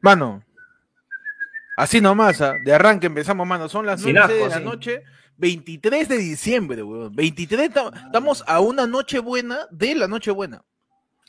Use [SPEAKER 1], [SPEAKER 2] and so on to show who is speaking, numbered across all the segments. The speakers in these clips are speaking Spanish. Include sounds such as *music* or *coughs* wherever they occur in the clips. [SPEAKER 1] Mano, así nomás, ¿ah? de arranque empezamos, mano. Son las
[SPEAKER 2] Sin
[SPEAKER 1] 11
[SPEAKER 2] asco,
[SPEAKER 1] de la
[SPEAKER 2] sí.
[SPEAKER 1] noche, 23 de diciembre, weón. 23, ta- estamos a una noche buena de la noche buena.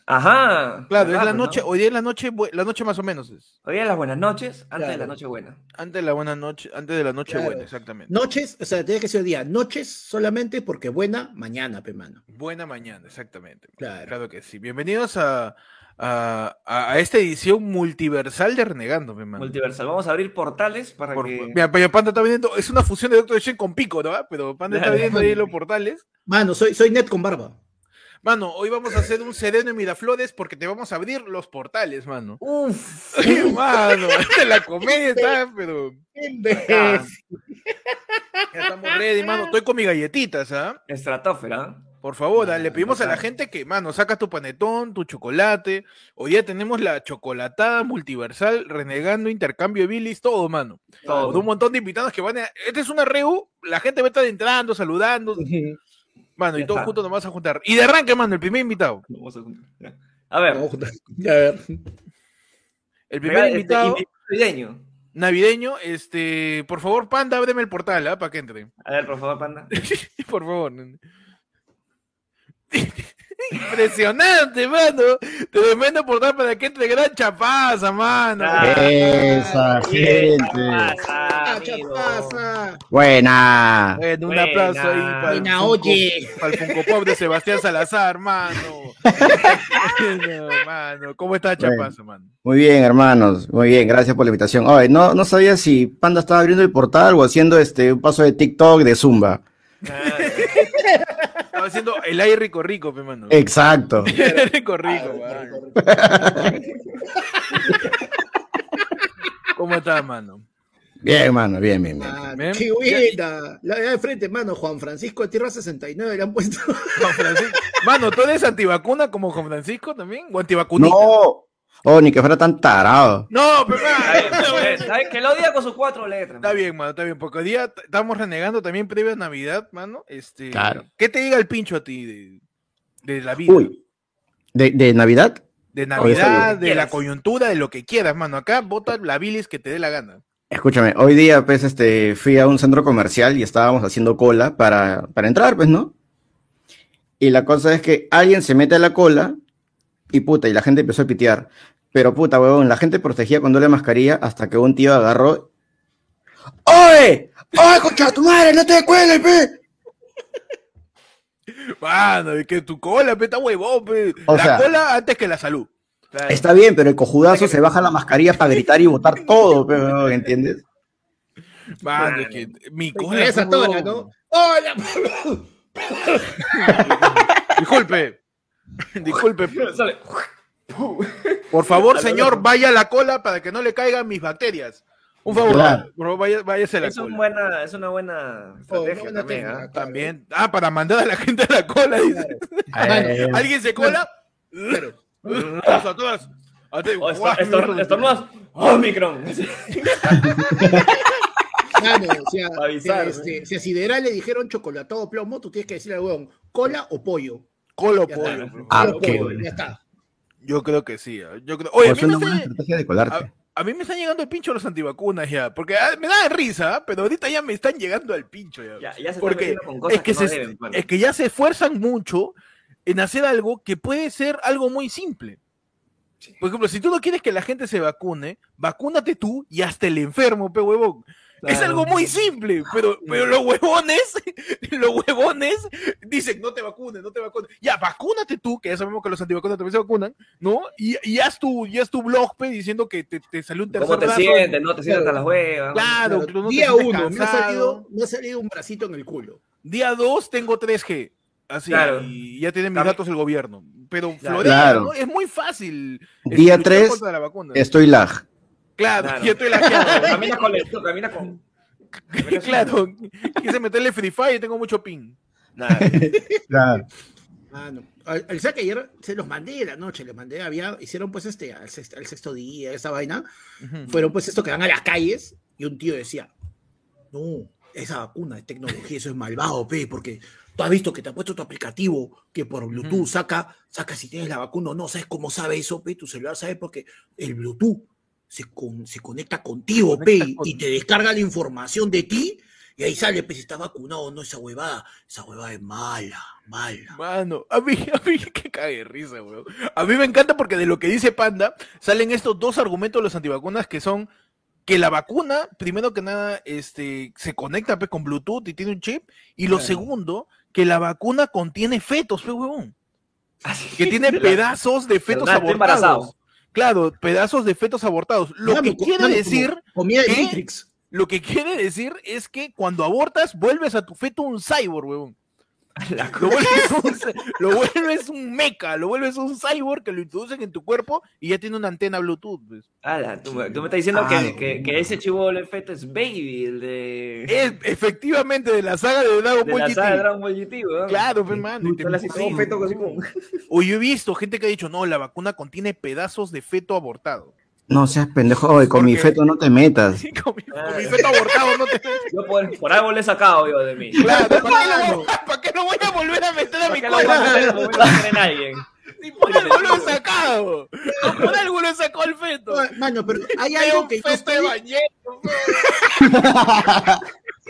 [SPEAKER 2] Ajá.
[SPEAKER 1] Claro, es
[SPEAKER 2] ¿Verdad,
[SPEAKER 1] la
[SPEAKER 2] pues, no?
[SPEAKER 1] noche, hoy día es la noche, bu- la noche más o menos es.
[SPEAKER 2] Hoy es las buenas noches, antes de
[SPEAKER 3] Claro.
[SPEAKER 2] la noche buena.
[SPEAKER 1] Antes de la buena noche, antes de la noche
[SPEAKER 3] Claro.
[SPEAKER 1] buena, exactamente.
[SPEAKER 3] Noches, o sea, tiene que ser hoy día. Noches solamente porque buena mañana, pe mano.
[SPEAKER 1] Buena mañana, exactamente. Claro,
[SPEAKER 3] Claro.
[SPEAKER 1] que sí. Bienvenidos a, a, a- a esta edición multiversal de Renegando, mi mano.
[SPEAKER 2] Multiversal. Vamos a abrir portales para
[SPEAKER 1] Por-
[SPEAKER 2] que.
[SPEAKER 1] Mira, pues, pero Panda está viendo, es una fusión de Doctor Strange con Pico, ¿no? Pero Panda está
[SPEAKER 2] Claro.
[SPEAKER 1] viendo ahí los portales.
[SPEAKER 3] Mano, soy, soy net con barba.
[SPEAKER 1] Mano, hoy vamos a hacer un sereno en Miraflores porque te vamos a abrir los portales, mano.
[SPEAKER 2] Uf.
[SPEAKER 1] *laughs* mano, la comedia está, pero
[SPEAKER 3] *laughs*
[SPEAKER 2] ah,
[SPEAKER 1] *laughs* ya estamos ready, mano. Estoy con mis galletitas, ¿ah?
[SPEAKER 2] Estratosfera.
[SPEAKER 1] Por favor, ah, le
[SPEAKER 3] Mano,
[SPEAKER 1] pedimos a la
[SPEAKER 2] claro.
[SPEAKER 1] gente que, mano, saca tu panetón, tu chocolate. Hoy día tenemos la chocolatada multiversal, renegando, intercambio de bilis, todo, mano.
[SPEAKER 2] Todo.
[SPEAKER 1] Con un montón de invitados que van a. Esta es una reu, la gente va a estar entrando, saludando. Mano, y
[SPEAKER 2] Ya
[SPEAKER 1] todos
[SPEAKER 2] está.
[SPEAKER 1] juntos nos vamos a juntar. Y de arranque, mano, el primer invitado.
[SPEAKER 2] Vamos a juntar. Ya. A ver.
[SPEAKER 3] Vamos juntos. A ver.
[SPEAKER 1] El primer
[SPEAKER 2] regala- este, invitado
[SPEAKER 1] invitado
[SPEAKER 2] navideño.
[SPEAKER 1] navideño, este, por favor, Panda, ábreme el portal, ¿ah? Para que entre.
[SPEAKER 2] A ver, por favor, panda.
[SPEAKER 1] *laughs* Por favor. Impresionante, mano. Tremendo portal para que entre gran chapaza, mano.
[SPEAKER 2] Ah.
[SPEAKER 4] Esa
[SPEAKER 2] Bien,
[SPEAKER 4] gente.
[SPEAKER 2] pasa,
[SPEAKER 3] Ah,
[SPEAKER 2] amigo.
[SPEAKER 3] chapaza.
[SPEAKER 4] Buena.
[SPEAKER 1] Bueno, un
[SPEAKER 2] Buena.
[SPEAKER 1] aplauso ahí para el,
[SPEAKER 3] Buena,
[SPEAKER 1] Funko,
[SPEAKER 3] oye.
[SPEAKER 1] para el Funko Pop de Sebastián Salazar, mano. Bueno, mano. ¿Cómo está Chapaza, mano?
[SPEAKER 4] Muy bien, hermanos. Muy bien, gracias por la invitación. Oye, no, no sabía si Panda estaba abriendo el portal o haciendo este un paso de TikTok de Zumba.
[SPEAKER 2] Ah,
[SPEAKER 1] Estaba haciendo el aire rico rico, pe, mano.
[SPEAKER 4] Exacto.
[SPEAKER 1] rico rico, mano. ¿Cómo está, mano?
[SPEAKER 4] Bien, mano, bien, bien, bien.
[SPEAKER 3] Ah,
[SPEAKER 1] Bien.
[SPEAKER 3] qué buena. La de frente, mano, Juan Francisco de Tierra 69 le han puesto.
[SPEAKER 1] Juan Francisco. Mano, ¿tú eres antivacuna como Juan Francisco también? ¿O antivacunista?
[SPEAKER 4] No. Oh, ni que fuera tan tarado.
[SPEAKER 1] No, pe, *laughs* mano.
[SPEAKER 2] eh, ¿sabes? Que lo diga con sus cuatro letras.
[SPEAKER 1] Está
[SPEAKER 2] man.
[SPEAKER 1] bien, mano, está bien, porque hoy día t- estamos renegando también previo a Navidad, mano. Este,
[SPEAKER 4] Claro.
[SPEAKER 1] ¿Qué te diga el pincho a ti de, de la vida?
[SPEAKER 4] Uy. ¿De, de Navidad?
[SPEAKER 1] De
[SPEAKER 4] está
[SPEAKER 1] Navidad,
[SPEAKER 2] bien.
[SPEAKER 1] de la
[SPEAKER 2] Quieras.
[SPEAKER 1] coyuntura, de lo que quieras, mano. Acá vota la bilis que te dé la gana.
[SPEAKER 4] Escúchame, hoy día, pues, este, fui a un centro comercial y estábamos haciendo cola para, para entrar, pues, ¿no? Y la cosa es que alguien se mete a la cola y puta, y la gente empezó a pitear. Pero puta, huevón, la gente protegía con doble mascarilla hasta que un tío agarró. ¡Oye! ¡Oye, concha de tu madre! ¡No te cuelgues, pe!
[SPEAKER 1] Mano, es que tu cola, pe, está huevón, pe.
[SPEAKER 4] O
[SPEAKER 1] la
[SPEAKER 4] sea-
[SPEAKER 1] cola antes que la salud.
[SPEAKER 2] Claro.
[SPEAKER 4] Está bien, pero el cojudazo se baja la mascarilla para gritar y botar todo, pe, huevón, ¿entiendes?
[SPEAKER 1] Mano, es que mi
[SPEAKER 2] Pues
[SPEAKER 1] cola.
[SPEAKER 3] Esa
[SPEAKER 1] pe,
[SPEAKER 3] tona,
[SPEAKER 1] huevón.
[SPEAKER 3] ¿no? ¡Hola!
[SPEAKER 2] *laughs*
[SPEAKER 1] Disculpe. Disculpe.
[SPEAKER 2] Sale.
[SPEAKER 1] Por favor, señor, vaya a la cola para que no le caigan mis bacterias. Un favor,
[SPEAKER 4] Claro.
[SPEAKER 1] por favor, vaya, váyase a la
[SPEAKER 2] Es, un
[SPEAKER 1] cola.
[SPEAKER 2] buena, es una buena estrategia
[SPEAKER 3] buena
[SPEAKER 2] también,
[SPEAKER 3] técnica.
[SPEAKER 2] ¿ah?
[SPEAKER 1] También. Ah, para mandar a la gente a la cola. dice.
[SPEAKER 4] Eh,
[SPEAKER 1] *laughs* ¿Alguien se cola?
[SPEAKER 2] *laughs*
[SPEAKER 3] Claro.
[SPEAKER 1] Todos a todas. Ah, A ti,
[SPEAKER 2] O
[SPEAKER 1] guau,
[SPEAKER 2] Oh, estor- estor-
[SPEAKER 1] mierda.
[SPEAKER 2] estornudas.
[SPEAKER 1] Oh,
[SPEAKER 2] Omicron.
[SPEAKER 3] Mano, o
[SPEAKER 1] *laughs*
[SPEAKER 3] sea,
[SPEAKER 2] Pa' avisar,
[SPEAKER 3] este, si a Sideral le dijeron chocolatado o plomo, tú tienes que decirle al huevón, cola o pollo.
[SPEAKER 1] Colo
[SPEAKER 3] Ya
[SPEAKER 1] pollo.
[SPEAKER 3] está.
[SPEAKER 1] por favor.
[SPEAKER 4] Ah,
[SPEAKER 3] Cola o
[SPEAKER 4] qué
[SPEAKER 3] pollo,
[SPEAKER 4] buena.
[SPEAKER 3] Ya está.
[SPEAKER 1] Yo creo que sí. ah. Yo creo... Oye, a
[SPEAKER 4] es
[SPEAKER 1] mí, me
[SPEAKER 4] una buena
[SPEAKER 1] están...
[SPEAKER 4] estrategia de colarte.
[SPEAKER 1] a- a mí me están llegando el pincho los antivacunas ya. Porque ah, me da risa, ah, pero ahorita ya me están llegando al pincho ya.
[SPEAKER 2] Ya, ya se
[SPEAKER 1] Porque
[SPEAKER 2] está metiendo con cosas
[SPEAKER 1] es que,
[SPEAKER 2] no
[SPEAKER 1] se-
[SPEAKER 2] deben, pues. mano.
[SPEAKER 1] es que ya se esfuerzan mucho en hacer algo que puede ser algo muy simple. Por ejemplo, si tú no quieres que la gente se vacune, vacúnate tú y hasta el enfermo, pe huevón. Es
[SPEAKER 2] Claro.
[SPEAKER 1] algo muy simple, pero, pero los huevones, *laughs* los huevones dicen no te vacunes, no te vacunes. Ya, vacúnate tú, que ya sabemos que los antivacunas también se vacunan, ¿no? Y, y haz tu, y haz tu blog, pe, diciendo que te, te salió un tercer
[SPEAKER 2] ¿Cómo te
[SPEAKER 1] brazo.
[SPEAKER 2] sientes? ¿No te sientes hasta las huevas?
[SPEAKER 1] Claro, que no te
[SPEAKER 3] Día
[SPEAKER 1] sientes
[SPEAKER 3] uno, me ha,
[SPEAKER 1] cansado.
[SPEAKER 3] salido, me ha salido un bracito en el culo.
[SPEAKER 1] Día 2 tengo 3G. Así,
[SPEAKER 2] Claro.
[SPEAKER 1] y ya tienen mis
[SPEAKER 2] También-
[SPEAKER 1] datos el gobierno. Pero
[SPEAKER 2] Claro.
[SPEAKER 1] Florida,
[SPEAKER 4] Claro.
[SPEAKER 1] ¿no? es muy fácil. este,
[SPEAKER 4] Día
[SPEAKER 1] luchar
[SPEAKER 4] 3,
[SPEAKER 1] contra la vacuna.
[SPEAKER 4] estoy
[SPEAKER 3] *laughs*
[SPEAKER 4] lag.
[SPEAKER 1] Claro,
[SPEAKER 2] Claro.
[SPEAKER 1] yo estoy lajeado.
[SPEAKER 2] *laughs* Camina con lento, camina con.
[SPEAKER 1] claro, quise meterle Free Fire y tengo mucho ping.
[SPEAKER 2] Nada.
[SPEAKER 4] Claro.
[SPEAKER 3] Mano, Ah, al, al saque ayer se los mandé la noche, les mandé, había, hicieron pues este, al sexto, al sexto día, esa vaina, fueron pues esto que van a las calles y un tío decía, no, esa vacuna es tecnología, eso es malvado, pe, porque tú has visto que te ha puesto tu aplicativo que por Bluetooth
[SPEAKER 1] Ujú.
[SPEAKER 3] saca, saca si tienes la vacuna o no, ¿sabes cómo sabe eso, pe? Tu celular sabe porque el Bluetooth se, con- se conecta contigo, pe, y te descarga la información de ti, y ahí sale, pe, si estás vacunado o no, esa huevada, esa huevada es mala, mala.
[SPEAKER 1] Mano, a mí, *laughs* a mí que cae de risa, weón. A mí me encanta porque de lo que dice Panda salen estos dos argumentos de los antivacunas que son que la vacuna, primero que nada, este, se conecta pe, con Bluetooth y tiene un chip, y lo
[SPEAKER 3] Claro.
[SPEAKER 1] segundo, que la vacuna contiene fetos, pe, huevón.
[SPEAKER 2] Así *laughs*
[SPEAKER 1] Que tiene
[SPEAKER 2] de la-
[SPEAKER 1] pedazos de fetos
[SPEAKER 2] nada, Ah, estoy
[SPEAKER 1] abortados.
[SPEAKER 2] embarazado.
[SPEAKER 1] Claro, pedazos de fetos abortados. Lo
[SPEAKER 3] Mano,
[SPEAKER 1] que
[SPEAKER 3] co-
[SPEAKER 1] quiere
[SPEAKER 3] mano,
[SPEAKER 1] decir,
[SPEAKER 3] como Comida de
[SPEAKER 1] que-
[SPEAKER 3] Matrix.
[SPEAKER 1] lo que quiere decir es que cuando abortas, vuelves a tu feto un cyborg, huevón.
[SPEAKER 2] la
[SPEAKER 1] *laughs* Lo vuelves, un, lo vuelves un mecha, lo vuelves un cyborg que lo introducen en tu cuerpo y ya tiene una antena Bluetooth. pues.
[SPEAKER 2] Ala, tú, me- tú me estás diciendo que-
[SPEAKER 1] Ah,
[SPEAKER 3] Ay,
[SPEAKER 2] que, que ese chivo doble feto es Baby, el de,
[SPEAKER 1] Es efectivamente de la saga de Dragon
[SPEAKER 2] de la
[SPEAKER 1] Ball
[SPEAKER 2] saga de
[SPEAKER 1] GT.
[SPEAKER 2] Dragon Ball GT, weón.
[SPEAKER 1] Claro, pues, mano, y te
[SPEAKER 2] Tú le haces todo
[SPEAKER 1] empujan.
[SPEAKER 2] feto así como-
[SPEAKER 1] O yo he visto gente que ha dicho, no, la vacuna contiene pedazos de feto abortado.
[SPEAKER 4] No seas pendejo, oye, con mi
[SPEAKER 1] Porque-
[SPEAKER 4] feto no te metas.
[SPEAKER 1] Sí, con, mi, con mi
[SPEAKER 2] Ah.
[SPEAKER 1] feto abortado no te...
[SPEAKER 2] Yo por, por algo le he sacado yo de mí. *laughs*
[SPEAKER 1] Claro, ¿para qué, lo voy a- para qué lo voy a volver a meter a mi
[SPEAKER 2] Porque la vacuna
[SPEAKER 1] cola?
[SPEAKER 2] no me va a tener alguien.
[SPEAKER 1] Si por *laughs* algo lo he sacado. Por algo lo he sacado el feto.
[SPEAKER 3] No, Mano, pero hay
[SPEAKER 1] Hay
[SPEAKER 3] algo
[SPEAKER 1] un
[SPEAKER 3] que yo
[SPEAKER 1] feto de
[SPEAKER 3] estoy-
[SPEAKER 1] bañero.
[SPEAKER 3] *laughs* Oye,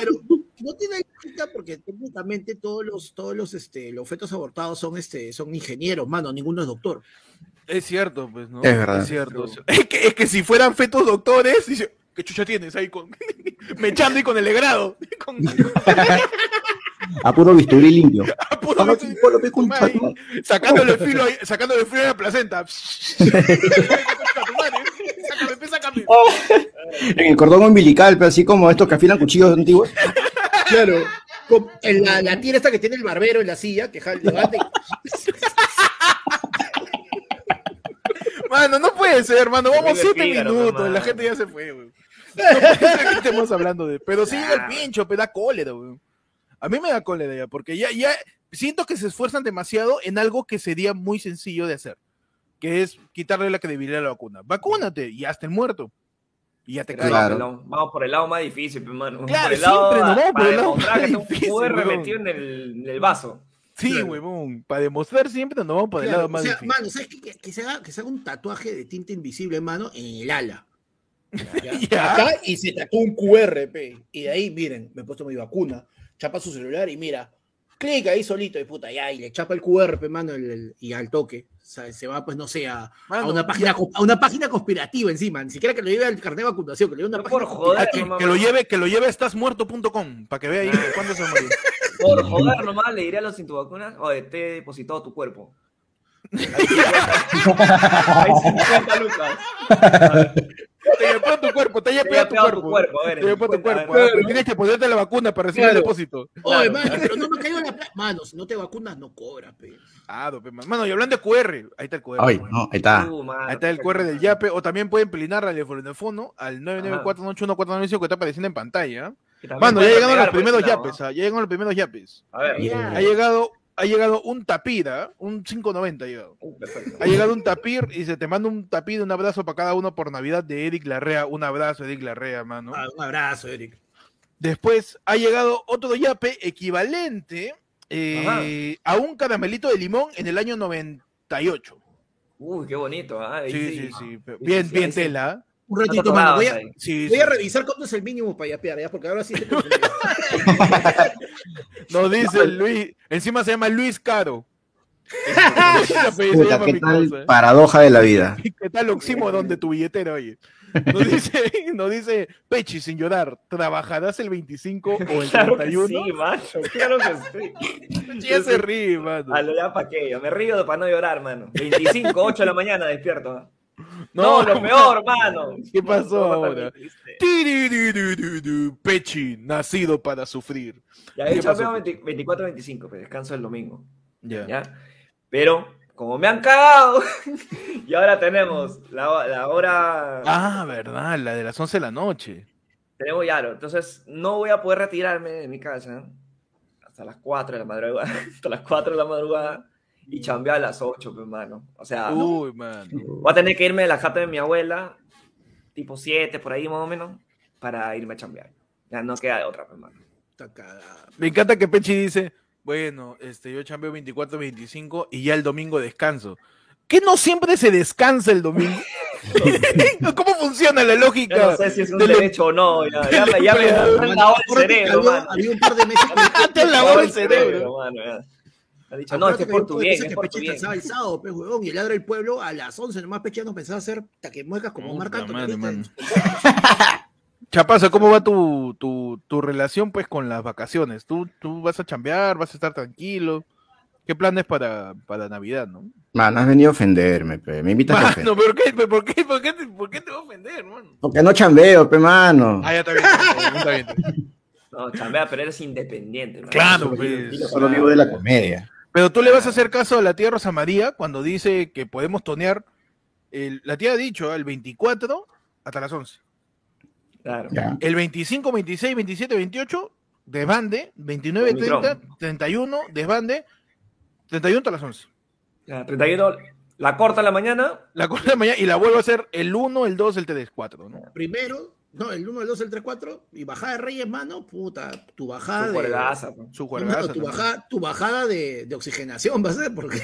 [SPEAKER 3] pero no tiene lógica porque técnicamente todos los, todos los, este, los fetos abortados son, este, son ingenieros, mano, ninguno es doctor.
[SPEAKER 1] Es cierto, pues, ¿no?
[SPEAKER 4] Es verdad.
[SPEAKER 1] cierto. *laughs* Es que, es que si fueran fetos doctores, dice, ¿qué chucha tienes ahí con... mechando y con el legrado? con...
[SPEAKER 4] A puro bisturí limpio.
[SPEAKER 1] a puro- Sacándole el filo, ahí- sacándole el filo de la placenta. Sácame, pe, sácame.
[SPEAKER 4] En el cordón umbilical, pero así como estos que afilan cuchillos
[SPEAKER 1] *laughs*
[SPEAKER 4] antiguos.
[SPEAKER 3] Claro. Con- en la, la tira esta que tiene el barbero en la silla, que jala- levanta y-
[SPEAKER 1] Mano, no puede ser, hermano. Vamos
[SPEAKER 2] Vive
[SPEAKER 1] siete
[SPEAKER 2] pícaro,
[SPEAKER 1] minutos.
[SPEAKER 2] nomás.
[SPEAKER 1] La gente ya se fue,
[SPEAKER 2] *laughs*
[SPEAKER 1] güey. No puede ser que estemos hablando de. Pero sí llega el pincho, pero da cólera, güey. A mí me da cólera ya, porque ya, ya siento que se esfuerzan demasiado en algo que sería muy sencillo de hacer, que es quitarle la credibilidad a la vacuna. Vacúnate y hazte el muerto. Y ya te
[SPEAKER 2] Claro.
[SPEAKER 1] caes.
[SPEAKER 4] Claro.
[SPEAKER 2] Vamos por el lado más difícil, hermano.
[SPEAKER 1] Claro,
[SPEAKER 2] por el lado,
[SPEAKER 1] siempre nos vamos por
[SPEAKER 2] para
[SPEAKER 1] el lado
[SPEAKER 2] demostrar
[SPEAKER 1] más
[SPEAKER 2] que está un
[SPEAKER 1] difícil,
[SPEAKER 2] QR
[SPEAKER 1] weón.
[SPEAKER 2] metido en el, en el vaso.
[SPEAKER 1] Sí,
[SPEAKER 3] Claro.
[SPEAKER 1] huevón. Para demostrar siempre nos vamos para el
[SPEAKER 3] Claro,
[SPEAKER 1] lado más
[SPEAKER 3] o sea,
[SPEAKER 1] difícil.
[SPEAKER 3] mano, ¿sabes qué? Que, que se haga, que se haga un tatuaje de tinta invisible, mano, en el ala. Ya.
[SPEAKER 1] *laughs* Ya.
[SPEAKER 3] Acá y se tatúa un QR, pe. Y de ahí, miren, me he puesto mi vacuna, chapa su celular y mira, clic ahí solito y puta, ya, y le chapa el QR, pe, mano, el- el- y al toque. O sea, se va, pues, no sé, a, a
[SPEAKER 1] Mano,
[SPEAKER 3] una página, co- a una página conspirativa encima, ni siquiera que lo lleve al carnet de vacunación, que le lleve a
[SPEAKER 2] No
[SPEAKER 3] una
[SPEAKER 2] por
[SPEAKER 3] página
[SPEAKER 1] Ah,
[SPEAKER 2] joder,
[SPEAKER 1] que,
[SPEAKER 2] nomás,
[SPEAKER 1] que lo
[SPEAKER 2] weón.
[SPEAKER 1] lleve, que lo lleve a estasmuerto.com para que vea ahí
[SPEAKER 2] Ah.
[SPEAKER 1] cuándo se murió.
[SPEAKER 2] Por joder, nomás le diré a los sin tu vacuna, oye, te he depositado tu cuerpo. *laughs* Hay 50 lucas.
[SPEAKER 1] *laughs* Te yapeo tu cuerpo, te
[SPEAKER 2] Te he
[SPEAKER 1] yapeo tu
[SPEAKER 2] apeado tu
[SPEAKER 1] cuerpo.
[SPEAKER 2] cuerpo, a ver.
[SPEAKER 1] Te yapeo tu
[SPEAKER 2] 50,
[SPEAKER 1] cuerpo.
[SPEAKER 2] a ver.
[SPEAKER 1] ah, pero Tienes que ponerte la vacuna para recibir el
[SPEAKER 3] Claro.
[SPEAKER 1] depósito.
[SPEAKER 3] Oye,
[SPEAKER 2] Claro.
[SPEAKER 3] mano, pero no me cayó la plata. Mano, si no te vacunas, no cobras, pe.
[SPEAKER 1] Ah, dope, man. mano, y hablando de QR, ahí está el QR.
[SPEAKER 4] Ay,
[SPEAKER 1] man.
[SPEAKER 4] no, ahí está.
[SPEAKER 2] Uh, mano,
[SPEAKER 1] Ahí está el
[SPEAKER 2] qué
[SPEAKER 1] QR del
[SPEAKER 2] mal.
[SPEAKER 1] Yape, o también pueden plinar al teléfono al 994-981-495 que está apareciendo en pantalla.
[SPEAKER 2] Que también
[SPEAKER 1] Mano, ya
[SPEAKER 2] pueden
[SPEAKER 1] llegaron los
[SPEAKER 2] pegar por
[SPEAKER 1] primeros
[SPEAKER 2] ese lado,
[SPEAKER 1] yapes, ah, ya llegaron los primeros yapes.
[SPEAKER 2] ¿no? A ver,
[SPEAKER 4] Ya.
[SPEAKER 1] Ha llegado, ha llegado un tapira, un 590 ha llegado.
[SPEAKER 2] uh, perfecto.
[SPEAKER 1] Ha llegado un tapir y se te manda un tapir, un abrazo para cada uno por Navidad de Eric Larrea. Un abrazo, Eric Larrea, mano.
[SPEAKER 3] Ah, un abrazo, Eric.
[SPEAKER 1] Después ha llegado otro yape equivalente eh, a un caramelito de limón en el año 98.
[SPEAKER 2] Uy, qué bonito, ¿ah? Ahí
[SPEAKER 1] Sí, sí, sí.
[SPEAKER 2] sí,
[SPEAKER 1] Bien,
[SPEAKER 2] sí,
[SPEAKER 1] bien
[SPEAKER 2] ahí sí. *laughs*
[SPEAKER 1] tela. ¿eh?
[SPEAKER 3] Un
[SPEAKER 2] No
[SPEAKER 3] ratito,
[SPEAKER 2] tatuados
[SPEAKER 3] mano. Voy a,
[SPEAKER 2] ahí.
[SPEAKER 1] Sí,
[SPEAKER 3] voy
[SPEAKER 1] sí.
[SPEAKER 3] a revisar cuánto es el mínimo para yapear, ya, porque ahora sí. estoy confundido.
[SPEAKER 1] Nos dice Luis. Encima se llama
[SPEAKER 2] *laughs*
[SPEAKER 1] Luis Caro. Apellido se
[SPEAKER 4] Puta,
[SPEAKER 1] llama
[SPEAKER 4] qué
[SPEAKER 1] mi
[SPEAKER 4] tal
[SPEAKER 1] cosa.
[SPEAKER 4] paradoja de la
[SPEAKER 1] *laughs*
[SPEAKER 4] vida.
[SPEAKER 1] ¿Qué tal oxímoron de tu billetera, oye? Nos
[SPEAKER 2] *laughs*
[SPEAKER 1] dice, nos dice Pechi, sin llorar, ¿trabajarás el 25 o el
[SPEAKER 2] Claro que
[SPEAKER 1] 31?
[SPEAKER 2] sí, macho, claro que sí.
[SPEAKER 1] Pechi ya se ríe, mano.
[SPEAKER 2] A lo ya pa' qué, yo me río para no llorar, mano. 25, 8 de la mañana despierto.
[SPEAKER 1] *laughs*
[SPEAKER 2] ¿ah? No, lo peor, mano.
[SPEAKER 1] *laughs* ¿Qué pasó
[SPEAKER 2] No, no,
[SPEAKER 1] ahora?
[SPEAKER 2] no, triste.
[SPEAKER 1] Tiririririru, Pechi, nacido para sufrir.
[SPEAKER 2] Ya he
[SPEAKER 1] ¿Qué
[SPEAKER 2] hecho
[SPEAKER 1] pasó?
[SPEAKER 2] 24, 25, pero pues, descanso el domingo.
[SPEAKER 1] Ya.
[SPEAKER 2] ¿ya? Pero, como me han cagado, *laughs* y ahora tenemos la, la hora.
[SPEAKER 1] Ah, verdad, la de las 11 de la noche.
[SPEAKER 2] Tenemos Yaro, entonces no voy a poder retirarme de mi casa hasta las 4 de la madrugada. *laughs* Hasta las 4 de la madrugada y chambear a las 8, hermano. O sea,
[SPEAKER 1] Uy, mano.
[SPEAKER 2] voy a tener que irme de la jata de mi abuela, tipo 7 por ahí más o menos, para irme a chambear. Ya no queda de otra, pues, hermano.
[SPEAKER 3] Está cagada.
[SPEAKER 1] Me encanta que Pechi dice, bueno, este, yo chambeo 24, 25 y ya el domingo descanso. *laughs* ¿Qué no siempre se descansa
[SPEAKER 3] *laughs*
[SPEAKER 1] el domingo? *laughs* ¿Cómo funciona la lógica?
[SPEAKER 2] Yo no sé si es un
[SPEAKER 1] de lo-
[SPEAKER 2] derecho o no. Ya, ya, me- ya me
[SPEAKER 1] *laughs* Pero,
[SPEAKER 2] han lavado el
[SPEAKER 3] Acuérdate que
[SPEAKER 2] cerebro,
[SPEAKER 3] había,
[SPEAKER 2] mano.
[SPEAKER 3] había un par
[SPEAKER 2] *laughs*
[SPEAKER 3] de meses que-
[SPEAKER 1] Te han lavado el cerebro.
[SPEAKER 2] mano, ya. Ha dicho, no, este es que es
[SPEAKER 3] Acuérdate que
[SPEAKER 2] por
[SPEAKER 3] yo
[SPEAKER 2] tu
[SPEAKER 3] pude
[SPEAKER 2] bien,
[SPEAKER 3] pensar
[SPEAKER 2] es
[SPEAKER 3] que
[SPEAKER 2] por tu
[SPEAKER 3] Peche
[SPEAKER 2] bien.
[SPEAKER 3] alzaba el sábado, pues, huevón, y el ladra del pueblo a las 11 nomás Peche nos pensaba hacer taquemuecas como
[SPEAKER 1] Puta
[SPEAKER 3] marca
[SPEAKER 1] madre,
[SPEAKER 3] Antonio,
[SPEAKER 1] *laughs* mano.
[SPEAKER 3] ¿viste?
[SPEAKER 1] Chapaza, ¿cómo va tu, tu, tu relación pues con las vacaciones? ¿Tú, ¿Tú vas a chambear? ¿Vas a estar tranquilo? ¿Qué planes para, para Navidad, no?
[SPEAKER 4] Mano, has venido a ofenderme, pe. Me invitas a ofender.
[SPEAKER 1] *laughs* Mano, ¿pero qué, pero por, qué, por, qué te, ¿por qué te va a ofender, mano?
[SPEAKER 4] Porque no chambeo, pe, mano.
[SPEAKER 1] Ah, ya
[SPEAKER 2] *laughs*
[SPEAKER 1] está bien, está bien, está bien.
[SPEAKER 2] No, chambea, pero eres independiente, mano.
[SPEAKER 1] Claro,
[SPEAKER 4] Yo
[SPEAKER 1] pues.
[SPEAKER 4] solo vivo de la comedia.
[SPEAKER 1] Pero tú le vas a hacer caso a la tía Rosa María cuando dice que podemos tonear. el- la tía ha dicho ¿eh? el 24 hasta las 11.
[SPEAKER 2] Claro.
[SPEAKER 4] Ya.
[SPEAKER 1] El 25, 26, 27, 28, desbande. 29, 30, 31, desbande. 31 hasta las 11.
[SPEAKER 2] Ya, 31, la corta en la mañana.
[SPEAKER 1] La corta de mañana y la vuelvo a hacer el 1, el 2, el 3, 4, ¿no?
[SPEAKER 3] Primero, no, el 1, el 2, el 3, 4, y bajada de Reyes, mano, puta, tu bajada
[SPEAKER 2] Tu
[SPEAKER 3] de...
[SPEAKER 2] cuerdaza, po.
[SPEAKER 1] Su
[SPEAKER 3] No,
[SPEAKER 1] juergaza
[SPEAKER 3] tu
[SPEAKER 1] también.
[SPEAKER 3] bajada, tu bajada de, de oxigenación *laughs* va a ser, porque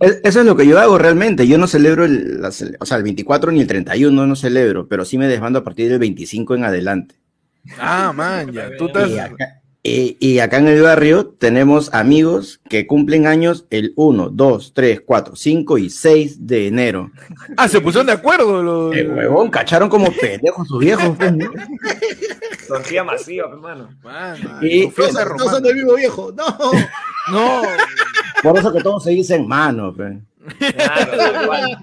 [SPEAKER 4] Es- Eso es lo que yo hago realmente. Yo no celebro el, la cele- o sea, el 24 ni el 31, no celebro, pero sí me desmando a partir del 25 en adelante.
[SPEAKER 1] Ah, man, ya. Tú estás.
[SPEAKER 4] Y acá, y- y acá en el barrio tenemos amigos que cumplen años el 1, 2, 3, 4, 5 y 6 de enero.
[SPEAKER 1] Ah, se pusieron de acuerdo los.
[SPEAKER 4] Eh, huevón, cacharon como pendejos sus viejos. pues, ¿no?
[SPEAKER 2] Tortilla masiva, pues, hermano.
[SPEAKER 3] *laughs*
[SPEAKER 1] Man,
[SPEAKER 4] Y-
[SPEAKER 1] su fiesta
[SPEAKER 3] todos, todos son
[SPEAKER 1] romana.
[SPEAKER 3] del mismo viejo. No,
[SPEAKER 1] No.
[SPEAKER 4] Por eso que todos se dicen mano. pues. pe.
[SPEAKER 2] Claro, tal cual.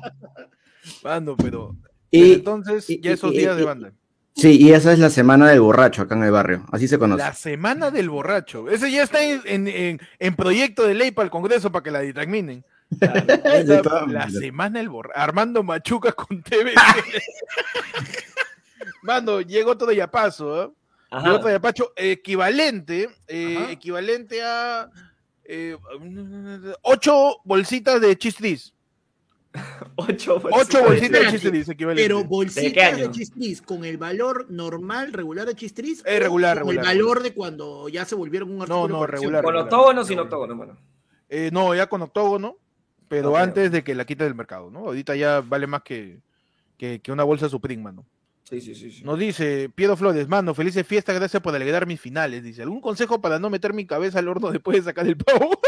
[SPEAKER 1] Mano, pero.
[SPEAKER 4] Y,
[SPEAKER 1] entonces,
[SPEAKER 4] y-
[SPEAKER 1] ya esos
[SPEAKER 4] y-
[SPEAKER 1] días
[SPEAKER 4] y-
[SPEAKER 1] de banda.
[SPEAKER 4] sí, y esa es la semana del borracho acá en el barrio. Así se conoce.
[SPEAKER 1] La semana del borracho. Ese ya está en, en- en- en proyecto de ley para el Congreso para que la dictaminen.
[SPEAKER 2] Claro.
[SPEAKER 4] De
[SPEAKER 1] La,
[SPEAKER 4] todas
[SPEAKER 1] la
[SPEAKER 4] maneras.
[SPEAKER 1] semana del borracho. Armando Machuca con TV.
[SPEAKER 2] *laughs*
[SPEAKER 1] Mano, llegó todo ya paso, ¿eh? Y
[SPEAKER 2] Ajá.
[SPEAKER 1] otro de Pacho, equivalente, eh,
[SPEAKER 2] Ajá.
[SPEAKER 1] equivalente a eh, ocho bolsitas de chistris.
[SPEAKER 2] Ocho bolsitas.
[SPEAKER 1] *laughs* Ocho
[SPEAKER 2] de-
[SPEAKER 1] bolsitas de
[SPEAKER 3] espérate,
[SPEAKER 1] chistris, equivalente.
[SPEAKER 3] pero
[SPEAKER 2] ¿De qué
[SPEAKER 3] bolsitas
[SPEAKER 2] año?
[SPEAKER 3] de chistriz, con el valor normal, regular de chistriz,
[SPEAKER 1] Eh,
[SPEAKER 3] o
[SPEAKER 1] regular,
[SPEAKER 3] con
[SPEAKER 1] regular.
[SPEAKER 3] el valor de cuando ya se volvieron un artículo
[SPEAKER 1] no,
[SPEAKER 3] de colección.
[SPEAKER 1] regular.
[SPEAKER 2] Con octógono, sin octógono, mano.
[SPEAKER 1] Eh, no, ya con octógono, pero
[SPEAKER 2] Ok.
[SPEAKER 1] antes de que la quite del mercado, ¿no? Ahorita ya vale más que, que, que una bolsa Supreme, mano.
[SPEAKER 2] Sí, sí, sí. sí.
[SPEAKER 1] Nos dice Piero Flores, mano, felices fiestas, gracias por alegrar mis finales. Dice, ¿algún consejo para no meter mi cabeza al horno *laughs* después de sacar el pavo?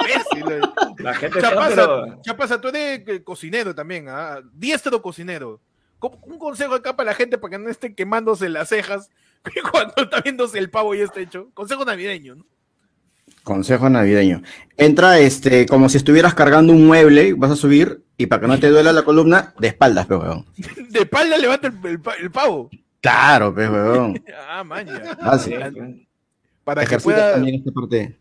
[SPEAKER 1] Imbécil, eh.
[SPEAKER 2] La
[SPEAKER 1] *laughs*
[SPEAKER 2] gente está,
[SPEAKER 1] Chapaza,
[SPEAKER 2] pero.
[SPEAKER 1] Chapaza, tú eres eh, cocinero también, ¿ah? diestro cocinero. ¿Cómo- Un consejo acá para la gente para que no estén quemándose las cejas *laughs* cuando está viéndose el pavo y está hecho. Consejo navideño, ¿no?
[SPEAKER 4] Consejo navideño. Entra este, como si estuvieras cargando un mueble, vas a subir, y para que no te duela la columna, de espaldas, pe huevón.
[SPEAKER 1] De espalda levanta el, el pa- el pavo.
[SPEAKER 4] Claro, pe huevón.
[SPEAKER 1] *laughs* Ah, maña.
[SPEAKER 4] Ah, sí.
[SPEAKER 2] Sí.
[SPEAKER 1] Para que
[SPEAKER 4] Ejercita
[SPEAKER 1] pueda.
[SPEAKER 4] también esta parte.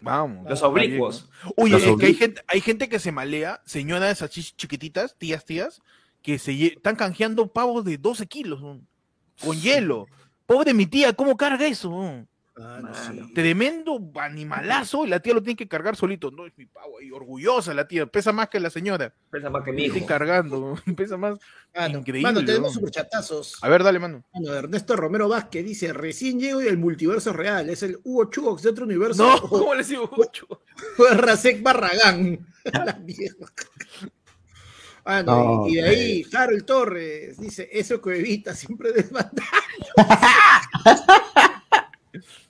[SPEAKER 1] Vamos.
[SPEAKER 2] Los
[SPEAKER 1] está bien,
[SPEAKER 2] oblicuos.
[SPEAKER 1] ¿no? Oye,
[SPEAKER 4] Los
[SPEAKER 1] es que hay
[SPEAKER 4] oblicuos.
[SPEAKER 1] gente, hay gente que se malea, señoras así chiquititas, tías, tías, que se lle- están canjeando pavos de 12 kilos ¿no? con hielo. Pobre mi tía, ¿cómo carga eso? no?
[SPEAKER 3] Ah, no, sí.
[SPEAKER 2] Mano.
[SPEAKER 1] tremendo animalazo y la tía lo tiene que cargar solito. No es mi pavo y orgullosa la tía, pesa más que la señora.
[SPEAKER 2] Pesa más que mi
[SPEAKER 1] Me
[SPEAKER 2] hijo.
[SPEAKER 1] estoy cargando, *laughs* pesa más.
[SPEAKER 3] Ah, no.
[SPEAKER 1] Increíble,
[SPEAKER 3] Mano, tenemos
[SPEAKER 1] ¿no?
[SPEAKER 3] superchatazos.
[SPEAKER 1] A ver, dale, mano.
[SPEAKER 3] Bueno, Ernesto Romero Vázquez dice, recién llego y el multiverso es real, es el Hugo Chugox de otro universo.
[SPEAKER 1] No,
[SPEAKER 3] o-
[SPEAKER 1] ¿cómo le digo mucho?
[SPEAKER 3] o es
[SPEAKER 4] *laughs*
[SPEAKER 3] Rasek Barragán. A la mierda. Ah, no,
[SPEAKER 4] No, eh.
[SPEAKER 3] y, y de ahí, Harold Torres dice, eso que evita siempre desbandando.
[SPEAKER 4] *laughs*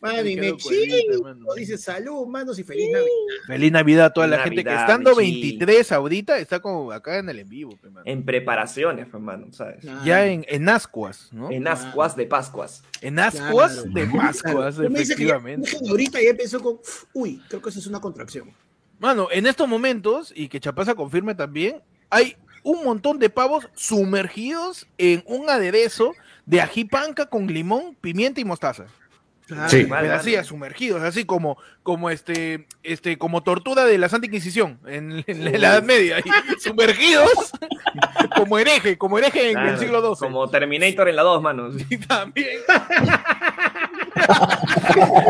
[SPEAKER 3] Mano, y
[SPEAKER 1] Me quedo
[SPEAKER 3] me
[SPEAKER 1] con Evita,
[SPEAKER 3] chingo,
[SPEAKER 1] mano.
[SPEAKER 3] dice, salud, manos y feliz Navidad.
[SPEAKER 1] Feliz Navidad a toda la gente que
[SPEAKER 2] Navidad,
[SPEAKER 1] estando
[SPEAKER 2] mi chi.
[SPEAKER 1] 23 ahorita está como acá en el en vivo, pe, mano.
[SPEAKER 2] En preparaciones, hermano, ¿sabes?
[SPEAKER 3] Claro.
[SPEAKER 1] Ya en, en Ascuas, ¿no?
[SPEAKER 2] Ah. En ascuas de Pascuas.
[SPEAKER 1] En Ascuas
[SPEAKER 3] Ah, Claro.
[SPEAKER 1] de Pascuas,
[SPEAKER 3] Tú me dices que ya-
[SPEAKER 1] efectivamente.
[SPEAKER 3] dicen ahorita ya empezó con, uy, creo que eso es una contracción.
[SPEAKER 1] Mano, en estos momentos, y que Chapaza confirme también, hay un montón de pavos sumergidos en un aderezo de ají panca con limón, pimienta y mostaza.
[SPEAKER 4] Sí.
[SPEAKER 2] Mal,
[SPEAKER 1] Pero
[SPEAKER 2] mal.
[SPEAKER 1] así, a sumergidos, así como, como este, este, como tortura de la Santa Inquisición en, en la Edad Media, ahí, sumergidos *laughs* como hereje, como hereje en
[SPEAKER 2] Claro,
[SPEAKER 1] el siglo XII.
[SPEAKER 2] Como Terminator en la 2, mano.
[SPEAKER 1] Y también.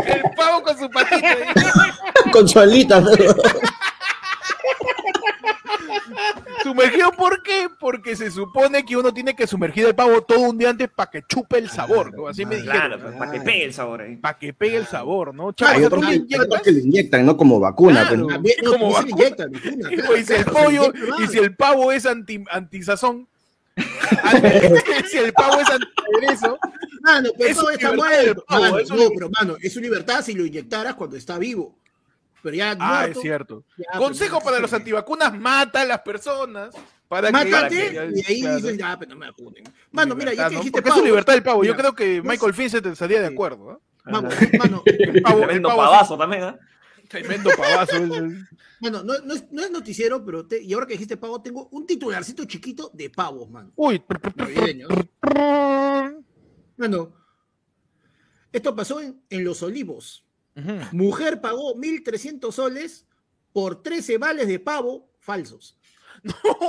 [SPEAKER 1] el pavo con su patita. ahí.
[SPEAKER 2] *laughs*
[SPEAKER 4] Con su alita,
[SPEAKER 1] *laughs*
[SPEAKER 4] pe, huevón.
[SPEAKER 1] Sumergido, ¿por qué? Porque se supone que uno tiene que sumergir el pavo todo un día antes para que chupe el sabor, ¿no? Así me dijeron.
[SPEAKER 2] Claro, pues,
[SPEAKER 4] Ah,
[SPEAKER 2] para que pegue el sabor Ah. ahí.
[SPEAKER 1] para que pegue el sabor,
[SPEAKER 3] Ah,
[SPEAKER 1] ¿no? Chapa,
[SPEAKER 4] Hay
[SPEAKER 1] ¿tú
[SPEAKER 4] otros,
[SPEAKER 1] le
[SPEAKER 4] que- hay
[SPEAKER 1] inyectas?
[SPEAKER 4] otros que lo inyectan, ¿no? Como vacuna.
[SPEAKER 1] Claro.
[SPEAKER 4] pues, ¿no?
[SPEAKER 3] También, no,
[SPEAKER 1] Como
[SPEAKER 3] no se le
[SPEAKER 1] vacuna.
[SPEAKER 3] inyectan, vacuna,
[SPEAKER 1] *laughs* Hijo,
[SPEAKER 3] claro,
[SPEAKER 1] y si el
[SPEAKER 3] claro,
[SPEAKER 1] pollo,
[SPEAKER 3] se le inyectan,
[SPEAKER 1] y si el pavo es anti antisazón, *laughs* anti- si el pavo es antiagreso,
[SPEAKER 3] Mano, pero
[SPEAKER 1] Es
[SPEAKER 3] todo
[SPEAKER 1] su
[SPEAKER 3] está
[SPEAKER 1] libertad
[SPEAKER 3] muerto.
[SPEAKER 1] del pavo,
[SPEAKER 3] Mano,
[SPEAKER 1] es su
[SPEAKER 3] no,
[SPEAKER 1] libertad.
[SPEAKER 3] pero mano, es su libertad si lo inyectaras cuando está vivo. Pero ya
[SPEAKER 1] ah,
[SPEAKER 3] muerto,
[SPEAKER 1] es cierto.
[SPEAKER 3] ya,
[SPEAKER 1] Consejo
[SPEAKER 3] pero-
[SPEAKER 1] para los antivacunas, mata a las personas para que- para
[SPEAKER 3] Mátate
[SPEAKER 1] que
[SPEAKER 3] y ahí
[SPEAKER 1] claro.
[SPEAKER 3] dices, ya, pero no me acunen. Mano, mira, ya
[SPEAKER 1] Libertad,
[SPEAKER 3] que
[SPEAKER 1] ¿no?
[SPEAKER 3] dijiste
[SPEAKER 1] Porque es su
[SPEAKER 3] pavo,
[SPEAKER 1] libertad el pavo. Yo
[SPEAKER 3] mira,
[SPEAKER 1] creo que
[SPEAKER 3] no
[SPEAKER 1] Michael Finn se te estaría de
[SPEAKER 3] Sí.
[SPEAKER 1] acuerdo. ¿no?
[SPEAKER 3] Vamos,
[SPEAKER 2] Ajá.
[SPEAKER 3] mano,
[SPEAKER 1] El pavo, el
[SPEAKER 2] Tremendo
[SPEAKER 1] pavo es
[SPEAKER 2] pavazo también, ¿ah?
[SPEAKER 1] un tremendo
[SPEAKER 3] *laughs*
[SPEAKER 1] pavazo. ¿eh? es- es-
[SPEAKER 3] mano, no, no es, no es noticiero, pero te- y ahora que dijiste pavo, tengo un titularcito chiquito de pavos, mano.
[SPEAKER 1] Uy,
[SPEAKER 3] Navideño. Mano, esto pasó en, en Los Olivos.
[SPEAKER 1] Ujú.
[SPEAKER 3] Mujer pagó 1.300 soles por 13 vales de pavo falsos.
[SPEAKER 1] *laughs*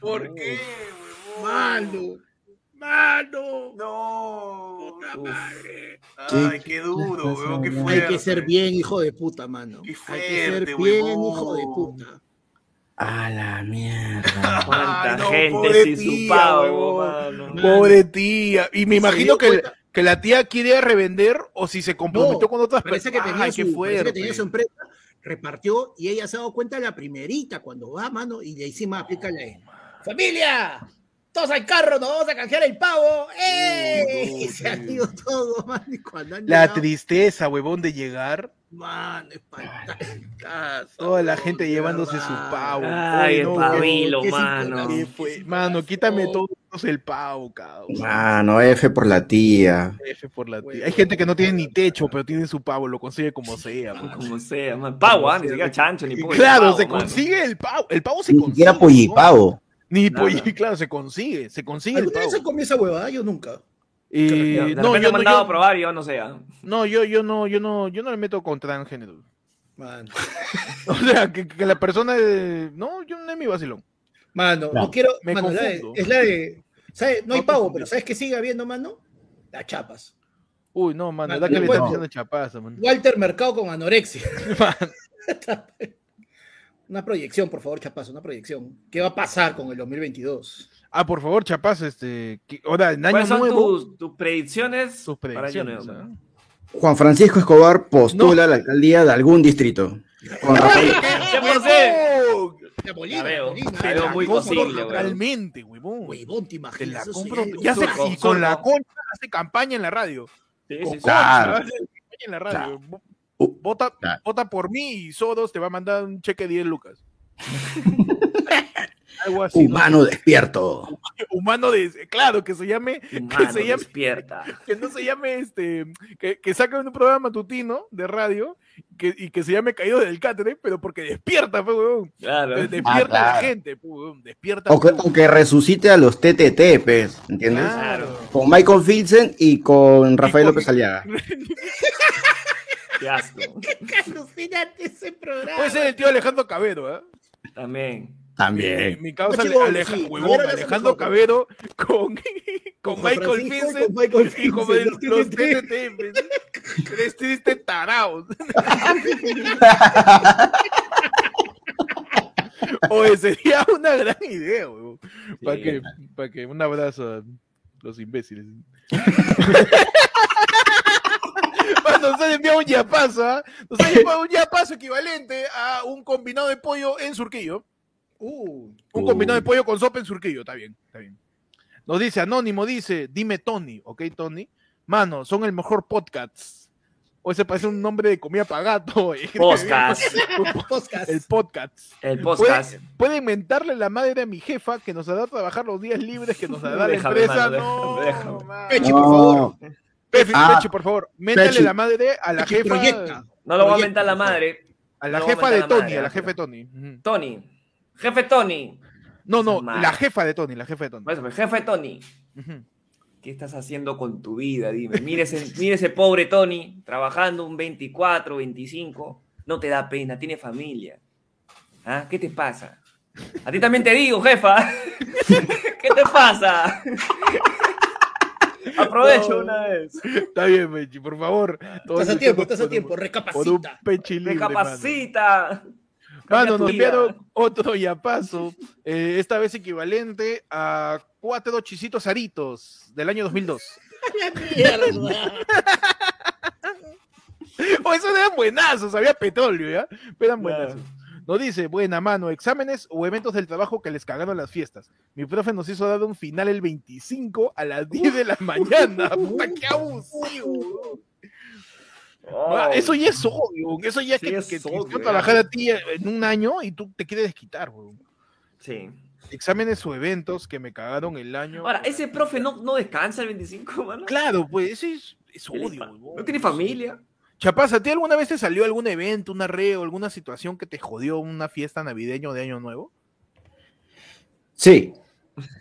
[SPEAKER 1] ¿Por qué?
[SPEAKER 3] Mano, mano.
[SPEAKER 1] No.
[SPEAKER 2] Uf.
[SPEAKER 1] Ay, qué duro, weón. Qué fuerte.
[SPEAKER 3] Hay que ser bien hijo de puta, mano.
[SPEAKER 1] Qué
[SPEAKER 3] Hay que ser
[SPEAKER 1] fuerte,
[SPEAKER 3] bien
[SPEAKER 1] huevón.
[SPEAKER 3] hijo de puta.
[SPEAKER 4] A la mierda.
[SPEAKER 2] Cuánta
[SPEAKER 1] Ay, no, pobre
[SPEAKER 2] gente sin su
[SPEAKER 1] tía,
[SPEAKER 2] pavo,
[SPEAKER 1] huevón.
[SPEAKER 2] mano.
[SPEAKER 1] Pobre tía. Y me
[SPEAKER 3] Se
[SPEAKER 1] imagino
[SPEAKER 3] dio
[SPEAKER 1] que,
[SPEAKER 3] cuenta.
[SPEAKER 1] que la tía quiere revender o si se comprometió
[SPEAKER 3] No,
[SPEAKER 1] con otras
[SPEAKER 3] Parece que,
[SPEAKER 1] personas.
[SPEAKER 3] tenía
[SPEAKER 1] Ay, qué
[SPEAKER 3] su, parece que
[SPEAKER 1] fuerte.
[SPEAKER 3] tenía su empresa, repartió y ella se ha dado cuenta la primerita cuando va, mano, y de encima aplica la E. ¡Familia! ¡Todos al carro! ¡Nos vamos a canjear el pavo! ¡Eh!
[SPEAKER 1] no,
[SPEAKER 3] *laughs* y se han
[SPEAKER 1] sí.
[SPEAKER 3] ido todos, mano. Y cuando han
[SPEAKER 1] La
[SPEAKER 3] llegado,
[SPEAKER 1] tristeza, huevón, de llegar.
[SPEAKER 3] mano, espantazo,
[SPEAKER 1] Toda la
[SPEAKER 3] huevón,
[SPEAKER 1] gente
[SPEAKER 3] de
[SPEAKER 1] llevándose
[SPEAKER 3] verdad.
[SPEAKER 1] su pavo.
[SPEAKER 2] Ay,
[SPEAKER 1] Oye, no,
[SPEAKER 2] espabilo,
[SPEAKER 3] qué
[SPEAKER 2] mano.
[SPEAKER 1] ¿Qué fue? Mano, quítame todos el pavo, cabrón.
[SPEAKER 4] Mano, F por la tía.
[SPEAKER 1] F por la tía.
[SPEAKER 3] Huevón.
[SPEAKER 1] Hay gente que no tiene ni techo, pero tiene su pavo, lo consigue como sea. pues.
[SPEAKER 2] Como sea, man. Pavo, ¿ah? Ni
[SPEAKER 1] sea.
[SPEAKER 2] siquiera chancho, ni pollo.
[SPEAKER 1] claro,
[SPEAKER 2] pavo,
[SPEAKER 1] se
[SPEAKER 2] mano.
[SPEAKER 1] consigue el pavo. El pavo se
[SPEAKER 4] Ni
[SPEAKER 1] consigue.
[SPEAKER 4] siquiera pollipavo.
[SPEAKER 1] Ni
[SPEAKER 2] Nada.
[SPEAKER 1] polli- *laughs* claro, se consigue. Se consigue el
[SPEAKER 3] ¿Alguna vez
[SPEAKER 1] pavo.
[SPEAKER 3] se comió esa huevada? Yo nunca.
[SPEAKER 1] Eh,
[SPEAKER 2] Ya, de
[SPEAKER 1] no,
[SPEAKER 2] repente me
[SPEAKER 1] yo no,
[SPEAKER 2] han dado a
[SPEAKER 1] yo,
[SPEAKER 2] probar y yo no sé, ¿ah?
[SPEAKER 1] no, yo, yo no, yo no, yo no le meto con transgénero.
[SPEAKER 3] Mano,
[SPEAKER 1] *laughs* O sea, que, que la persona, eh, no, yo no es mi vacilón.
[SPEAKER 3] mano
[SPEAKER 4] No,
[SPEAKER 3] no quiero.
[SPEAKER 1] me
[SPEAKER 3] mano, es la de-
[SPEAKER 1] confundo.
[SPEAKER 3] es la de. ¿sabes? No hay
[SPEAKER 1] No
[SPEAKER 3] pavo,
[SPEAKER 1] confundí.
[SPEAKER 3] pero ¿sabes qué sigue habiendo, mano? Las chapas.
[SPEAKER 1] Uy, no, mano,
[SPEAKER 3] Mano,
[SPEAKER 1] la que
[SPEAKER 3] no
[SPEAKER 1] le
[SPEAKER 3] puedo.
[SPEAKER 1] están diciendo chapaza, man.
[SPEAKER 3] Walter Mercado con anorexia.
[SPEAKER 1] *laughs* Mano,
[SPEAKER 3] *laughs* Una proyección, por favor, Chapazo, una proyección. ¿Qué va a pasar con el 2022?
[SPEAKER 1] Ah, por favor, chapaza, este, que- ahora en año
[SPEAKER 2] ¿Cuáles son
[SPEAKER 1] nuevo,
[SPEAKER 2] tus, tus predicciones?
[SPEAKER 1] sus
[SPEAKER 2] para año
[SPEAKER 1] predicciones.
[SPEAKER 2] nuevo,
[SPEAKER 1] ¿ah?
[SPEAKER 2] man?
[SPEAKER 4] Juan Francisco Escobar postula a la alcaldía de algún distrito. Con Rafael-
[SPEAKER 2] ¡Cien por cien!
[SPEAKER 3] La
[SPEAKER 2] La
[SPEAKER 3] Bolina,
[SPEAKER 2] veo,
[SPEAKER 3] Bolina.
[SPEAKER 2] la veo muy
[SPEAKER 1] Compro
[SPEAKER 2] posible, weón.
[SPEAKER 1] Totalmente, huevón.
[SPEAKER 3] Huevón, te
[SPEAKER 1] Te
[SPEAKER 3] imaginas.
[SPEAKER 1] la
[SPEAKER 3] eso
[SPEAKER 1] compro.
[SPEAKER 3] sería
[SPEAKER 1] Ya
[SPEAKER 3] lo
[SPEAKER 1] sé,
[SPEAKER 3] más-
[SPEAKER 2] surco,
[SPEAKER 1] y con la
[SPEAKER 2] surco.
[SPEAKER 1] concha hace campaña en la radio.
[SPEAKER 2] Sí,
[SPEAKER 1] Con
[SPEAKER 2] sí, sí.
[SPEAKER 4] Claro.
[SPEAKER 1] concha, hace campaña en la radio.
[SPEAKER 4] Uh,
[SPEAKER 1] Vota,
[SPEAKER 4] claro.
[SPEAKER 1] vota por mí y Sodos te va a mandar un cheque de
[SPEAKER 4] *laughs*
[SPEAKER 1] 10 lucas. Algo así. ¿no?
[SPEAKER 4] Humano despierto.
[SPEAKER 1] Humano de. Claro, que se llame.
[SPEAKER 2] Humano,
[SPEAKER 1] se llame-
[SPEAKER 2] despierta.
[SPEAKER 1] *laughs* Que no se llame este. Que, que saquen un programa matutino de radio que, y que se llame Caído del Cátere, pero porque despierta, pues, huevón.
[SPEAKER 2] Claro.
[SPEAKER 1] Despierta a la
[SPEAKER 4] Ah, claro.
[SPEAKER 1] gente, pues, huevón. Despierta.
[SPEAKER 4] O que,
[SPEAKER 1] pues,
[SPEAKER 4] o que resucite a los TTT, pues, ¿entiendes?
[SPEAKER 1] Claro.
[SPEAKER 4] Con Michael Filsen y con Rafael
[SPEAKER 1] con-
[SPEAKER 4] López Aliaga.
[SPEAKER 2] Qué asco.
[SPEAKER 3] Alucinante ese programa.
[SPEAKER 1] *laughs* Puede ser el tío Alejandro Cabero, ¿ah?
[SPEAKER 2] También.
[SPEAKER 1] Mi,
[SPEAKER 4] También.
[SPEAKER 1] Eh, mi causa
[SPEAKER 3] Chivo,
[SPEAKER 1] Aleja-
[SPEAKER 3] Pues sí,
[SPEAKER 1] huevón,
[SPEAKER 3] Cabrera es el
[SPEAKER 1] Alejandro
[SPEAKER 3] mejor.
[SPEAKER 1] Cabero con, con,
[SPEAKER 3] Juan
[SPEAKER 1] Michael
[SPEAKER 3] Francisco y
[SPEAKER 1] Vincent
[SPEAKER 3] con
[SPEAKER 1] *laughs*
[SPEAKER 3] Michael
[SPEAKER 1] y con
[SPEAKER 3] Vincent,
[SPEAKER 1] el-
[SPEAKER 3] los
[SPEAKER 1] los
[SPEAKER 3] TNT.
[SPEAKER 1] TNT. pues. Tres tristes taraos. Oye, sería una gran idea, huevón. Para
[SPEAKER 2] Sí.
[SPEAKER 1] que, pa' que un abrazo a
[SPEAKER 3] *laughs*
[SPEAKER 1] los imbéciles. Mano, nos han enviado un yapazo, ¿ah? Nos han enviado un yapazo equivalente a un combinado de pollo en surquillo.
[SPEAKER 3] Uh,
[SPEAKER 1] Un
[SPEAKER 4] Uh.
[SPEAKER 1] combinado de pollo con sopa en surquillo, está bien, está bien. Nos dice Anónimo, dice, dime Tony, ¿ok, Tony? Mano, son el mejor podcast. O ese parece un nombre de comida para gato. *laughs* eh.
[SPEAKER 2] Podcast.
[SPEAKER 3] *laughs* podcast.
[SPEAKER 1] El podcast.
[SPEAKER 2] El podcast.
[SPEAKER 1] Puede, puede inventarle la madre a mi jefa que nos hará trabajar los días libres que nos hará la
[SPEAKER 2] Déjame,
[SPEAKER 1] empresa.
[SPEAKER 2] mano,
[SPEAKER 1] no,
[SPEAKER 2] déjame, déjame.
[SPEAKER 1] mano.
[SPEAKER 3] Pechi, por favor.
[SPEAKER 4] No,
[SPEAKER 1] Pechi,
[SPEAKER 4] Ah.
[SPEAKER 1] Pechi, por favor, métale
[SPEAKER 4] Pechi.
[SPEAKER 1] la madre a la
[SPEAKER 3] Pechi,
[SPEAKER 1] jefa.
[SPEAKER 3] proyecta.
[SPEAKER 2] No lo voy a
[SPEAKER 3] Oye,
[SPEAKER 2] aumentar la madre.
[SPEAKER 1] A la
[SPEAKER 2] No,
[SPEAKER 1] jefa
[SPEAKER 2] métale
[SPEAKER 1] de
[SPEAKER 2] la
[SPEAKER 1] Tony,
[SPEAKER 2] madre,
[SPEAKER 1] a la
[SPEAKER 2] la
[SPEAKER 1] jefe de
[SPEAKER 2] jefa.
[SPEAKER 1] Tony. Ujú.
[SPEAKER 2] Tony. Jefe Tony.
[SPEAKER 1] No, no,
[SPEAKER 2] Esa madre.
[SPEAKER 1] la jefa de Tony, la jefa de Tony.
[SPEAKER 2] Por eso, pues, Jefe Tony.
[SPEAKER 1] Ujú.
[SPEAKER 2] ¿Qué estás haciendo con tu vida? Dime. Mire ese, mire ese pobre Tony, trabajando un 24, 25. No te da pena, tiene familia. ¿Ah? ¿Qué te pasa? A ti también te digo, jefa. *laughs* ¿Qué te pasa? *laughs* Aprovecho
[SPEAKER 1] No.
[SPEAKER 2] una vez. Ah.
[SPEAKER 1] Está bien, Pechi, por favor.
[SPEAKER 3] Estás a tiempo, estás a tiempo.
[SPEAKER 1] Por un
[SPEAKER 3] Recapacita.
[SPEAKER 1] pechi libre, mano.
[SPEAKER 2] Recapacita. tu
[SPEAKER 1] Mano, nos
[SPEAKER 2] vida.
[SPEAKER 1] enviaron otro yapazo, eh, esta vez equivalente a cuatro chisitos aritos del año 2002.
[SPEAKER 3] Mierda.
[SPEAKER 1] *laughs* Oh, esos eran buenazos, había petróleo, ¿ya? Pero eran
[SPEAKER 2] Claro.
[SPEAKER 1] buenazos. Nos dice, buena mano, exámenes o eventos del trabajo que les cagaron las fiestas. Mi profe nos hizo dar un final el 25 a las
[SPEAKER 2] *laughs*
[SPEAKER 1] 10 de la mañana. Puta, qué abusivo. Ah, Eso ya es obvio, eso ya es
[SPEAKER 2] Sí,
[SPEAKER 1] que,
[SPEAKER 2] es
[SPEAKER 1] que- que
[SPEAKER 2] obvio,
[SPEAKER 1] yo
[SPEAKER 2] ya.
[SPEAKER 1] trabajar a ti en un año y tú te quieres desquitar, weón.
[SPEAKER 2] Sí.
[SPEAKER 1] Exámenes o eventos que me cagaron el año.
[SPEAKER 2] Ahora, ese profe no, no descansa el 25, mano.
[SPEAKER 1] Claro, pues eso es, es
[SPEAKER 2] ¿Qué le
[SPEAKER 1] odio,
[SPEAKER 2] pasa?
[SPEAKER 1] weón.
[SPEAKER 2] No tiene familia.
[SPEAKER 1] Chapas, ¿a ti alguna vez te salió algún evento, un arreo, alguna situación que te jodió una fiesta navideña o de año nuevo?
[SPEAKER 4] Sí.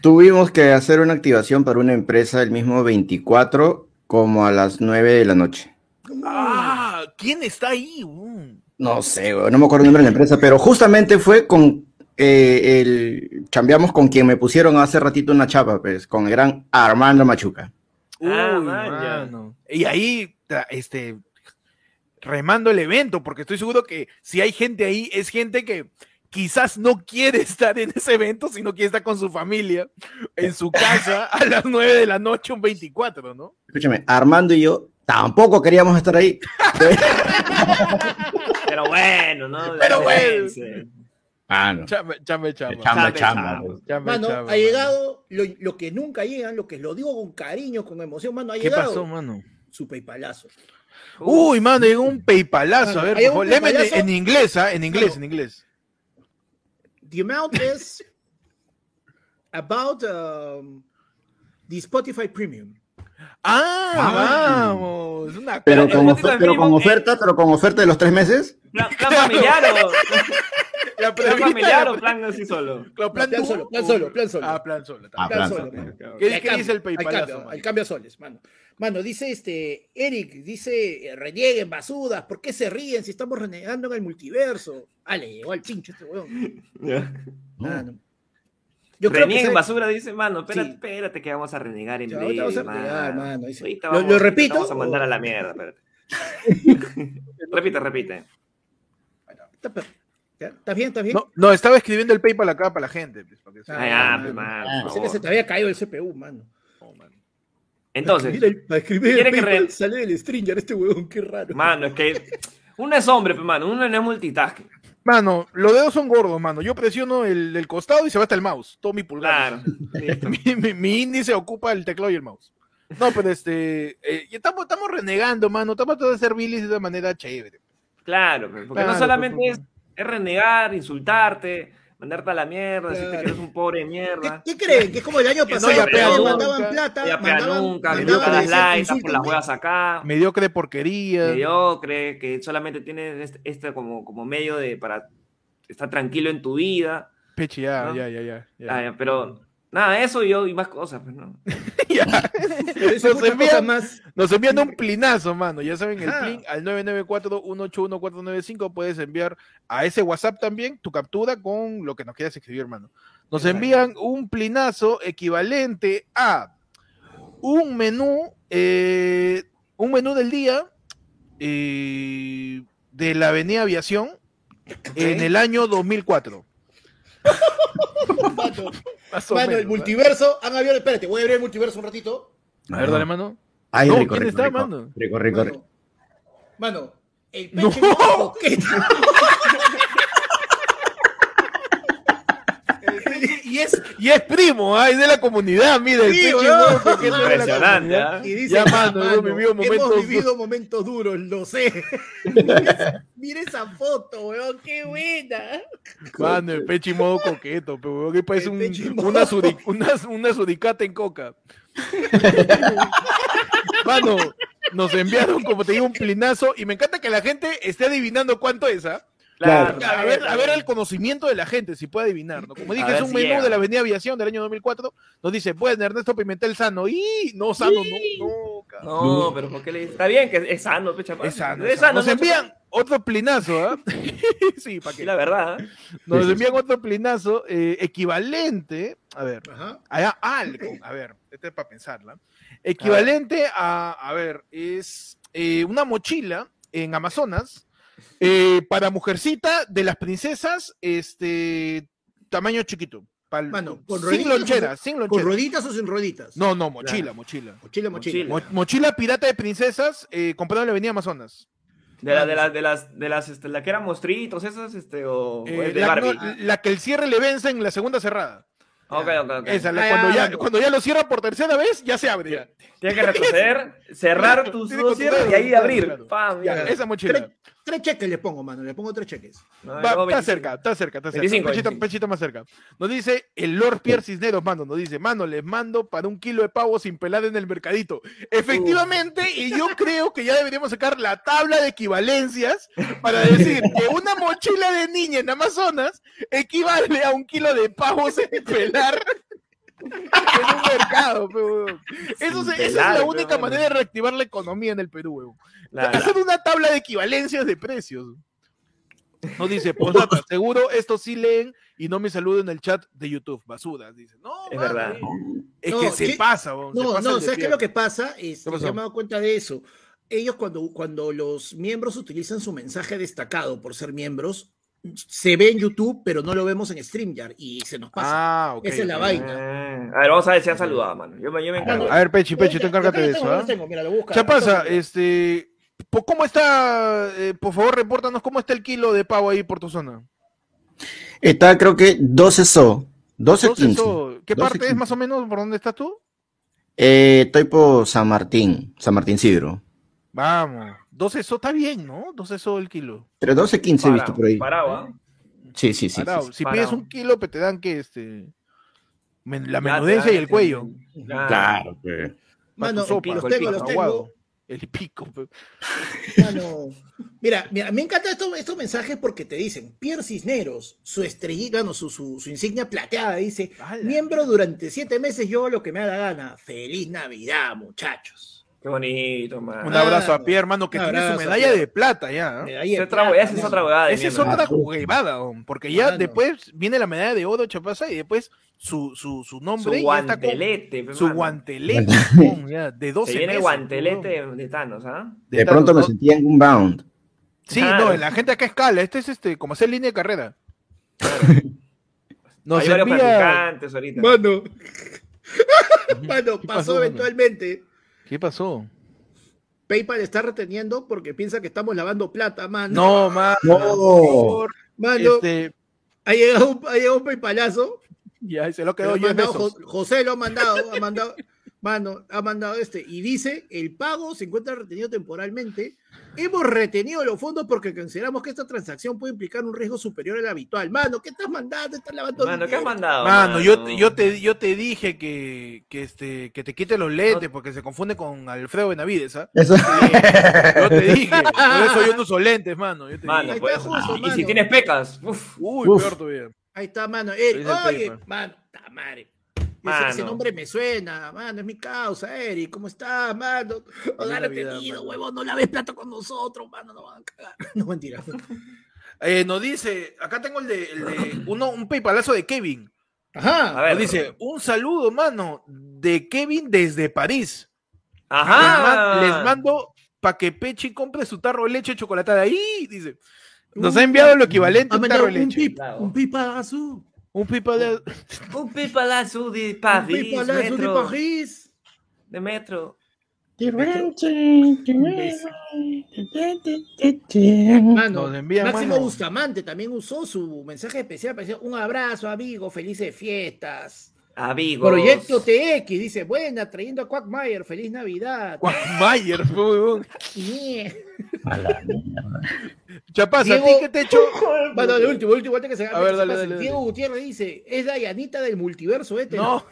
[SPEAKER 4] Tuvimos que hacer una activación para una empresa el mismo 24 como a las 9 de la noche.
[SPEAKER 1] Ah, ¿quién está ahí? weón?
[SPEAKER 4] No sé, weón, no me acuerdo el nombre de la empresa, pero justamente fue con eh, el chambeamos con quien me pusieron hace ratito una chapa, pues, con el gran Armando Machuca.
[SPEAKER 2] Ah,
[SPEAKER 1] Uy,
[SPEAKER 2] man, ya.
[SPEAKER 1] mano. Y ahí, tra- este, remando el evento, porque estoy seguro que si hay gente ahí, es gente que quizás no quiere estar en ese evento, sino que está con su familia en *laughs* su casa a las 9 de la noche, un 24, ¿no?
[SPEAKER 4] Escúchame, Armando y yo tampoco queríamos estar ahí.
[SPEAKER 2] Pero bueno, ¿no?
[SPEAKER 1] Pero bueno.
[SPEAKER 2] Sí, sí.
[SPEAKER 4] Mano,
[SPEAKER 1] Chamba, chamba, chamba.
[SPEAKER 4] chamba,
[SPEAKER 2] Chamba,
[SPEAKER 4] chamba.
[SPEAKER 2] chamba.
[SPEAKER 4] pues.
[SPEAKER 1] Chamba,
[SPEAKER 3] Mano,
[SPEAKER 1] chamba,
[SPEAKER 3] ha llegado lo, lo que nunca llegan, lo que lo digo con cariño, con emoción, mano, ha
[SPEAKER 1] ¿Qué
[SPEAKER 3] llegado
[SPEAKER 1] pasó, mano?
[SPEAKER 3] su paypalazo.
[SPEAKER 1] Uy, mano, llegó un PayPalazo. A ver,
[SPEAKER 3] Hay
[SPEAKER 1] por
[SPEAKER 3] un
[SPEAKER 1] favor, léeme en,
[SPEAKER 3] PayPalazo.
[SPEAKER 1] en inglés, ¿ah? En inglés,
[SPEAKER 3] Claro.
[SPEAKER 1] en inglés.
[SPEAKER 3] The
[SPEAKER 1] *laughs*
[SPEAKER 3] amount is about um, the Spotify Premium.
[SPEAKER 1] Ah,
[SPEAKER 4] Ah.
[SPEAKER 1] vamos. Una
[SPEAKER 4] Pero
[SPEAKER 1] cosa.
[SPEAKER 4] con,
[SPEAKER 2] Entonces,
[SPEAKER 4] ofer-
[SPEAKER 2] al
[SPEAKER 4] pero con
[SPEAKER 2] mínimo, eh.
[SPEAKER 4] oferta, pero con oferta de los tres meses.
[SPEAKER 2] Plan, plan familiar
[SPEAKER 3] *laughs*
[SPEAKER 2] o
[SPEAKER 1] la
[SPEAKER 2] plan
[SPEAKER 1] programita
[SPEAKER 2] familiar
[SPEAKER 1] de-
[SPEAKER 2] o plan así solo.
[SPEAKER 1] claro,
[SPEAKER 3] No, plan
[SPEAKER 1] tú
[SPEAKER 3] solo, plan
[SPEAKER 1] o-
[SPEAKER 3] solo, plan solo.
[SPEAKER 1] Ah, plan solo. está
[SPEAKER 4] Ah,
[SPEAKER 1] bien.
[SPEAKER 4] plan
[SPEAKER 3] solo,
[SPEAKER 4] solo.
[SPEAKER 3] mano.
[SPEAKER 1] ¿Qué,
[SPEAKER 3] Al
[SPEAKER 1] qué
[SPEAKER 3] cambio,
[SPEAKER 1] dice el
[SPEAKER 3] al
[SPEAKER 1] PayPalazo?
[SPEAKER 3] cambio,
[SPEAKER 1] mano?
[SPEAKER 3] al cambio a soles, mano. Mano, dice este Eric, dice eh, renieguen basudas, ¿por qué se ríen si estamos renegando en el multiverso? Ah, le llegó al pincho este weón.
[SPEAKER 4] *laughs*
[SPEAKER 3] Mano. Yo creo que
[SPEAKER 2] Reniega en
[SPEAKER 3] sabe-
[SPEAKER 2] basura, dice, mano, espérate,
[SPEAKER 3] Sí.
[SPEAKER 2] espérate que vamos a renegar en
[SPEAKER 3] Ya,
[SPEAKER 2] breve,
[SPEAKER 3] ahorita vamos a
[SPEAKER 2] mano.
[SPEAKER 3] renegar, mano, dice.
[SPEAKER 2] Ahorita
[SPEAKER 3] Lo-
[SPEAKER 2] vamos-
[SPEAKER 3] lo
[SPEAKER 2] ahorita
[SPEAKER 3] repito,
[SPEAKER 2] Vamos a
[SPEAKER 3] o-
[SPEAKER 2] mandar a la mierda,
[SPEAKER 3] *laughs*
[SPEAKER 2] espérate. repite, repite.
[SPEAKER 3] Está per- ya, ¿Estás bien? ¿Estás bien?
[SPEAKER 1] No, no, estaba escribiendo el PayPal acá para la gente. pues, para que se-
[SPEAKER 2] Ay,
[SPEAKER 3] Ah,
[SPEAKER 2] ah, pe, mano,
[SPEAKER 4] ah,
[SPEAKER 2] por
[SPEAKER 3] Pensé que se
[SPEAKER 2] favor.
[SPEAKER 3] te había caído el CPU, mano.
[SPEAKER 1] Oh, mano.
[SPEAKER 2] Entonces,
[SPEAKER 3] Mira, el- para escribir el
[SPEAKER 2] ¿Quiere que
[SPEAKER 3] PayPal
[SPEAKER 2] re-
[SPEAKER 3] sale del stringer este huevón, qué raro.
[SPEAKER 2] mano, es que uno es hombre, pe, mano, uno no es multitasking.
[SPEAKER 1] Mano, los dedos son gordos, mano. Yo presiono el, el costado y se va hasta el mouse. Todo mi pulgar.
[SPEAKER 2] Claro. listo.
[SPEAKER 1] *laughs* mi, mi- mi índice ocupa el teclado y el mouse. No, pero este. eh, y estamos, estamos renegando, mano. Estamos tratando de ser bilis de una manera chévere.
[SPEAKER 2] Claro, pe, porque
[SPEAKER 1] Claro,
[SPEAKER 2] no solamente
[SPEAKER 1] pues,
[SPEAKER 2] es, es renegar, insultarte, mandarte a la mierda, decirte que
[SPEAKER 3] Claro.
[SPEAKER 2] eres un pobre de
[SPEAKER 3] ¿Qué,
[SPEAKER 2] mierda.
[SPEAKER 3] qué creen? Que es como el año
[SPEAKER 1] Que
[SPEAKER 3] pasado,
[SPEAKER 1] soy
[SPEAKER 3] que todos
[SPEAKER 1] apeador,
[SPEAKER 3] mandaban
[SPEAKER 1] nunca,
[SPEAKER 3] plata,
[SPEAKER 2] Ya, pea,
[SPEAKER 3] mandaban,
[SPEAKER 2] nunca, que
[SPEAKER 1] mandaban
[SPEAKER 2] nunca
[SPEAKER 1] a
[SPEAKER 2] das
[SPEAKER 1] decir,
[SPEAKER 2] like, estás por las
[SPEAKER 3] "Insúltame".
[SPEAKER 2] huevas acá.
[SPEAKER 1] Mediocre porquería.
[SPEAKER 2] Ah. mediocre, que solamente tienes este, este como, como medio de para estar tranquilo en tu vida.
[SPEAKER 1] Peche, ya,
[SPEAKER 2] ¿No?
[SPEAKER 1] ya, ya, ya. ya.
[SPEAKER 2] Ah, ya, pero nada, eso y yo y más cosas, pues, ¿no?
[SPEAKER 3] Por eso
[SPEAKER 1] Nos
[SPEAKER 3] muchas
[SPEAKER 1] envían-
[SPEAKER 3] cosas más.
[SPEAKER 1] Nos envían un plinazo, mano. Ya saben, el
[SPEAKER 3] Ajá.
[SPEAKER 1] plin al 994-181-495. Puedes enviar a ese WhatsApp también tu captura con lo que nos quieras escribir, hermano. Nos
[SPEAKER 2] Exacto.
[SPEAKER 1] envían un plinazo equivalente a un menú, eh, un menú del día eh, de la Avenida Aviación en el año 2004.
[SPEAKER 3] *laughs* Mano,
[SPEAKER 1] Más o
[SPEAKER 3] mano,
[SPEAKER 1] menos,
[SPEAKER 3] el multiverso, han abierto, espérate, voy a abrir el multiverso un ratito.
[SPEAKER 1] ¿no? A ver, dale, mano.
[SPEAKER 4] Ay,
[SPEAKER 1] No,
[SPEAKER 4] rico,
[SPEAKER 1] ¿quién
[SPEAKER 4] rico,
[SPEAKER 1] está,
[SPEAKER 4] rico,
[SPEAKER 1] mano?
[SPEAKER 4] rico, rico, rico.
[SPEAKER 3] Mano, mano, el
[SPEAKER 1] No.
[SPEAKER 3] pecho no. coqueta.
[SPEAKER 1] Y es, y es primo, ¿ah? es de la comunidad, mira. *laughs* El
[SPEAKER 3] Sí,
[SPEAKER 1] pinche
[SPEAKER 3] weón.
[SPEAKER 1] huevo coqueto de la
[SPEAKER 2] Impresionante,
[SPEAKER 1] comunidad.
[SPEAKER 2] ¿ah?
[SPEAKER 3] Y dice,
[SPEAKER 1] Ya, mano, hemos vivido momentos
[SPEAKER 3] hemos vivido momentos duros, lo
[SPEAKER 1] *laughs*
[SPEAKER 3] sé. mira, esa- mira esa foto, weón, qué buena.
[SPEAKER 1] Mano, el pechi modo coqueto, pero weón, que parece
[SPEAKER 3] El
[SPEAKER 1] un,
[SPEAKER 3] pechi modo.
[SPEAKER 1] una, suri- una, una suricata en *laughs* coca. Mano, nos enviaron, como te digo, un plinazo y me encanta que la gente esté adivinando cuánto es, ¿ah?
[SPEAKER 4] Claro.
[SPEAKER 1] A ver, a ver el conocimiento de la gente, si puede adivinar, ¿no? Como
[SPEAKER 2] A
[SPEAKER 1] dije,
[SPEAKER 2] ver
[SPEAKER 1] es un
[SPEAKER 2] si
[SPEAKER 1] menú
[SPEAKER 2] llega.
[SPEAKER 1] de la Avenida Aviación del año 2004. Nos dice, pues, Ernesto Pimentel sano. ¡Y! No, sano, no, no, cabrón.
[SPEAKER 2] No, pero ¿por qué le dices? Está bien que es sano, pecha.
[SPEAKER 1] Es sano,
[SPEAKER 2] Es
[SPEAKER 1] es
[SPEAKER 2] sano,
[SPEAKER 1] sano. Nos
[SPEAKER 2] ¿no?
[SPEAKER 1] envían otro plinazo, ¿ah? sí, ¿para
[SPEAKER 2] Sí,
[SPEAKER 1] qué?
[SPEAKER 2] la verdad. ¿eh?
[SPEAKER 1] Nos
[SPEAKER 4] Sí, sí,
[SPEAKER 1] envían otro plinazo eh, equivalente, a ver,
[SPEAKER 3] Ajá.
[SPEAKER 1] a, a algo, a ver, este es para pensarla, equivalente a, a ver, es eh, una mochila en Amazonas Eh, para mujercita de las princesas, este tamaño chiquito. Pal-
[SPEAKER 3] Mano, con
[SPEAKER 1] sin
[SPEAKER 3] roditas o
[SPEAKER 1] lonchera,
[SPEAKER 3] sin-
[SPEAKER 1] sin
[SPEAKER 3] ¿Con
[SPEAKER 1] lonchera.
[SPEAKER 3] roditas o sin roditas?
[SPEAKER 1] No, no, mochila,
[SPEAKER 2] Claro.
[SPEAKER 1] mochila.
[SPEAKER 3] Mochila, mochila.
[SPEAKER 2] Mochila.
[SPEAKER 1] Mo- mochila pirata de princesas, eh, comprada en la avenida Amazonas.
[SPEAKER 2] De, la- de, la- de las, de las, este, la que eran mostritos, esas, este, o, o
[SPEAKER 1] Eh,
[SPEAKER 2] es de
[SPEAKER 1] la,
[SPEAKER 2] Barbie.
[SPEAKER 1] no, la que el cierre le vence en la segunda cerrada.
[SPEAKER 2] ok, ok, ok.
[SPEAKER 1] Esa, la-
[SPEAKER 3] Ah,
[SPEAKER 1] cuando, ya,
[SPEAKER 3] bueno.
[SPEAKER 1] cuando ya lo cierra por tercera vez, ya se abre. ya.
[SPEAKER 2] Tienes que
[SPEAKER 1] *laughs*
[SPEAKER 2] retroceder, cerrar
[SPEAKER 1] Claro,
[SPEAKER 2] tus
[SPEAKER 1] tiene
[SPEAKER 2] dos
[SPEAKER 1] que controlar,
[SPEAKER 2] cierres y ahí
[SPEAKER 1] claro,
[SPEAKER 2] abrir.
[SPEAKER 1] claro.
[SPEAKER 2] Pam,
[SPEAKER 1] Ya,
[SPEAKER 2] ya.
[SPEAKER 1] esa mochila.
[SPEAKER 3] Tres, tres cheques le pongo, mano. Le pongo tres cheques.
[SPEAKER 2] No,
[SPEAKER 1] Va-
[SPEAKER 2] no, 25.
[SPEAKER 1] está cerca, está cerca, está cerca.
[SPEAKER 2] 25,
[SPEAKER 1] pechito,
[SPEAKER 2] 25.
[SPEAKER 1] pechito más cerca. Nos dice el Lord Pierre Cisneros, mano. Nos dice, mano, les mando para un kilo de pavo sin pelar en el mercadito. Efectivamente, y yo creo que ya deberíamos sacar la tabla de equivalencias para decir que una mochila de niña en Amazonas equivale a un kilo de pavo sin pelar. *laughs* En un mercado, pe, huevón. Eso
[SPEAKER 2] Sin
[SPEAKER 1] se- Esa es
[SPEAKER 2] pelar,
[SPEAKER 1] la
[SPEAKER 2] pe,
[SPEAKER 1] única
[SPEAKER 2] mano.
[SPEAKER 1] manera de reactivar la economía en el Perú, huevón.
[SPEAKER 2] La- la-
[SPEAKER 1] Hacer una tabla de equivalencias de precios. No dice, *laughs* postdata, seguro esto sí leen y no me saluden en el chat de YouTube, basuras, dice. No,
[SPEAKER 2] Es
[SPEAKER 1] mami,
[SPEAKER 2] verdad.
[SPEAKER 1] Es
[SPEAKER 3] No,
[SPEAKER 1] que se
[SPEAKER 3] ¿qué?
[SPEAKER 1] pasa, weón, se
[SPEAKER 3] No,
[SPEAKER 1] pasa
[SPEAKER 3] no,
[SPEAKER 1] el
[SPEAKER 3] ¿sabes qué es lo que pasa? Este,
[SPEAKER 1] ¿Qué pasó?
[SPEAKER 3] se me he dado cuenta de eso. Ellos cuando, cuando los miembros utilizan su mensaje destacado por ser miembros, se ve en YouTube, pero no lo vemos en StreamYard y se nos pasa.
[SPEAKER 1] Ah, ok.
[SPEAKER 3] Esa es la
[SPEAKER 1] ok.
[SPEAKER 3] vaina.
[SPEAKER 2] Ah, A ver, vamos a ver si han saludado, mano. Yo me, yo me encargo.
[SPEAKER 1] A ver,
[SPEAKER 3] Eh,
[SPEAKER 1] Pechi, Pechi, tú encárgate de eso.
[SPEAKER 3] ¿ah?
[SPEAKER 1] ¿ah? Chapasa, este. po- ¿Cómo está? eh, por favor, repórtanos cómo está el kilo de pavo ahí por tu zona.
[SPEAKER 4] Está creo que 12 so, 12
[SPEAKER 1] Entonces,
[SPEAKER 4] 15.
[SPEAKER 1] eso, ¿Qué
[SPEAKER 4] 12,
[SPEAKER 1] parte es
[SPEAKER 4] 15.
[SPEAKER 1] más o menos por dónde estás tú?
[SPEAKER 4] Eh, estoy por San Martín, San Martín Cidro.
[SPEAKER 1] Vamos. 12 eso está bien, ¿no? 12 eso el kilo.
[SPEAKER 4] Pero 12 15 he visto por ahí.
[SPEAKER 2] Parado, ¿ah?
[SPEAKER 4] Sí, sí, sí.
[SPEAKER 1] Parado.
[SPEAKER 4] sí, sí.
[SPEAKER 1] Si
[SPEAKER 2] Parado.
[SPEAKER 1] pides un kilo, pe, te dan que este. men-
[SPEAKER 2] Ya,
[SPEAKER 1] la menudencia
[SPEAKER 2] ya,
[SPEAKER 1] y el
[SPEAKER 2] ya.
[SPEAKER 1] cuello.
[SPEAKER 2] Claro.
[SPEAKER 4] Claro, pues. pe.
[SPEAKER 1] Pa' tu
[SPEAKER 3] Mano,
[SPEAKER 1] sopa.
[SPEAKER 3] los
[SPEAKER 2] el
[SPEAKER 3] tengo,
[SPEAKER 2] pico,
[SPEAKER 3] los
[SPEAKER 1] Aguado.
[SPEAKER 3] tengo.
[SPEAKER 1] El pico. pe.
[SPEAKER 3] Mano, mira, mira, me encantan estos, estos mensajes porque te dicen, Pierre Cisneros, su estrellita, no, su, su, su insignia plateada, dice,
[SPEAKER 1] ¡Hala!
[SPEAKER 3] miembro durante siete meses, yo hago lo que me da la gana.
[SPEAKER 1] *laughs*
[SPEAKER 3] Feliz Navidad, muchachos.
[SPEAKER 2] Qué bonito, man.
[SPEAKER 1] Un abrazo a
[SPEAKER 3] Claro.
[SPEAKER 1] Pierre, hermano, que
[SPEAKER 3] Ah, Un
[SPEAKER 1] tiene su
[SPEAKER 3] abrazo a
[SPEAKER 1] medalla
[SPEAKER 3] Pierre.
[SPEAKER 1] de plata ya.
[SPEAKER 3] Medalla
[SPEAKER 1] ¿eh?
[SPEAKER 3] de
[SPEAKER 2] Esa es otra-
[SPEAKER 3] plata,
[SPEAKER 2] esa es
[SPEAKER 3] mano.
[SPEAKER 2] otra huevada. de
[SPEAKER 1] Esa es
[SPEAKER 2] mierda.
[SPEAKER 1] otra jugada, don, porque ya
[SPEAKER 3] Claro.
[SPEAKER 1] después viene la medalla de oro, chapasa, y después su, su, su nombre.
[SPEAKER 2] Su
[SPEAKER 1] ya está con-
[SPEAKER 2] guantelete. pe,
[SPEAKER 1] Su
[SPEAKER 2] mano.
[SPEAKER 1] guantelete. don, ya, de 12
[SPEAKER 2] Se viene el
[SPEAKER 1] meses,
[SPEAKER 2] guantelete
[SPEAKER 1] don.
[SPEAKER 2] de, de Thanos, ¿ah?
[SPEAKER 4] De pronto me sentía en un bound.
[SPEAKER 1] Sí,
[SPEAKER 2] Claro.
[SPEAKER 1] no, la gente acá escala. Este es este, como hacer línea de carrera. Nos
[SPEAKER 2] Hay varios
[SPEAKER 1] envía...
[SPEAKER 2] practicantes ahorita.
[SPEAKER 3] Mano, mano,
[SPEAKER 1] ¿Qué pasó,
[SPEAKER 3] pasó
[SPEAKER 1] mano?
[SPEAKER 3] eventualmente.
[SPEAKER 1] ¿Qué pasó?
[SPEAKER 3] PayPal está reteniendo porque piensa que estamos lavando plata, mano.
[SPEAKER 1] No, mano.
[SPEAKER 4] No.
[SPEAKER 3] mano,
[SPEAKER 1] Este,
[SPEAKER 3] ha, llegado un, ha llegado un PayPalazo.
[SPEAKER 1] *laughs* ya se lo
[SPEAKER 3] que lo
[SPEAKER 1] quedó
[SPEAKER 3] ha
[SPEAKER 1] yo en
[SPEAKER 3] mandado
[SPEAKER 1] esos.
[SPEAKER 3] Jo- José lo ha mandado, ha mandado, *laughs* mano, ha mandado este. Y dice, el pago se encuentra retenido temporalmente. Hemos retenido los fondos porque consideramos que esta transacción puede implicar un riesgo superior al habitual. Mano, ¿qué estás mandando? Estás lavando
[SPEAKER 2] Mano, ¿qué has
[SPEAKER 3] dinero.
[SPEAKER 2] mandado?
[SPEAKER 1] Mano, yo,
[SPEAKER 2] mano?
[SPEAKER 1] te- yo, te, yo te dije que, que, este, que te quite los lentes porque se confunde con Alfredo Benavides, ¿ah?
[SPEAKER 4] Eso.
[SPEAKER 1] Yo te dije.
[SPEAKER 4] *laughs*
[SPEAKER 1] Por eso yo no uso lentes, mano. Yo te
[SPEAKER 2] Mano,
[SPEAKER 1] dije.
[SPEAKER 3] Ahí
[SPEAKER 2] pues,
[SPEAKER 3] está justo,
[SPEAKER 2] y
[SPEAKER 3] mano.
[SPEAKER 2] si tienes pecas, uff.
[SPEAKER 1] Uy,
[SPEAKER 4] Uf.
[SPEAKER 1] peor todavía.
[SPEAKER 3] Ahí está, mano. Eric,
[SPEAKER 1] Lo dice el
[SPEAKER 3] oye,
[SPEAKER 1] PayPal.
[SPEAKER 3] mano, ta madre. Ese,
[SPEAKER 2] Mano.
[SPEAKER 3] ese nombre me suena, mano, es mi causa, Eric. ¿Cómo estás, mano? Nos ha
[SPEAKER 1] Navidad,
[SPEAKER 3] retenido,
[SPEAKER 1] mano.
[SPEAKER 3] huevón, no laves plata con nosotros, mano, no van a cagar. *laughs* No, mentira.
[SPEAKER 1] Eh, nos dice, acá tengo el de, el de uno, un paypalazo de Kevin.
[SPEAKER 3] Ajá.
[SPEAKER 2] A ver.
[SPEAKER 1] Nos dice, un saludo, mano, de Kevin desde París.
[SPEAKER 2] Ajá.
[SPEAKER 1] Les, man- les mando para que Pechi compre su tarro de leche chocolatada. Ahí, dice. Nos ha enviado lo equivalente a
[SPEAKER 3] Ha
[SPEAKER 1] un tarro
[SPEAKER 3] mandado
[SPEAKER 1] de
[SPEAKER 3] ah, un,
[SPEAKER 1] leche.
[SPEAKER 3] pip, un pipazo.
[SPEAKER 1] Un pipa de...
[SPEAKER 2] Un pipalazo de
[SPEAKER 3] Un
[SPEAKER 2] París.
[SPEAKER 3] pipalazo de
[SPEAKER 2] metro,
[SPEAKER 3] París.
[SPEAKER 2] de metro.
[SPEAKER 3] Mano,
[SPEAKER 1] Nos envía,
[SPEAKER 3] Ah, Máximo
[SPEAKER 1] mano.
[SPEAKER 3] Bustamante también usó su mensaje especial para decir un abrazo, amigo, felices fiestas.
[SPEAKER 2] Amigos.
[SPEAKER 3] Proyecto TX dice, buena, trayendo a Quackmayer, feliz Navidad.
[SPEAKER 1] Quagmire, fue, huevón.
[SPEAKER 3] Nie.
[SPEAKER 1] Chapaza, ¿a ti
[SPEAKER 3] Diego-
[SPEAKER 1] qué te echo?
[SPEAKER 3] Bueno, el último, el último, antes que se
[SPEAKER 1] A ver,
[SPEAKER 3] que se
[SPEAKER 1] dale, dale,
[SPEAKER 3] pase.
[SPEAKER 1] dale.
[SPEAKER 3] Diego Gutiérrez dice, es Dayanita del multiverso este.
[SPEAKER 1] No,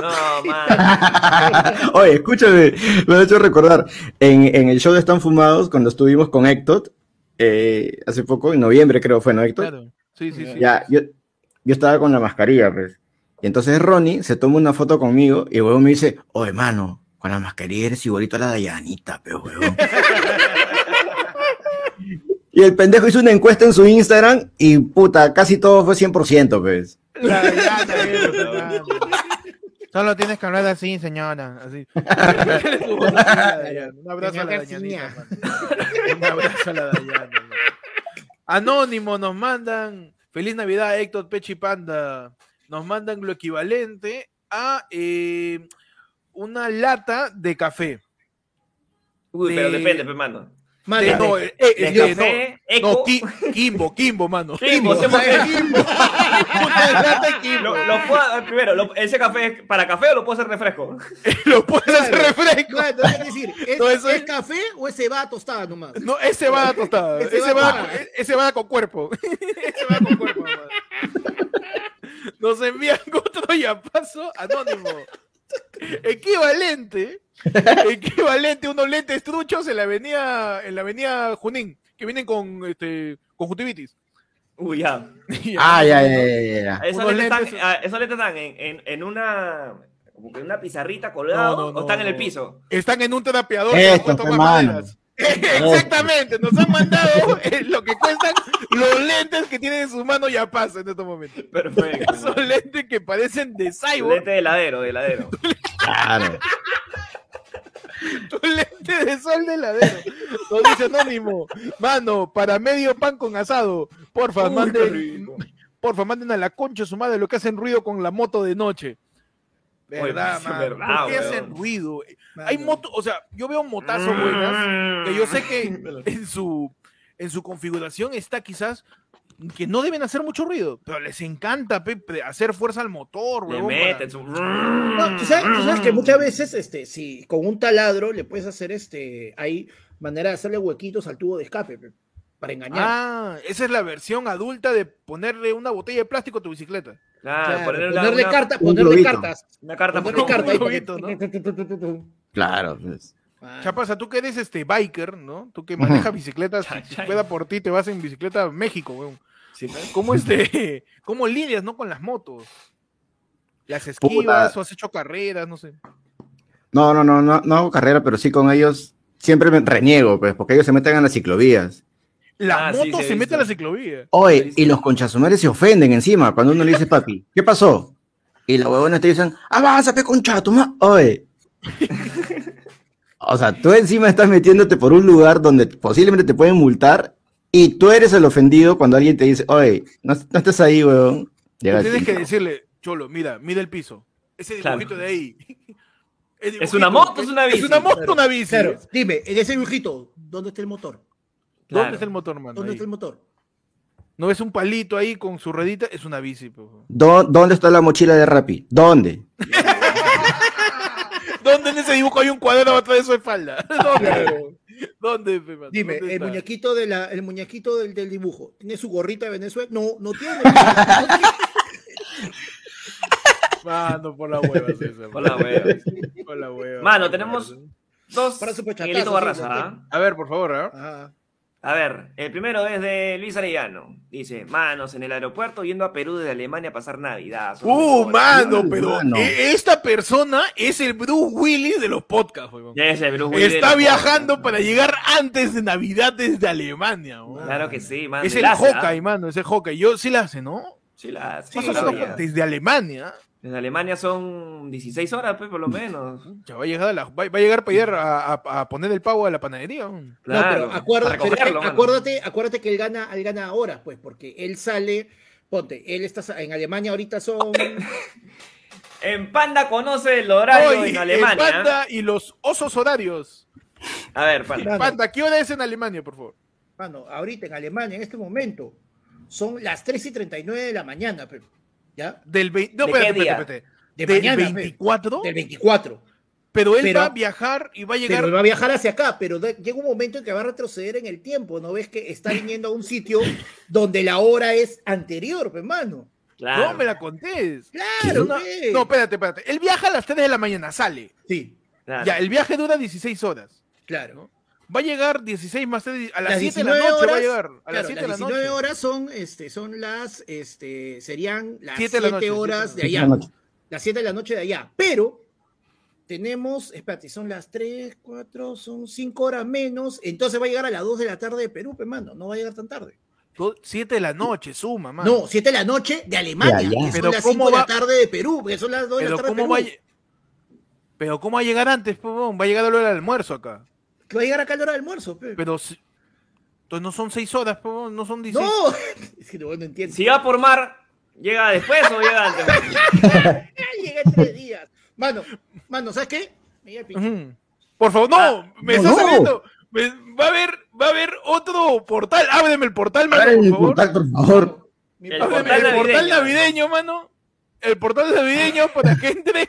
[SPEAKER 2] No, mano.
[SPEAKER 4] Oye, escúchame, me has hecho recordar. En, en el show de Están Fumados, cuando estuvimos con Ectot, eh, hace poco, en noviembre creo fue, ¿no, Ectot?
[SPEAKER 1] claro. Sí, sí, sí.
[SPEAKER 4] Ya, yo, yo estaba con la mascarilla, pues. Y entonces Ronnie se toma una foto conmigo y luego me dice, oye, mano, con la mascarilla eres igualito a la Dayanita, pero
[SPEAKER 1] *laughs*
[SPEAKER 4] huevón. y el pendejo hizo una encuesta en su Instagram y puta, casi todo fue 100%, pues.
[SPEAKER 1] La verdad, la verdad, mano. Solo tienes que hablar así, señora. Así. Un abrazo a la Dayanita. mano. Un abrazo a la Dayana. mano. Anónimo, nos mandan. Feliz Navidad, Héctor Pechi Panda. Nos mandan lo equivalente a eh, una lata de café.
[SPEAKER 2] Uy, pero
[SPEAKER 1] De-
[SPEAKER 2] depende, pe, mano.
[SPEAKER 1] De- no, eh, eh,
[SPEAKER 2] de
[SPEAKER 1] de-
[SPEAKER 2] café,
[SPEAKER 1] no,
[SPEAKER 2] eco.
[SPEAKER 1] no, Qui- Kimbo, Kimbo, mano.
[SPEAKER 2] Kimbo,
[SPEAKER 1] Kimbo,
[SPEAKER 2] hacemos-
[SPEAKER 1] Kimbo. Una lata de Kimbo.
[SPEAKER 2] Lo- lo puedo- a ver, primero, lo- ¿ese café es para café o lo puedo hacer
[SPEAKER 1] *laughs*
[SPEAKER 2] refresco?
[SPEAKER 1] Lo puedes hacer
[SPEAKER 3] Claro.
[SPEAKER 1] *laughs* refresco.
[SPEAKER 3] Claro, entonces, es decir, ¿es,
[SPEAKER 1] No, eso
[SPEAKER 3] es
[SPEAKER 1] es-
[SPEAKER 3] café o ese va tostada nomás?
[SPEAKER 1] No, ese va a tostada.
[SPEAKER 3] Ese
[SPEAKER 1] Ese,
[SPEAKER 3] va
[SPEAKER 1] va,
[SPEAKER 3] a-
[SPEAKER 1] con- ese va con cuerpo. ese va con cuerpo, mamá. Nos envían *laughs* otro y a paso anónimo. Equivalente. Equivalente unos lentes truchos en la avenida, en la avenida Junín, que vienen con este conjuntivitis.
[SPEAKER 2] Uy, ya.
[SPEAKER 4] Ah, ya, ya, ya, ya, ya.
[SPEAKER 2] Esos
[SPEAKER 1] Unos
[SPEAKER 2] lentes están,
[SPEAKER 1] lentes-
[SPEAKER 2] ah, esos lentes están en, en- en una como que en una pizarrita colgada
[SPEAKER 1] No, no,
[SPEAKER 2] o
[SPEAKER 1] no,
[SPEAKER 2] están en el
[SPEAKER 1] no.
[SPEAKER 2] piso.
[SPEAKER 1] Están en un terapiador.
[SPEAKER 4] Esto,
[SPEAKER 1] que cuesta
[SPEAKER 4] pe,
[SPEAKER 1] más
[SPEAKER 4] mano.
[SPEAKER 1] *laughs* maneras. Exactamente, nos han mandado eh, lo que cuestan los lentes que tienen en sus manos ya pasa en estos momentos.
[SPEAKER 2] Perfecto.
[SPEAKER 1] *laughs* Son lentes que parecen de cyborg,
[SPEAKER 2] Lente de heladero, de heladero.
[SPEAKER 4] Claro.
[SPEAKER 1] un *laughs* lente de sol de ladero. Nos dice Anónimo, mano, para medio pan con asado, porfa,
[SPEAKER 2] Uy, qué
[SPEAKER 1] manden,
[SPEAKER 2] rico.
[SPEAKER 1] porfa, manden a la concha de su madre lo que hacen ruido con la moto de noche. *laughs* ¿Verdad,
[SPEAKER 2] Oye,
[SPEAKER 1] mano?
[SPEAKER 2] verdad,
[SPEAKER 1] ¿Por qué
[SPEAKER 2] weón.
[SPEAKER 1] hacen ruido? Hay motos, o sea, yo veo motazos buenas,
[SPEAKER 2] Mm.
[SPEAKER 1] que yo sé
[SPEAKER 2] *laughs*
[SPEAKER 1] que en su, en su configuración está quizás que no deben hacer mucho ruido, pero les encanta pe, pre- hacer fuerza al motor,
[SPEAKER 2] Le
[SPEAKER 1] huevón, para-
[SPEAKER 2] meten su...
[SPEAKER 3] No, tú, sabes, tú sabes que muchas veces, este, si con un taladro le puedes hacer, este, hay manera de hacerle huequitos al tubo de escape pe, para engañar.
[SPEAKER 1] Ah, esa es la versión adulta de ponerle una botella de plástico a tu bicicleta.
[SPEAKER 2] Claro,
[SPEAKER 3] Claro,
[SPEAKER 2] ponerle
[SPEAKER 3] ponerle,
[SPEAKER 2] una, una-
[SPEAKER 3] carta-
[SPEAKER 4] un
[SPEAKER 3] ponerle
[SPEAKER 4] globito.
[SPEAKER 3] cartas,
[SPEAKER 2] una carta por
[SPEAKER 3] ponerle cartas. ahí
[SPEAKER 1] un
[SPEAKER 3] para que-
[SPEAKER 1] *laughs*
[SPEAKER 4] Claro. pues.
[SPEAKER 3] Ah,
[SPEAKER 1] Chapaza, tú que eres este biker, ¿no? Tú que
[SPEAKER 4] Ujú.
[SPEAKER 2] *laughs*
[SPEAKER 1] manejas bicicletas,
[SPEAKER 2] Chay,
[SPEAKER 1] si
[SPEAKER 2] chay.
[SPEAKER 1] pueda por ti, te vas en bicicleta a México, weón.
[SPEAKER 2] Sí, ¿no?
[SPEAKER 1] ¿Cómo este, *laughs* cómo lidias, no, con las motos? Las esquivas o has hecho carreras, no
[SPEAKER 2] Ah,
[SPEAKER 1] sé.
[SPEAKER 4] No, no, no, no, no hago carrera, pero sí con ellos siempre me reniego, pues, porque ellos se meten en las ciclovías.
[SPEAKER 1] Las
[SPEAKER 2] Ah, sí,
[SPEAKER 1] motos
[SPEAKER 2] sí, he
[SPEAKER 1] se meten
[SPEAKER 2] visto.
[SPEAKER 1] a la ciclovía.
[SPEAKER 4] Oye, y los conchasumares se ofenden encima cuando uno le dice, papi, ¿qué pasó? Y los huevones te dicen, avanza, pe concha, tu ma-".
[SPEAKER 1] *laughs*
[SPEAKER 4] Oye. O sea, tú encima estás metiéndote por un lugar donde posiblemente te pueden multar y tú eres el ofendido cuando alguien te dice, oye, no, no estés ahí, huevón.
[SPEAKER 1] Tú
[SPEAKER 4] Llega el
[SPEAKER 1] Pues tienes que
[SPEAKER 4] tipo.
[SPEAKER 1] decirle, Cholo, mira, mira el piso. Ese
[SPEAKER 2] Claro.
[SPEAKER 1] dibujito de ahí. *laughs* El
[SPEAKER 2] Es una
[SPEAKER 1] dibujito,
[SPEAKER 2] moto, es una bici.
[SPEAKER 1] Es una moto,
[SPEAKER 3] Claro,
[SPEAKER 1] una bici.
[SPEAKER 3] Claro, dime, en ese dibujito, ¿dónde está el motor?
[SPEAKER 1] ¿Dónde
[SPEAKER 2] Claro.
[SPEAKER 1] está el motor, mano?
[SPEAKER 3] ¿Dónde
[SPEAKER 1] ahí?
[SPEAKER 3] está el motor?
[SPEAKER 1] No es un palito ahí con su redita, es una bici. po.
[SPEAKER 4] "¿Dó- ¿Dónde está la mochila de Rappi? ¿Dónde?
[SPEAKER 1] *laughs* ¿Dónde en ese dibujo hay un cuadrado atrás de su espalda? *laughs* ¿Dónde? ¿Dónde, pe, mano?
[SPEAKER 3] Dime,
[SPEAKER 2] eh,
[SPEAKER 1] ¿Dónde
[SPEAKER 3] el
[SPEAKER 1] está?
[SPEAKER 3] muñequito, de la, el muñequito del, del dibujo, ¿tiene su gorrita de Venezuela? No, no tiene.
[SPEAKER 2] *laughs*
[SPEAKER 3] *laughs* no tiene.
[SPEAKER 1] Mano, Ah, por la hueva, César.
[SPEAKER 2] *laughs* Por la hueva.
[SPEAKER 1] Por la hueva.
[SPEAKER 2] Mano,
[SPEAKER 1] por la
[SPEAKER 2] tenemos-
[SPEAKER 1] hueva.
[SPEAKER 2] Dos
[SPEAKER 3] Para su pechatazo,
[SPEAKER 2] Miguelito
[SPEAKER 3] sí,
[SPEAKER 2] Barraza,
[SPEAKER 3] ya
[SPEAKER 2] ¿ah?
[SPEAKER 3] entiendo.
[SPEAKER 1] A ver, por favor, ¿ah?
[SPEAKER 3] Ah,
[SPEAKER 2] A ver, el primero es de Luis Arellano. Dice, manos en el aeropuerto yendo a Perú desde Alemania a pasar Navidad. Son
[SPEAKER 1] Uh,
[SPEAKER 2] mejores".
[SPEAKER 1] mano,
[SPEAKER 4] Ay,
[SPEAKER 1] pero
[SPEAKER 4] mano.
[SPEAKER 1] e- esta persona es el Bruce Willis de los podcasts, huevón.
[SPEAKER 2] Ya ese Bruce Willis
[SPEAKER 1] Está
[SPEAKER 2] de los
[SPEAKER 1] viajando
[SPEAKER 2] podcasts.
[SPEAKER 1] para llegar antes de Navidad desde Alemania, huevón.
[SPEAKER 2] Claro que sí, mano.
[SPEAKER 1] Es
[SPEAKER 2] y
[SPEAKER 1] el
[SPEAKER 2] la hace, ¿ah?
[SPEAKER 1] Hawkeye, mano, es el Hawkeye. Yo sí la hace, ¿no?
[SPEAKER 2] Sí, la hace.
[SPEAKER 1] Más
[SPEAKER 2] sí,
[SPEAKER 1] o
[SPEAKER 2] la
[SPEAKER 1] menos
[SPEAKER 2] veía.
[SPEAKER 1] desde Alemania.
[SPEAKER 2] Desde Alemania son 16 horas, pues, por lo menos.
[SPEAKER 1] Mm. Ya va a llegar a, la- va, va a, llegar para ir a, a- a poner el pavo a la panadería. ¿no?
[SPEAKER 3] no,
[SPEAKER 2] Claro,
[SPEAKER 3] pero acuerda-
[SPEAKER 2] para
[SPEAKER 3] pero eh,
[SPEAKER 2] recogerlo, mano.
[SPEAKER 3] acuérdate, acuérdate que él gana, él gana horas, pues, porque él sale, ponte, él está sa- en Alemania ahorita son
[SPEAKER 2] En Panda conoce el *coughs* horario
[SPEAKER 1] Hoy,
[SPEAKER 2] en
[SPEAKER 1] el
[SPEAKER 2] Alemania. ¿ah?
[SPEAKER 1] panda y los osos horarios.
[SPEAKER 2] A ver, Panda.
[SPEAKER 3] Claro.
[SPEAKER 1] Panda, ¿qué hora es en Alemania, por favor?
[SPEAKER 3] Mano, ahorita en Alemania, en este momento, son las 3 y 39 de la mañana, pe. ¿ya?
[SPEAKER 1] Del vei- No,
[SPEAKER 2] ¿De
[SPEAKER 1] espérate,
[SPEAKER 2] qué día?
[SPEAKER 1] espérate, espérate.
[SPEAKER 3] De
[SPEAKER 1] ¿Del
[SPEAKER 3] mañana, pe.
[SPEAKER 1] 24?
[SPEAKER 3] Del 24.
[SPEAKER 1] Pero él
[SPEAKER 3] Pero-
[SPEAKER 1] va a viajar y va a llegar.
[SPEAKER 3] Pero va a viajar hacia acá, pero de- llega un momento en que va a retroceder en el tiempo, ¿no ves que está viniendo a un sitio donde la hora es anterior, pe, mano?
[SPEAKER 2] Claro.
[SPEAKER 1] No me la contés. Es
[SPEAKER 3] Claro,
[SPEAKER 1] una-
[SPEAKER 3] pe.
[SPEAKER 1] No, espérate, espérate. Él viaja a las 3 de la mañana, sale.
[SPEAKER 3] Sí,
[SPEAKER 2] claro.
[SPEAKER 1] Ya, el viaje dura 16 horas.
[SPEAKER 3] claro.
[SPEAKER 1] ¿no? Va a llegar 16 más 3, a las,
[SPEAKER 3] Las
[SPEAKER 1] 7 de la
[SPEAKER 3] 19
[SPEAKER 1] noche va a
[SPEAKER 3] horas,
[SPEAKER 1] llegar. A las
[SPEAKER 3] claro,
[SPEAKER 1] 7 de la
[SPEAKER 3] 19
[SPEAKER 1] noche.
[SPEAKER 3] horas son, este, son las, este, serían las 7
[SPEAKER 1] Siete de la noche,
[SPEAKER 3] horas de
[SPEAKER 1] siete
[SPEAKER 4] de la
[SPEAKER 3] allá.
[SPEAKER 4] noche.
[SPEAKER 3] Las 7 de la noche de allá. Pero tenemos, espérate, son las 3, 4, son 5 horas menos. Entonces va a llegar a las 2 de la tarde de Perú, pe, mano. No va a llegar tan tarde. *laughs*
[SPEAKER 1] 7 de la noche, suma, mano.
[SPEAKER 3] No, 7 de la noche de Alemania.
[SPEAKER 4] De allá.
[SPEAKER 3] que son
[SPEAKER 1] Pero
[SPEAKER 3] las
[SPEAKER 1] ¿cómo
[SPEAKER 3] 5 de la
[SPEAKER 1] va-
[SPEAKER 3] tarde de Perú, que son las 2 de la
[SPEAKER 1] pero
[SPEAKER 3] tarde de
[SPEAKER 1] ¿cómo
[SPEAKER 3] Perú.
[SPEAKER 1] va a... lle- Pero ¿cómo va a llegar antes, po, huevón? Va a llegar a la hora del almuerzo acá.
[SPEAKER 3] Que va a llegar acá a la hora de almuerzo. pe.
[SPEAKER 1] Pero si- Entonces no son seis horas, po, no son 16.
[SPEAKER 3] No, *laughs* es que
[SPEAKER 1] *laughs*
[SPEAKER 3] no, no entiendo.
[SPEAKER 2] Si va por mar, ¿llega después o llega antes?
[SPEAKER 3] Llegué en tres días. Mano, mano, ¿sabes qué? Me llega el pinche.
[SPEAKER 1] Ujú. Por favor, no,
[SPEAKER 2] Ah,
[SPEAKER 1] me
[SPEAKER 4] no,
[SPEAKER 1] está
[SPEAKER 4] no.
[SPEAKER 1] saliendo. Me- va a haber, va a haber otro portal. Ábreme el portal, mano,
[SPEAKER 4] Abran
[SPEAKER 1] por
[SPEAKER 4] el
[SPEAKER 1] favor.
[SPEAKER 4] portal, por favor.
[SPEAKER 3] Mi
[SPEAKER 2] El
[SPEAKER 3] papá
[SPEAKER 1] Ábreme
[SPEAKER 3] me-
[SPEAKER 2] portal
[SPEAKER 1] el portal
[SPEAKER 2] navideño.
[SPEAKER 1] navideño, mano. El portal navideño para que
[SPEAKER 4] *laughs*
[SPEAKER 1] entre.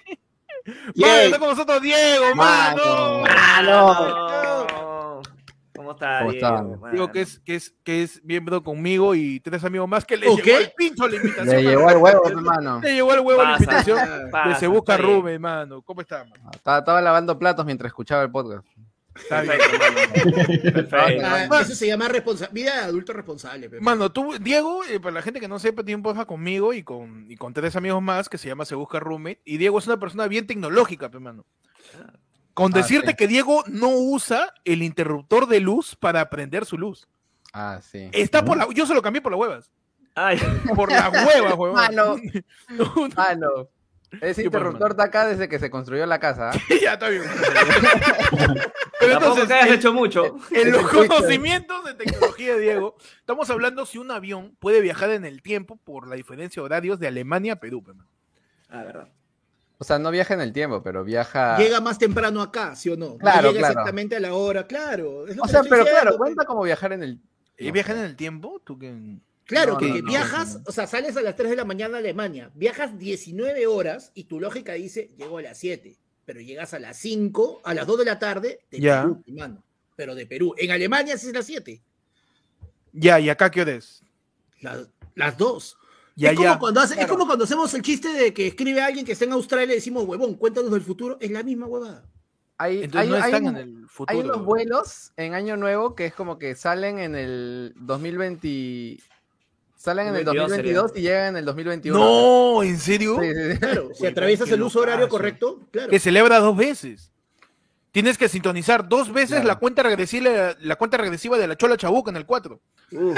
[SPEAKER 1] Mano,
[SPEAKER 4] Yay.
[SPEAKER 1] está con nosotros Diego, mano.
[SPEAKER 4] Mano.
[SPEAKER 2] ¡Mano! ¿Cómo está,
[SPEAKER 4] ¿Cómo
[SPEAKER 2] Diego?
[SPEAKER 4] está?
[SPEAKER 2] mano?
[SPEAKER 1] Digo que es, que es, que es miembro conmigo y tres amigos más que le
[SPEAKER 3] ¿O
[SPEAKER 1] llegó
[SPEAKER 3] qué?
[SPEAKER 1] el pincho la invitación.
[SPEAKER 5] Le llevó el huevo, hermano.
[SPEAKER 1] Le llegó el huevo la
[SPEAKER 2] Pasa,
[SPEAKER 1] invitación.
[SPEAKER 2] pasa,
[SPEAKER 1] de se busca
[SPEAKER 2] está bien.
[SPEAKER 1] Rubén, mano. ¿Cómo está, mano?
[SPEAKER 5] Estaba, estaba lavando platos mientras escuchaba el podcast.
[SPEAKER 1] Está bien.
[SPEAKER 2] Perfecto, mano. Perfecto.
[SPEAKER 3] Ah, eso se llama responsa- vida de adulto responsable. pe.
[SPEAKER 1] Mano, tú, Diego, eh, para la gente que no sepa, tiene un podcast conmigo y con, y con tres amigos más que se llama Se Busca Roommate. Y Diego es una persona bien tecnológica, pe, mano. Con
[SPEAKER 5] Ah,
[SPEAKER 1] decirte
[SPEAKER 5] sí.
[SPEAKER 1] que Diego no usa el interruptor de luz para prender su luz.
[SPEAKER 5] Ah, sí.
[SPEAKER 1] Está por la, yo se lo cambié por las huevas.
[SPEAKER 2] Ay,
[SPEAKER 5] *laughs*
[SPEAKER 1] Por las huevas, huevón.
[SPEAKER 5] Mano.
[SPEAKER 1] *laughs* No, no,
[SPEAKER 5] Mano. Ese
[SPEAKER 1] Sí, pues,
[SPEAKER 5] interruptor está acá desde que se construyó la casa. ¿ah?
[SPEAKER 1] *laughs* ya está bien. Pero
[SPEAKER 2] tampoco
[SPEAKER 1] entonces,
[SPEAKER 2] que hayas
[SPEAKER 1] el-
[SPEAKER 2] hecho mucho.
[SPEAKER 1] En los
[SPEAKER 5] Ese Twitter.
[SPEAKER 1] conocimientos de tecnología, Diego, estamos hablando si un avión puede viajar en el tiempo por la diferencia de horarios de Alemania a Perú, pe, mano.
[SPEAKER 2] Ah, verdad.
[SPEAKER 5] O sea, no viaja en el tiempo, pero viaja.
[SPEAKER 3] Llega más temprano acá, ¿sí o no? No
[SPEAKER 5] Claro,
[SPEAKER 3] llega
[SPEAKER 5] claro.
[SPEAKER 3] exactamente a la hora, claro. es lo
[SPEAKER 5] O
[SPEAKER 3] que
[SPEAKER 5] sea,
[SPEAKER 3] estoy
[SPEAKER 5] pero
[SPEAKER 3] diciendo,
[SPEAKER 5] claro, pues,
[SPEAKER 3] pe.
[SPEAKER 5] cuenta como viajar en el.
[SPEAKER 1] ¿Y viajan en el tiempo? ¿Tú que
[SPEAKER 3] Claro,
[SPEAKER 5] No,
[SPEAKER 3] que,
[SPEAKER 5] no,
[SPEAKER 3] que
[SPEAKER 5] no,
[SPEAKER 3] viajas,
[SPEAKER 5] no, no.
[SPEAKER 3] o sea, sales a las 3 de la mañana a Alemania, viajas 19 horas y tu lógica dice, llego a las 7, pero llegas a las 5, a las 2 de la tarde, de
[SPEAKER 1] Ya.
[SPEAKER 3] Perú, hermano, pero de Perú. En Alemania sí es las 7,
[SPEAKER 1] Ya, ¿y acá qué hora es?
[SPEAKER 3] la- las 2.
[SPEAKER 1] Ya,
[SPEAKER 3] es, como
[SPEAKER 1] ya.
[SPEAKER 3] Cuando hace- es
[SPEAKER 5] Claro.
[SPEAKER 3] como cuando hacemos el chiste de que escribe a alguien que está en Australia y le decimos, huevón, cuéntanos del futuro, es la misma huevada.
[SPEAKER 5] Hay,
[SPEAKER 1] Entonces
[SPEAKER 5] hay-
[SPEAKER 1] no
[SPEAKER 5] hay
[SPEAKER 1] están
[SPEAKER 5] un-
[SPEAKER 1] en el futuro.
[SPEAKER 5] hay unos vuelos en Año Nuevo que es como que salen en el 2020. Salen en el 2022
[SPEAKER 2] 2022
[SPEAKER 5] y llegan en el 2021.
[SPEAKER 1] No, ¿en serio?
[SPEAKER 5] Sí, sí, sí.
[SPEAKER 3] Claro, si
[SPEAKER 1] Huevón,
[SPEAKER 3] atraviesas
[SPEAKER 1] qué
[SPEAKER 3] el uso horario
[SPEAKER 4] ah,
[SPEAKER 1] locazo.
[SPEAKER 3] correcto, claro.
[SPEAKER 1] Que celebra dos veces. Tienes que sintonizar dos veces
[SPEAKER 5] Claro.
[SPEAKER 1] la, cuenta regresiva, la cuenta regresiva de la Chola Chabuca en el 4.
[SPEAKER 2] Uh,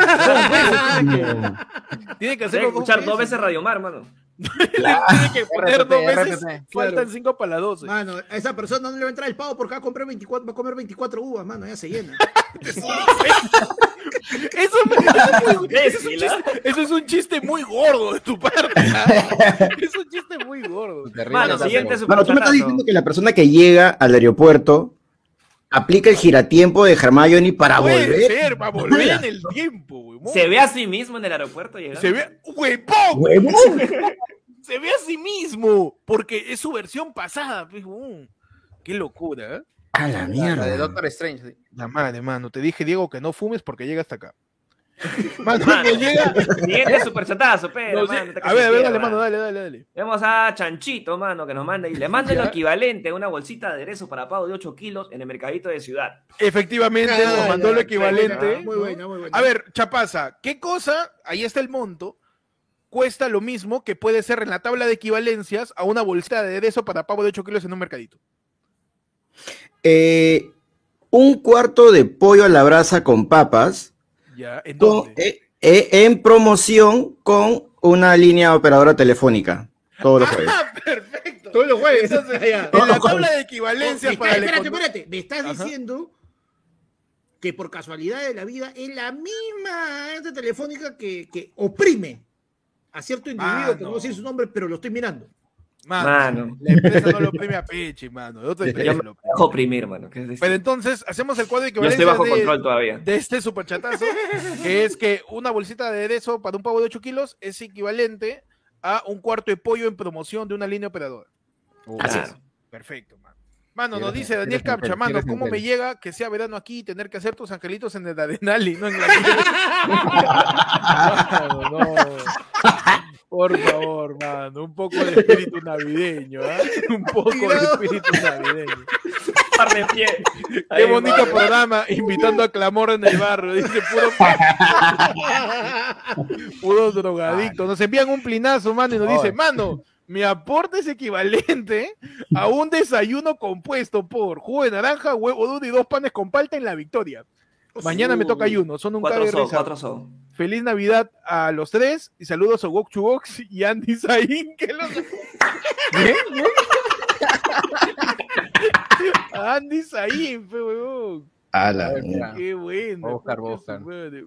[SPEAKER 1] Tiene que
[SPEAKER 2] Tienes que
[SPEAKER 1] hacerlo
[SPEAKER 2] escuchar dos veces Radio Mar, mano.
[SPEAKER 1] *laughs* Tiene que poner
[SPEAKER 5] RPT,
[SPEAKER 1] dos veces.
[SPEAKER 5] RPT.
[SPEAKER 1] Faltan
[SPEAKER 3] Claro.
[SPEAKER 1] cinco para las 12.
[SPEAKER 3] Mano, a esa persona no le va a entrar el pavo porque va a, comprar 24, va a comer 24 uvas, mano, ya se
[SPEAKER 1] *laughs*
[SPEAKER 3] llena.
[SPEAKER 1] Eso, eso- eso es un
[SPEAKER 2] Imbécil, ¿ah?
[SPEAKER 1] chiste, eso es un chiste muy gordo de tu parte. ¿ah? Es un chiste muy gordo.
[SPEAKER 5] Terrible,
[SPEAKER 2] Mano,
[SPEAKER 5] terrible.
[SPEAKER 2] siguiente
[SPEAKER 4] Mano, tú me estás diciendo que la persona que lega al aeropuerto aplica el giratiempo de Hermione para
[SPEAKER 1] Puede
[SPEAKER 4] volver.
[SPEAKER 1] ser, para volver en el tiempo, güey.
[SPEAKER 2] Se ve a sí mismo en el aeropuerto llegando.
[SPEAKER 1] Se *laughs* ve, huevón,
[SPEAKER 4] ¡Huevón!
[SPEAKER 1] se ve a sí mismo, porque es su versión pasada, pues, huevón. Qué locura, ¿eh?
[SPEAKER 4] A la
[SPEAKER 5] La, la de
[SPEAKER 4] mierda.
[SPEAKER 5] Doctor Strange. sí.
[SPEAKER 1] La madre, mano, te dije, Diego, que no fumes porque llega hasta acá. Mano,
[SPEAKER 2] Mano.
[SPEAKER 1] nos llega-
[SPEAKER 2] Siguiente superchatazo, pero,
[SPEAKER 1] nos
[SPEAKER 2] mano.
[SPEAKER 1] llega-
[SPEAKER 2] está que
[SPEAKER 1] A ver,
[SPEAKER 2] se
[SPEAKER 1] a ver,
[SPEAKER 2] quiebra.
[SPEAKER 1] dale, mano, dale, dale, dale.
[SPEAKER 2] Vemos a Chanchito, mano, que nos manda y le manda lo
[SPEAKER 1] Ya.
[SPEAKER 2] equivalente a una bolsita de aderezo para pavo de 8 kilos en el mercadito de ciudad.
[SPEAKER 1] Efectivamente, nos
[SPEAKER 3] Ah,
[SPEAKER 1] mandó lo
[SPEAKER 2] ya,
[SPEAKER 1] equivalente.
[SPEAKER 3] Muy
[SPEAKER 1] ¿no?
[SPEAKER 3] buena, muy buena.
[SPEAKER 1] A ver, Chapaza, ¿qué cosa, ahí está el monto, cuesta lo mismo que puede ser en la tabla de equivalencias a una bolsita de aderezo para pavo de 8 kilos en un mercadito?
[SPEAKER 4] Eh, un cuarto de pollo a la brasa con papas
[SPEAKER 1] Ya, ¿en
[SPEAKER 4] con-
[SPEAKER 1] dónde?
[SPEAKER 4] eh, eh, en promoción con una línea operadora telefónica. Todos los
[SPEAKER 3] *laughs*
[SPEAKER 4] jueves.
[SPEAKER 1] Ah, perfecto.
[SPEAKER 3] Todos los jueves.
[SPEAKER 1] Entonces,
[SPEAKER 3] Ya.
[SPEAKER 1] En la
[SPEAKER 4] Ojo.
[SPEAKER 1] tabla de
[SPEAKER 3] Me está-
[SPEAKER 1] equivalencias para la
[SPEAKER 3] espérate,
[SPEAKER 1] econom-
[SPEAKER 3] espérate. Me estás
[SPEAKER 1] Ajá.
[SPEAKER 3] diciendo que por casualidad de la vida es la misma esta telefónica que, que oprime a cierto individuo que no
[SPEAKER 1] Mano.
[SPEAKER 3] sé su nombre, pero lo estoy mirando.
[SPEAKER 1] Mano,
[SPEAKER 2] Mano.
[SPEAKER 1] La empresa no lo premia *laughs* a Peche, mano. la otra empresa
[SPEAKER 2] Yo me
[SPEAKER 1] lo premia.
[SPEAKER 2] bajo primero, mano. ¿qué es decir?
[SPEAKER 1] Pero entonces, hacemos el cuadro de
[SPEAKER 2] Yo estoy
[SPEAKER 1] equivalencias
[SPEAKER 2] bajo
[SPEAKER 1] de,
[SPEAKER 2] control todavía.
[SPEAKER 1] de este superchatazo, que es que una bolsita de aderezo para un pavo de 8 kilos es equivalente a un cuarto de pollo en promoción de una línea operadora.
[SPEAKER 5] Uh,
[SPEAKER 2] Claro.
[SPEAKER 1] Perfecto, mano. Mano, nos
[SPEAKER 5] Eres-
[SPEAKER 1] dice Daniel
[SPEAKER 5] eres
[SPEAKER 1] Capcha,
[SPEAKER 5] mujer,
[SPEAKER 1] mano,
[SPEAKER 5] eres
[SPEAKER 1] ¿cómo
[SPEAKER 5] mujer.
[SPEAKER 1] me llega que sea verano aquí y tener que hacer tus angelitos en el Arenal y no en la Mano, no. Por favor, mano, un poco de espíritu navideño, *laughs* ¿ah? Un poco de espíritu navideño.
[SPEAKER 2] Par de pie.
[SPEAKER 1] Qué
[SPEAKER 2] Ahí,
[SPEAKER 1] bonito
[SPEAKER 2] mano.
[SPEAKER 1] programa, invitando a clamor en el barrio, dice puro, *laughs* puro drogadicto. Nos envían un plinazo, mano, y nos dice, mano, mi aporte es equivalente a un desayuno compuesto por jugo de naranja, huevo duro y dos panes con palta en la victoria. Mañana me toca ayuno, son un cague
[SPEAKER 2] Cuatro
[SPEAKER 1] de
[SPEAKER 2] so,
[SPEAKER 1] risa.
[SPEAKER 2] cuatro so.
[SPEAKER 1] Feliz Navidad a los tres y saludos a Wok Chubox *laughs* y Andy Sain, que los... ¿Bien? *laughs* ¿Bien? A Andy Sain, pe, huevón.
[SPEAKER 4] A la
[SPEAKER 5] A ver,
[SPEAKER 4] mierda.
[SPEAKER 5] espera.
[SPEAKER 1] Qué bueno.
[SPEAKER 5] Voy a buscar, voy a
[SPEAKER 1] puta
[SPEAKER 5] buscar.
[SPEAKER 1] madre.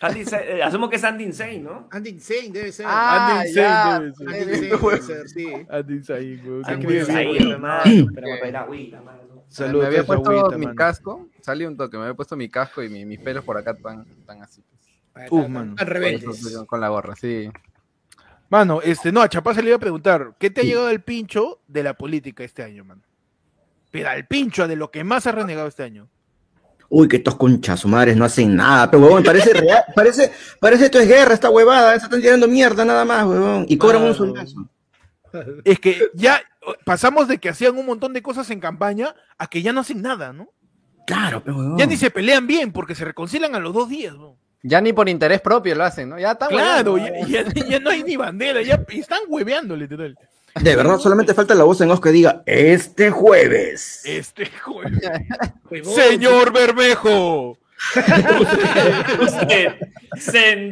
[SPEAKER 2] Andy Insane, eh, asumo que es Andy Insane, ¿no?
[SPEAKER 3] Andy Insane debe ser.
[SPEAKER 5] Ah,
[SPEAKER 1] Anden
[SPEAKER 5] ya.
[SPEAKER 1] seis, debe
[SPEAKER 3] Andy
[SPEAKER 1] ser.
[SPEAKER 3] Insane debe ser, sí.
[SPEAKER 1] Andy Sain, güey.
[SPEAKER 2] Ah,
[SPEAKER 5] Andy
[SPEAKER 1] Qué
[SPEAKER 5] Sain.
[SPEAKER 1] bien.
[SPEAKER 2] Insane,
[SPEAKER 1] *clears throat*
[SPEAKER 2] hermano. Pero
[SPEAKER 5] Ok.
[SPEAKER 2] para la agüita, mano.
[SPEAKER 1] Saludos,
[SPEAKER 5] me había
[SPEAKER 1] esa
[SPEAKER 5] puesto
[SPEAKER 1] agüita,
[SPEAKER 5] mi
[SPEAKER 1] mano.
[SPEAKER 5] casco, salí un toque, me había puesto mi casco y mi- mis pelos por acá tan, tan así. pues.
[SPEAKER 1] Uf, mano.
[SPEAKER 3] Al
[SPEAKER 5] Por eso
[SPEAKER 3] rebeldes.
[SPEAKER 5] estoy con la gorra, sí.
[SPEAKER 1] Mano, este, no, a Chapaza le iba a preguntar, ¿qué te ha llegado el pincho de la política este año, mano? Pero al pincho, de lo que más has renegado este año.
[SPEAKER 4] Uy, que estos conchas madres no hacen nada, pero huevón, parece real, parece, parece esto es guerra, esta huevada, se están tirando mierda nada más, huevón, y cobran un
[SPEAKER 1] Mano.
[SPEAKER 4] soldazo.
[SPEAKER 1] Es que ya o- pasamos de que hacían un montón de cosas en campaña a que ya no hacen nada, ¿no?
[SPEAKER 4] Claro, pero huevón.
[SPEAKER 1] Ya ni se pelean bien porque se reconcilian a los dos días, ¿no?
[SPEAKER 5] Ya ni por interés propio lo hacen, ¿no? Ya está.
[SPEAKER 1] Claro,
[SPEAKER 5] huevón.
[SPEAKER 1] ya, ya- ya no hay ni bandera, ya están hueveando, literal.
[SPEAKER 4] De verdad, solamente falta la voz en off que diga, este jueves.
[SPEAKER 1] Este jueves.
[SPEAKER 3] *laughs* Huevón,
[SPEAKER 1] *laughs* Señor Bermejo,
[SPEAKER 2] Usted,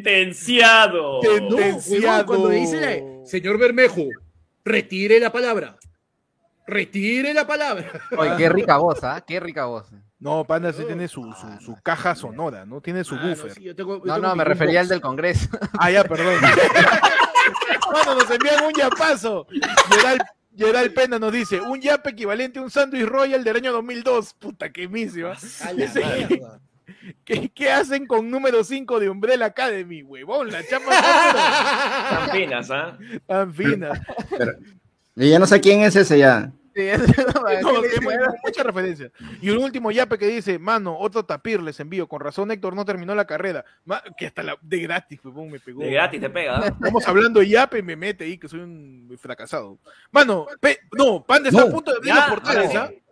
[SPEAKER 2] sentenciado.
[SPEAKER 1] Que no.
[SPEAKER 3] huevón, Cuando dice, señor Bermejo, retire la palabra. Retire la palabra.
[SPEAKER 5] Oye, qué rica voz, ¿ah? Qué rica voz.
[SPEAKER 1] No, Panda sí tiene su, su, su caja sonora, ¿no? Tiene su
[SPEAKER 3] Ah,
[SPEAKER 1] buffer.
[SPEAKER 3] sí, yo tengo- yo
[SPEAKER 5] No,
[SPEAKER 3] tengo
[SPEAKER 5] no,
[SPEAKER 3] mi
[SPEAKER 5] me refería al
[SPEAKER 3] boombox.
[SPEAKER 5] del Congreso.
[SPEAKER 1] Ah, ya,
[SPEAKER 3] *laughs*
[SPEAKER 1] perdón. Mano, nos envían un yapazo. Gerald, Gerald Pena nos dice, un yap equivalente a un sándwich royal del año 2002. Puta, qué misima.
[SPEAKER 3] A la mierda.
[SPEAKER 1] ¿Qué, qué hacen con número 5 de Umbrella Academy, huevón? La
[SPEAKER 3] *laughs*
[SPEAKER 1] chapa está
[SPEAKER 2] Tan finas, ¿ah?
[SPEAKER 1] pero tan fina.
[SPEAKER 4] Y ya no sé quién es ese ya.
[SPEAKER 5] Sí, *laughs* eso no me-
[SPEAKER 1] No,
[SPEAKER 5] ¿qué
[SPEAKER 1] sí,
[SPEAKER 5] le
[SPEAKER 1] muy-
[SPEAKER 5] hicieron?
[SPEAKER 1] muchas referencias. Y un último yape que dice, mano, otro tapir les envío. Con razón Héctor no terminó la carrera. Ma- que hasta la, de gratis, huevón, me pegó.
[SPEAKER 2] De gratis te pega, ¿ah?
[SPEAKER 1] *laughs* Estamos hablando de yape y me mete ahí que soy un fracasado. Mano, pe- no, Panda está
[SPEAKER 4] No.
[SPEAKER 1] a punto de abrir
[SPEAKER 2] Ya,
[SPEAKER 1] los portales,
[SPEAKER 2] ahora
[SPEAKER 1] ¿ah?
[SPEAKER 2] sí.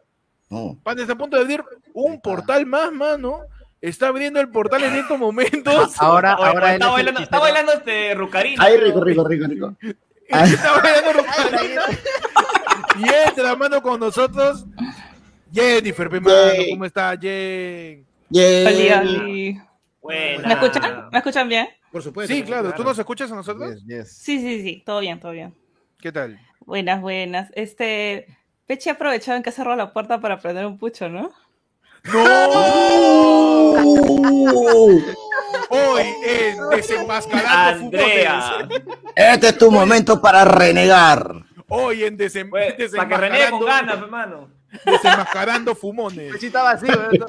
[SPEAKER 4] No.
[SPEAKER 1] Panda está a punto de abrir un portal más, mano. Está abriendo el portal en
[SPEAKER 2] *laughs*
[SPEAKER 1] estos momentos.
[SPEAKER 5] Ahora,
[SPEAKER 2] Oye,
[SPEAKER 5] ahora él
[SPEAKER 2] está,
[SPEAKER 5] es el
[SPEAKER 2] bailando, está
[SPEAKER 5] hechicero.
[SPEAKER 2] bailando este Rucarín.
[SPEAKER 4] Ay, rico, rico, rico, rico. Ay.
[SPEAKER 1] Está bailando Rosalina. Y entra, mano, con nosotros. Jennifer, pe, mano,
[SPEAKER 4] Yay.
[SPEAKER 1] ¿cómo está, Jen?
[SPEAKER 6] Oli,
[SPEAKER 4] Yeah.
[SPEAKER 6] oli.
[SPEAKER 2] Buena.
[SPEAKER 6] ¿Me escuchan? ¿Me escuchan bien?
[SPEAKER 3] Por supuesto.
[SPEAKER 1] Sí, claro, ¿tú
[SPEAKER 2] claro.
[SPEAKER 1] nos escuchas a nosotros?
[SPEAKER 5] Yes, yes.
[SPEAKER 6] Sí, sí, sí. Todo bien, todo bien.
[SPEAKER 1] ¿Qué tal?
[SPEAKER 6] Buenas, buenas. Este, Peche ha aprovechado en que cerró la puerta para prender un pucho, ¿no?
[SPEAKER 4] *laughs* Uh,
[SPEAKER 1] Hoy es
[SPEAKER 6] *laughs*
[SPEAKER 1] desenmascarando
[SPEAKER 2] Andrea.
[SPEAKER 1] fumones.
[SPEAKER 4] Este es tu momento para renegar.
[SPEAKER 1] Hoy en desem-
[SPEAKER 2] Pues, para que renegue con
[SPEAKER 1] desenmascarando-
[SPEAKER 2] ganas, hermano.
[SPEAKER 1] *laughs* desenmascarando fumones.
[SPEAKER 5] Sí, estaba así, huevón.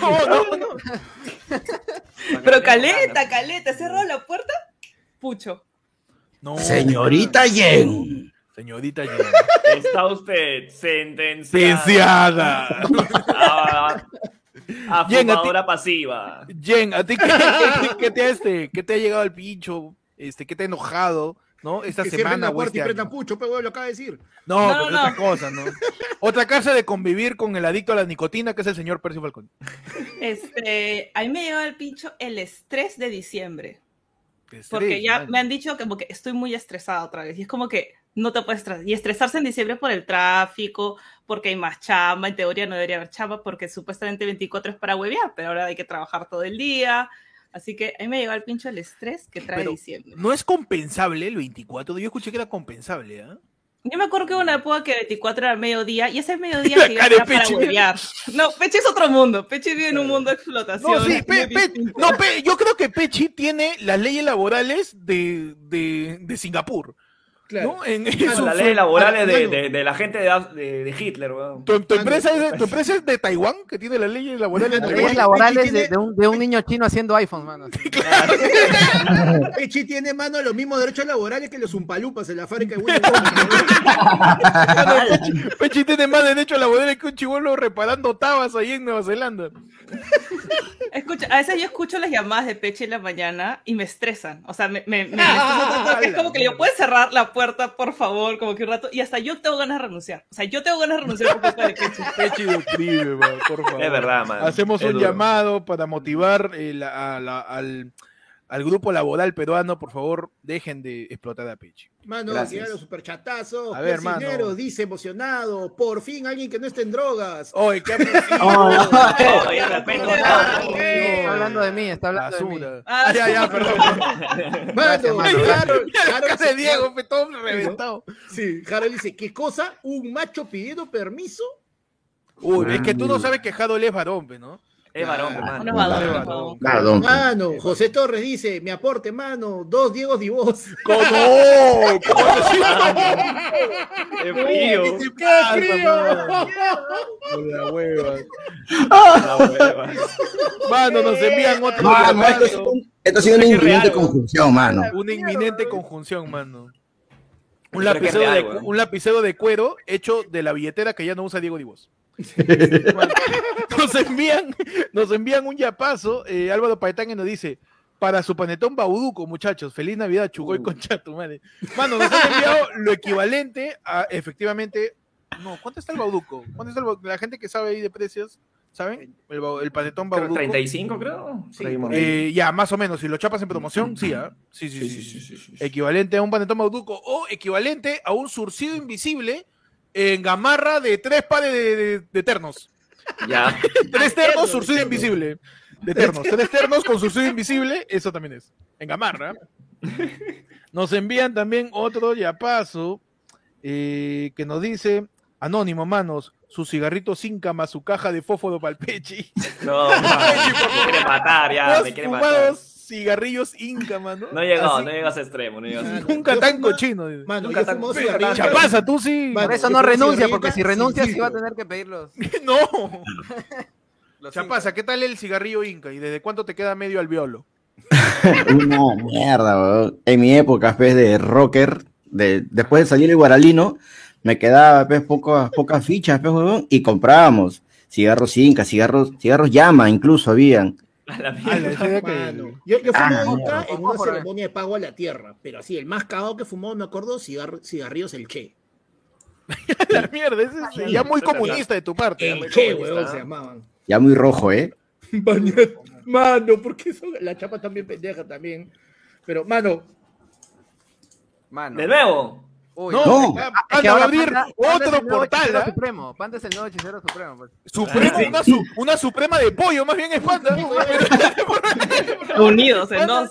[SPEAKER 1] No, no, *laughs* no.
[SPEAKER 6] Pero caleta, caleta. Cerró la puerta, pucho.
[SPEAKER 1] No.
[SPEAKER 4] Señorita Yen.
[SPEAKER 1] Señorita Jen.
[SPEAKER 2] Está usted sentenciado.
[SPEAKER 1] Licenciada.
[SPEAKER 2] A, a
[SPEAKER 1] Bien, a ti-
[SPEAKER 2] fumadora pasiva.
[SPEAKER 1] Jen, ¿a ti qué, qué- qué te,
[SPEAKER 2] *laughs*
[SPEAKER 1] ha, este, qué te ha llegado al pincho? Este, ¿Qué te ha enojado? ¿No? Esta
[SPEAKER 3] Que cierren
[SPEAKER 1] semana
[SPEAKER 3] la
[SPEAKER 1] o
[SPEAKER 3] puerta
[SPEAKER 1] este
[SPEAKER 3] y
[SPEAKER 1] año.
[SPEAKER 3] prendan pucho, pero lo acaba de decir.
[SPEAKER 1] No,
[SPEAKER 6] No, no,
[SPEAKER 1] pero es otra
[SPEAKER 6] no. *laughs*
[SPEAKER 1] cosa, ¿no? Otra cosa de convivir con el adicto a la nicotina, que es el señor Percy Falcón.
[SPEAKER 6] Este, a mí me lleva el pincho el estrés de diciembre.
[SPEAKER 1] Qué estrés,
[SPEAKER 6] Porque ya
[SPEAKER 1] mano.
[SPEAKER 6] me han dicho que, como que estoy muy estresada otra vez. Y es como que no te puedes estresar. Y estresarse en diciembre por el tráfico, porque hay más chamba. En teoría no debería haber chamba porque supuestamente 24 es para huevear, pero ahora hay que trabajar todo el día. Así que a mí me llegó el pincho el estrés que trae
[SPEAKER 1] Pero-
[SPEAKER 6] diciembre.
[SPEAKER 1] No es compensable el 24, yo escuché que era compensable, ¿ah?
[SPEAKER 6] Yo me acuerdo que hubo una época que 24 era el mediodía y ese mediodía
[SPEAKER 1] Mm. La
[SPEAKER 6] que
[SPEAKER 1] cara de
[SPEAKER 6] era para
[SPEAKER 1] Pechi.
[SPEAKER 6] huevear. No, Peche es otro mundo. Peche vive en un mundo de explotación.
[SPEAKER 1] No, sí,
[SPEAKER 6] es
[SPEAKER 1] Pe-
[SPEAKER 6] muy
[SPEAKER 1] Pe-
[SPEAKER 6] distinto.
[SPEAKER 1] no, Pe- yo creo que Pechi tiene las leyes laborales de, de, de Singapur,
[SPEAKER 3] Claro.
[SPEAKER 1] ¿no? En, en
[SPEAKER 3] Claro,
[SPEAKER 1] su-
[SPEAKER 2] Las
[SPEAKER 1] su-
[SPEAKER 2] leyes laborales de,
[SPEAKER 3] hermano.
[SPEAKER 2] de, de la gente de, Af- de, de Hitler, weón.
[SPEAKER 1] tu, tu empresa es de, tu empresa es de Taiwán, que tiene las leyes laborales de
[SPEAKER 5] Las
[SPEAKER 3] Pero
[SPEAKER 5] leyes
[SPEAKER 1] Taiwán.
[SPEAKER 3] Pechi
[SPEAKER 5] laborales
[SPEAKER 3] tiene-
[SPEAKER 5] de, de un, de un niño chino haciendo iPhone, mano.
[SPEAKER 3] Pechi tiene mano los mismos derechos laborales que los umpalupas en la fábrica de William Gómez,
[SPEAKER 1] Pechi- Pechi tiene más derechos laborales que un chivolo reparando tabas ahí en Nueva Zelanda.
[SPEAKER 6] *laughs* Escucha, a veces yo escucho las llamadas de Peche en la mañana y me estresan. O sea, me, me, me- me estresan tanto que es como que yo puedo cerrar la puerta, por favor, como que un rato. Y hasta yo tengo ganas de renunciar. O sea, yo tengo ganas de renunciar por culpa de Peche.
[SPEAKER 1] Pechi deprime, man, por favor.
[SPEAKER 2] Es verdad, man.
[SPEAKER 1] Hacemos
[SPEAKER 2] Es
[SPEAKER 1] un
[SPEAKER 2] duro.
[SPEAKER 1] llamado para motivar eh, la- a la- al, al grupo laboral peruano, por favor, dejen de explotar a Pechi.
[SPEAKER 3] Mano,
[SPEAKER 2] Gracias.
[SPEAKER 3] llegaron los superchatazos.
[SPEAKER 1] A ver,
[SPEAKER 3] Pierre Cisneros
[SPEAKER 1] mano.
[SPEAKER 3] dice emocionado. Por fin alguien que no esté en drogas.
[SPEAKER 1] Oye, qué aburrido.
[SPEAKER 2] Oye, de repente,
[SPEAKER 3] Ah,
[SPEAKER 2] no.
[SPEAKER 3] eh.
[SPEAKER 5] Está hablando de mí, está hablando de mí.
[SPEAKER 1] Basura.
[SPEAKER 6] Ah,
[SPEAKER 1] ya, ya, perdón.
[SPEAKER 3] Mano,
[SPEAKER 5] mano,
[SPEAKER 3] Harold-
[SPEAKER 1] La
[SPEAKER 3] Harold
[SPEAKER 1] casa
[SPEAKER 3] dice-
[SPEAKER 1] de Diego, fue todo reventado.
[SPEAKER 3] Sí, Harold dice, ¿qué cosa? ¿Un macho pidiendo permiso?
[SPEAKER 1] Uy, es que tú no sabes que Harold es varón, pues, ¿no?
[SPEAKER 2] Es varón, hermano.
[SPEAKER 6] Unos vadones,
[SPEAKER 1] Claro.
[SPEAKER 6] huevón.
[SPEAKER 4] Perdón.
[SPEAKER 3] Mano, José Torres dice, mi aporte, mano, dos Diegos y vos.
[SPEAKER 1] *laughs*
[SPEAKER 3] *laughs*
[SPEAKER 1] ¡No! *laughs*
[SPEAKER 2] Es frío.
[SPEAKER 1] ¡Qué La hueva.
[SPEAKER 2] La hueva.
[SPEAKER 1] Mano,
[SPEAKER 7] Eh,
[SPEAKER 1] nos envían otro.
[SPEAKER 4] Mano, esto, es un- esto ha sido una
[SPEAKER 2] Qué
[SPEAKER 4] inminente
[SPEAKER 2] raro.
[SPEAKER 4] conjunción,
[SPEAKER 1] *laughs*
[SPEAKER 4] mano.
[SPEAKER 1] Una inminente conjunción, mano. Un
[SPEAKER 2] Pero qué
[SPEAKER 1] lapicero,
[SPEAKER 2] real,
[SPEAKER 1] de,
[SPEAKER 2] weón.
[SPEAKER 1] un lapicero de cuero hecho de la billetera que ya no usa Diego Divos. nos envían, nos envían un yapazo. eh, Álvaro Paetán y nos dice: Para su panetón bauduco, muchachos, feliz Navidad, Chugoy
[SPEAKER 2] Uh.
[SPEAKER 1] con chato, madre. Mano, nos han enviado lo equivalente a efectivamente. No, ¿cuánto está el bauduco? ¿Cuánto está el bau- La gente que sabe ahí de precios, ¿saben? El, bau- el panetón
[SPEAKER 2] Creo
[SPEAKER 1] bauduco.
[SPEAKER 2] 35, creo.
[SPEAKER 3] Sí,
[SPEAKER 2] Seguimos.
[SPEAKER 1] Eh, ya, más o menos. Si lo chapas en promoción, sí, ¿ah? Sí, sí, sí.
[SPEAKER 2] Sí,
[SPEAKER 1] sí,
[SPEAKER 2] sí, sí, sí, sí, sí.
[SPEAKER 1] Equivalente a un panetón bauduco o equivalente a un surcido invisible en gamarra de tres pares de, de- de ternos.
[SPEAKER 2] Ya.
[SPEAKER 1] *laughs* Tres ternos, surcido invisible. De ternos. Tres ternos con surcido invisible, eso también es. En gamarra. Nos envían también otro yapazo eh, que nos dice, anónimo, manos, su cigarrito sin cama, su caja de fósforo palpechi.
[SPEAKER 2] No,
[SPEAKER 1] *laughs*
[SPEAKER 2] mano, me quiere matar, ya.
[SPEAKER 1] Has
[SPEAKER 2] Me quiere matar.
[SPEAKER 1] fumado cigarrillos Inca, mano.
[SPEAKER 2] No llegó,
[SPEAKER 1] Así-
[SPEAKER 2] no llegó a ese extremo. No llegó a ese extremo.
[SPEAKER 1] Nunca
[SPEAKER 3] Yo
[SPEAKER 1] tan
[SPEAKER 3] fuma-
[SPEAKER 1] cochino. dice.
[SPEAKER 3] Mano,
[SPEAKER 2] Nunca
[SPEAKER 3] yo
[SPEAKER 2] tan-
[SPEAKER 3] fumo
[SPEAKER 2] Nunca
[SPEAKER 3] cigarrillo.
[SPEAKER 2] tan-
[SPEAKER 1] Chapaza, tú sí.
[SPEAKER 3] Mano,
[SPEAKER 5] Por eso
[SPEAKER 3] yo
[SPEAKER 5] no
[SPEAKER 3] fumo
[SPEAKER 5] renuncia,
[SPEAKER 3] cigarrillo
[SPEAKER 5] porque si
[SPEAKER 3] sin
[SPEAKER 5] renuncia sí
[SPEAKER 3] filtro.
[SPEAKER 5] va a tener que pedirlos.
[SPEAKER 1] *laughs* No.
[SPEAKER 5] los
[SPEAKER 1] Chapaza, ¿qué tal el cigarrillo Inca? ¿Y desde cuánto te queda medio alveolo?
[SPEAKER 4] Una mierda, weón. En mi época, pues, de rocker, de, después de salir el guaralino, me quedaba, pues, pocas, pocas fichas, pues, weón, y comprábamos cigarros Inca, cigarros, cigarros llama, incluso habían.
[SPEAKER 2] A la mierda.
[SPEAKER 3] Mano, yo, yo fumo
[SPEAKER 4] Ah,
[SPEAKER 3] Inca
[SPEAKER 5] mierda.
[SPEAKER 3] en una ceremonia de pago a la tierra, pero así, el más cagado que fumó, me acuerdo, cigar- cigarrillos el Che.
[SPEAKER 1] La mierda, ese es ya muy comunista de tu parte. ya
[SPEAKER 3] El
[SPEAKER 1] muy
[SPEAKER 3] Che,
[SPEAKER 1] comunista.
[SPEAKER 3] weón, se *laughs* llamaban.
[SPEAKER 4] Ya muy rojo, ¿eh?
[SPEAKER 3] Bañet- Mano, porque son... la chapa también pendeja también. Pero, mano,
[SPEAKER 5] Mano.
[SPEAKER 2] De nuevo.
[SPEAKER 5] Uy,
[SPEAKER 1] No,
[SPEAKER 4] No.
[SPEAKER 1] acá
[SPEAKER 5] Es que
[SPEAKER 1] van a
[SPEAKER 5] ahora
[SPEAKER 1] abrir
[SPEAKER 5] Panda- Panda es el
[SPEAKER 1] otro
[SPEAKER 5] nuevo
[SPEAKER 1] portal.
[SPEAKER 5] hechicero
[SPEAKER 1] ¿ah?
[SPEAKER 5] Supremo. Panda es el nuevo hechicero supremo. pues.
[SPEAKER 1] Supremo,
[SPEAKER 2] Sí.
[SPEAKER 1] una, su- una suprema de pollo, más bien es panda. *laughs*
[SPEAKER 6] Unidos en dos.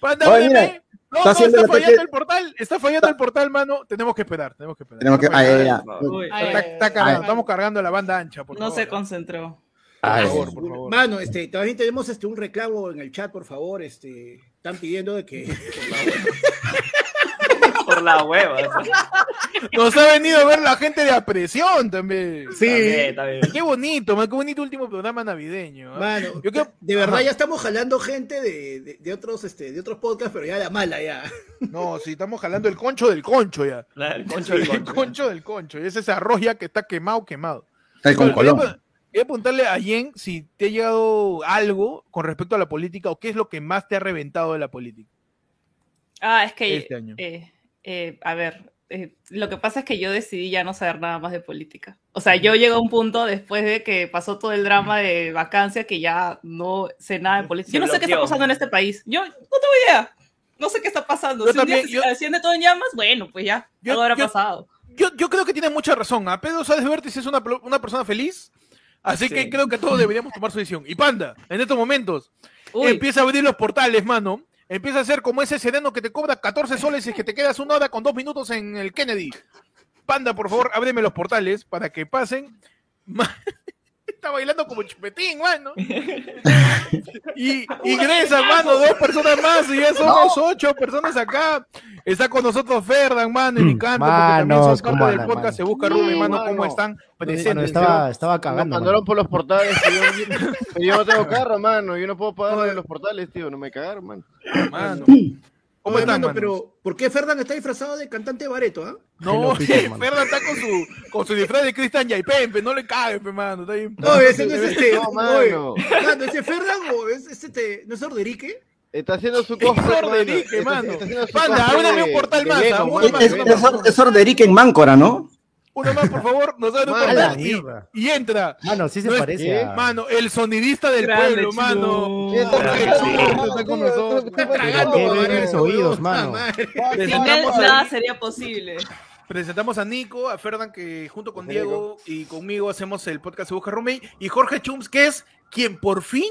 [SPEAKER 1] Panda
[SPEAKER 4] Oye, mira,
[SPEAKER 1] meme. No,
[SPEAKER 4] está
[SPEAKER 1] no,
[SPEAKER 4] haciendo
[SPEAKER 1] está
[SPEAKER 4] el ataque-
[SPEAKER 1] fallando el portal. Está fallando el portal, mano. Tenemos que esperar, tenemos que esperar.
[SPEAKER 4] Tenemos que. ah,
[SPEAKER 1] Está
[SPEAKER 4] Ay,
[SPEAKER 1] fallando.
[SPEAKER 4] ay, ay.
[SPEAKER 2] Uy.
[SPEAKER 6] Ay,
[SPEAKER 1] Está-
[SPEAKER 6] ay,
[SPEAKER 1] está
[SPEAKER 6] ay,
[SPEAKER 1] cargando,
[SPEAKER 6] ay.
[SPEAKER 1] estamos cargando la banda ancha, por
[SPEAKER 6] No
[SPEAKER 1] favor.
[SPEAKER 6] se concentró.
[SPEAKER 4] Ay.
[SPEAKER 1] Por favor, por favor.
[SPEAKER 3] Mano, este, también tenemos este, un reclamo en el chat, por favor. Este, están pidiendo de que.
[SPEAKER 2] Por la hueva.
[SPEAKER 1] Nos ha venido a ver la gente de apresión también.
[SPEAKER 3] Sí.
[SPEAKER 2] También, también.
[SPEAKER 1] Qué bonito, man, qué bonito último programa navideño. ¿ah?
[SPEAKER 3] Mano,
[SPEAKER 1] Yo creo-
[SPEAKER 3] de verdad
[SPEAKER 1] Ajá.
[SPEAKER 3] ya estamos jalando gente de, de, de otros, este, de otros podcasts, pero ya la mala ya.
[SPEAKER 1] No, sí, estamos jalando el concho del concho ya.
[SPEAKER 2] La- El concho del
[SPEAKER 1] El
[SPEAKER 2] concho.
[SPEAKER 1] concho del concho. Y es ese arroz ya que está quemado, quemado.
[SPEAKER 4] Está el con
[SPEAKER 1] Bueno,
[SPEAKER 4] Colón.
[SPEAKER 1] Voy a- voy a preguntarle a Jen si te ha llegado algo con respecto a la política o qué es lo que más te ha reventado de la política.
[SPEAKER 6] Ah, es que.
[SPEAKER 1] Este año.
[SPEAKER 6] eh, eh, a ver, eh, lo que pasa es que yo decidí ya no saber nada más de política. O sea, yo llegué a un punto después de que pasó todo el drama de vacancia que ya no sé nada de política.
[SPEAKER 2] Se
[SPEAKER 6] Yo no sé qué está
[SPEAKER 2] bloqueó.
[SPEAKER 6] pasando en este país. Yo no tengo idea. No sé qué está pasando.
[SPEAKER 1] Yo
[SPEAKER 6] si un día
[SPEAKER 1] también,
[SPEAKER 6] se
[SPEAKER 1] yo-
[SPEAKER 6] enciende todo en llamas, bueno, pues ya.
[SPEAKER 1] Yo-
[SPEAKER 6] algo habrá
[SPEAKER 1] yo-
[SPEAKER 6] pasado.
[SPEAKER 1] Yo, yo creo que tiene mucha razón. A Pedro Sáenz Vértiz es una, pro- una persona feliz. Así
[SPEAKER 2] Sí.
[SPEAKER 1] que creo que todos deberíamos tomar su decisión. Y Panda, en estos momentos,
[SPEAKER 6] Uy,
[SPEAKER 1] Empieza a abrir los portales, mano. Empieza a ser como ese sereno que te cobra 14 soles y es que te quedas una hora con dos minutos en el Kennedy. Panda, por favor, ábreme los portales para que pasen. Ma- Está bailando como chupetín, mano. Y ingresan, mano, dos personas más y ya somos ocho personas acá. Está con nosotros Ferdan, mano, y mi canto, porque también
[SPEAKER 8] Mm. Manos,
[SPEAKER 1] son
[SPEAKER 8] ¿cómo
[SPEAKER 1] parte del
[SPEAKER 8] andan,
[SPEAKER 1] podcast.
[SPEAKER 8] mano?
[SPEAKER 1] Se busca Rubén, mano,
[SPEAKER 8] mano.
[SPEAKER 1] cómo están presentes.
[SPEAKER 8] Mano, estaba, estaba
[SPEAKER 9] me
[SPEAKER 8] cagando.
[SPEAKER 9] mandaron
[SPEAKER 8] mano.
[SPEAKER 9] por los portales. y
[SPEAKER 1] *laughs*
[SPEAKER 9] yo, pero yo no tengo carro, mano. Yo no puedo pagar los portales, tío. No me cagaron, mano.
[SPEAKER 1] Mano. ¿Cómo
[SPEAKER 3] Oye,
[SPEAKER 1] están,
[SPEAKER 3] mano,
[SPEAKER 1] mano?
[SPEAKER 3] pero ¿por qué Ferdan está disfrazado de cantante de Bareto? ah?
[SPEAKER 1] *laughs* No,
[SPEAKER 8] Hello, Peter, mano.
[SPEAKER 1] Ferda está con su, con su disfraz de Cristian Yaipen, pe, no le cague, pe, mano. Está bien.
[SPEAKER 3] No, ese no es este.
[SPEAKER 9] No,
[SPEAKER 3] oye,
[SPEAKER 9] mano.
[SPEAKER 3] mano, Ah, ese Ferdan o es es este, ¿no es Orderique?
[SPEAKER 9] Está haciendo su
[SPEAKER 1] Es
[SPEAKER 9] cosplay,
[SPEAKER 1] Orderique,
[SPEAKER 9] Está-
[SPEAKER 1] mano.
[SPEAKER 9] está haciendo su
[SPEAKER 1] Panda,
[SPEAKER 9] cosplay
[SPEAKER 1] ábreme un
[SPEAKER 9] de-
[SPEAKER 1] portal
[SPEAKER 9] de
[SPEAKER 1] más,
[SPEAKER 7] ah,
[SPEAKER 9] Venom,
[SPEAKER 1] aún
[SPEAKER 9] mano,
[SPEAKER 1] más,
[SPEAKER 9] de
[SPEAKER 4] Es,
[SPEAKER 9] Venom.
[SPEAKER 4] es, Or- es Orderic en Máncora, ¿no?
[SPEAKER 1] Uno más, por favor, nos da un
[SPEAKER 9] Mano,
[SPEAKER 1] portal y,
[SPEAKER 8] mierda.
[SPEAKER 1] y entra.
[SPEAKER 8] Mano, sí se
[SPEAKER 1] No es-
[SPEAKER 8] parece. a-
[SPEAKER 1] Mano, el sonidista del
[SPEAKER 6] Grande,
[SPEAKER 1] pueblo,
[SPEAKER 6] Chino.
[SPEAKER 1] mano.
[SPEAKER 9] ¿Qué tal?
[SPEAKER 1] Jorge
[SPEAKER 2] Grande,
[SPEAKER 1] Chino
[SPEAKER 2] Chino.
[SPEAKER 1] está con nosotros.
[SPEAKER 3] Está
[SPEAKER 8] Pero
[SPEAKER 3] tragando
[SPEAKER 8] qué
[SPEAKER 3] con
[SPEAKER 8] ven mis
[SPEAKER 3] Bareto,
[SPEAKER 8] oídos,
[SPEAKER 3] weón.
[SPEAKER 8] mano.
[SPEAKER 3] Ah, madre.
[SPEAKER 6] sin él
[SPEAKER 1] Presentamos
[SPEAKER 6] nada
[SPEAKER 1] a,
[SPEAKER 6] sería posible.
[SPEAKER 1] presentamos a Nico, a Ferdan, que junto con Diego y conmigo hacemos el podcast Se Busca Roommate, y Jorge Chums, que es quien por fin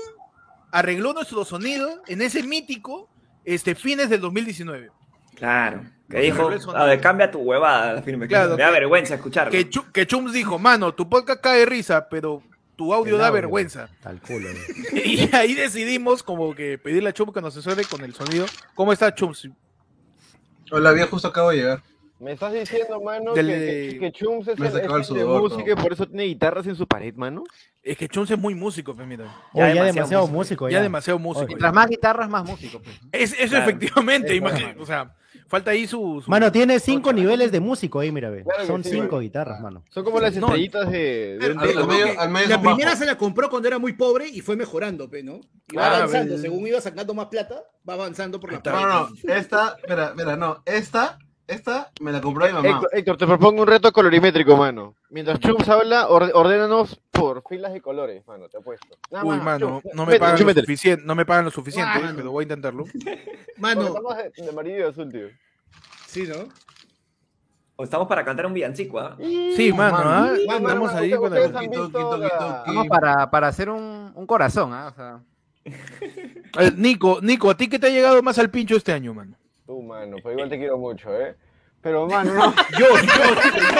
[SPEAKER 1] arregló nuestro sonido en ese mítico este, fines del 2019.
[SPEAKER 2] Claro. Que
[SPEAKER 1] Con
[SPEAKER 2] dijo,
[SPEAKER 1] Nelson.
[SPEAKER 2] a ver, cambia tu huevada, firme.
[SPEAKER 1] Claro,
[SPEAKER 2] me da vergüenza escucharlo.
[SPEAKER 1] Que, Chu- que Chums dijo, mano, tu podcast cae de risa, pero tu audio
[SPEAKER 10] El
[SPEAKER 1] da
[SPEAKER 10] audio.
[SPEAKER 1] vergüenza.
[SPEAKER 10] Tal culo. güey.
[SPEAKER 1] *laughs* Y ahí decidimos como que pedirle a Chum que nos asesore con el sonido. ¿Cómo está Chums?
[SPEAKER 7] Hola, bien, justo acabo de llegar.
[SPEAKER 11] Me estás diciendo, mano,
[SPEAKER 1] Del-
[SPEAKER 11] que, que, que Chums es
[SPEAKER 7] Me
[SPEAKER 11] el, es
[SPEAKER 7] sacaba el
[SPEAKER 11] el de
[SPEAKER 7] sudor,
[SPEAKER 11] música y por eso tiene guitarras en su pared, mano.
[SPEAKER 1] Es que Chums es muy músico, pues mira.
[SPEAKER 10] Oh, ya, demasiado,
[SPEAKER 2] demasiado
[SPEAKER 10] músico.
[SPEAKER 1] Ya demasiado músico.
[SPEAKER 10] Oye.
[SPEAKER 12] Mientras más guitarras, más músico. pues.
[SPEAKER 1] Es, eso
[SPEAKER 2] Claro.
[SPEAKER 1] efectivamente,
[SPEAKER 10] Es
[SPEAKER 1] imagínate,
[SPEAKER 10] bueno.
[SPEAKER 1] o sea, falta ahí su... su-
[SPEAKER 10] Mano, tiene cinco niveles de músico ahí, mira, ve.
[SPEAKER 11] Claro que
[SPEAKER 10] Son
[SPEAKER 11] sí,
[SPEAKER 10] cinco
[SPEAKER 11] güey.
[SPEAKER 10] guitarras, mano.
[SPEAKER 11] Son como las
[SPEAKER 1] No,
[SPEAKER 11] estrellitas de, de
[SPEAKER 1] pero-
[SPEAKER 11] un disco.
[SPEAKER 7] Al medio, al medio es
[SPEAKER 3] La
[SPEAKER 7] un bajo.
[SPEAKER 3] primera se la compró cuando era muy pobre y fue mejorando, pe, ¿no? Y va
[SPEAKER 1] Claro,
[SPEAKER 3] avanzando,
[SPEAKER 1] el-
[SPEAKER 3] según iba sacando más plata, va avanzando por la
[SPEAKER 7] No,
[SPEAKER 3] plata.
[SPEAKER 7] no, no. Esta, mira, mira, no. Esta, esta me la compró mi mamá.
[SPEAKER 11] Héctor, Héctor, te propongo un reto colorimétrico, mano. Mientras Chums habla, or- ordénanos por filas de colores, mano, te apuesto. Nada
[SPEAKER 1] Uy,
[SPEAKER 11] más,
[SPEAKER 1] mano,
[SPEAKER 11] Chums,
[SPEAKER 1] no me
[SPEAKER 11] vete,
[SPEAKER 1] pagan
[SPEAKER 11] Chums,
[SPEAKER 1] lo
[SPEAKER 11] vete.
[SPEAKER 1] suficiente, no me pagan lo suficiente,
[SPEAKER 11] Ah.
[SPEAKER 3] Mano.
[SPEAKER 1] pero voy a
[SPEAKER 11] *laughs*
[SPEAKER 1] intentarlo.
[SPEAKER 3] Mano,
[SPEAKER 11] Estamos de- de amarillo y azul, tío.
[SPEAKER 3] sí, ¿no?
[SPEAKER 2] O estamos para cantar un villancico, ¿ah?
[SPEAKER 1] Sí, mano,
[SPEAKER 7] mano.
[SPEAKER 1] ¿ah?
[SPEAKER 7] Sí,
[SPEAKER 11] mano,
[SPEAKER 1] Vamos
[SPEAKER 11] mano,
[SPEAKER 1] ahí con
[SPEAKER 11] ustedes
[SPEAKER 1] la...
[SPEAKER 7] han-
[SPEAKER 11] han
[SPEAKER 7] Toqui,
[SPEAKER 11] visto
[SPEAKER 7] toqui,
[SPEAKER 11] la-
[SPEAKER 7] toqui.
[SPEAKER 12] Vamos para, para hacer un, un corazón, ¿ah? O sea,
[SPEAKER 1] A ver, Eh, Nico, Nico, ¿a ti qué te ha llegado más al pincho este año, mano?
[SPEAKER 11] Tú, mano, pero igual te quiero mucho, ¿eh? *laughs* Pero, mano, no,
[SPEAKER 1] Yo, yo.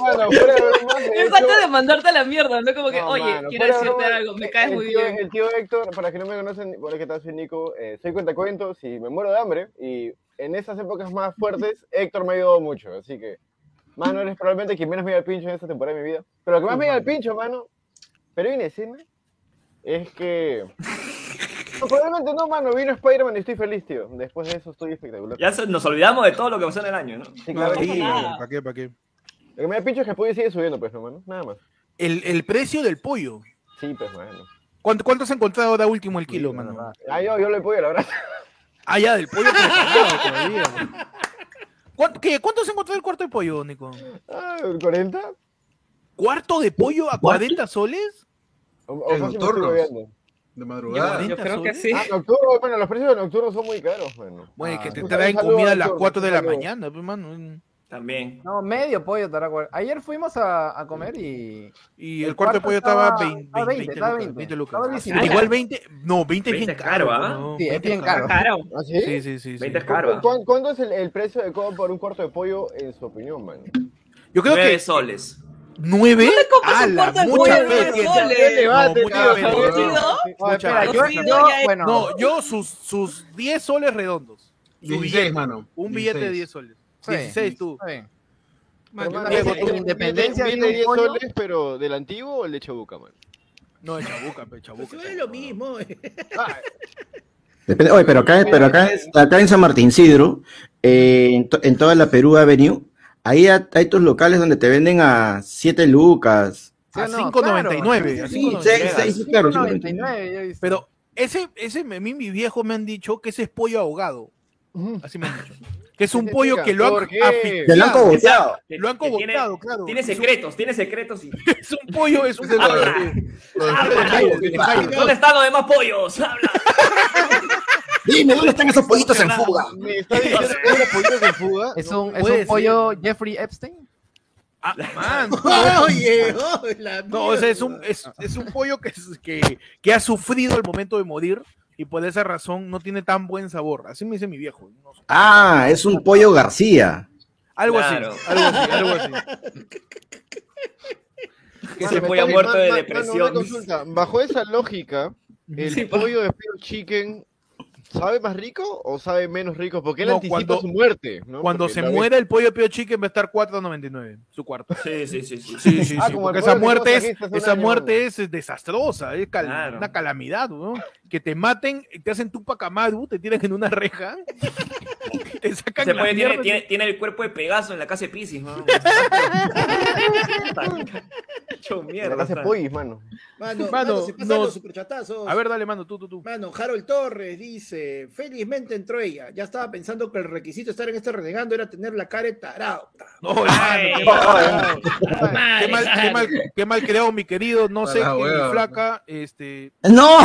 [SPEAKER 11] mano, fuera de broma,
[SPEAKER 6] *laughs*
[SPEAKER 11] de
[SPEAKER 6] Me
[SPEAKER 11] hecho-
[SPEAKER 6] falta de mandarte a la mierda, ¿no? Como que,
[SPEAKER 11] No,
[SPEAKER 6] oye,
[SPEAKER 11] mano,
[SPEAKER 6] quiero
[SPEAKER 11] fuera de
[SPEAKER 6] decirte
[SPEAKER 11] broma, eh,
[SPEAKER 6] algo, me
[SPEAKER 11] el-
[SPEAKER 6] caes
[SPEAKER 11] el
[SPEAKER 6] muy
[SPEAKER 11] tío-
[SPEAKER 6] bien.
[SPEAKER 11] El tío Héctor, para que no me conocen, hola, ¿qué tal? Soy Nico, eh, soy cuentacuentos y me muero de hambre. Y en esas épocas más fuertes, Héctor me ha ayudado mucho. Así que, mano, eres probablemente quien menos me dio el pincho en esta temporada de mi vida. Pero lo que más me dio el pincho, mano, pero hay una escena, es que... No, probablemente no, mano, vino Spider-Man y estoy feliz, tío. Después de eso estoy espectacular.
[SPEAKER 2] Ya se- nos olvidamos de todo lo que pasó en el año, ¿no?
[SPEAKER 11] Sí, claro que
[SPEAKER 1] Sí,
[SPEAKER 11] sí.
[SPEAKER 6] nada.
[SPEAKER 1] ¿Para qué, para qué?
[SPEAKER 11] Lo que me da pincho es que el pollo sigue subiendo, pues, no, mano. Nada más.
[SPEAKER 1] El, el precio del pollo.
[SPEAKER 11] Sí, pues, mano.
[SPEAKER 1] ¿Cuánto, cuánto has encontrado ahora último el kilo, mano?
[SPEAKER 11] Ah, yo, yo le pollo, la verdad.
[SPEAKER 1] Ah, ya, del pollo preparado todavía. güey. ¿Cuánto, qué, ¿Cuánto has encontrado el cuarto de pollo, Nico?
[SPEAKER 11] Ah, ¿40?
[SPEAKER 1] ¿Cuarto de pollo a 40 soles?
[SPEAKER 11] O, o
[SPEAKER 7] En
[SPEAKER 11] fácil me estoy
[SPEAKER 7] nocturnos.
[SPEAKER 11] hueveando.
[SPEAKER 7] De madrugada.
[SPEAKER 6] Yo creo que
[SPEAKER 1] soles?
[SPEAKER 6] *laughs* sí.
[SPEAKER 11] Ah, *laughs* nocturno, bueno, los precios de nocturno son muy caros,
[SPEAKER 7] pues.
[SPEAKER 11] bueno.
[SPEAKER 1] Bueno,
[SPEAKER 5] Ah,
[SPEAKER 1] es que te
[SPEAKER 11] Un
[SPEAKER 1] traen
[SPEAKER 11] saludo,
[SPEAKER 1] comida a las
[SPEAKER 11] Héctor,
[SPEAKER 1] 4 de
[SPEAKER 11] un
[SPEAKER 1] la
[SPEAKER 11] saludo.
[SPEAKER 1] mañana, pues, mano.
[SPEAKER 2] También.
[SPEAKER 12] no, medio pollo, te recuerdo. Ayer fuimos a, a comer y.
[SPEAKER 1] Y el,
[SPEAKER 12] El
[SPEAKER 1] cuarto de
[SPEAKER 12] cuarto
[SPEAKER 1] pollo estaba
[SPEAKER 12] estaba-
[SPEAKER 1] 20,
[SPEAKER 12] estaba
[SPEAKER 1] 20,
[SPEAKER 12] 20, estaba
[SPEAKER 1] 20,
[SPEAKER 12] 20,
[SPEAKER 1] lucas.
[SPEAKER 12] estaba
[SPEAKER 1] Ah,
[SPEAKER 12] 19.
[SPEAKER 1] Igual 20, no, 20
[SPEAKER 2] 20
[SPEAKER 1] es bien
[SPEAKER 2] es caro,
[SPEAKER 1] caro.
[SPEAKER 2] ¿ah?
[SPEAKER 1] ¿no?
[SPEAKER 12] Sí, es
[SPEAKER 1] 20
[SPEAKER 12] bien caro.
[SPEAKER 6] Claro.
[SPEAKER 11] ¿Ah, sí?
[SPEAKER 1] Sí, sí, sí. sí.
[SPEAKER 2] 20 es
[SPEAKER 11] ¿Cu-
[SPEAKER 2] caro. ¿ah?
[SPEAKER 11] cu- ¿Cuánto es el, el precio de codo por un cuarto de pollo en su opinión, man?
[SPEAKER 1] Yo creo
[SPEAKER 2] 9
[SPEAKER 1] que
[SPEAKER 2] soles.
[SPEAKER 1] ¿Nueve?
[SPEAKER 6] te compres un
[SPEAKER 1] ¡Ala!
[SPEAKER 6] cuarto de
[SPEAKER 1] Mucha
[SPEAKER 6] pollo de
[SPEAKER 1] fe
[SPEAKER 6] nueve
[SPEAKER 1] tiene.
[SPEAKER 6] soles.
[SPEAKER 1] No,
[SPEAKER 11] Debate,
[SPEAKER 1] mucha
[SPEAKER 11] tío,
[SPEAKER 1] fe
[SPEAKER 11] ¿sabes?
[SPEAKER 1] tiene.
[SPEAKER 6] ¿Conocido?
[SPEAKER 11] Ah,
[SPEAKER 1] Escucha,
[SPEAKER 12] Espera,
[SPEAKER 1] yo-
[SPEAKER 12] yo,
[SPEAKER 6] Sí,
[SPEAKER 12] yo-
[SPEAKER 6] ya-
[SPEAKER 12] bueno,
[SPEAKER 1] No, yo sus, sus 10 soles redondos. Su
[SPEAKER 7] 16,
[SPEAKER 1] billete.
[SPEAKER 7] mano.
[SPEAKER 1] Un billete de 10 soles.
[SPEAKER 12] sí,
[SPEAKER 1] 16 tú.
[SPEAKER 12] está bien.
[SPEAKER 3] Mano,
[SPEAKER 11] Pero,
[SPEAKER 3] yo
[SPEAKER 11] mano,
[SPEAKER 3] también-
[SPEAKER 1] Diego,
[SPEAKER 11] ¿un-
[SPEAKER 1] tu
[SPEAKER 11] un-
[SPEAKER 12] independencia
[SPEAKER 11] un- un-
[SPEAKER 12] viene
[SPEAKER 11] un- diez
[SPEAKER 12] pollo?
[SPEAKER 11] soles, pero del antiguo o el de Chabuca, man?
[SPEAKER 1] No, de chabuca, pe,
[SPEAKER 11] *laughs*
[SPEAKER 1] chabuca.
[SPEAKER 3] Eso es lo mismo. eh.
[SPEAKER 11] Ah,
[SPEAKER 4] Depende- Oye, pero acá, pero acá, es- acá en San Martín Sidro, eh, en, to- en toda la Perú Avenue, ahí ha- hay tus locales donde te venden a 7 lucas.
[SPEAKER 12] ¿Sí
[SPEAKER 1] A
[SPEAKER 12] o no?
[SPEAKER 1] 5.99,
[SPEAKER 12] Claro,
[SPEAKER 1] a
[SPEAKER 12] sí, sí,
[SPEAKER 1] No,
[SPEAKER 12] sí,
[SPEAKER 4] seis-
[SPEAKER 2] llegas.
[SPEAKER 4] seis, sí, claro, sí, claro.
[SPEAKER 12] 99, yo he visto.
[SPEAKER 1] Pero ese, ese, a mí mi viejo me han dicho que ese es pollo ahogado.
[SPEAKER 11] Ujú.
[SPEAKER 1] Así me han dicho. Que es un
[SPEAKER 11] ¿Qué
[SPEAKER 1] pollo
[SPEAKER 11] significa?
[SPEAKER 1] que lo han Ah,
[SPEAKER 11] ¿Por qué?
[SPEAKER 1] afi-
[SPEAKER 4] Te lo han cogoteado.
[SPEAKER 2] Que-
[SPEAKER 1] Lo han
[SPEAKER 2] que tiene-
[SPEAKER 1] cogoteado, claro.
[SPEAKER 2] Tiene
[SPEAKER 1] Es un-
[SPEAKER 2] secretos, tiene secretos y.
[SPEAKER 1] *laughs* Es un pollo, es un
[SPEAKER 7] Ese
[SPEAKER 1] pollo.
[SPEAKER 7] lo- lo de Fred
[SPEAKER 2] Habla.
[SPEAKER 7] Jaime, que-
[SPEAKER 2] ¿Dónde están los demás pollos? Habla.
[SPEAKER 4] Dime, ¿dónde están esos pollitos en fuga?
[SPEAKER 11] Me está
[SPEAKER 2] *laughs*
[SPEAKER 11] diciendo que era pollo de fuga.
[SPEAKER 12] ¿Es un, es
[SPEAKER 1] puede
[SPEAKER 12] un
[SPEAKER 1] ser.
[SPEAKER 12] pollo Jeffrey Epstein? *laughs*
[SPEAKER 1] Ah,
[SPEAKER 7] *laughs*
[SPEAKER 1] man.
[SPEAKER 3] Oye, oh, la
[SPEAKER 1] No, o sea, es un,
[SPEAKER 3] mierda.
[SPEAKER 1] es, es un pollo que, es- que, que ha sufrido el momento de morir y por esa razón no tiene tan buen sabor. Así me dice mi viejo. No sé.
[SPEAKER 4] Ah, es un pollo García.
[SPEAKER 1] Algo
[SPEAKER 2] Claro.
[SPEAKER 1] así, algo así, algo así.
[SPEAKER 2] Que
[SPEAKER 11] Mano,
[SPEAKER 2] ese
[SPEAKER 11] me
[SPEAKER 2] pollo ha
[SPEAKER 11] está-
[SPEAKER 2] muerto
[SPEAKER 11] man-
[SPEAKER 2] de
[SPEAKER 11] man- mano,
[SPEAKER 2] depresión.
[SPEAKER 11] una consulta. Bajo esa lógica, ¿el
[SPEAKER 6] Sí, pa.
[SPEAKER 11] pollo de Spear Chicken sabe más rico o sabe menos rico? Porque él
[SPEAKER 1] No,
[SPEAKER 11] anticipa
[SPEAKER 1] cuando-
[SPEAKER 11] su muerte. ¿no?
[SPEAKER 1] Cuando
[SPEAKER 11] Porque
[SPEAKER 1] se
[SPEAKER 11] la vez-
[SPEAKER 1] muera el pollo de Pio Chicken va a estar 4.99, su cuarto.
[SPEAKER 2] Sí, sí, sí, sí.
[SPEAKER 1] Sí, sí,
[SPEAKER 11] Ah,
[SPEAKER 1] sí,
[SPEAKER 11] como
[SPEAKER 1] porque
[SPEAKER 11] el
[SPEAKER 1] esa
[SPEAKER 11] pollo que
[SPEAKER 1] muerte
[SPEAKER 11] vos
[SPEAKER 1] es,
[SPEAKER 11] trajiste hace un
[SPEAKER 1] esa
[SPEAKER 11] año,
[SPEAKER 1] muerte es desastrosa, es cal-
[SPEAKER 2] Claro.
[SPEAKER 1] una calamidad, ¿no? Que te maten, te hacen Tupac Amaru, te tiran en una reja, te sacan
[SPEAKER 2] Ese
[SPEAKER 1] la
[SPEAKER 2] pollo tiene,
[SPEAKER 1] mierda.
[SPEAKER 2] tiene- tiene el cuerpo de Pegaso en la casa de Pisces, ¿no? Hecho
[SPEAKER 11] La
[SPEAKER 2] mierda.
[SPEAKER 11] casa de
[SPEAKER 2] está.
[SPEAKER 1] *laughs*
[SPEAKER 11] pollos, mano.
[SPEAKER 3] Mano,
[SPEAKER 1] Mano,
[SPEAKER 3] mano, se pasan
[SPEAKER 1] no-
[SPEAKER 3] los superchatazos.
[SPEAKER 1] A ver, dale, mano, tú, tú, tú.
[SPEAKER 3] Mano, Harold Torres dice, felizmente entró ella. Ya estaba pensando que el requisito de estar en este renegando era tener la cara de tarado.
[SPEAKER 1] No, mano,
[SPEAKER 2] Ay,
[SPEAKER 1] qué
[SPEAKER 3] Madre,
[SPEAKER 1] Qué mal, qué mal, qué mal creado, mi querido. No sé
[SPEAKER 7] Para la
[SPEAKER 1] qué
[SPEAKER 7] hueva.
[SPEAKER 1] mi flaca. Este.
[SPEAKER 4] ¡No!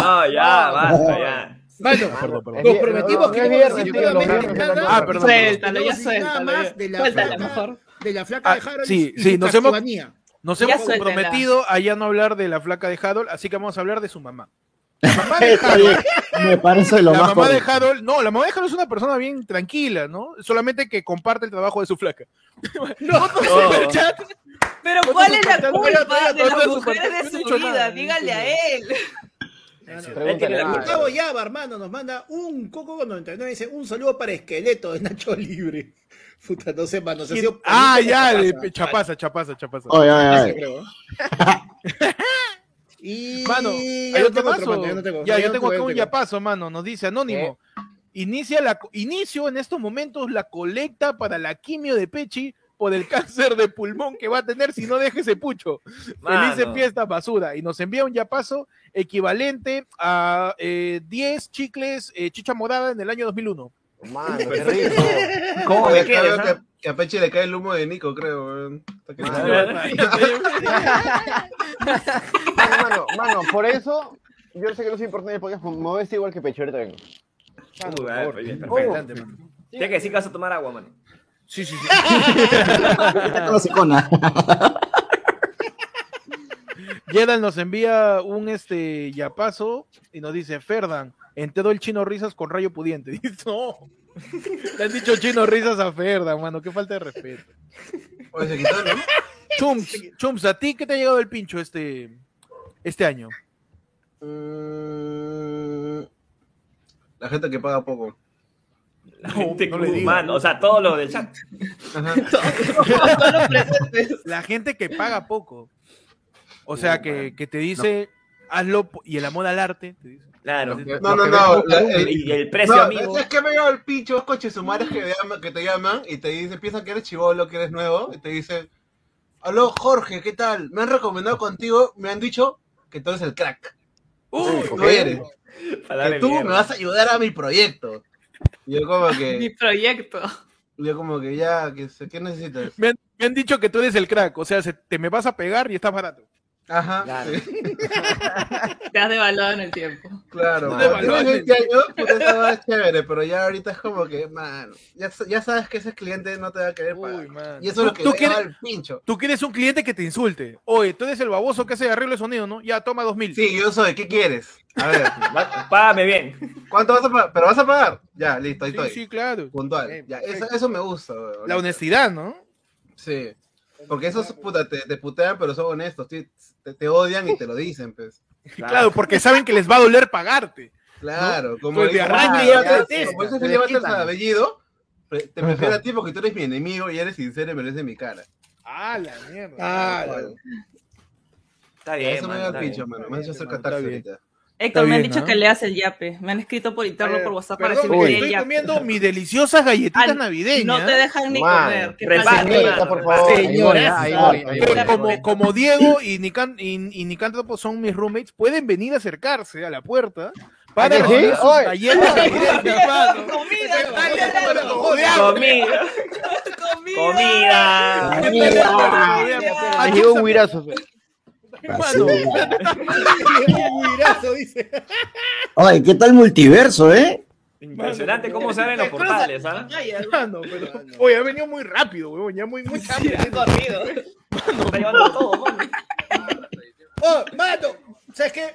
[SPEAKER 2] No, ya, basta, ya.
[SPEAKER 3] Mano,
[SPEAKER 1] Perdón, perdón.
[SPEAKER 3] nos prometimos que
[SPEAKER 11] no,
[SPEAKER 3] no
[SPEAKER 11] no es
[SPEAKER 3] íbamos a
[SPEAKER 11] viernes,
[SPEAKER 3] decir
[SPEAKER 11] tío, los
[SPEAKER 3] nuevamente
[SPEAKER 11] viernes en la
[SPEAKER 3] nada.
[SPEAKER 1] Ah, perdón.
[SPEAKER 6] Suéltalo,
[SPEAKER 3] No
[SPEAKER 6] ya
[SPEAKER 3] sin nada
[SPEAKER 6] suéltalo.
[SPEAKER 3] más
[SPEAKER 6] ya.
[SPEAKER 3] de la
[SPEAKER 6] Suéltalo,
[SPEAKER 3] flaca.
[SPEAKER 6] mejor.
[SPEAKER 3] De la flaca
[SPEAKER 1] Ah,
[SPEAKER 3] de Harold
[SPEAKER 1] sí,
[SPEAKER 3] y
[SPEAKER 1] sí,
[SPEAKER 3] su
[SPEAKER 1] nos hemos-
[SPEAKER 3] castiganía.
[SPEAKER 1] Nos
[SPEAKER 6] Ya
[SPEAKER 1] hemos
[SPEAKER 6] suéltala.
[SPEAKER 1] comprometido a ya no hablar de la flaca de Harold, así que vamos a hablar de su mamá.
[SPEAKER 4] *laughs*
[SPEAKER 1] mamá de Harold-
[SPEAKER 4] Me parece lo
[SPEAKER 1] la
[SPEAKER 4] más
[SPEAKER 1] mamá de
[SPEAKER 4] correcto.
[SPEAKER 1] Harold, no, la mamá de Harold es una persona bien tranquila, ¿no? Solamente que comparte el trabajo de su flaca. No,
[SPEAKER 2] No.
[SPEAKER 1] superchat.
[SPEAKER 6] Pero
[SPEAKER 1] No te
[SPEAKER 6] ¿cuál es
[SPEAKER 1] superchat,
[SPEAKER 6] la
[SPEAKER 1] no voy a- no voy a-
[SPEAKER 6] culpa de
[SPEAKER 1] no te
[SPEAKER 6] las
[SPEAKER 1] superchat, no
[SPEAKER 6] mujeres
[SPEAKER 1] he
[SPEAKER 6] de
[SPEAKER 1] dicho
[SPEAKER 6] su
[SPEAKER 1] nada,
[SPEAKER 6] vida?
[SPEAKER 1] no he
[SPEAKER 6] Dígale
[SPEAKER 1] dicho
[SPEAKER 6] a él.
[SPEAKER 11] Pregúntale a
[SPEAKER 2] Claro.
[SPEAKER 3] Gustavo Yaba, hermano, nos manda un coco con 99 dice un saludo para esqueleto de Nacho Libre. *laughs* Puta, no sé, mano. Se ha sido
[SPEAKER 1] Ah,
[SPEAKER 3] palito
[SPEAKER 1] ya,
[SPEAKER 3] de
[SPEAKER 1] de
[SPEAKER 3] Chapaza.
[SPEAKER 1] chapaza, chapaza, chapaza.
[SPEAKER 4] Oye, oye,
[SPEAKER 3] Chapaza,
[SPEAKER 4] oye.
[SPEAKER 3] creo, ¿eh? y
[SPEAKER 1] Mano,
[SPEAKER 3] ya
[SPEAKER 1] hay
[SPEAKER 3] no
[SPEAKER 1] otro
[SPEAKER 3] tengo
[SPEAKER 1] paso.
[SPEAKER 3] otro, Eh. mano, ya no tengo.
[SPEAKER 1] ya,
[SPEAKER 3] No,
[SPEAKER 1] yo
[SPEAKER 3] no
[SPEAKER 1] tengo acá
[SPEAKER 3] no
[SPEAKER 1] un yapazo, mano. Nos dice Anónimo. Inicia la, co- inicio en estos momentos la colecta para la quimio de Pechi por el *laughs* cáncer de pulmón que va a tener si no deja ese pucho. Felices
[SPEAKER 2] Mano.
[SPEAKER 1] fiestas, basura. Y nos envía un yapazo equivalente a eh, 10 chicles eh, chicha morada en el año 2001.
[SPEAKER 11] Mano, qué
[SPEAKER 3] Pues, *laughs*
[SPEAKER 11] rico.
[SPEAKER 2] ¿Cómo
[SPEAKER 7] Oye,
[SPEAKER 2] me
[SPEAKER 7] acá
[SPEAKER 2] quieres?
[SPEAKER 7] veo que, a- que a Pechi le cae el humo de Nico, creo. weón. Está
[SPEAKER 2] Ah,
[SPEAKER 7] que-
[SPEAKER 11] Mano, mano, mano, por eso yo sé que no soy importante porque me voy a vestir igual que Pechi, ahorita vengo.
[SPEAKER 2] ah? Uy, ah, perfecto.
[SPEAKER 1] Adelante, mano.
[SPEAKER 2] Ya que decir que vas a tomar agua, mano. *laughs*
[SPEAKER 1] Sí, sí, sí.
[SPEAKER 4] Está clasicona.
[SPEAKER 1] *laughs* Jedal nos envía un este yapazo y nos dice, Ferdan, entero el chino risas con rayo pudiente. *laughs* Dice, no. Le han dicho chino risas a Ferdan, mano, qué falta de respeto.
[SPEAKER 7] Oye, se *laughs* quitó, ¿no?
[SPEAKER 1] *laughs* Chums, Chums, ¿a ti qué te ha llegado el pincho este, este
[SPEAKER 7] *laughs*
[SPEAKER 1] año?
[SPEAKER 7] Mm, La gente que paga poco.
[SPEAKER 2] La gente
[SPEAKER 1] no
[SPEAKER 2] que-
[SPEAKER 1] le digas.
[SPEAKER 2] mano, o sea, todo lo del chat. *laughs*
[SPEAKER 1] La gente que paga poco. O sea, que, que te dice, hazlo po- y el amor al arte. te dice.
[SPEAKER 2] Claro.
[SPEAKER 7] No, no, no. la- el-
[SPEAKER 2] Y el precio,
[SPEAKER 7] No,
[SPEAKER 2] amigo.
[SPEAKER 7] es que me llegado el pincho, coches sumares que, llaman- que te llaman y te dicen, piensan que eres chivolo, que eres nuevo, y te dicen, aló Jorge, ¿qué tal? Me han recomendado contigo, me han dicho que tú eres el crack,
[SPEAKER 1] Uy,
[SPEAKER 7] tú eres,
[SPEAKER 2] Para
[SPEAKER 7] que
[SPEAKER 2] darle
[SPEAKER 7] tú me
[SPEAKER 2] mierda.
[SPEAKER 7] vas a ayudar a mi proyecto. Y yo como
[SPEAKER 6] Mi
[SPEAKER 7] que,
[SPEAKER 1] *laughs*
[SPEAKER 6] proyecto.
[SPEAKER 7] yo como que ya, que sé, ¿qué necesitas?
[SPEAKER 1] me, han, me han dicho que tú eres el crack, o sea, se- te me vas a pegar y estás barato.
[SPEAKER 7] Ajá,
[SPEAKER 2] Claro.
[SPEAKER 7] sí,
[SPEAKER 6] Te has devaluado en el tiempo.
[SPEAKER 7] claro.
[SPEAKER 1] No,
[SPEAKER 7] Cuando
[SPEAKER 1] evalúen.
[SPEAKER 7] tienes 20 años, puta, estaba chévere, pero ya ahorita es como que, man, ya, sa- ya sabes que ese cliente no te va a querer pagar.
[SPEAKER 1] Uy, man.
[SPEAKER 7] y eso es lo que
[SPEAKER 1] ¿Tú
[SPEAKER 7] le
[SPEAKER 1] quieres-
[SPEAKER 7] da el pincho.
[SPEAKER 1] Tú quieres un cliente que te insulte. Oye, tú eres el baboso que hace arreglo de sonido, ¿no? Ya, toma dos mil.
[SPEAKER 7] Sí, yo soy, ¿qué quieres?
[SPEAKER 6] *laughs*
[SPEAKER 7] A ver,
[SPEAKER 2] Va- Págame bien.
[SPEAKER 7] ¿Cuánto vas a pagar? ¿Pero vas a pagar? Ya, listo, ahí
[SPEAKER 1] Sí,
[SPEAKER 7] estoy.
[SPEAKER 1] sí, claro.
[SPEAKER 7] Puntual. Ya, eso, eso me gusta. weón.
[SPEAKER 1] La honestidad, ¿no?
[SPEAKER 7] Sí. Porque esos puta, te, te putean, pero son honestos. Te, te- te odian y te lo dicen, pues.
[SPEAKER 2] *laughs*
[SPEAKER 1] Claro. porque saben que les va a doler pagarte.
[SPEAKER 7] Claro. Como,
[SPEAKER 1] Pues de
[SPEAKER 7] como
[SPEAKER 1] arranque
[SPEAKER 7] ese
[SPEAKER 1] ya
[SPEAKER 7] llévate-
[SPEAKER 1] te detestan,
[SPEAKER 7] como ese
[SPEAKER 12] te
[SPEAKER 7] llévate el
[SPEAKER 12] desquitan.
[SPEAKER 7] apellido, pre- te prefiero a ti porque tú eres mi enemigo y eres sincero y mereces mi cara.
[SPEAKER 1] Ah, la mierda.
[SPEAKER 3] Ah,
[SPEAKER 7] Claro.
[SPEAKER 2] Está bien,
[SPEAKER 7] Eso me
[SPEAKER 2] mano,
[SPEAKER 7] da
[SPEAKER 2] está
[SPEAKER 7] el
[SPEAKER 2] bien.
[SPEAKER 7] pincho, mano.
[SPEAKER 1] Está
[SPEAKER 7] Me hace
[SPEAKER 1] bien,
[SPEAKER 7] hacer
[SPEAKER 1] mano,
[SPEAKER 7] catarse
[SPEAKER 1] está bien.
[SPEAKER 7] ahorita.
[SPEAKER 1] Está
[SPEAKER 6] Héctor, me han
[SPEAKER 1] bien,
[SPEAKER 6] dicho
[SPEAKER 1] ¿ah?
[SPEAKER 6] que leas el yape. Me han escrito por interno, por WhatsApp, para
[SPEAKER 1] Eh,
[SPEAKER 6] decirme
[SPEAKER 1] Perdón, que
[SPEAKER 6] que lea
[SPEAKER 1] estoy
[SPEAKER 6] el yape.
[SPEAKER 1] comiendo mis deliciosas galletitas
[SPEAKER 6] Ah,
[SPEAKER 1] navideñas.
[SPEAKER 6] No te dejan ni
[SPEAKER 11] Man,
[SPEAKER 6] comer. ¿Qué
[SPEAKER 2] respeta,
[SPEAKER 6] tal?
[SPEAKER 11] Señorita, por favor.
[SPEAKER 3] Señoras.
[SPEAKER 12] Ahí voy, ahí
[SPEAKER 1] Pero
[SPEAKER 12] voy, ahí
[SPEAKER 6] Claro,
[SPEAKER 1] eh, como,
[SPEAKER 12] voy.
[SPEAKER 1] como Diego y, Nican, y, y Nicántropo son mis roommates, pueden venir a acercarse a la puerta para
[SPEAKER 11] ¿Sí?
[SPEAKER 1] recibir sus
[SPEAKER 11] Oye.
[SPEAKER 1] galletas navideñas, *laughs* hermano.
[SPEAKER 6] Comida,
[SPEAKER 2] Comida, comida.
[SPEAKER 1] Ah,
[SPEAKER 6] Comida.
[SPEAKER 1] llegó *laughs* un
[SPEAKER 7] huirazo.
[SPEAKER 1] Hermano,
[SPEAKER 3] Guirazo, dice.
[SPEAKER 4] Oye, ¿qué tal multiverso, eh?
[SPEAKER 2] Impresionante cómo se abren los
[SPEAKER 1] Destroza-
[SPEAKER 2] portales, ¿ah?
[SPEAKER 1] *laughs* hermano, pero- Oye, ha venido muy rápido, huevón, ya muy, muy rápido. *laughs*
[SPEAKER 2] Está llevando todo, mano.
[SPEAKER 3] Oh, mano, ¿sabes qué?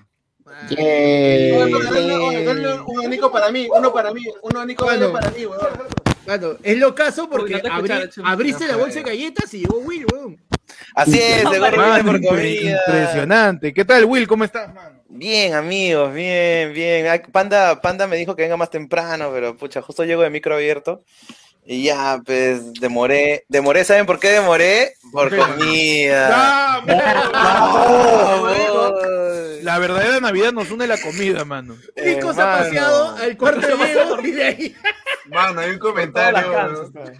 [SPEAKER 7] Un anico para mí, uno para mí, uno anico
[SPEAKER 3] Bueno.
[SPEAKER 7] para mí, weón.
[SPEAKER 3] Mano, es lo caso porque
[SPEAKER 6] Uy, no te
[SPEAKER 3] abrí-
[SPEAKER 6] escuchaba, chum.
[SPEAKER 3] abriste la bolsa de galletas y llegó Will, weón.
[SPEAKER 13] Así es, de gorro viene
[SPEAKER 1] Mano,
[SPEAKER 13] por
[SPEAKER 1] impre-
[SPEAKER 13] comida.
[SPEAKER 1] impresionante. ¿Qué tal, Este Will? ¿Cómo estás, mano?
[SPEAKER 13] Bien, amigos, bien, bien. Ay, Panda, Panda me dijo que venga más temprano, pero pucha, justo llego de micro abierto. Y ya, pues, demoré. Demoré, ¿saben por qué demoré? Por
[SPEAKER 1] qué?
[SPEAKER 13] comida.
[SPEAKER 1] Ah, mano.
[SPEAKER 13] ¡No!
[SPEAKER 1] La verdadera Navidad nos une la comida, mano.
[SPEAKER 3] Nico se ha
[SPEAKER 13] Hermano.
[SPEAKER 3] paseado al cuarto de
[SPEAKER 7] *laughs*
[SPEAKER 3] Diego y de ahí.
[SPEAKER 7] Mano, hay un
[SPEAKER 2] Todas las
[SPEAKER 7] comentario.
[SPEAKER 2] cansas, ¿sabes?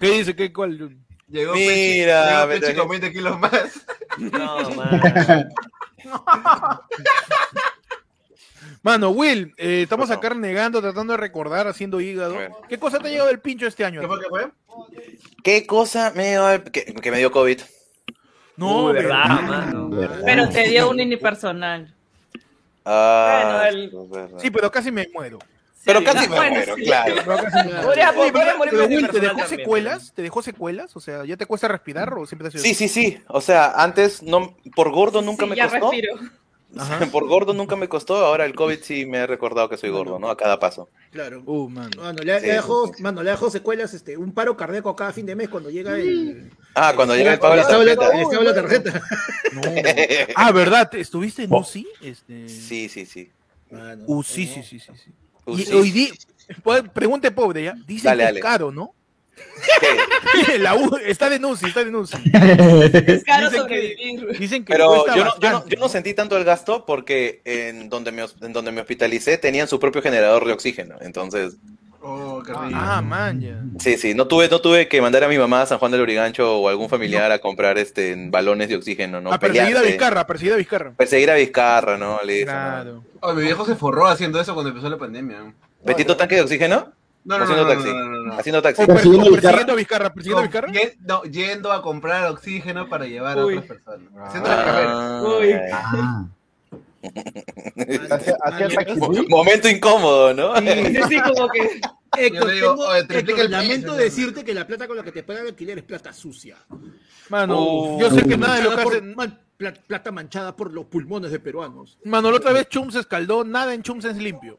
[SPEAKER 1] ¿Qué dice? ¿Qué cuál?
[SPEAKER 7] Llegó
[SPEAKER 13] Mira,
[SPEAKER 7] Mira,
[SPEAKER 13] me
[SPEAKER 7] Pechi
[SPEAKER 13] traje-
[SPEAKER 7] con 20 kilos más. *laughs*
[SPEAKER 2] No, mano.
[SPEAKER 1] *laughs* Mano, Will, eh, estamos acá negando, tratando de recordar, haciendo hígado. ¿Qué cosa te ha llegado el pincho este año?
[SPEAKER 7] ¿Qué fue? ¿Qué fue?
[SPEAKER 13] ¿Qué cosa me dio- que, que me dio COVID?
[SPEAKER 1] No,
[SPEAKER 2] Uy, verdad,
[SPEAKER 13] verdad.
[SPEAKER 2] mano.
[SPEAKER 6] Pero te dio un unipersonal.
[SPEAKER 13] Ah,
[SPEAKER 6] Bueno, el-
[SPEAKER 13] verdad.
[SPEAKER 1] Sí, pues, pero casi me muero.
[SPEAKER 13] Pero casi me
[SPEAKER 6] Bueno,
[SPEAKER 13] muero,
[SPEAKER 6] sí.
[SPEAKER 13] claro.
[SPEAKER 1] Pero
[SPEAKER 2] *laughs*
[SPEAKER 1] casi me muero.
[SPEAKER 2] Podría-
[SPEAKER 1] Oye,
[SPEAKER 2] podría morirme de
[SPEAKER 1] pero, Will, ¿te
[SPEAKER 2] personal
[SPEAKER 1] dejó
[SPEAKER 2] también,
[SPEAKER 1] secuelas? ¿Te dejó secuelas? O sea, ¿ya te cuesta respirar o siempre te ha sido
[SPEAKER 13] Sí, sí, sí. O sea, antes no, por gordo nunca
[SPEAKER 6] Sí,
[SPEAKER 13] me
[SPEAKER 6] ya
[SPEAKER 13] costó.
[SPEAKER 6] respiro.
[SPEAKER 13] Por gordo nunca me costó. Ahora el COVID sí me ha recordado que soy gordo, ¿no? A cada paso.
[SPEAKER 3] Claro.
[SPEAKER 1] Uh, man.
[SPEAKER 3] Mano, le,
[SPEAKER 13] Sí,
[SPEAKER 3] le
[SPEAKER 13] sí,
[SPEAKER 3] dejó,
[SPEAKER 13] sí,
[SPEAKER 3] mano, le dejó secuelas, este, un paro cardíaco a cada fin de mes cuando llega el.
[SPEAKER 13] Ah, cuando llega el pago de
[SPEAKER 3] cuando
[SPEAKER 13] la
[SPEAKER 3] estaba la-
[SPEAKER 13] tarjeta.
[SPEAKER 3] estaba la tarjeta.
[SPEAKER 1] No. Ah, ¿verdad? ¿Te- ¿Estuviste? No, sí. Este...
[SPEAKER 13] Sí, sí, sí.
[SPEAKER 11] Ah,
[SPEAKER 3] Mano,
[SPEAKER 1] Uh, sí, sí,
[SPEAKER 3] no.
[SPEAKER 1] sí, sí. sí.
[SPEAKER 13] Uh,
[SPEAKER 1] y
[SPEAKER 13] sí.
[SPEAKER 1] hoy día, pregunte pobre ya. Dicen
[SPEAKER 13] Dale,
[SPEAKER 1] que
[SPEAKER 13] dale.
[SPEAKER 1] es caro, ¿no?
[SPEAKER 13] ¿Qué?
[SPEAKER 1] *laughs* La U está de Nuzi, está de Nuzi.
[SPEAKER 6] Es caro
[SPEAKER 1] Dice que-
[SPEAKER 6] sobrevivir.
[SPEAKER 1] Dicen que
[SPEAKER 13] Pero
[SPEAKER 1] cuesta
[SPEAKER 13] yo no, yo, no,
[SPEAKER 1] bastante,
[SPEAKER 13] yo no sentí tanto el gasto porque en donde, me, hos- en donde me hospitalicé tenían su propio generador de oxígeno. Entonces,
[SPEAKER 11] Oh, qué rico.
[SPEAKER 1] Ah, man, ya.
[SPEAKER 13] sí, sí, no tuve, no tuve que mandar a mi mamá a San Juan del Origancho o algún familiar a comprar este, balones de oxígeno, ¿no?
[SPEAKER 1] a perseguir a
[SPEAKER 13] Pelearse,
[SPEAKER 1] Vizcarra, perseguir a Vizcarra.
[SPEAKER 13] perseguir a Vizcarra, ¿no? Le
[SPEAKER 1] Claro.
[SPEAKER 11] Oh, mi viejo se forró haciendo eso cuando empezó la pandemia. No,
[SPEAKER 13] ¿Metiendo tanque de oxígeno?
[SPEAKER 11] no, no,
[SPEAKER 13] Haciendo
[SPEAKER 11] no, no,
[SPEAKER 13] taxi.
[SPEAKER 11] no, no, no.
[SPEAKER 13] Haciendo taxi.
[SPEAKER 1] O per-
[SPEAKER 4] Persiguiendo
[SPEAKER 1] o
[SPEAKER 4] a Vizcarra.
[SPEAKER 1] persiguiendo a Vizcarra, persiguiendo a
[SPEAKER 11] Con-
[SPEAKER 1] Vizcarra.
[SPEAKER 11] ye- no, yendo a comprar oxígeno para llevar a
[SPEAKER 6] Uy.
[SPEAKER 11] otras personas. Haciendo la carrera.
[SPEAKER 13] Ah,
[SPEAKER 6] Uy.
[SPEAKER 13] ok.
[SPEAKER 4] Ah.
[SPEAKER 9] Hacía- hacía
[SPEAKER 3] Mano,
[SPEAKER 9] taxi.
[SPEAKER 13] Mo- Momento incómodo, ¿no?
[SPEAKER 6] Sí, sí, como
[SPEAKER 11] *laughs*
[SPEAKER 6] que
[SPEAKER 3] Héctor,
[SPEAKER 11] Yo le digo,
[SPEAKER 3] eh, tengo-
[SPEAKER 11] oye,
[SPEAKER 3] Héctor,
[SPEAKER 11] triplica el precio,
[SPEAKER 3] lamento
[SPEAKER 11] ¿no?
[SPEAKER 3] decirte que la plata con la que te pagan el alquiler es plata sucia.
[SPEAKER 1] Mano,
[SPEAKER 13] Oh.
[SPEAKER 1] Ah, yo sé que nada de lo que
[SPEAKER 3] Manchada por-
[SPEAKER 1] hacen.
[SPEAKER 3] man- pla- plata manchada por los pulmones de peruanos.
[SPEAKER 1] Mano, la otra vez Chum se escaldó, nada en Chum es limpio.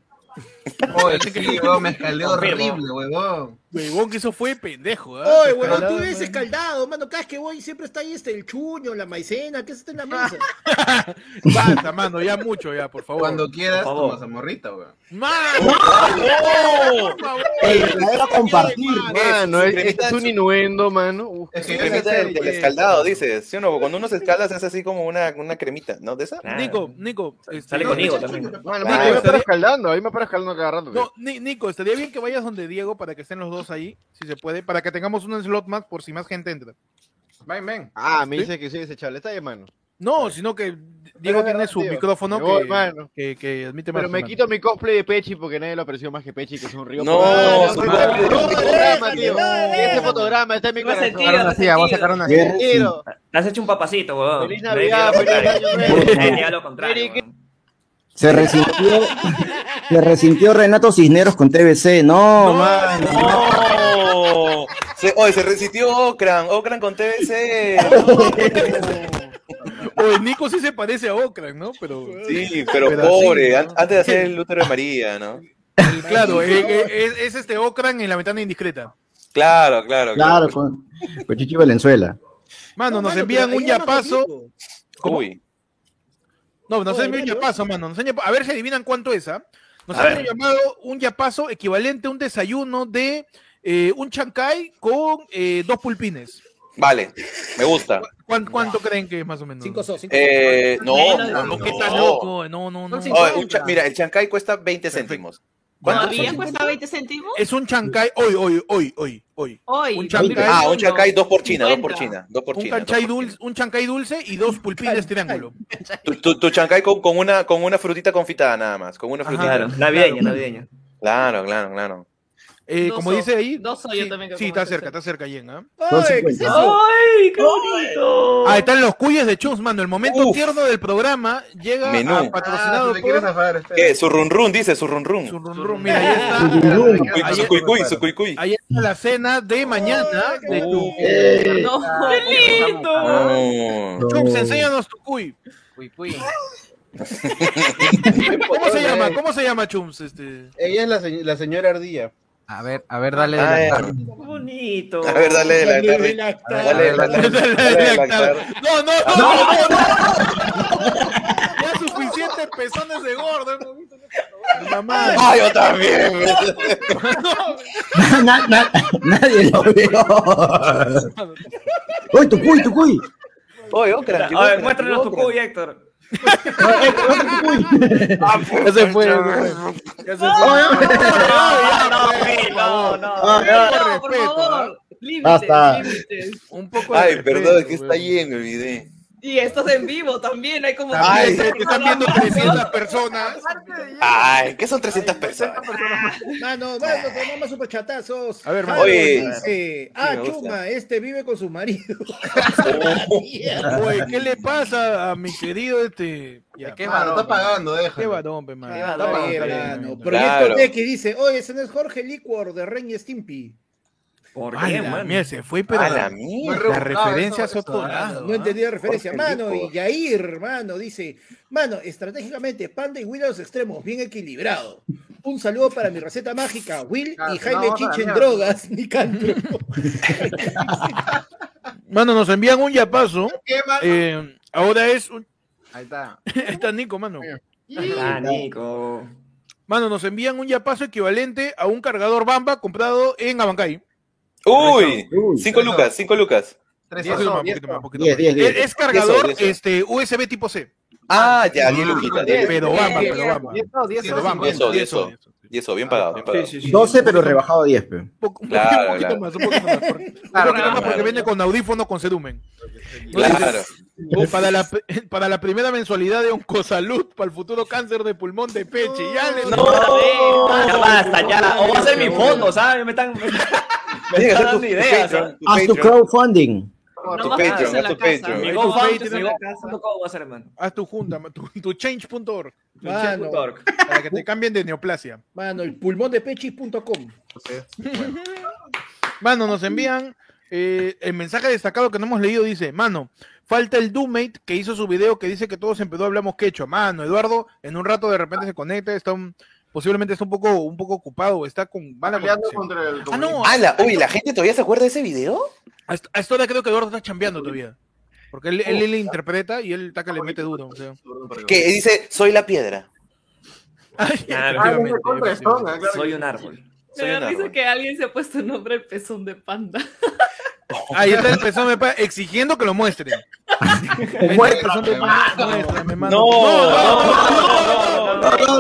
[SPEAKER 11] Oye, sí, weón, Oh, me escalé
[SPEAKER 2] Confirmo.
[SPEAKER 11] horrible, huevón.
[SPEAKER 1] Huevón, que eso fue pendejo, ¿ah?
[SPEAKER 3] Oye,
[SPEAKER 1] Se
[SPEAKER 3] huevón,
[SPEAKER 1] escaldó,
[SPEAKER 3] tú ves
[SPEAKER 1] man.
[SPEAKER 3] escaldado, mano. Cada vez que voy siempre está ahí este, el chuño, la maicena, ¿qué está en la
[SPEAKER 1] *laughs*
[SPEAKER 3] mesa?
[SPEAKER 1] Basta, mano, ya mucho, ya, por favor.
[SPEAKER 11] Cuando quieras,
[SPEAKER 2] Por favor.
[SPEAKER 11] tomas a morrita, weón.
[SPEAKER 3] *laughs*
[SPEAKER 1] ¡Mano! Por favor.
[SPEAKER 4] El verdadero compartir.
[SPEAKER 9] Mano, es,
[SPEAKER 13] Cremita
[SPEAKER 9] este es
[SPEAKER 13] en
[SPEAKER 9] un
[SPEAKER 13] su-
[SPEAKER 9] innuendo, mano. Uf,
[SPEAKER 11] Es que yo
[SPEAKER 13] Cremita
[SPEAKER 11] sé-
[SPEAKER 13] del, del escaldado, dices. ¿Sí o no? Cuando uno se escalda se hace así como una, una cremita, ¿no? ¿De esa?
[SPEAKER 2] Claro.
[SPEAKER 1] Nico, Nico. este,
[SPEAKER 2] Sale
[SPEAKER 1] no,
[SPEAKER 2] conmigo
[SPEAKER 1] Nico,
[SPEAKER 2] también.
[SPEAKER 9] Mano,
[SPEAKER 13] Claro.
[SPEAKER 9] mano, ahí me paro
[SPEAKER 1] Estaría-
[SPEAKER 9] escaldando, ahí me paro escaldando cada rato.
[SPEAKER 1] No, Ni- Nico, estaría bien que vayas donde Diego para que estén los dos ahí, si se puede, para que tengamos un slot más por si más gente entra. Ven, ven.
[SPEAKER 9] Ah, me
[SPEAKER 1] ¿Sí?
[SPEAKER 9] dice que sí, ese chaval. Está bien, mano.
[SPEAKER 1] No, sino que Diego
[SPEAKER 9] Pero,
[SPEAKER 1] tiene su
[SPEAKER 9] tío,
[SPEAKER 1] micrófono
[SPEAKER 9] me voy,
[SPEAKER 1] que,
[SPEAKER 9] mano.
[SPEAKER 1] que, que admite más.
[SPEAKER 9] Pero me
[SPEAKER 1] mano.
[SPEAKER 9] quito mi cosplay de Pechi porque nadie lo apreció más que Pechi, que es un río.
[SPEAKER 13] No,
[SPEAKER 9] Ah,
[SPEAKER 13] su
[SPEAKER 9] no, no,
[SPEAKER 13] madre.
[SPEAKER 9] no, fotograma,
[SPEAKER 3] no,
[SPEAKER 9] tío.
[SPEAKER 3] no, no,
[SPEAKER 9] Ese
[SPEAKER 3] no.
[SPEAKER 9] fotograma está en mi
[SPEAKER 6] no
[SPEAKER 9] corazón.
[SPEAKER 6] sentí, no
[SPEAKER 5] así, vamos a sacar una
[SPEAKER 4] Guerra-
[SPEAKER 9] Quiero.
[SPEAKER 2] Te has hecho un papacito, weón.
[SPEAKER 9] Feliz
[SPEAKER 2] Nadie
[SPEAKER 9] Navidad,
[SPEAKER 2] diga lo
[SPEAKER 9] feliz
[SPEAKER 2] contrario.
[SPEAKER 9] Año Nuevo.
[SPEAKER 2] Nadie diga lo contrario, weón.
[SPEAKER 4] Se resintió, se resintió Renato Cisneros con TBC. No, mano.
[SPEAKER 13] ¡No! Se, hoy se resistió Okran, Okran con
[SPEAKER 1] *laughs*
[SPEAKER 13] TBC.
[SPEAKER 1] O el Nico sí *laughs* se parece a Okran, ¿no? Pero
[SPEAKER 13] Sí, pero,
[SPEAKER 1] Pero
[SPEAKER 13] pobre,
[SPEAKER 1] así,
[SPEAKER 13] an- antes de hacer el útero de María, ¿no?
[SPEAKER 1] claro, eh, eh, es, es este Okran en la ventana indiscreta.
[SPEAKER 13] Claro, claro, claro.
[SPEAKER 4] Claro, con, con Chichi Valenzuela.
[SPEAKER 1] Mano, nos envían
[SPEAKER 3] pero
[SPEAKER 1] un
[SPEAKER 3] ahí llama
[SPEAKER 1] yapazo.
[SPEAKER 3] conmigo.
[SPEAKER 1] ¿Cómo?
[SPEAKER 13] Uy,
[SPEAKER 1] No, nos
[SPEAKER 3] Oye,
[SPEAKER 1] envían un
[SPEAKER 3] claro.
[SPEAKER 1] yapazo, mano. nos envían- a ver si adivinan cuánto es, ¿ah? Nos
[SPEAKER 2] A
[SPEAKER 1] han
[SPEAKER 2] ver.
[SPEAKER 1] llamado un yapazo equivalente a un desayuno de eh, un chancay con eh, dos pulpines.
[SPEAKER 13] vale, me gusta.
[SPEAKER 1] ¿Cuán- ¿Cuánto creen que es más o menos?
[SPEAKER 3] Cinco sos, cinco
[SPEAKER 13] Eh, no,
[SPEAKER 6] Menos de
[SPEAKER 13] no,
[SPEAKER 1] No,
[SPEAKER 13] no.
[SPEAKER 1] ¿qué tan loco? No, no, no.
[SPEAKER 3] Son cinco.
[SPEAKER 13] Oye, un cha- mira, el chancay cuesta 20 céntimos. ¿Cuánto?
[SPEAKER 6] todavía cuesta 20 céntimos.
[SPEAKER 1] Es un chancay hoy, hoy, hoy, hoy, hoy.
[SPEAKER 6] Hoy.
[SPEAKER 1] Un chancay.
[SPEAKER 13] Ah, un chancay, dos por China, dos por
[SPEAKER 6] 50.
[SPEAKER 13] China, dos por
[SPEAKER 1] Un
[SPEAKER 13] China.
[SPEAKER 1] chancay
[SPEAKER 13] dos por
[SPEAKER 1] dulce, un chancay dulce y dos pulpines triángulo.
[SPEAKER 13] China. Tu, tu, tu chancay con, con una, con una frutita confitada nada más, con una
[SPEAKER 1] Ajá.
[SPEAKER 13] frutita.
[SPEAKER 2] Claro,
[SPEAKER 13] Claro,
[SPEAKER 2] navideña, navideña.
[SPEAKER 13] claro, claro. claro.
[SPEAKER 1] Eh,
[SPEAKER 6] Dos
[SPEAKER 1] como
[SPEAKER 6] o-
[SPEAKER 1] dice ahí.
[SPEAKER 6] dos o yo
[SPEAKER 1] sí,
[SPEAKER 6] también creo
[SPEAKER 1] sí,
[SPEAKER 6] que
[SPEAKER 1] está
[SPEAKER 6] como
[SPEAKER 1] cerca,
[SPEAKER 6] tercero.
[SPEAKER 1] está cerca, Yen. ¿ah?
[SPEAKER 4] Son 50.
[SPEAKER 2] ¡Ay, qué bonito!
[SPEAKER 1] Ah, están los cuyes de Chums, mano. El momento
[SPEAKER 13] Uf.
[SPEAKER 1] tierno del programa llega
[SPEAKER 13] Menú.
[SPEAKER 1] a- patrocinado
[SPEAKER 6] pues,
[SPEAKER 11] Ah, tú te quieres
[SPEAKER 1] por
[SPEAKER 11] zafar, espera.
[SPEAKER 13] ¿Qué? Su run run, dice, su run
[SPEAKER 1] su
[SPEAKER 13] run.
[SPEAKER 1] run run. Mira, ahí está.
[SPEAKER 11] Espera,
[SPEAKER 4] Su-
[SPEAKER 11] me quedo-
[SPEAKER 13] Su
[SPEAKER 11] ahí-
[SPEAKER 13] cuicuy, su cuicuy.
[SPEAKER 1] Ahí está la cena de mañana de tu
[SPEAKER 6] No, qué lindo.
[SPEAKER 1] Ah.
[SPEAKER 13] No.
[SPEAKER 1] Chums, enséñanos tu cuy.
[SPEAKER 5] Uy, uy.
[SPEAKER 1] *laughs* ¿Cómo se llama? ¿Cómo se llama Chums? Este?
[SPEAKER 11] Ella es la, se- la señora Ardilla.
[SPEAKER 5] A ver, a ver, dale.
[SPEAKER 13] Ah,
[SPEAKER 5] de la-
[SPEAKER 13] ya.
[SPEAKER 2] Qué bonito.
[SPEAKER 13] A ver, dale de la tarde. Dale de la tarde. Dale de la tarde.
[SPEAKER 1] No, no, no, no, no, no. Ya suficientes pezones de gordo hemos visto en este programa. Mamá.
[SPEAKER 13] Ah, yo
[SPEAKER 7] *laughs*
[SPEAKER 13] también.
[SPEAKER 4] Na- na- nadie lo vio. Uy, tu cuy, tu cuy.
[SPEAKER 13] Oye, Okra.
[SPEAKER 2] A ver, muéstranos tu cuy, Héctor.
[SPEAKER 4] Ya se fue.
[SPEAKER 1] Ya se fue. Ay, ya,
[SPEAKER 2] No, no.
[SPEAKER 4] Ah, ya.
[SPEAKER 6] No, por
[SPEAKER 1] respeto,
[SPEAKER 6] favor.
[SPEAKER 4] Basta.
[SPEAKER 6] Límites, límites.
[SPEAKER 1] Un poco de
[SPEAKER 13] Ay,
[SPEAKER 1] respeto,
[SPEAKER 13] perdón, que
[SPEAKER 1] weón.
[SPEAKER 13] está allí, me olvidé.
[SPEAKER 6] Y esto es en vivo también, hay como...
[SPEAKER 13] Ay,
[SPEAKER 1] te están viendo 300 personas.
[SPEAKER 13] Ay, ¿qué son 300 personas?
[SPEAKER 3] Mano, vamos con pues, más superchatazos.
[SPEAKER 13] A ver,
[SPEAKER 3] Harold
[SPEAKER 13] oye.
[SPEAKER 3] dice,
[SPEAKER 13] Sí,
[SPEAKER 3] ah,
[SPEAKER 13] me gusta.
[SPEAKER 3] chuma, este vive con su
[SPEAKER 1] *laughs*
[SPEAKER 3] marido.
[SPEAKER 1] Oye, ¿qué le pasa a mi querido este? Ya,
[SPEAKER 11] qué varón, está pagando, déjalo.
[SPEAKER 1] Qué varón, pe, mano.
[SPEAKER 11] Qué
[SPEAKER 1] Está
[SPEAKER 11] varón,
[SPEAKER 1] pagando,
[SPEAKER 11] pe,
[SPEAKER 1] está bien,
[SPEAKER 11] mano.
[SPEAKER 1] está
[SPEAKER 3] Ah,
[SPEAKER 1] bien.
[SPEAKER 3] Proyecto T que dice, oye, ese no es Jorge Liquor de Ren y Stimpy.
[SPEAKER 2] ¿Por
[SPEAKER 1] Ay,
[SPEAKER 2] qué,
[SPEAKER 1] la
[SPEAKER 2] mano?
[SPEAKER 1] mierda, se fue, pero
[SPEAKER 13] A
[SPEAKER 1] la,
[SPEAKER 13] la mierda.
[SPEAKER 1] la referencia se ha
[SPEAKER 3] No entendí la referencia.
[SPEAKER 13] Jorge
[SPEAKER 3] Mano,
[SPEAKER 13] Liquor.
[SPEAKER 3] y Yair, mano, dice, mano, estratégicamente, Panda y Will a los extremos, bien equilibrado. Un saludo para mi receta mágica, Will
[SPEAKER 11] Ah,
[SPEAKER 3] y Jaime
[SPEAKER 11] no,
[SPEAKER 3] Chichen
[SPEAKER 11] mierda.
[SPEAKER 3] drogas,
[SPEAKER 6] *laughs*
[SPEAKER 3] ni canto.
[SPEAKER 1] Mano, nos envían un yapazo.
[SPEAKER 11] ¿Qué, mano?
[SPEAKER 1] Eh, ahora es un... *laughs*
[SPEAKER 11] Ahí está.
[SPEAKER 1] Está Nico, mano.
[SPEAKER 2] Ah, Nico.
[SPEAKER 1] Mano, nos envían un yapazo equivalente a un cargador Bamba comprado en Abancay.
[SPEAKER 13] Uy, 5 lucas, 5 lucas.
[SPEAKER 11] Tres
[SPEAKER 1] Diez lucas,
[SPEAKER 11] son.
[SPEAKER 1] poquito más, poquito
[SPEAKER 4] Diez,
[SPEAKER 1] más. E,
[SPEAKER 4] diez, diez.
[SPEAKER 1] Es, es cargador
[SPEAKER 13] Diez, diez.
[SPEAKER 1] este USB tipo C.
[SPEAKER 13] Ah, ya, 10 luquitas. diez
[SPEAKER 1] Pero Bamba, pero Bamba.
[SPEAKER 5] No, 10
[SPEAKER 1] Pero Bamba.
[SPEAKER 13] Eso,
[SPEAKER 1] diez,
[SPEAKER 13] eso.
[SPEAKER 1] diez.
[SPEAKER 13] Y eso, bien pagado, bien pagado.
[SPEAKER 4] 12, pero rebajado a 10, pe.
[SPEAKER 1] Un poco- un
[SPEAKER 13] Claro,
[SPEAKER 1] poquito
[SPEAKER 13] claro.
[SPEAKER 1] más, un poquito más. porque-
[SPEAKER 13] *laughs*
[SPEAKER 1] un
[SPEAKER 11] Claro,
[SPEAKER 1] poquito más
[SPEAKER 13] claro.
[SPEAKER 1] porque viene con audífono con sedumen.
[SPEAKER 13] Claro.
[SPEAKER 1] *laughs* Para la, para la primera mensualidad de Oncosalud, para el futuro cáncer de pulmón de peche. Ya les
[SPEAKER 2] No, ya basta, ya. O va a ser mi fondo, ¿sabes? Me están, me están dando ideas. ¿sabes?
[SPEAKER 4] Haz tu crowdfunding.
[SPEAKER 6] No
[SPEAKER 13] tu
[SPEAKER 6] más
[SPEAKER 13] Patreon,
[SPEAKER 6] quedarse en
[SPEAKER 13] a
[SPEAKER 6] la
[SPEAKER 13] tu
[SPEAKER 6] casa.
[SPEAKER 13] Patreon.
[SPEAKER 2] Mi
[SPEAKER 1] Tu
[SPEAKER 2] GoFundMe,
[SPEAKER 1] Patreon.
[SPEAKER 2] mi GoFundMe, ¿cómo va a ser, hermano?
[SPEAKER 1] Haz tu junta, ma- tu, tu change.org.
[SPEAKER 2] Mi Chef.org.
[SPEAKER 1] Para que te cambien de neoplasia.
[SPEAKER 3] Mano, el pulmón de pechis.com.
[SPEAKER 1] *laughs* Mano, nos envían eh, el mensaje destacado que no hemos leído. Dice, mano, falta el Doommate que hizo su video que dice que todos en Perú hablamos quechua. Mano, Eduardo, en un rato de repente se conecta, está un- posiblemente está un poco, un poco ocupado, o está con mala
[SPEAKER 11] Peleando
[SPEAKER 1] conexión.
[SPEAKER 11] contra el
[SPEAKER 1] Ah, no, a,
[SPEAKER 13] Ala, uy, ¿la gente todavía se acuerda de ese video?
[SPEAKER 1] a esta- a esta hora creo que Eduardo está chambeando todavía. Porque él, él, le interpreta y él taca le mete duro. o sea.
[SPEAKER 11] comunista.
[SPEAKER 13] Que dice, soy la piedra.
[SPEAKER 1] Ay,
[SPEAKER 2] Claro.
[SPEAKER 11] Ah,
[SPEAKER 1] efectivamente,
[SPEAKER 11] no me compres,
[SPEAKER 1] efectivamente.
[SPEAKER 11] son, ah, claro.
[SPEAKER 2] Soy un árbol.
[SPEAKER 13] Soy
[SPEAKER 6] Me
[SPEAKER 13] un
[SPEAKER 6] da risa
[SPEAKER 13] árbol.
[SPEAKER 6] que alguien se ha puesto el nombre el pezón de panda.
[SPEAKER 1] Ahí está el pezón de pa- exigiendo que lo muestren. Ahí está el pezón de pa- muéstrame, mano.
[SPEAKER 2] No, no,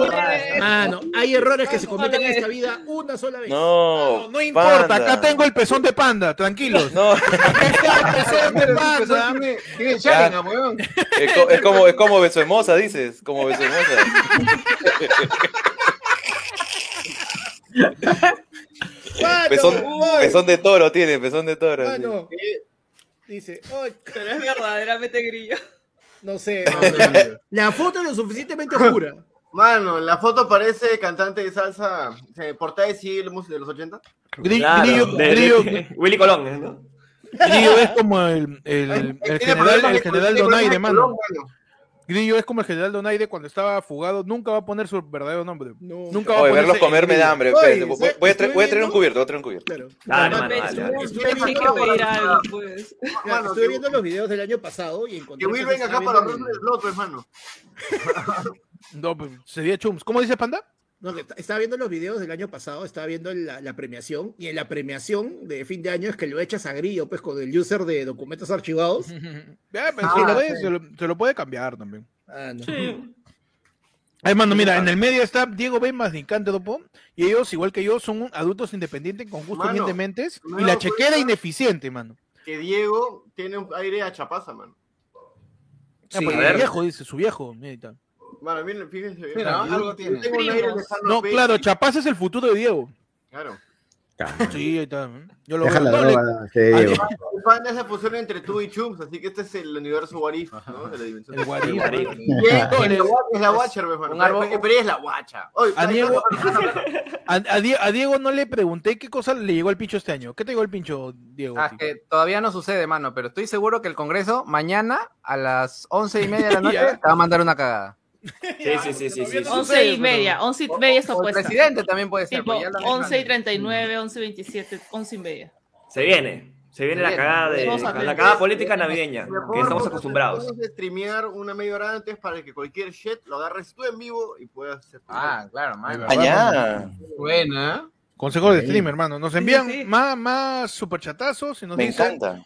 [SPEAKER 2] no,
[SPEAKER 3] Mano, hay errores que se cometen en
[SPEAKER 6] Ole.
[SPEAKER 3] esta vida una sola vez.
[SPEAKER 13] No,
[SPEAKER 1] No, no importa,
[SPEAKER 13] panda.
[SPEAKER 1] acá tengo el pezón de panda, tranquilos.
[SPEAKER 13] No,
[SPEAKER 1] Acá está el pezón de
[SPEAKER 11] Empezó,
[SPEAKER 1] panda.
[SPEAKER 11] tiene- Tiene Sharingan, weón.
[SPEAKER 13] es, co- es como, es como beso hermosa, dices. Como beso
[SPEAKER 1] *laughs*
[SPEAKER 13] hermosa.
[SPEAKER 1] Ah,
[SPEAKER 3] Mano,
[SPEAKER 13] Pezón,
[SPEAKER 3] uy,
[SPEAKER 13] pezón de toro tiene, pezón de toro. sí.
[SPEAKER 3] mano. Dice, "Ay,
[SPEAKER 6] Pero es verdaderamente grillo.
[SPEAKER 3] no sé.
[SPEAKER 11] Mano,
[SPEAKER 3] La foto es lo suficientemente oscura.
[SPEAKER 11] Mano, la foto parece cantante de salsa, eh, portada de Silmus de los 80.
[SPEAKER 1] Gri-
[SPEAKER 2] Claro,
[SPEAKER 1] Grillo,
[SPEAKER 2] de- de-
[SPEAKER 1] Grillo-
[SPEAKER 2] Willy Colón, ¿no?
[SPEAKER 1] Grillo es como el, el- el
[SPEAKER 11] Tiene
[SPEAKER 1] Eh, general,
[SPEAKER 11] problemas
[SPEAKER 1] el
[SPEAKER 11] de-
[SPEAKER 1] general
[SPEAKER 11] tiene
[SPEAKER 1] Donaire,
[SPEAKER 11] problemas de
[SPEAKER 1] mano.
[SPEAKER 11] color, mano.
[SPEAKER 1] Grillo es como el general Donaire cuando estaba fugado, nunca va a poner su verdadero nombre.
[SPEAKER 3] No.
[SPEAKER 1] Nunca va
[SPEAKER 13] Oye,
[SPEAKER 1] a ponerse
[SPEAKER 13] verlos comer me da hambre. espérate,
[SPEAKER 3] Oye,
[SPEAKER 13] voy,
[SPEAKER 3] ¿sabes
[SPEAKER 13] voy a
[SPEAKER 3] qué
[SPEAKER 13] tra-
[SPEAKER 3] estoy
[SPEAKER 13] voy a traer un
[SPEAKER 3] viendo?
[SPEAKER 13] cubierto, voy a traer un cubierto.
[SPEAKER 3] Claro.
[SPEAKER 13] Ah,
[SPEAKER 2] Dale,
[SPEAKER 6] Pechi,
[SPEAKER 2] hermano, dale, dale.
[SPEAKER 6] Pechi, hay que pedir algo, pues.
[SPEAKER 11] Mano,
[SPEAKER 3] estuve
[SPEAKER 11] que-
[SPEAKER 3] viendo los videos del año pasado y encontré.
[SPEAKER 11] Que Will venga acá para hablar del loto, hermano.
[SPEAKER 1] No, pues, sería
[SPEAKER 3] Ah,
[SPEAKER 1] Chums. ¿Cómo dice Panda?
[SPEAKER 3] No, que est- estaba viendo los videos del año pasado, estaba viendo la, la premiación, y en la premiación de fin de año es que lo echas a grillo, pues, con el user de documentos
[SPEAKER 13] *laughs*
[SPEAKER 3] archivados.
[SPEAKER 1] Ya, pues,
[SPEAKER 11] Ah,
[SPEAKER 1] se, lo puede,
[SPEAKER 11] sí.
[SPEAKER 1] se lo- se lo puede cambiar también.
[SPEAKER 3] Ah, no.
[SPEAKER 1] Ay, mano, mira, en el medio está Diego Bemas de Dopo, y ellos, igual que yo, son independientes independientes con gustos bien
[SPEAKER 11] Mano,
[SPEAKER 1] dementes,
[SPEAKER 11] me
[SPEAKER 1] y la
[SPEAKER 11] he dado
[SPEAKER 1] chequera
[SPEAKER 11] cuenta-
[SPEAKER 1] ineficiente, mano.
[SPEAKER 11] Que Diego tiene un aire a chapaza, mano.
[SPEAKER 1] Ah,
[SPEAKER 2] Sí.
[SPEAKER 1] porque
[SPEAKER 2] A ver.
[SPEAKER 1] su viejo, dice, su viejo. mira, ahí está.
[SPEAKER 11] Mano, miren, fíjense. bien.
[SPEAKER 1] Mira,
[SPEAKER 11] Mano, yo-
[SPEAKER 1] algo
[SPEAKER 11] yo
[SPEAKER 1] tiene.
[SPEAKER 11] Tengo un aire lejano
[SPEAKER 1] No,
[SPEAKER 11] a Pe-
[SPEAKER 1] claro, Chapaz es el futuro de Diego.
[SPEAKER 11] Claro.
[SPEAKER 1] Sí, ahí está. ¿eh? Yo lo
[SPEAKER 4] Deja la
[SPEAKER 1] veo. No, le-
[SPEAKER 4] droga, que digo.
[SPEAKER 11] El fan es la fusión entre tú y Chums, así que este es el universo Warif, ¿no? De la dimensión.
[SPEAKER 1] El Guarí,
[SPEAKER 2] Guarí.
[SPEAKER 1] mano.
[SPEAKER 11] Bien,
[SPEAKER 1] No,
[SPEAKER 11] es
[SPEAKER 1] le-
[SPEAKER 11] la wa- es la Watcher, pues, mano.
[SPEAKER 5] un
[SPEAKER 11] Pero-
[SPEAKER 5] árbol-
[SPEAKER 11] pero ella es la Watcha. Oye,
[SPEAKER 1] A
[SPEAKER 11] ay,
[SPEAKER 1] Diego-
[SPEAKER 11] plata, plata, plata.
[SPEAKER 1] A, a Die- a Diego no le pregunté qué cosa le llegó al pincho este año. ¿Qué te llegó al pincho, Diego?
[SPEAKER 5] Ah,
[SPEAKER 1] tío?
[SPEAKER 5] que todavía no sucede, mano, pero estoy seguro que el Congreso mañana a las once y media de la noche
[SPEAKER 1] *laughs* Ya.
[SPEAKER 5] te va a mandar una cagada.
[SPEAKER 2] Sí, sí, sí, sí, sí. sí.
[SPEAKER 6] Once y media, once y media es
[SPEAKER 5] O el
[SPEAKER 6] opuesta.
[SPEAKER 5] presidente también puede ser.
[SPEAKER 6] Tipo,
[SPEAKER 5] pues ya lo-
[SPEAKER 6] 11 y 39, 11 y 27, 11 y media.
[SPEAKER 2] Se viene. Se viene la cagada de
[SPEAKER 6] Vamos a-
[SPEAKER 2] la cagada política navideña,
[SPEAKER 11] Mejor
[SPEAKER 2] que estamos
[SPEAKER 11] nosotros
[SPEAKER 2] acostumbrados.
[SPEAKER 11] Podemos streamear una media hora antes para que cualquier shit lo agarres tú en vivo y puedas hacer. tu-
[SPEAKER 5] Ah, claro, mano.
[SPEAKER 13] Allá.
[SPEAKER 11] Buena.
[SPEAKER 1] Consejos de stream, hermano. Nos envían
[SPEAKER 6] sí.
[SPEAKER 1] más, más superchatazos y nos
[SPEAKER 13] Me
[SPEAKER 1] dicen,
[SPEAKER 13] encanta.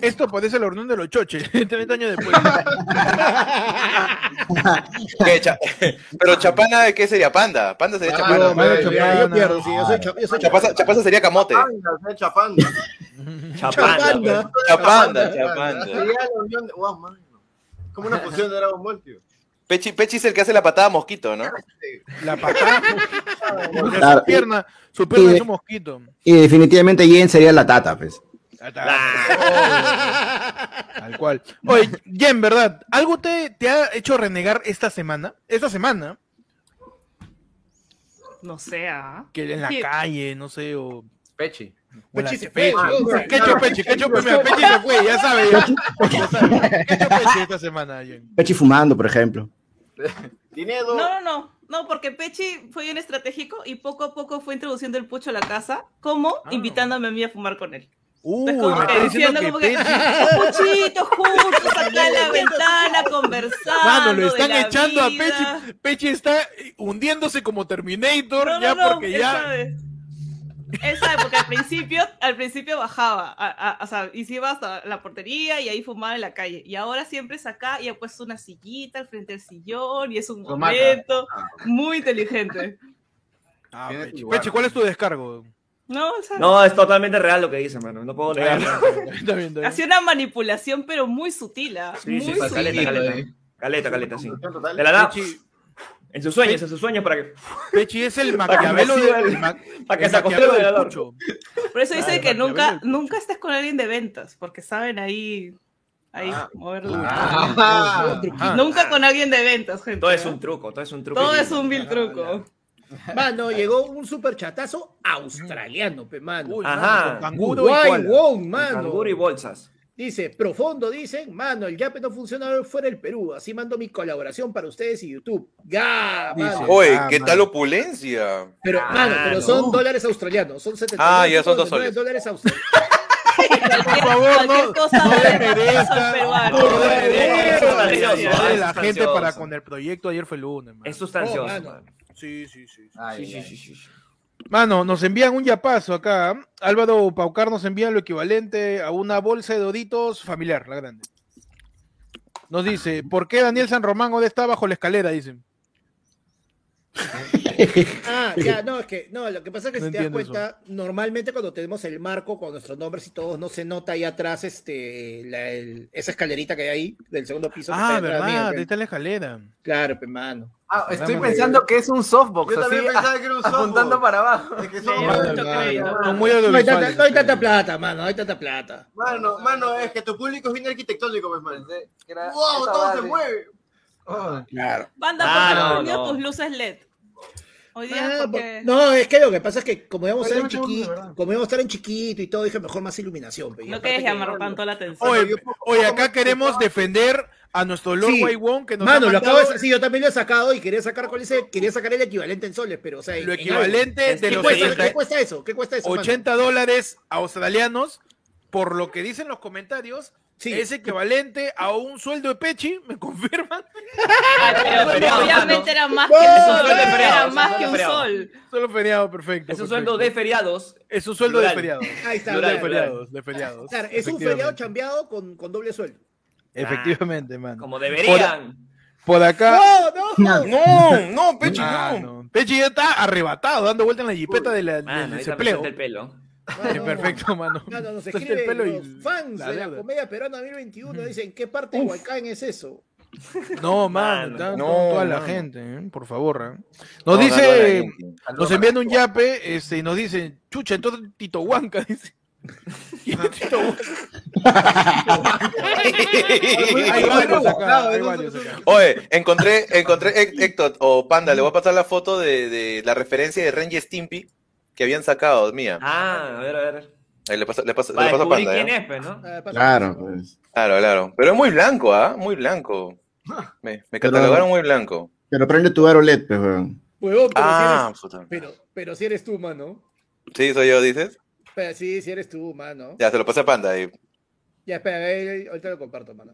[SPEAKER 1] esto parece la reunión de los choches, *laughs* 30 años después.
[SPEAKER 13] ¿Qué, cha- Pero Chapana, ¿qué sería? Panda. Panda sería
[SPEAKER 11] Claro,
[SPEAKER 13] Chapana.
[SPEAKER 11] mano,
[SPEAKER 3] Yo-
[SPEAKER 1] Chapana.
[SPEAKER 3] yo pierdo, sí, yo soy, cha- yo soy
[SPEAKER 13] Chapaza, Chapaza sería Camote.
[SPEAKER 11] Panda, sea chapanda.
[SPEAKER 2] Chapanda.
[SPEAKER 3] Chapanda.
[SPEAKER 13] Chapanda,
[SPEAKER 11] Sería
[SPEAKER 13] Chapanda.
[SPEAKER 11] la unión de. Wow, mano. Como una fusión de Dragon Ball, tío.
[SPEAKER 13] Pechi, Pechi es el que hace la patada mosquito, ¿no?
[SPEAKER 1] La patada. Porque
[SPEAKER 4] Claro,
[SPEAKER 1] su pierna, su
[SPEAKER 4] y-
[SPEAKER 1] pierna
[SPEAKER 4] y-
[SPEAKER 1] es un mosquito.
[SPEAKER 4] Y definitivamente Jen sería la tata, pues.
[SPEAKER 1] Tal cual. Oye, Jen, ¿verdad? ¿Algo te, te ha hecho renegar esta semana? Esta semana,
[SPEAKER 6] No sé, ¿ah?
[SPEAKER 1] que en la
[SPEAKER 6] Sí.
[SPEAKER 1] calle, no sé, o.
[SPEAKER 12] Pechi.
[SPEAKER 1] Hola,
[SPEAKER 6] Pechi se
[SPEAKER 1] Pechi.
[SPEAKER 6] fue,
[SPEAKER 1] Ah,
[SPEAKER 6] ¿no?
[SPEAKER 1] ¿Qué ha hecho Pechi? ¿Qué ha hecho Pechi? Mira, Pechi se fue, ya sabe. Ya, Ya
[SPEAKER 6] *laughs*
[SPEAKER 1] sabe. ¿Qué ha hecho Pechi esta semana, Jen?
[SPEAKER 4] Pechi fumando, por ejemplo.
[SPEAKER 6] No, no, no. No, porque Pechi fue bien estratégico y poco a poco fue introduciendo el pucho a la casa, como invitándome a mí a fumar con él.
[SPEAKER 1] Ah. Uy,
[SPEAKER 6] Entonces, como
[SPEAKER 1] me
[SPEAKER 6] que
[SPEAKER 1] está
[SPEAKER 6] diciendo
[SPEAKER 1] diciendo que
[SPEAKER 6] como que, "Oh,
[SPEAKER 1] Pechi-
[SPEAKER 6] puchito, juntos acá en la ventana, conversando.
[SPEAKER 1] Mano, lo
[SPEAKER 6] de
[SPEAKER 1] están
[SPEAKER 6] la vida.
[SPEAKER 1] echando a Pechi. Pechi está eh, hundiéndose como Terminator,
[SPEAKER 6] No, no,
[SPEAKER 1] ya
[SPEAKER 6] no,
[SPEAKER 1] porque
[SPEAKER 6] él
[SPEAKER 1] ya.
[SPEAKER 6] sabe. Él sabe, porque al principio, al principio bajaba, a- a- o sea, y se iba hasta la portería y ahí fumaba en la calle. Y ahora siempre es acá y ha puesto una sillita al frente del sillón y es un
[SPEAKER 1] Lo mata.
[SPEAKER 6] momento muy inteligente.
[SPEAKER 1] Ah, Pechi. Pechi, ¿cuál es tu descargo?
[SPEAKER 6] No, o sea,
[SPEAKER 2] No, es totalmente real lo que dice, mano. No puedo negarlo.
[SPEAKER 6] hacía una manipulación, pero muy sutil, ¿ah?
[SPEAKER 2] Sí, sí,
[SPEAKER 6] muy eh.
[SPEAKER 2] sí, caleta,
[SPEAKER 6] sutil.
[SPEAKER 2] caleta. Caleta, caleta, sí.
[SPEAKER 11] total.
[SPEAKER 2] De la nada.
[SPEAKER 1] Pechi-
[SPEAKER 2] En sus sueños, en sus sueños para que.
[SPEAKER 1] Pechi es
[SPEAKER 2] *laughs*
[SPEAKER 1] el
[SPEAKER 2] Para que
[SPEAKER 1] maquiavelo
[SPEAKER 2] reciba
[SPEAKER 1] del-
[SPEAKER 2] el-
[SPEAKER 1] el ma-
[SPEAKER 2] para que
[SPEAKER 1] el
[SPEAKER 2] se acosté
[SPEAKER 1] maquiavelo
[SPEAKER 2] al
[SPEAKER 1] del
[SPEAKER 2] velador.
[SPEAKER 1] pucho.
[SPEAKER 6] Por eso dice
[SPEAKER 1] Claro,
[SPEAKER 6] que
[SPEAKER 1] Maquiavelo
[SPEAKER 6] nunca, nunca estés con alguien de ventas, porque saben ahí, ahí moverlo.
[SPEAKER 2] ah, ah.
[SPEAKER 6] nunca con alguien de ventas, gente. ¿eh?
[SPEAKER 2] Todo es un truco, todo es un truco.
[SPEAKER 6] Todo es un
[SPEAKER 13] Ah,
[SPEAKER 6] vil truco.
[SPEAKER 3] Mano, llegó un super chatazo australiano, pe, mano.
[SPEAKER 2] Ajá.
[SPEAKER 3] Con
[SPEAKER 2] Canguro y
[SPEAKER 3] Uruguay,
[SPEAKER 2] koala.
[SPEAKER 3] Wong, mano.
[SPEAKER 2] Canguro y bolsas.
[SPEAKER 3] Dice, profundo, dicen, mano, el yape no funciona fuera del Perú. Así mando mi colaboración para ustedes y YouTube. Ya, mano.
[SPEAKER 13] Oye,
[SPEAKER 1] Ah,
[SPEAKER 13] ¿qué tal opulencia?
[SPEAKER 3] Pero,
[SPEAKER 6] Ah,
[SPEAKER 3] mano, pero son dólares australianos, son 70
[SPEAKER 13] Ah, ya son dos soles.
[SPEAKER 3] dólares australianos.
[SPEAKER 6] *laughs* Por
[SPEAKER 1] favor,
[SPEAKER 6] no, no desmerezcan,
[SPEAKER 1] No desmerezcan
[SPEAKER 6] no
[SPEAKER 1] la
[SPEAKER 6] desmerezcan.
[SPEAKER 1] solidaridad de la gente
[SPEAKER 2] sustancioso.
[SPEAKER 1] para con el proyecto ayer fue lunes. mano.
[SPEAKER 2] Es sustancioso.
[SPEAKER 3] Oh, mano.
[SPEAKER 2] mano.
[SPEAKER 1] Sí, sí, sí.
[SPEAKER 2] Sí, sí,
[SPEAKER 12] ay.
[SPEAKER 2] sí, sí, sí.
[SPEAKER 1] Mano, nos envían un yapazo acá. Álvaro Paucar nos envía lo equivalente a una bolsa de doditos familiar, la grande. Nos dice, ¿por qué Daniel San Román hoy está bajo la escalera? Dicen.
[SPEAKER 3] Ah, ya, no, es que, no, lo que pasa es que
[SPEAKER 1] No
[SPEAKER 3] si te das
[SPEAKER 1] entiendo eso.
[SPEAKER 3] cuenta, normalmente cuando tenemos el marco con nuestros nombres y todos, no se nota ahí atrás este, la- el- esa escalerita que hay ahí del segundo piso. que
[SPEAKER 1] Ah,
[SPEAKER 3] está detrás
[SPEAKER 1] verdad,
[SPEAKER 3] mío,
[SPEAKER 1] ahí
[SPEAKER 3] pe.
[SPEAKER 1] está la escalera.
[SPEAKER 3] Claro, pe, mano.
[SPEAKER 12] Ah, estoy pensando que es un softbox.
[SPEAKER 11] Yo también
[SPEAKER 12] así,
[SPEAKER 11] pensaba
[SPEAKER 12] a-
[SPEAKER 11] que era un
[SPEAKER 12] *laughs* Apuntando
[SPEAKER 11] softbox.
[SPEAKER 12] para abajo.
[SPEAKER 11] Es que
[SPEAKER 6] Sí,
[SPEAKER 11] son
[SPEAKER 6] no,
[SPEAKER 11] malos.
[SPEAKER 6] no, no, no.
[SPEAKER 1] Son muy
[SPEAKER 3] No hay, tanta,
[SPEAKER 1] audiovisuales.
[SPEAKER 3] no hay tanta plata, mano, no hay tanta plata.
[SPEAKER 11] Mano, mano, es que tu público es bien arquitectónico, pues, man.
[SPEAKER 12] Pensé que era-
[SPEAKER 11] ¡Wow!
[SPEAKER 12] esa
[SPEAKER 11] Todo se
[SPEAKER 12] base.
[SPEAKER 11] mueve. Oh,
[SPEAKER 3] Claro.
[SPEAKER 6] Banda,
[SPEAKER 2] Ah,
[SPEAKER 6] ¿por qué
[SPEAKER 2] no,
[SPEAKER 6] no, prendió
[SPEAKER 2] no.
[SPEAKER 6] tus luces LED? Hoy día
[SPEAKER 3] Ah,
[SPEAKER 6] es
[SPEAKER 3] por-
[SPEAKER 6] porque... No,
[SPEAKER 3] No, es que lo que pasa es que como íbamos a estar en
[SPEAKER 11] Pero yo me acuerdo,
[SPEAKER 3] chiquito,
[SPEAKER 11] ¿verdad?
[SPEAKER 3] como íbamos a estar en chiquito y todo, dije mejor más iluminación. pues, pe, y aparte
[SPEAKER 6] quieres
[SPEAKER 3] que-
[SPEAKER 6] llamar tanto la atención.
[SPEAKER 1] Oye, oye, acá queremos defender a nuestro Lord
[SPEAKER 3] Sí.
[SPEAKER 1] Wai Wong que nos
[SPEAKER 3] Mano,
[SPEAKER 1] ha
[SPEAKER 3] lo
[SPEAKER 1] mandado
[SPEAKER 3] acabo de decir, yo también lo he sacado y quería sacar con ese, quería sacar el equivalente en soles, pero o sea, en-
[SPEAKER 1] lo
[SPEAKER 3] en algo.
[SPEAKER 1] equivalente de
[SPEAKER 3] ¿Qué
[SPEAKER 1] los
[SPEAKER 3] cuesta,
[SPEAKER 1] 80,
[SPEAKER 3] ¿Qué cuesta eso? ¿Qué cuesta eso? mano?
[SPEAKER 1] 80 dólares australianos, por lo que dicen los comentarios,
[SPEAKER 3] Sí.
[SPEAKER 1] es equivalente a un sueldo de Pechi, ¿me confirman?
[SPEAKER 6] Ay, pero- pero
[SPEAKER 2] feriado,
[SPEAKER 6] obviamente
[SPEAKER 2] mano.
[SPEAKER 6] era más que un
[SPEAKER 3] Es un
[SPEAKER 6] sol,
[SPEAKER 2] sueldo de
[SPEAKER 6] era
[SPEAKER 2] feriado, es
[SPEAKER 6] más
[SPEAKER 2] un
[SPEAKER 6] que un
[SPEAKER 2] feriado.
[SPEAKER 6] sol.
[SPEAKER 1] Solo feriado, perfecto.
[SPEAKER 2] Es un
[SPEAKER 1] perfecto.
[SPEAKER 2] sueldo de feriados.
[SPEAKER 1] Es un sueldo de
[SPEAKER 2] Plural.
[SPEAKER 1] feriados.
[SPEAKER 3] Ahí está.
[SPEAKER 1] De
[SPEAKER 2] Plural,
[SPEAKER 3] claro.
[SPEAKER 2] plural.
[SPEAKER 1] feriados, de feriados.
[SPEAKER 3] Claro, es un
[SPEAKER 1] Efectivamente.
[SPEAKER 3] feriado chambeado con, con doble sueldo.
[SPEAKER 1] Efectivamente, mano.
[SPEAKER 2] Como deberían.
[SPEAKER 1] Por acá.
[SPEAKER 3] ¡No,
[SPEAKER 4] No.
[SPEAKER 3] no!
[SPEAKER 13] No, no, Pechi,
[SPEAKER 1] Ah,
[SPEAKER 13] no.
[SPEAKER 1] no. Pechi ya está arrebatado, dando vuelta en la jipeta de la,
[SPEAKER 2] Mano,
[SPEAKER 1] del
[SPEAKER 2] ahí también
[SPEAKER 1] desempleo.
[SPEAKER 2] suelta el pelo.
[SPEAKER 3] Mano, no.
[SPEAKER 1] Perfecto, mano.
[SPEAKER 3] Mano, nos
[SPEAKER 1] Suelta el
[SPEAKER 3] escriben
[SPEAKER 1] pelo y
[SPEAKER 3] los fans
[SPEAKER 1] la
[SPEAKER 3] de la
[SPEAKER 1] deuda.
[SPEAKER 3] comedia peruana 2021. Dicen, ¿qué parte de Huaycán es eso? Ah,
[SPEAKER 1] No, mano,
[SPEAKER 2] Mano,
[SPEAKER 1] está
[SPEAKER 13] no,
[SPEAKER 1] con toda la
[SPEAKER 13] mano.
[SPEAKER 1] gente, ¿eh? por favor. ¿eh? Nos
[SPEAKER 13] No,
[SPEAKER 1] dice,
[SPEAKER 13] dale, dale, gente.
[SPEAKER 1] nos envían un yape este, y nos dicen, chucha, entonces Tito Huanca, *laughs* dice. Y Tito Huanca. Hay varios acá, hay varios acá.
[SPEAKER 13] Oye, encontré, encontré Hé- Héctor o Panda, le voy a pasar la foto de, de la referencia de Renji Stimpy que habían sacado, mía.
[SPEAKER 2] Ah, a ver, a ver.
[SPEAKER 13] Ahí le paso, le paso, le
[SPEAKER 2] Para
[SPEAKER 13] paso a
[SPEAKER 2] descubrir
[SPEAKER 13] Panda,
[SPEAKER 2] quién
[SPEAKER 13] ¿ya?
[SPEAKER 2] es, pues, ¿no?
[SPEAKER 3] A
[SPEAKER 1] Ah,
[SPEAKER 3] ver, pasa.
[SPEAKER 4] Claro, pues.
[SPEAKER 13] Claro, claro. Pero es muy blanco, ¿ah? Muy blanco.
[SPEAKER 1] Ah.
[SPEAKER 13] Me, me
[SPEAKER 4] Pero-
[SPEAKER 13] catalogaron muy blanco.
[SPEAKER 4] Pero prende tu AeroLED, pues, weón.
[SPEAKER 3] Huevón, pero,
[SPEAKER 13] Ah,
[SPEAKER 3] si
[SPEAKER 13] puta.
[SPEAKER 3] eres, pero, pero si eres tú, mano.
[SPEAKER 13] Sí, soy yo, dices.
[SPEAKER 3] Pero sí, si eres tú, mano.
[SPEAKER 13] Ya, se lo pasé a Panda ahí.
[SPEAKER 3] Ya, espera, a ver, ahorita lo comparto, mano.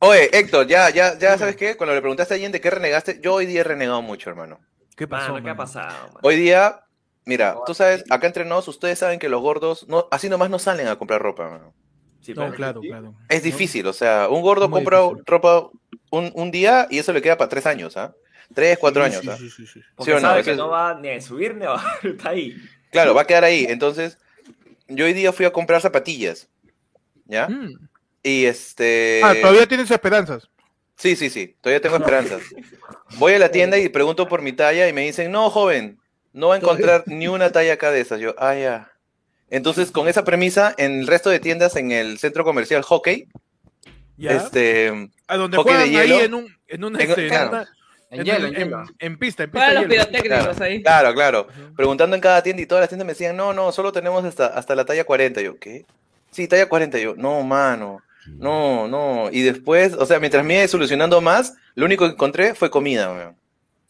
[SPEAKER 13] Oye, Héctor, ya, ya, ya, ¿sabes qué? Cuando le preguntaste a alguien de qué renegaste, yo hoy día he renegado mucho, hermano.
[SPEAKER 1] ¿Qué pasó?
[SPEAKER 2] Mano, ¿qué ha
[SPEAKER 1] mano?
[SPEAKER 2] pasado? mano?
[SPEAKER 13] Hoy día, mira, tú sabes, acá entre nos, ustedes saben que los gordos no, así nomás no salen a comprar ropa, hermano.
[SPEAKER 2] Sí,
[SPEAKER 1] No,
[SPEAKER 2] pero-
[SPEAKER 1] claro, claro.
[SPEAKER 13] Es difícil, o sea, un gordo
[SPEAKER 1] Muy
[SPEAKER 13] compra
[SPEAKER 1] difícil.
[SPEAKER 13] ropa un, un día y eso le queda para tres años, ¿ah? Tres, cuatro
[SPEAKER 1] Sí,
[SPEAKER 13] años,
[SPEAKER 1] sí,
[SPEAKER 13] ¿ah?
[SPEAKER 1] sí, sí, sí.
[SPEAKER 2] Porque
[SPEAKER 13] ¿Sí o no?
[SPEAKER 2] sabe
[SPEAKER 13] Eso
[SPEAKER 2] que
[SPEAKER 13] es-
[SPEAKER 2] no va ni a subir ni a bajar. Está ahí.
[SPEAKER 13] Claro, va a quedar ahí. Entonces, yo hoy día fui a comprar zapatillas, ¿ya?
[SPEAKER 1] Mm.
[SPEAKER 13] Y este.
[SPEAKER 1] Ah, todavía tienes esperanzas.
[SPEAKER 13] Sí, sí, sí, todavía tengo esperanzas. Voy a la tienda y pregunto por mi talla y me dicen, no, joven, no va a encontrar ni una talla acá de esas. Yo, ah, ya. Entonces, con esa premisa, en el resto de tiendas en el centro comercial Hockey,
[SPEAKER 1] Ya.
[SPEAKER 13] este,
[SPEAKER 1] A donde
[SPEAKER 13] hockey
[SPEAKER 1] juegan ahí
[SPEAKER 13] hielo.
[SPEAKER 1] en un, en un,
[SPEAKER 13] En-
[SPEAKER 1] este, en
[SPEAKER 13] claro.
[SPEAKER 1] una-
[SPEAKER 13] En
[SPEAKER 1] en
[SPEAKER 13] hielo,
[SPEAKER 1] un-
[SPEAKER 13] en hielo.
[SPEAKER 1] en- en pista, en pista.
[SPEAKER 6] Juegan
[SPEAKER 1] de
[SPEAKER 6] los
[SPEAKER 1] hielo.
[SPEAKER 6] pirotécnicos ahí.
[SPEAKER 13] Claro, claro. Preguntando en cada tienda y todas las tiendas me decían, no, no, solo tenemos hasta, hasta la talla 40. Yo, ¿qué? Sí, talla 40. Yo, no, mano.
[SPEAKER 1] Mm.
[SPEAKER 13] No, no. Y después, o sea, mientras me iba solucionando más, lo único que encontré fue comida, weón.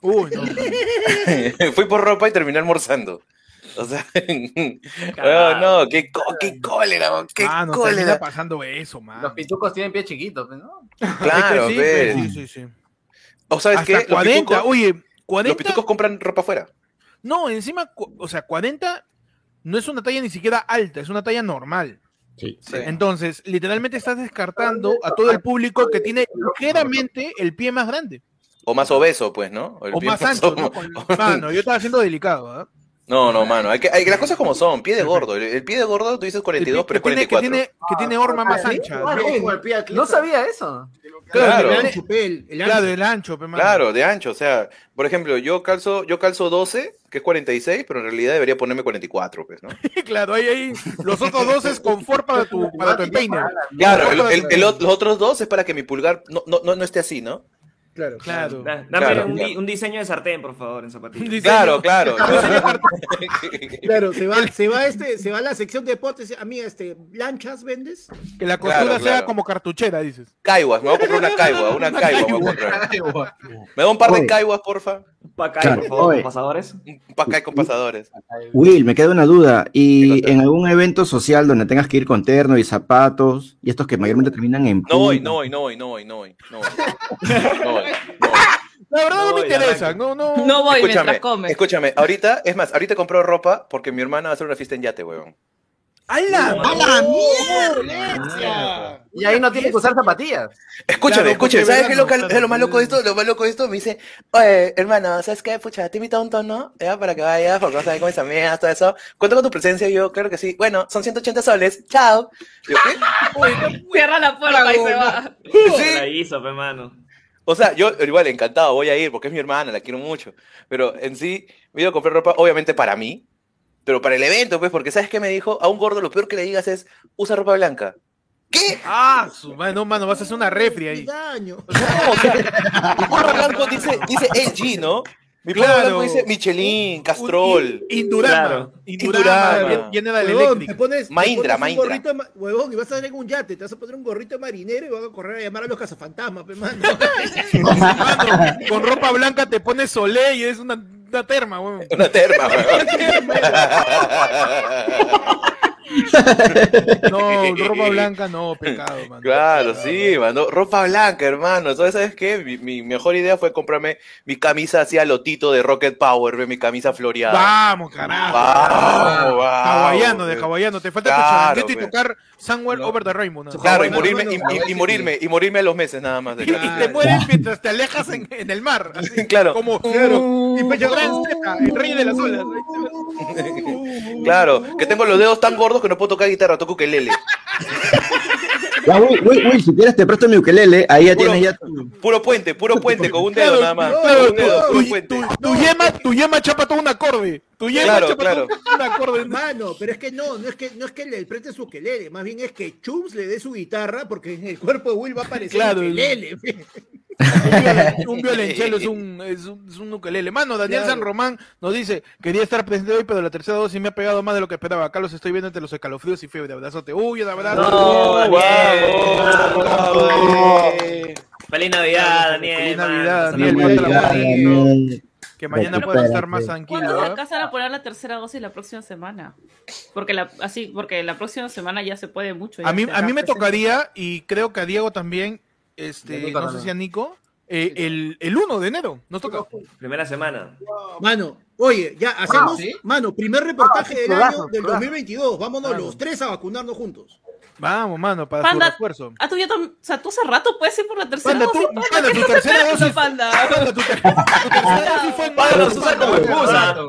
[SPEAKER 13] *laughs*
[SPEAKER 1] Uy, no.
[SPEAKER 13] Fui por ropa y terminé almorzando. O sea, *laughs* no, no, qué, co- qué cólera, weón, qué
[SPEAKER 1] Ah, nos
[SPEAKER 13] cólera.
[SPEAKER 1] termina pasando eso, man.
[SPEAKER 12] Los pitucos tienen pies chiquitos, pues, ¿no?
[SPEAKER 13] Claro,
[SPEAKER 1] Es
[SPEAKER 12] *laughs*
[SPEAKER 1] que sí,
[SPEAKER 13] ves.
[SPEAKER 1] pues, sí, sí, sí.
[SPEAKER 13] O sabes
[SPEAKER 1] Hasta
[SPEAKER 13] qué, Los
[SPEAKER 1] 40,
[SPEAKER 13] pitucos-
[SPEAKER 1] oye, 40.
[SPEAKER 13] Los pitucos compran ropa afuera.
[SPEAKER 1] No, encima, cu- o sea, 40 no es una talla ni siquiera alta, es una talla normal. Entonces, literalmente estás descartando a todo el público que tiene ligeramente el pie más grande
[SPEAKER 13] O más obeso, pues, ¿no? el
[SPEAKER 1] o
[SPEAKER 13] pie
[SPEAKER 1] más ancho. ¿no?
[SPEAKER 13] obeso.
[SPEAKER 1] Con- Mano, yo estaba siendo delicado,
[SPEAKER 13] *laughs*
[SPEAKER 1] ¿ah?
[SPEAKER 13] No, no, mano, hay que, hay que- las cosas como son, pie de gordo. El, el pie de gordo tú dices 42, pero es
[SPEAKER 1] Que tiene, que
[SPEAKER 13] 44.
[SPEAKER 1] tiene, que tiene horma más ancha.
[SPEAKER 12] Ah,
[SPEAKER 1] ¿no?
[SPEAKER 12] ojo, el pie atleta. No sabía eso.
[SPEAKER 13] Claro.
[SPEAKER 1] el ancho, pues, pe, el- el ancho. Claro, el ancho, pe, mano.
[SPEAKER 13] Claro, de ancho, o sea, por ejemplo, yo calzo, yo calzo 12, que es 46, pero en realidad debería ponerme 44, pues, ¿no?
[SPEAKER 1] *laughs* Claro, ahí, ahí. Los otros dos es confort para tu, para tu empeine.
[SPEAKER 13] Claro, el- el- el ot- los otros dos es para que mi pulgar no, no, no, no esté así, ¿no?
[SPEAKER 3] Claro,
[SPEAKER 1] claro.
[SPEAKER 2] Da- Dame
[SPEAKER 13] Claro,
[SPEAKER 2] un, di-
[SPEAKER 13] claro.
[SPEAKER 2] un diseño de sartén, por favor, en zapatillas.
[SPEAKER 13] Claro,
[SPEAKER 1] *laughs*
[SPEAKER 13] claro.
[SPEAKER 3] Claro, se va, se va este, se va a la sección de potes, amiga, este, lanchas vendes.
[SPEAKER 1] Que la costura
[SPEAKER 13] Claro,
[SPEAKER 1] sea
[SPEAKER 13] claro.
[SPEAKER 1] como cartuchera, dices.
[SPEAKER 13] Caiguas, me voy a comprar una caigua, una
[SPEAKER 1] Una
[SPEAKER 13] caigua me voy a comprar. Me da un par de
[SPEAKER 4] Oye.
[SPEAKER 13] caiguas, porfa. Un
[SPEAKER 2] pacay,
[SPEAKER 4] Claro, por favor, con oye.
[SPEAKER 2] pasadores.
[SPEAKER 13] Un pacay con pasadores.
[SPEAKER 4] Will, me queda una duda. ¿Y en algún evento social donde tengas que ir con terno y zapatos y estos que mayormente terminan en...
[SPEAKER 13] No voy, no voy, no voy, no voy, no voy, no voy. No voy.
[SPEAKER 1] La verdad no, me
[SPEAKER 13] voy,
[SPEAKER 1] interesa. No, no.
[SPEAKER 6] No voy
[SPEAKER 13] Escúchame,
[SPEAKER 6] mientras comes.
[SPEAKER 13] escúchame, ahorita, es más, ahorita compró ropa porque mi hermana va a hacer una fiesta en yate, weón.
[SPEAKER 1] ¡Hala!
[SPEAKER 3] ¡A la mierda!
[SPEAKER 12] Y ahí no tiene que usar zapatillas.
[SPEAKER 13] Escúchame,
[SPEAKER 1] Claro,
[SPEAKER 13] escúchame,
[SPEAKER 1] porque
[SPEAKER 13] ¿sabes
[SPEAKER 1] verano,
[SPEAKER 13] qué es lo, cal-
[SPEAKER 1] claro.
[SPEAKER 13] es lo más loco de esto? Lo más loco de esto me dice, oye, hermano, ¿sabes qué? Pucha, te invito a un tono, ¿ya? Para que vayas, porque vas a ver con mis amigas, todo eso. Cuento con tu presencia, Y yo, claro que sí. Bueno, son 180 soles, chao. Yo, ¿qué? *laughs*
[SPEAKER 6] Cierra la puerta y se va.
[SPEAKER 13] Sí.
[SPEAKER 2] La hizo, pe, mano.
[SPEAKER 13] O sea, yo igual encantado voy a ir porque es mi hermana, la quiero mucho. Pero en sí, me he ido a comprar ropa, obviamente para mí, pero para el evento, pues, porque ¿sabes qué me dijo? A un gordo lo peor que le digas es, usa ropa blanca.
[SPEAKER 1] Ah, su madre, no, mano, vas a hacer una refri ahí.
[SPEAKER 3] Daño.
[SPEAKER 13] No, o sea, mi gorro blanco dice, dice LG, ¿no? Mi gorro
[SPEAKER 1] Claro.
[SPEAKER 13] blanco dice Michelin, Castrol.
[SPEAKER 1] Indurama.
[SPEAKER 2] Claro.
[SPEAKER 1] Indurama.
[SPEAKER 13] Indurama.
[SPEAKER 1] llen- Llena de
[SPEAKER 3] Huevón, te
[SPEAKER 1] eléctrica.
[SPEAKER 3] pones, te
[SPEAKER 13] Mahindra,
[SPEAKER 3] pones
[SPEAKER 13] Mahindra.
[SPEAKER 3] un gorrito, ma- huevón, y vas a tener un yate, te vas a poner un gorrito de marinero y vas a correr a llamar a los cazafantasmas, pe, mano.
[SPEAKER 1] Mano, con ropa blanca te pones solé y es una, una terma, weón.
[SPEAKER 13] Una
[SPEAKER 1] *laughs*
[SPEAKER 13] terma, weón.
[SPEAKER 1] No, ropa blanca no, pecado,
[SPEAKER 13] *laughs* *laughs*
[SPEAKER 1] mano.
[SPEAKER 13] Claro, sí, mano. Ropa blanca, hermano. Entonces, ¿sabes qué? Mi, mi mejor idea fue comprarme mi camisa así a lotito de Rocket Power, ve, mi camisa floreada.
[SPEAKER 1] Vamos, carajo.
[SPEAKER 13] Vamos, vamos.
[SPEAKER 1] hawaiano, de hawaiano. Te falta
[SPEAKER 13] Claro,
[SPEAKER 1] tu changuito y
[SPEAKER 13] pues.
[SPEAKER 1] tocar Somewhere Over the Rainbow. nada más.
[SPEAKER 13] Claro, y
[SPEAKER 3] Bueno,
[SPEAKER 13] morirme,
[SPEAKER 3] bueno,
[SPEAKER 13] y,
[SPEAKER 3] bueno,
[SPEAKER 13] y- y
[SPEAKER 3] sí.
[SPEAKER 13] morirme, y morirme a los meses nada más. de-
[SPEAKER 1] Y, y
[SPEAKER 13] *laughs*
[SPEAKER 1] te mueres mientras te alejas en, en el mar. así,
[SPEAKER 13] Claro.
[SPEAKER 1] Como y Pecho Gran Zeta, el rey de las olas. ahí te ves.
[SPEAKER 13] Claro, que tengo los dedos tan gordos que no puedo tocar guitarra, toco ukelele.
[SPEAKER 4] Ya, Will, Will, Will, si quieres te presto mi ukelele, ahí ya
[SPEAKER 13] Puro-
[SPEAKER 4] tienes ya tu...
[SPEAKER 13] Puro puente, puro puente, con un dedo
[SPEAKER 1] Claro,
[SPEAKER 13] nada más.
[SPEAKER 1] claro,
[SPEAKER 13] con un dedo,
[SPEAKER 1] tu-
[SPEAKER 13] puro
[SPEAKER 1] tu-
[SPEAKER 13] puente.
[SPEAKER 1] tu- Tu yema, tu yema chapa todo un acorde. Tu yema
[SPEAKER 13] Claro,
[SPEAKER 1] chapa
[SPEAKER 13] claro.
[SPEAKER 1] todo un acorde.
[SPEAKER 3] Mano, pero es que no, no es que, no es que le preste su quelele, más bien es que Chums le dé su guitarra porque en el cuerpo de Will va a aparecer
[SPEAKER 1] Claro.
[SPEAKER 3] el quelele. pe.
[SPEAKER 1] Un
[SPEAKER 3] *laughs*
[SPEAKER 1] violen- Un violonchelo es un, es un, es un ukelele. Mano, Daniel
[SPEAKER 3] Claro.
[SPEAKER 1] San Román nos dice, quería estar presente hoy, pero la tercera dosis me ha pegado más de lo que esperaba. Carlos, estoy viendo entre los escalofríos y fiebre. Abrazote. Uy, un abrazo.
[SPEAKER 2] No,
[SPEAKER 1] Uy,
[SPEAKER 2] Daniel.
[SPEAKER 13] Vamos, Daniel.
[SPEAKER 2] Feliz Navidad, Daniel.
[SPEAKER 1] Feliz
[SPEAKER 2] mano.
[SPEAKER 1] Navidad,
[SPEAKER 2] Pásala
[SPEAKER 1] Daniel.
[SPEAKER 2] bonito.
[SPEAKER 1] Pásala
[SPEAKER 3] Navidad.
[SPEAKER 1] bonito. Que mañana puedas estar más
[SPEAKER 6] ¿Cuándo
[SPEAKER 1] tranquilo.
[SPEAKER 6] se
[SPEAKER 1] ¿ah?
[SPEAKER 6] alcanzan a poner la tercera dosis la próxima semana? Porque la, así, porque la próxima semana ya se puede mucho. ya
[SPEAKER 1] A mí,
[SPEAKER 6] se
[SPEAKER 1] a mí me
[SPEAKER 6] abastecen.
[SPEAKER 1] tocaría, y creo que a Diego también,
[SPEAKER 12] Y a
[SPEAKER 1] este,
[SPEAKER 12] Nico
[SPEAKER 1] no sé
[SPEAKER 12] también.
[SPEAKER 1] si a Nico, eh, el, el 1 de enero. Nos toca.
[SPEAKER 2] Primera semana.
[SPEAKER 3] Mano, oye, ya hacemos,
[SPEAKER 12] ¿sí?
[SPEAKER 3] mano, primer reportaje del
[SPEAKER 12] sudazo,
[SPEAKER 3] año del
[SPEAKER 12] sudazo.
[SPEAKER 3] 2022. Vámonos
[SPEAKER 1] Claro.
[SPEAKER 3] los tres a vacunarnos juntos.
[SPEAKER 1] Vamos, mano, para
[SPEAKER 6] Panda,
[SPEAKER 1] su refuerzo.
[SPEAKER 6] Ah, tú ya tam- o sea, tú hace rato puedes ir por la tercera
[SPEAKER 1] Panda, tú-
[SPEAKER 6] dosis. Panda,
[SPEAKER 1] Panda,
[SPEAKER 6] ¿qué
[SPEAKER 1] tu
[SPEAKER 6] estás
[SPEAKER 1] tercera
[SPEAKER 6] esperando,
[SPEAKER 1] dosis-
[SPEAKER 6] Panda? *laughs*
[SPEAKER 1] Panda, *laughs* tu ter- tu tercera dosis fue en
[SPEAKER 2] Panda,
[SPEAKER 1] mayo,
[SPEAKER 2] lo usa
[SPEAKER 1] Panda.
[SPEAKER 2] como excusa.
[SPEAKER 1] Panda,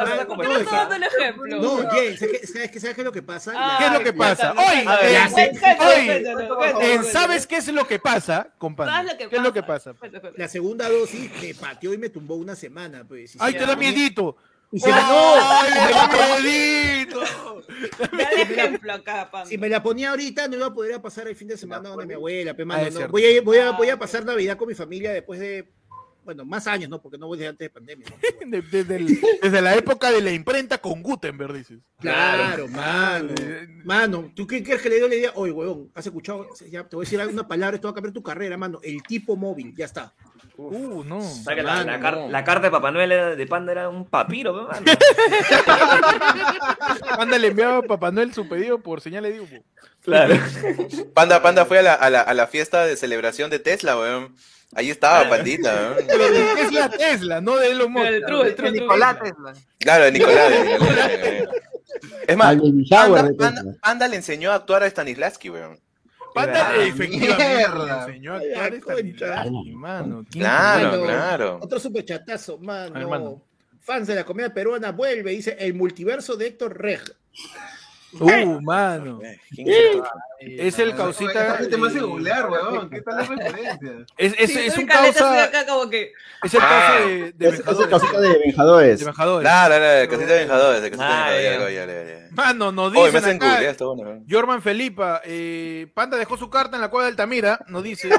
[SPEAKER 1] lo usa como
[SPEAKER 3] No,
[SPEAKER 1] excusa.
[SPEAKER 3] es que-
[SPEAKER 6] dando el ejemplo.
[SPEAKER 3] No, Jay, ¿sabes qué, sabes qué- sabes qué es lo que pasa?
[SPEAKER 1] ¿Qué es lo que pasa? Hoy,
[SPEAKER 3] A ver,
[SPEAKER 1] en-
[SPEAKER 3] ya sé.
[SPEAKER 1] hoy, en ¿sabes qué es lo que pasa, compadre? ¿Qué es lo que pasa?
[SPEAKER 3] La segunda dosis me pateó y me tumbó una semana. Pues, y
[SPEAKER 1] Ay,
[SPEAKER 3] se
[SPEAKER 1] te
[SPEAKER 3] la
[SPEAKER 1] da
[SPEAKER 3] tomé-
[SPEAKER 1] miedito.
[SPEAKER 3] Y se la- no,
[SPEAKER 1] Ay, te
[SPEAKER 3] me la
[SPEAKER 1] da
[SPEAKER 3] tomé-
[SPEAKER 1] miedito.
[SPEAKER 6] Dale ejemplo acá, Panda.
[SPEAKER 3] Si me la ponía ahorita, no iba a poder pasar el fin de semana donde mi abuela. pe, mano,
[SPEAKER 1] Ah, es
[SPEAKER 3] no.
[SPEAKER 1] cierto. Ah,
[SPEAKER 3] voy, a, voy, a, voy a pasar Navidad con mi familia después de, bueno, más años, ¿no? Porque no voy desde antes de pandemia. ¿no?
[SPEAKER 1] *laughs* De- Desde, el- desde la época de la imprenta con Gutenberg, dices.
[SPEAKER 3] Claro, mano. Mano, ¿tú qué quieres que le diga? Le diga, oye, huevón, has escuchado, ya te voy a decir alguna palabra, esto va a cambiar tu carrera, mano. El tipo móvil, ya está.
[SPEAKER 1] Uh, no.
[SPEAKER 2] O sea, que la, la car- la carta de Papá Noel era- de Panda era un papiro, pe, mano.
[SPEAKER 1] Oh, Panda le enviaba a Papá Noel su pedido por señal de dibujo.
[SPEAKER 13] Claro. *laughs* Panda, Panda fue a la, a la, a la fiesta de celebración de Tesla, weón. Ahí
[SPEAKER 1] Ah.
[SPEAKER 13] estaba, Pandita, weón.
[SPEAKER 1] Pero de Tesla, Tesla, no de Elon Musk.
[SPEAKER 6] El true, el true, el true.
[SPEAKER 12] Nicolás Tesla.
[SPEAKER 13] Claro, de Nicolás.
[SPEAKER 1] *laughs*
[SPEAKER 13] de Nicolás, weón. Es más,
[SPEAKER 4] Al baby shower
[SPEAKER 13] Panda,
[SPEAKER 4] de
[SPEAKER 13] Panda-
[SPEAKER 4] Tesla.
[SPEAKER 13] Panda le enseñó a actuar a Stanislavski, weón.
[SPEAKER 1] Panda,
[SPEAKER 2] Ah,
[SPEAKER 1] efectivamente, le
[SPEAKER 11] mierda.
[SPEAKER 1] enseñó a actuar
[SPEAKER 3] Ay,
[SPEAKER 1] esta
[SPEAKER 3] concha.
[SPEAKER 1] Milani, mano. ¿Quién
[SPEAKER 13] Claro,
[SPEAKER 1] conoce?
[SPEAKER 13] claro.
[SPEAKER 3] Otro superchatazo, mano.
[SPEAKER 1] Hermano.
[SPEAKER 3] Fans de la comida peruana vuelve, dice el multiverso de Héctor Reg.
[SPEAKER 1] Uh, mano. Es el
[SPEAKER 11] Esta
[SPEAKER 1] causita.
[SPEAKER 11] gente me hace googlear, weón. ¿Qué tal la referencia?
[SPEAKER 1] Es, es,
[SPEAKER 6] Sí,
[SPEAKER 1] es
[SPEAKER 6] soy
[SPEAKER 1] un
[SPEAKER 6] caleta, soy
[SPEAKER 1] causa.
[SPEAKER 6] acá como que-
[SPEAKER 1] Es el
[SPEAKER 13] Ah.
[SPEAKER 1] causa de, de
[SPEAKER 4] Es, es el
[SPEAKER 1] Vengadores.
[SPEAKER 4] casita de Vengadores.
[SPEAKER 1] De Vengadores.
[SPEAKER 13] Claro, claro, el casita de Vengadores, el casita
[SPEAKER 2] Ah, ya.
[SPEAKER 13] de Vengadores. ya, ya, ya, ya.
[SPEAKER 1] Mano, nos
[SPEAKER 13] Oye, me
[SPEAKER 1] dicen
[SPEAKER 13] hacen
[SPEAKER 1] acá,
[SPEAKER 13] googlear, está bueno, weón.
[SPEAKER 1] Jorman Felipa, eh, Panda dejó su carta en la cueva de Altamira, nos dice.
[SPEAKER 3] Man,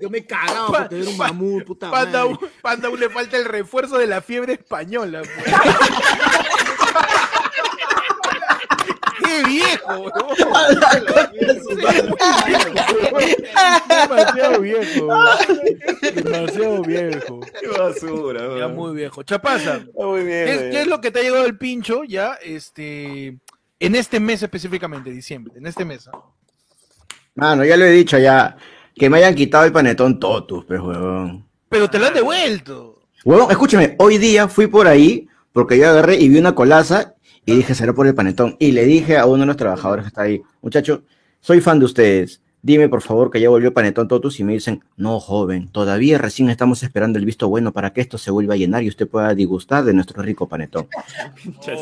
[SPEAKER 3] yo me cagaba por tener un mamut, puta
[SPEAKER 1] Panda,
[SPEAKER 3] madre.
[SPEAKER 1] Panda aún le falta el refuerzo de la fiebre española. pues. ¡Qué viejo! huevón! Demasiado viejo. huevón. Demasiado viejo.
[SPEAKER 13] Qué basura,
[SPEAKER 1] Ya
[SPEAKER 13] weón.
[SPEAKER 1] muy viejo. Chapaza,
[SPEAKER 13] Está muy bien.
[SPEAKER 1] ¿qué, es-
[SPEAKER 13] weón.
[SPEAKER 1] qué es lo que te ha llegado el pincho ya este, en este mes específicamente, diciembre? En este mes. ¿ah?
[SPEAKER 4] Mano, ya lo he dicho ya. Que me hayan quitado el panetón Totus, pues, huevón.
[SPEAKER 1] Pero te lo han devuelto.
[SPEAKER 4] Huevón, escúchame, hoy día fui por ahí porque yo agarré y vi una colaza y dije, será por el panetón. Y le dije a uno de los trabajadores que está ahí, muchacho, soy fan de ustedes. Dime, por favor, que ya volvió Panetón Totus y me dicen, no, joven, todavía recién estamos esperando el visto bueno para que esto se vuelva a llenar y usted pueda disgustar de nuestro rico panetón.
[SPEAKER 6] Pero-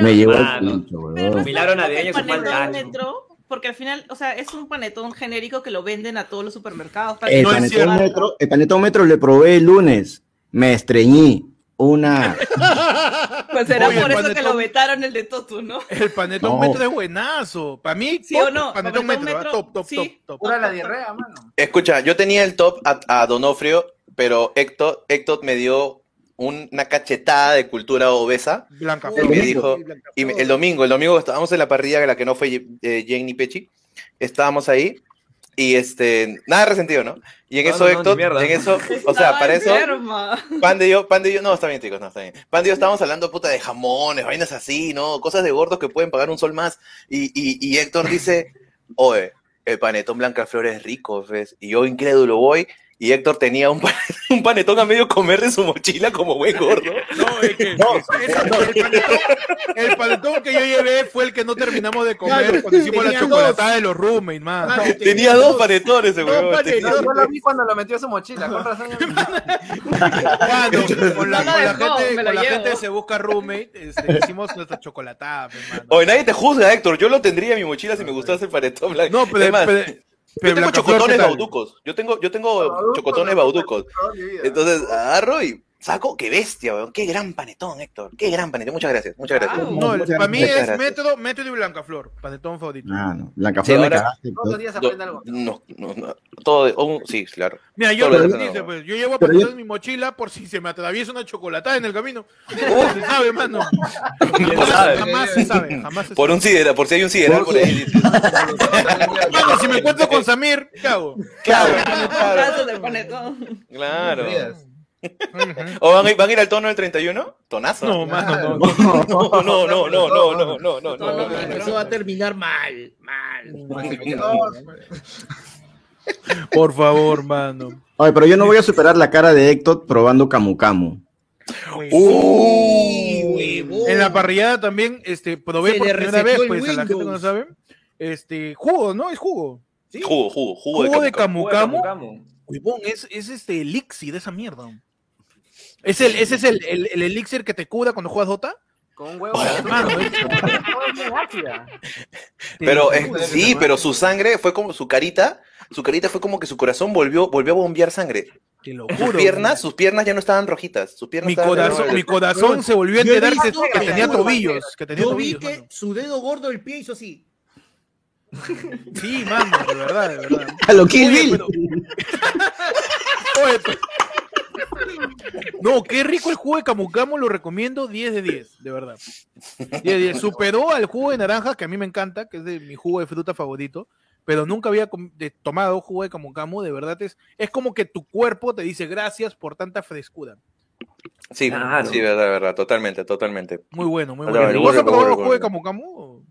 [SPEAKER 4] Me llegó el
[SPEAKER 2] Mano,
[SPEAKER 4] pincho,
[SPEAKER 6] Pero no
[SPEAKER 4] huevón.
[SPEAKER 6] está mal
[SPEAKER 2] Milagro
[SPEAKER 6] que
[SPEAKER 2] navideño
[SPEAKER 6] el
[SPEAKER 2] se fue al
[SPEAKER 6] panetón
[SPEAKER 2] tacho.
[SPEAKER 6] entró, porque al final, o sea, es un panetón genérico que lo venden a todos los
[SPEAKER 13] Eh,
[SPEAKER 6] supermercados. para que
[SPEAKER 4] El
[SPEAKER 6] no se
[SPEAKER 4] panetón,
[SPEAKER 6] barra.
[SPEAKER 4] metro, el panetón metro le probé el lunes. Me estreñí. Una.
[SPEAKER 6] Pues será
[SPEAKER 1] Oye,
[SPEAKER 6] por
[SPEAKER 1] el
[SPEAKER 6] eso que
[SPEAKER 1] panetón-
[SPEAKER 6] lo vetaron el de Totu, ¿no?
[SPEAKER 1] El panetón
[SPEAKER 4] No.
[SPEAKER 1] metro es buenazo. Para mí,
[SPEAKER 6] ¿Sí
[SPEAKER 1] top,
[SPEAKER 6] o no?
[SPEAKER 1] Panetón,
[SPEAKER 6] Panetón
[SPEAKER 1] metro, ¿ah?
[SPEAKER 6] metro,
[SPEAKER 1] top, top,
[SPEAKER 6] sí.
[SPEAKER 1] top, top.
[SPEAKER 12] Cura la diarrea, mano.
[SPEAKER 13] Escucha, yo tenía el top a, a Donofrio, pero Héctor, Héctor me dio un- una cachetada de cultura obesa.
[SPEAKER 1] Blanca.
[SPEAKER 13] Y me dijo, y me- el domingo, el domingo estábamos en la parrilla en la que no fue eh, Jenny Pechi, estábamos ahí y este, nada resentido, ¿no? Y en
[SPEAKER 2] No,
[SPEAKER 13] eso
[SPEAKER 2] no, no,
[SPEAKER 13] Héctor,
[SPEAKER 2] ni mierda.
[SPEAKER 13] en eso, o sea,
[SPEAKER 6] Estaba
[SPEAKER 13] para eso,
[SPEAKER 6] enferma.
[SPEAKER 13] Pan de yo, pan de yo, no, está bien, chicos, no, está bien. Pan de yo estábamos hablando puta de jamones, vainas así, ¿no? Cosas de gordos que pueden pagar un sol más. Y, y, y Héctor dice, oye, el panetón Blanca Flores es rico, ¿ves? Y yo incrédulo voy. Y Héctor tenía un, pan- *laughs* un panetón a medio comer de su mochila como buen gordo.
[SPEAKER 1] No, es que esa- el, panetón, el panetón que yo llevé fue el que no terminamos de comer
[SPEAKER 3] Claro,
[SPEAKER 1] cuando hicimos la
[SPEAKER 3] tenía
[SPEAKER 1] chocolatada de los roommates, man.
[SPEAKER 3] Mano,
[SPEAKER 13] Tenía dos panetones ese
[SPEAKER 3] dos
[SPEAKER 13] huevón.
[SPEAKER 3] panetones.
[SPEAKER 13] tenía-
[SPEAKER 12] Yo, yo lo vi cuando lo metió a su mochila, con razón.
[SPEAKER 1] Mano, con la,
[SPEAKER 6] No la
[SPEAKER 1] con la
[SPEAKER 6] dejó,
[SPEAKER 1] gente,
[SPEAKER 6] me la
[SPEAKER 1] con la
[SPEAKER 6] llevo.
[SPEAKER 1] gente de se busca roommate, este, hicimos nuestra
[SPEAKER 13] *laughs*
[SPEAKER 1] chocolatada, pe, mano.
[SPEAKER 13] Oye, nadie te juzga, Héctor. Yo lo tendría en mi mochila si me gustase el panetón blanco.
[SPEAKER 1] No, pero,
[SPEAKER 13] Es más,
[SPEAKER 1] pero- pero
[SPEAKER 13] yo tengo
[SPEAKER 1] Blanca Flor,
[SPEAKER 13] chocotones
[SPEAKER 1] ¿qué tal?
[SPEAKER 13] bauducos. Yo tengo, yo tengo chocotones bauducos. Entonces agarro y saco, qué bestia, weón. Qué gran panetón, Héctor. Qué gran panetón. Muchas gracias, muchas gracias.
[SPEAKER 6] Wow.
[SPEAKER 1] No,
[SPEAKER 4] Muchas
[SPEAKER 1] para mí
[SPEAKER 13] gracias.
[SPEAKER 1] es método, método y Blanca Flor, panetón favorito.
[SPEAKER 4] Mano, Blancaflor
[SPEAKER 13] Sí,
[SPEAKER 4] me
[SPEAKER 13] ahora-
[SPEAKER 4] cagaste.
[SPEAKER 12] Todos los días
[SPEAKER 13] Do-
[SPEAKER 12] aprende algo.
[SPEAKER 13] no, no, no, todo, de- oh, sí, claro.
[SPEAKER 1] Mira, yo
[SPEAKER 13] Todo
[SPEAKER 1] lo
[SPEAKER 13] lo
[SPEAKER 1] que
[SPEAKER 13] que
[SPEAKER 1] dice,
[SPEAKER 13] tengo.
[SPEAKER 1] pues, yo llevo
[SPEAKER 4] Pero yo-
[SPEAKER 1] panetón en mi mochila por si se me atraviesa una chocolatada en el camino. No se sabe, mano.
[SPEAKER 13] No sabe.
[SPEAKER 1] Jamás se sabe, jamás se
[SPEAKER 13] Por
[SPEAKER 1] sabe.
[SPEAKER 13] un sidera, por si hay un sideral por ahí.
[SPEAKER 1] *laughs* Mano, si me encuentro con Samir, ¿qué hago?
[SPEAKER 13] Claro,
[SPEAKER 6] Un
[SPEAKER 13] claro.
[SPEAKER 6] rato del panetón.
[SPEAKER 13] claro. *laughs* ¿O van a, ir- van a ir al tono del 31? Tonazo.
[SPEAKER 1] No, mano, no.
[SPEAKER 13] no, no, no, *laughs* no, no, no, no, no, no,
[SPEAKER 3] No, no,
[SPEAKER 13] no,
[SPEAKER 3] no,
[SPEAKER 13] no.
[SPEAKER 3] eso va a terminar mal, mal.
[SPEAKER 1] Por favor, mano.
[SPEAKER 4] Oye, pero yo no voy a superar la cara de Héctor probando Camu Camu.
[SPEAKER 13] Uy,
[SPEAKER 3] huevón.
[SPEAKER 1] En la parrillada también, este, probé
[SPEAKER 3] Se
[SPEAKER 1] por
[SPEAKER 3] le
[SPEAKER 1] primera vez,
[SPEAKER 3] reseteó el
[SPEAKER 1] pues, a la gente que no
[SPEAKER 3] Windows.
[SPEAKER 1] sabe, este, jugo, ¿no? Es jugo.
[SPEAKER 13] Jugo, jugo, jugo,
[SPEAKER 1] Jugo de
[SPEAKER 13] camucamo.
[SPEAKER 1] camucamo. Huevón, es, es este elixir de esa mierda. Es el, ese es el, el, el elixir que te cura cuando juegas Dota.
[SPEAKER 12] Con huevo.
[SPEAKER 1] hermano,
[SPEAKER 12] *laughs* es muy ácida.
[SPEAKER 13] Pero es- sí, pero su sangre fue como su carita, su carita fue como que su corazón volvió, volvió a bombear sangre.
[SPEAKER 1] Te lo
[SPEAKER 13] Sus
[SPEAKER 1] juro.
[SPEAKER 13] piernas, sus piernas ya no estaban rojitas. Sus piernas
[SPEAKER 1] Mi
[SPEAKER 13] estaban
[SPEAKER 1] corazón,
[SPEAKER 13] normales.
[SPEAKER 1] mi corazón se volvió a
[SPEAKER 13] Yo he
[SPEAKER 1] enterar que,
[SPEAKER 13] visto
[SPEAKER 1] que tenía
[SPEAKER 13] huevón.
[SPEAKER 1] tobillos, que tenía
[SPEAKER 3] Yo vi
[SPEAKER 1] tobillos.
[SPEAKER 3] que su dedo gordo del pie hizo así.
[SPEAKER 1] Sí, mano, de verdad, de verdad.
[SPEAKER 4] *laughs* A lo Kill
[SPEAKER 1] Oye,
[SPEAKER 4] Bill.
[SPEAKER 1] pero- Oye, pero- No, qué rico el jugo de camucamo, lo recomiendo 10 de 10, de verdad. 10 de 10. Superó al jugo de naranja, que a mí me encanta, que es de mi jugo de fruta favorito, pero nunca había com- de- tomado jugo de camucamo, de verdad es, es como que tu cuerpo te dice gracias por tanta frescura.
[SPEAKER 13] Sí,
[SPEAKER 1] Claro.
[SPEAKER 13] sí, verdad, verdad, totalmente, totalmente.
[SPEAKER 1] Muy bueno, muy
[SPEAKER 13] Ahora,
[SPEAKER 1] bueno.
[SPEAKER 13] el
[SPEAKER 1] ¿Vos has
[SPEAKER 13] gordo,
[SPEAKER 1] probado
[SPEAKER 13] gordo,
[SPEAKER 1] jugo de
[SPEAKER 13] gordo.
[SPEAKER 1] camucamo?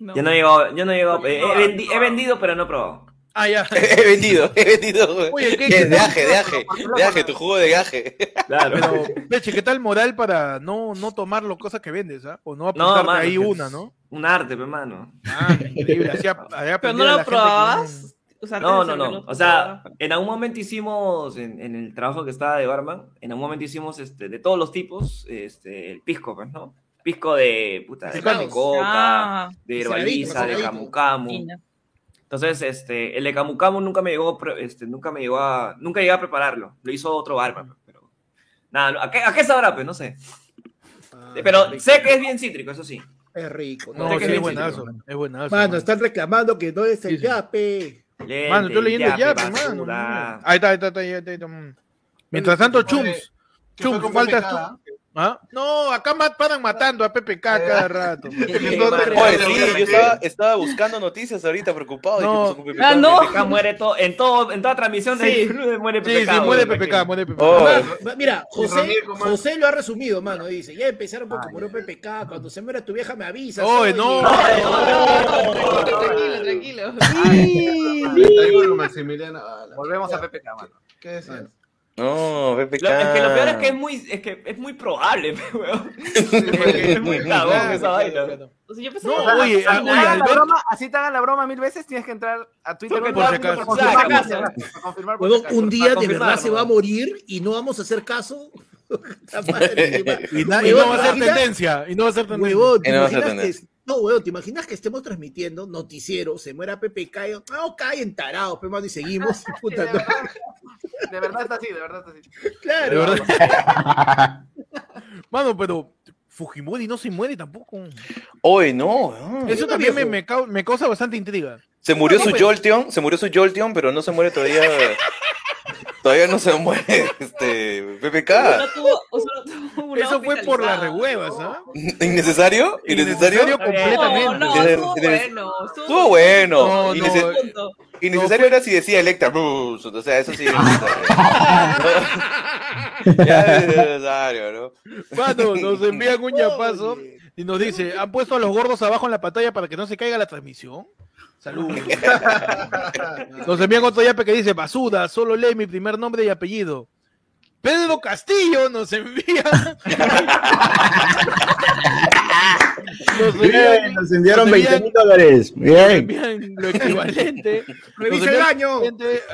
[SPEAKER 2] Yo no he llegado, yo no he llegado, eh, he, vendi- he vendido, pero no he probado.
[SPEAKER 1] Ah, ya.
[SPEAKER 13] *laughs* He vendido, he vendido.
[SPEAKER 1] Oye, ¿qué?
[SPEAKER 13] Es de aje, de aje, de aje, tu jugo de aje.
[SPEAKER 6] *laughs*
[SPEAKER 1] Pero, Peche, ¿qué tal moral para no, no tomar las cosas que vendes, ah? O no
[SPEAKER 2] No,
[SPEAKER 1] apuntarte
[SPEAKER 2] mano,
[SPEAKER 1] ahí
[SPEAKER 2] que es
[SPEAKER 1] una, ¿no? Ah,
[SPEAKER 2] Un arte, hermano.
[SPEAKER 1] Increíble, así a- ahí
[SPEAKER 6] Pero
[SPEAKER 1] aprendí
[SPEAKER 6] no
[SPEAKER 1] a la
[SPEAKER 6] lo
[SPEAKER 1] gente que
[SPEAKER 6] probabas. O sea,
[SPEAKER 2] No,
[SPEAKER 6] antes
[SPEAKER 2] no,
[SPEAKER 6] de
[SPEAKER 2] no.
[SPEAKER 6] servirlo,
[SPEAKER 2] O sea, en algún momento hicimos, en, en el trabajo que estaba de barman, en algún momento hicimos este, de todos los tipos, este, el pisco, pues, ¿no? Pisco de, puta, de,
[SPEAKER 6] Claro.
[SPEAKER 2] de coca,
[SPEAKER 6] Ah.
[SPEAKER 2] de
[SPEAKER 6] Cerradito,
[SPEAKER 2] herbaliza, de
[SPEAKER 6] cerradito.
[SPEAKER 2] camucamu. Entonces, este, el de camucamu nunca me llegó, pre- este, nunca me llegó a, nunca llegué a prepararlo. Lo hizo otro barman, pero nada, no- ¿a qué, a qué sabrá, pues? No sé. pero sé que es bien cítrico, eso sí.
[SPEAKER 3] Es rico.
[SPEAKER 1] No, sí, es buenazo, es buenazo.
[SPEAKER 3] Mano, están reclamando que no es el yape.
[SPEAKER 1] Mano, estoy leyendo ya, pe, mano. Ahí está, ahí está, ahí está, ahí está. mm. Mientras tanto, Chums. Chums,
[SPEAKER 11] con
[SPEAKER 1] faltas
[SPEAKER 11] PPK,
[SPEAKER 1] tú.
[SPEAKER 11] ah?
[SPEAKER 1] ¿Ah? No, acá ma- paran matando a PPK cada rato.
[SPEAKER 13] Oye, sí, yo estaba, estaba buscando noticias ahorita, preocupado.
[SPEAKER 1] No.
[SPEAKER 13] dije, pues,
[SPEAKER 1] Ah, no.
[SPEAKER 2] PPK
[SPEAKER 1] *laughs*
[SPEAKER 2] muere todo, en, todo, en toda transmisión de Perú muere PPK.
[SPEAKER 1] Sí, sí, *laughs* muere
[SPEAKER 2] bro,
[SPEAKER 1] PPK, muere PPK.
[SPEAKER 3] Ma- Mira, José, José lo ha resumido, mano. Dice, ya empezaron porque murió PPK. Cuando se muera tu vieja me avisa.
[SPEAKER 1] Oye, no.
[SPEAKER 3] Tranquilo,
[SPEAKER 6] tranquilo.
[SPEAKER 12] Volvemos a PPK, mano.
[SPEAKER 11] ¿Qué decías?
[SPEAKER 13] No, PPK.
[SPEAKER 2] Lo- es que lo peor es que es
[SPEAKER 1] *laughs*
[SPEAKER 2] muy, es que es muy probable, *laughs* pe, weón. *laughs* es muy cagón
[SPEAKER 1] Claro,
[SPEAKER 2] esa vaina.
[SPEAKER 6] O sea, yo
[SPEAKER 1] pensaba- No, oye, ah,
[SPEAKER 12] así,
[SPEAKER 1] oye,
[SPEAKER 12] te hagan la
[SPEAKER 1] Alberto.
[SPEAKER 12] broma, así te hagan la broma mil veces, tienes que entrar a Twitter.
[SPEAKER 1] Por
[SPEAKER 12] un
[SPEAKER 1] si
[SPEAKER 12] rato
[SPEAKER 1] acaso.
[SPEAKER 12] para confirmar,
[SPEAKER 1] Por si acaso.
[SPEAKER 12] por si acaso, para confirmar, por
[SPEAKER 3] Huevón,
[SPEAKER 12] si acaso.
[SPEAKER 3] un día
[SPEAKER 12] Para
[SPEAKER 3] de verdad
[SPEAKER 12] confirmar,
[SPEAKER 3] se va a
[SPEAKER 12] huevón.
[SPEAKER 3] morir y no vamos a hacer caso. *laughs* Puta madre,
[SPEAKER 1] Y, na- y
[SPEAKER 3] Huevón,
[SPEAKER 1] no va a
[SPEAKER 3] ¿te
[SPEAKER 1] ser
[SPEAKER 3] imaginas?
[SPEAKER 1] tendencia. Y no va a ser tendencia.
[SPEAKER 3] Huevón, ¿te
[SPEAKER 13] Y no va a ser
[SPEAKER 3] imaginas que,
[SPEAKER 13] tendencia.
[SPEAKER 3] no, huevón, ¿te imaginas que estemos transmitiendo noticiero, se muera PPK y ah, ok, en tarado, pe, mano, y seguimos. Puta, no.
[SPEAKER 12] De verdad está así, de verdad está así.
[SPEAKER 3] Claro.
[SPEAKER 1] De
[SPEAKER 3] *laughs*
[SPEAKER 1] verdad. *laughs* Mano, pero Fujimori no se muere tampoco.
[SPEAKER 13] Oye, no. no.
[SPEAKER 1] Eso también me, me cau- me causa bastante intriga.
[SPEAKER 13] Se murió
[SPEAKER 1] No,
[SPEAKER 13] su
[SPEAKER 1] pero-
[SPEAKER 13] Jolteon, se murió su Jolteon, pero no se muere
[SPEAKER 2] *laughs*
[SPEAKER 13] todavía. todavía no se muere este PPK.
[SPEAKER 6] Solo tuvo- o solo tuvo una
[SPEAKER 1] *laughs* Eso fue por las
[SPEAKER 6] hospitalizada.
[SPEAKER 1] rehuevas, ¿ah?
[SPEAKER 13] ¿Innecesario? ¿Innecesario?
[SPEAKER 1] Innecesario completamente.
[SPEAKER 6] No, no,
[SPEAKER 13] Innece-
[SPEAKER 6] estuvo
[SPEAKER 13] innece-
[SPEAKER 6] bueno.
[SPEAKER 13] Estuvo bueno.
[SPEAKER 1] No, no,
[SPEAKER 13] Innece-
[SPEAKER 6] Punto.
[SPEAKER 13] Innecesario era si decía Electra. "Bruce", O sea, eso sí. es
[SPEAKER 1] *laughs*
[SPEAKER 13] innecesario. ya es innecesario, ¿no?
[SPEAKER 1] Mano, nos envían un yapazo y nos dice, ¿han puesto a los gordos abajo en la pantalla para que no se caiga la transmisión? Saludos. nos envían otro yape que dice, basura, solo lee mi primer nombre y apellido. Pedro Castillo nos envía. nos envían,
[SPEAKER 4] *laughs* Bien, nos enviaron
[SPEAKER 1] nos
[SPEAKER 4] 20
[SPEAKER 1] envían-
[SPEAKER 4] mil dólares.
[SPEAKER 1] nos
[SPEAKER 4] Bien.
[SPEAKER 1] envían lo equivalente.
[SPEAKER 3] Revisa
[SPEAKER 1] Nos
[SPEAKER 3] el
[SPEAKER 1] envían-
[SPEAKER 3] baño.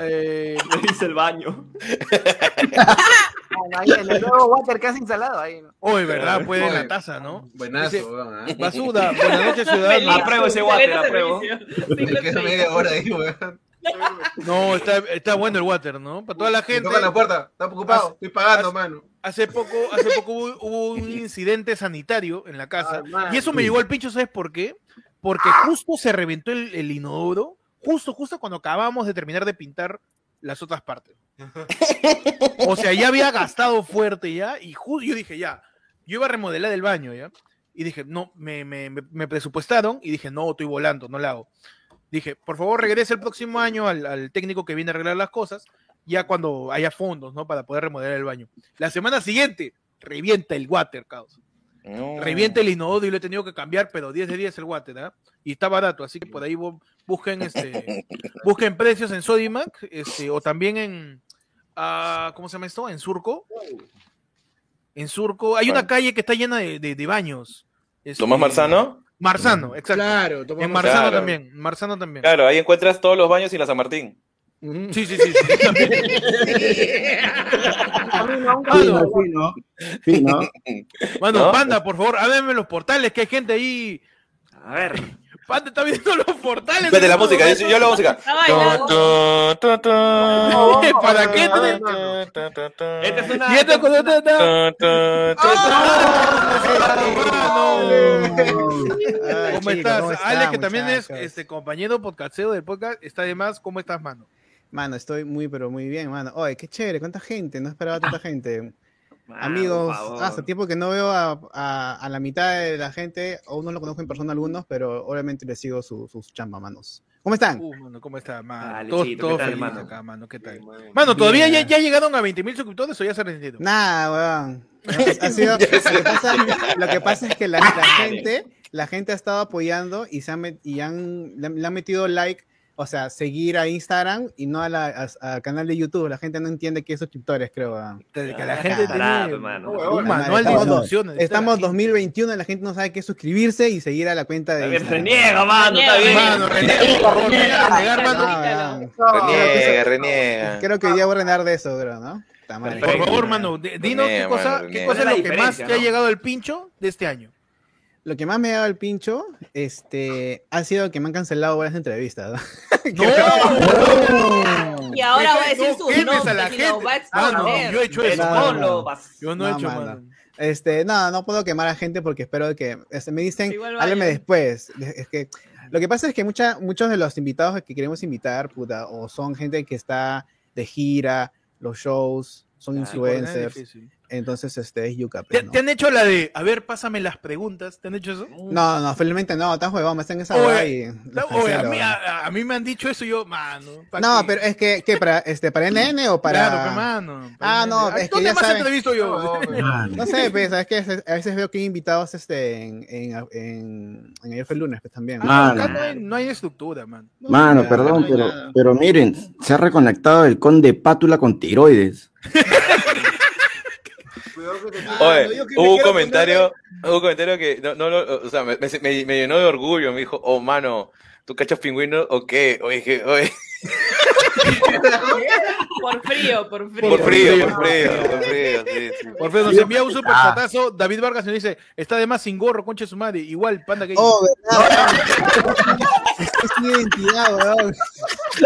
[SPEAKER 1] eh,
[SPEAKER 2] *laughs* Revisa el baño.
[SPEAKER 12] Ahí, en el nuevo water que has instalado ahí. ¿no?
[SPEAKER 1] Hoy, ¿verdad? Puede en la
[SPEAKER 11] Oye,
[SPEAKER 1] taza, ¿no?
[SPEAKER 11] buenazo,
[SPEAKER 1] Dice,
[SPEAKER 11] weón, ¿eh?
[SPEAKER 1] Basuda, buenas
[SPEAKER 2] *laughs*
[SPEAKER 1] noches, ciudadano.
[SPEAKER 6] Feliz,
[SPEAKER 2] Apruebo ese
[SPEAKER 6] excelente
[SPEAKER 2] water, apruebo.
[SPEAKER 6] servicio.
[SPEAKER 11] Me quedo media hora ahí, weón.
[SPEAKER 1] No, está, está bueno el water, ¿no? Para toda la gente.
[SPEAKER 11] Toca la puerta, está ocupado, estoy pagando, mano.
[SPEAKER 1] Hace poco, hace poco hubo, hubo un incidente sanitario en la casa.
[SPEAKER 11] Ah,
[SPEAKER 1] y eso me llegó al pincho, ¿sabes por qué? Porque justo se reventó el, el inodoro, justo, justo cuando acabamos de terminar de pintar las otras partes.
[SPEAKER 4] *laughs*
[SPEAKER 1] *laughs* O sea, ya había gastado fuerte ya, y ju- yo dije, ya, yo iba a remodelar el baño, ¿ya? Y dije, no, me, me- me- me presupuestaron y dije, no, estoy volando, no la hago. Dije, por favor, regrese el próximo año al, al técnico que viene a arreglar las cosas, ya cuando haya fondos, ¿no? Para poder remodelar el baño. La semana siguiente, revienta el water, caos. eh,
[SPEAKER 13] No.
[SPEAKER 1] Revienta el inodoro y lo he tenido que cambiar, pero 10 de 10 el water, ¿ah? Y está barato, así que por ahí bu-
[SPEAKER 13] *laughs*
[SPEAKER 1] busquen este busquen precios en Sodimac, este, o también en ah, ¿cómo se llama esto? En Surco. En Surco hay una calle que está llena de, de- de baños. Este,
[SPEAKER 13] ¿Tomás Marzano?
[SPEAKER 1] Marzano, exacto.
[SPEAKER 3] Claro,
[SPEAKER 1] en Marzano
[SPEAKER 13] Claro.
[SPEAKER 1] también. en Marzano también.
[SPEAKER 13] Claro, ahí encuentras todos los baños y la San Martín.
[SPEAKER 1] Sí, sí,
[SPEAKER 13] *laughs*
[SPEAKER 1] sí. sí, también.
[SPEAKER 4] Fino, fino, fino.
[SPEAKER 1] *laughs* Mano,
[SPEAKER 4] ¿No?
[SPEAKER 1] Panda, por favor, háblame los portales, que hay gente ahí.
[SPEAKER 2] A ver.
[SPEAKER 1] Panda está viendo los portales.
[SPEAKER 13] Espérate, la música, yo, yo la música.
[SPEAKER 1] *laughs* ¿Para qué?
[SPEAKER 2] Esta es
[SPEAKER 1] Y esto con otra-
[SPEAKER 13] Ah,
[SPEAKER 1] otra- Ah, ¿Cómo estás?
[SPEAKER 14] ¿cómo está,
[SPEAKER 1] Ale, que también es
[SPEAKER 14] muchachos?
[SPEAKER 1] este compañero podcasteo del podcast, está de más. ¿Cómo estás, mano?
[SPEAKER 14] Mano, estoy muy, pero muy bien, mano. Oye, qué chévere, cuánta gente, no esperaba tanta gente.
[SPEAKER 2] Ah, Mano,
[SPEAKER 14] Amigos,
[SPEAKER 2] por favor.
[SPEAKER 14] hace tiempo que no veo a, a- a la mitad de la gente, aún no lo conozco en persona algunos, pero obviamente les sigo su- sus chamba, manos. ¿Cómo están?
[SPEAKER 1] Uh, mano, ¿cómo estás, mano?
[SPEAKER 14] Dale,
[SPEAKER 1] todo
[SPEAKER 14] chito,
[SPEAKER 1] todo
[SPEAKER 14] ¿qué tal,
[SPEAKER 1] feliz
[SPEAKER 14] mano?
[SPEAKER 1] acá, mano. ¿Qué tal? Mano, ¿todavía ya, ya llegaron a 20.000 suscriptores o ya se han rendido?
[SPEAKER 14] Nada,
[SPEAKER 2] *laughs*
[SPEAKER 14] weón. Ha sido- lo, que pasa, lo que pasa es que la, la gente, la gente ha estado apoyando y, se han met- y han, le, han- le han metido like, o sea, seguir a Instagram y no a la- a- al canal de YouTube. La gente no entiende que es suscriptores, creo. weón.
[SPEAKER 2] Ah,
[SPEAKER 1] que la gente
[SPEAKER 2] Pará,
[SPEAKER 1] tiene
[SPEAKER 2] mano.
[SPEAKER 1] un manual de
[SPEAKER 14] Estamos-
[SPEAKER 1] instrucciones.
[SPEAKER 14] Estamos 2021, la gente no sabe qué es suscribirse y seguir a la cuenta de
[SPEAKER 2] Reniega,
[SPEAKER 14] Instagram.
[SPEAKER 2] reniega, mano, está bien.
[SPEAKER 1] Mano, reniega, por favor, renegar, mano.
[SPEAKER 13] Reniega, reniega.
[SPEAKER 14] Creo que hoy día voy a renar de eso, creo, ¿no? Está mal.
[SPEAKER 1] Por favor, mano, de- dinos qué
[SPEAKER 13] Reniega,
[SPEAKER 1] cosa,
[SPEAKER 13] mano,
[SPEAKER 1] qué
[SPEAKER 13] reniega.
[SPEAKER 1] cosa es
[SPEAKER 13] ¿Cuál es
[SPEAKER 1] lo
[SPEAKER 13] la
[SPEAKER 1] que más
[SPEAKER 13] diferencia,
[SPEAKER 1] te ha
[SPEAKER 13] no?
[SPEAKER 1] llegado el pincho de este año.
[SPEAKER 14] Lo que más me ha dado el pincho este, ha sido que me han cancelado varias entrevistas. *laughs*
[SPEAKER 6] Y ahora
[SPEAKER 1] ¿Qué-
[SPEAKER 6] va a decir
[SPEAKER 1] no
[SPEAKER 6] sus
[SPEAKER 1] quemes
[SPEAKER 6] nombres
[SPEAKER 1] a la
[SPEAKER 6] y lo
[SPEAKER 1] gente?
[SPEAKER 6] va a exponer.
[SPEAKER 1] Mano, yo he hecho eso.
[SPEAKER 14] No, no, no.
[SPEAKER 1] Yo no he hecho,
[SPEAKER 14] mano.
[SPEAKER 1] mano.
[SPEAKER 14] Este, no, no puedo quemar a gente porque espero que este, me dicen,
[SPEAKER 6] Igual vayan.
[SPEAKER 14] háblame después. Es que lo que pasa es que mucha, muchos de los invitados que queremos invitar, puta, o son gente que está de gira, los shows,
[SPEAKER 1] Ah,
[SPEAKER 14] son
[SPEAKER 1] coordinar es
[SPEAKER 14] influencers.
[SPEAKER 1] difícil.
[SPEAKER 14] Entonces, este es yuca.
[SPEAKER 1] ¿Te,
[SPEAKER 14] pues, ¿no?
[SPEAKER 1] te han hecho la de, a ver, pásame las preguntas? ¿Te han hecho eso?
[SPEAKER 14] No, no, felizmente no, estás huevón, me están en esa
[SPEAKER 1] Oye,
[SPEAKER 14] hueá y los
[SPEAKER 1] No, oye, a,
[SPEAKER 14] cancelo,
[SPEAKER 1] mí,
[SPEAKER 14] ¿no?
[SPEAKER 1] a- a mí me han dicho eso y yo, mano. ¿pa'
[SPEAKER 14] No,
[SPEAKER 1] qué?
[SPEAKER 14] pero es que, que para, este, para NN o para.
[SPEAKER 1] Claro, pues, pe, mano.
[SPEAKER 14] Ah, no,
[SPEAKER 1] Ay,
[SPEAKER 14] es que
[SPEAKER 1] ¿Dónde
[SPEAKER 14] ya
[SPEAKER 1] más
[SPEAKER 14] saben-
[SPEAKER 1] entrevisto *laughs* yo?
[SPEAKER 14] No sé, pues, es que a veces veo que hay invitados este, en, en, en, en Ayer fue el lunes, pues también.
[SPEAKER 1] Ah,
[SPEAKER 4] Mano.
[SPEAKER 1] acá no hay, no hay estructura, mano.
[SPEAKER 4] Mano, perdón, pero, pero miren, se ha reconectado el conde Pátula con tiroides.
[SPEAKER 13] Oye, hubo un comentario, hubo un comentario que no, no lo- o sea, me, me- me- me llenó de orgullo, me dijo, oh mano, ¿tú cachas pingüinos o qué? Oye, dije, oye, *laughs*
[SPEAKER 6] Por frío, por frío.
[SPEAKER 13] por frío, por frío, por frío, sí, sí.
[SPEAKER 1] Por favor, nos envía un
[SPEAKER 13] Ah.
[SPEAKER 1] superchatazo. David Vargas nos dice, está de más sin gorro, conche su madre. Igual, panda que...
[SPEAKER 14] Oh, verdad. es mi identidad, weón.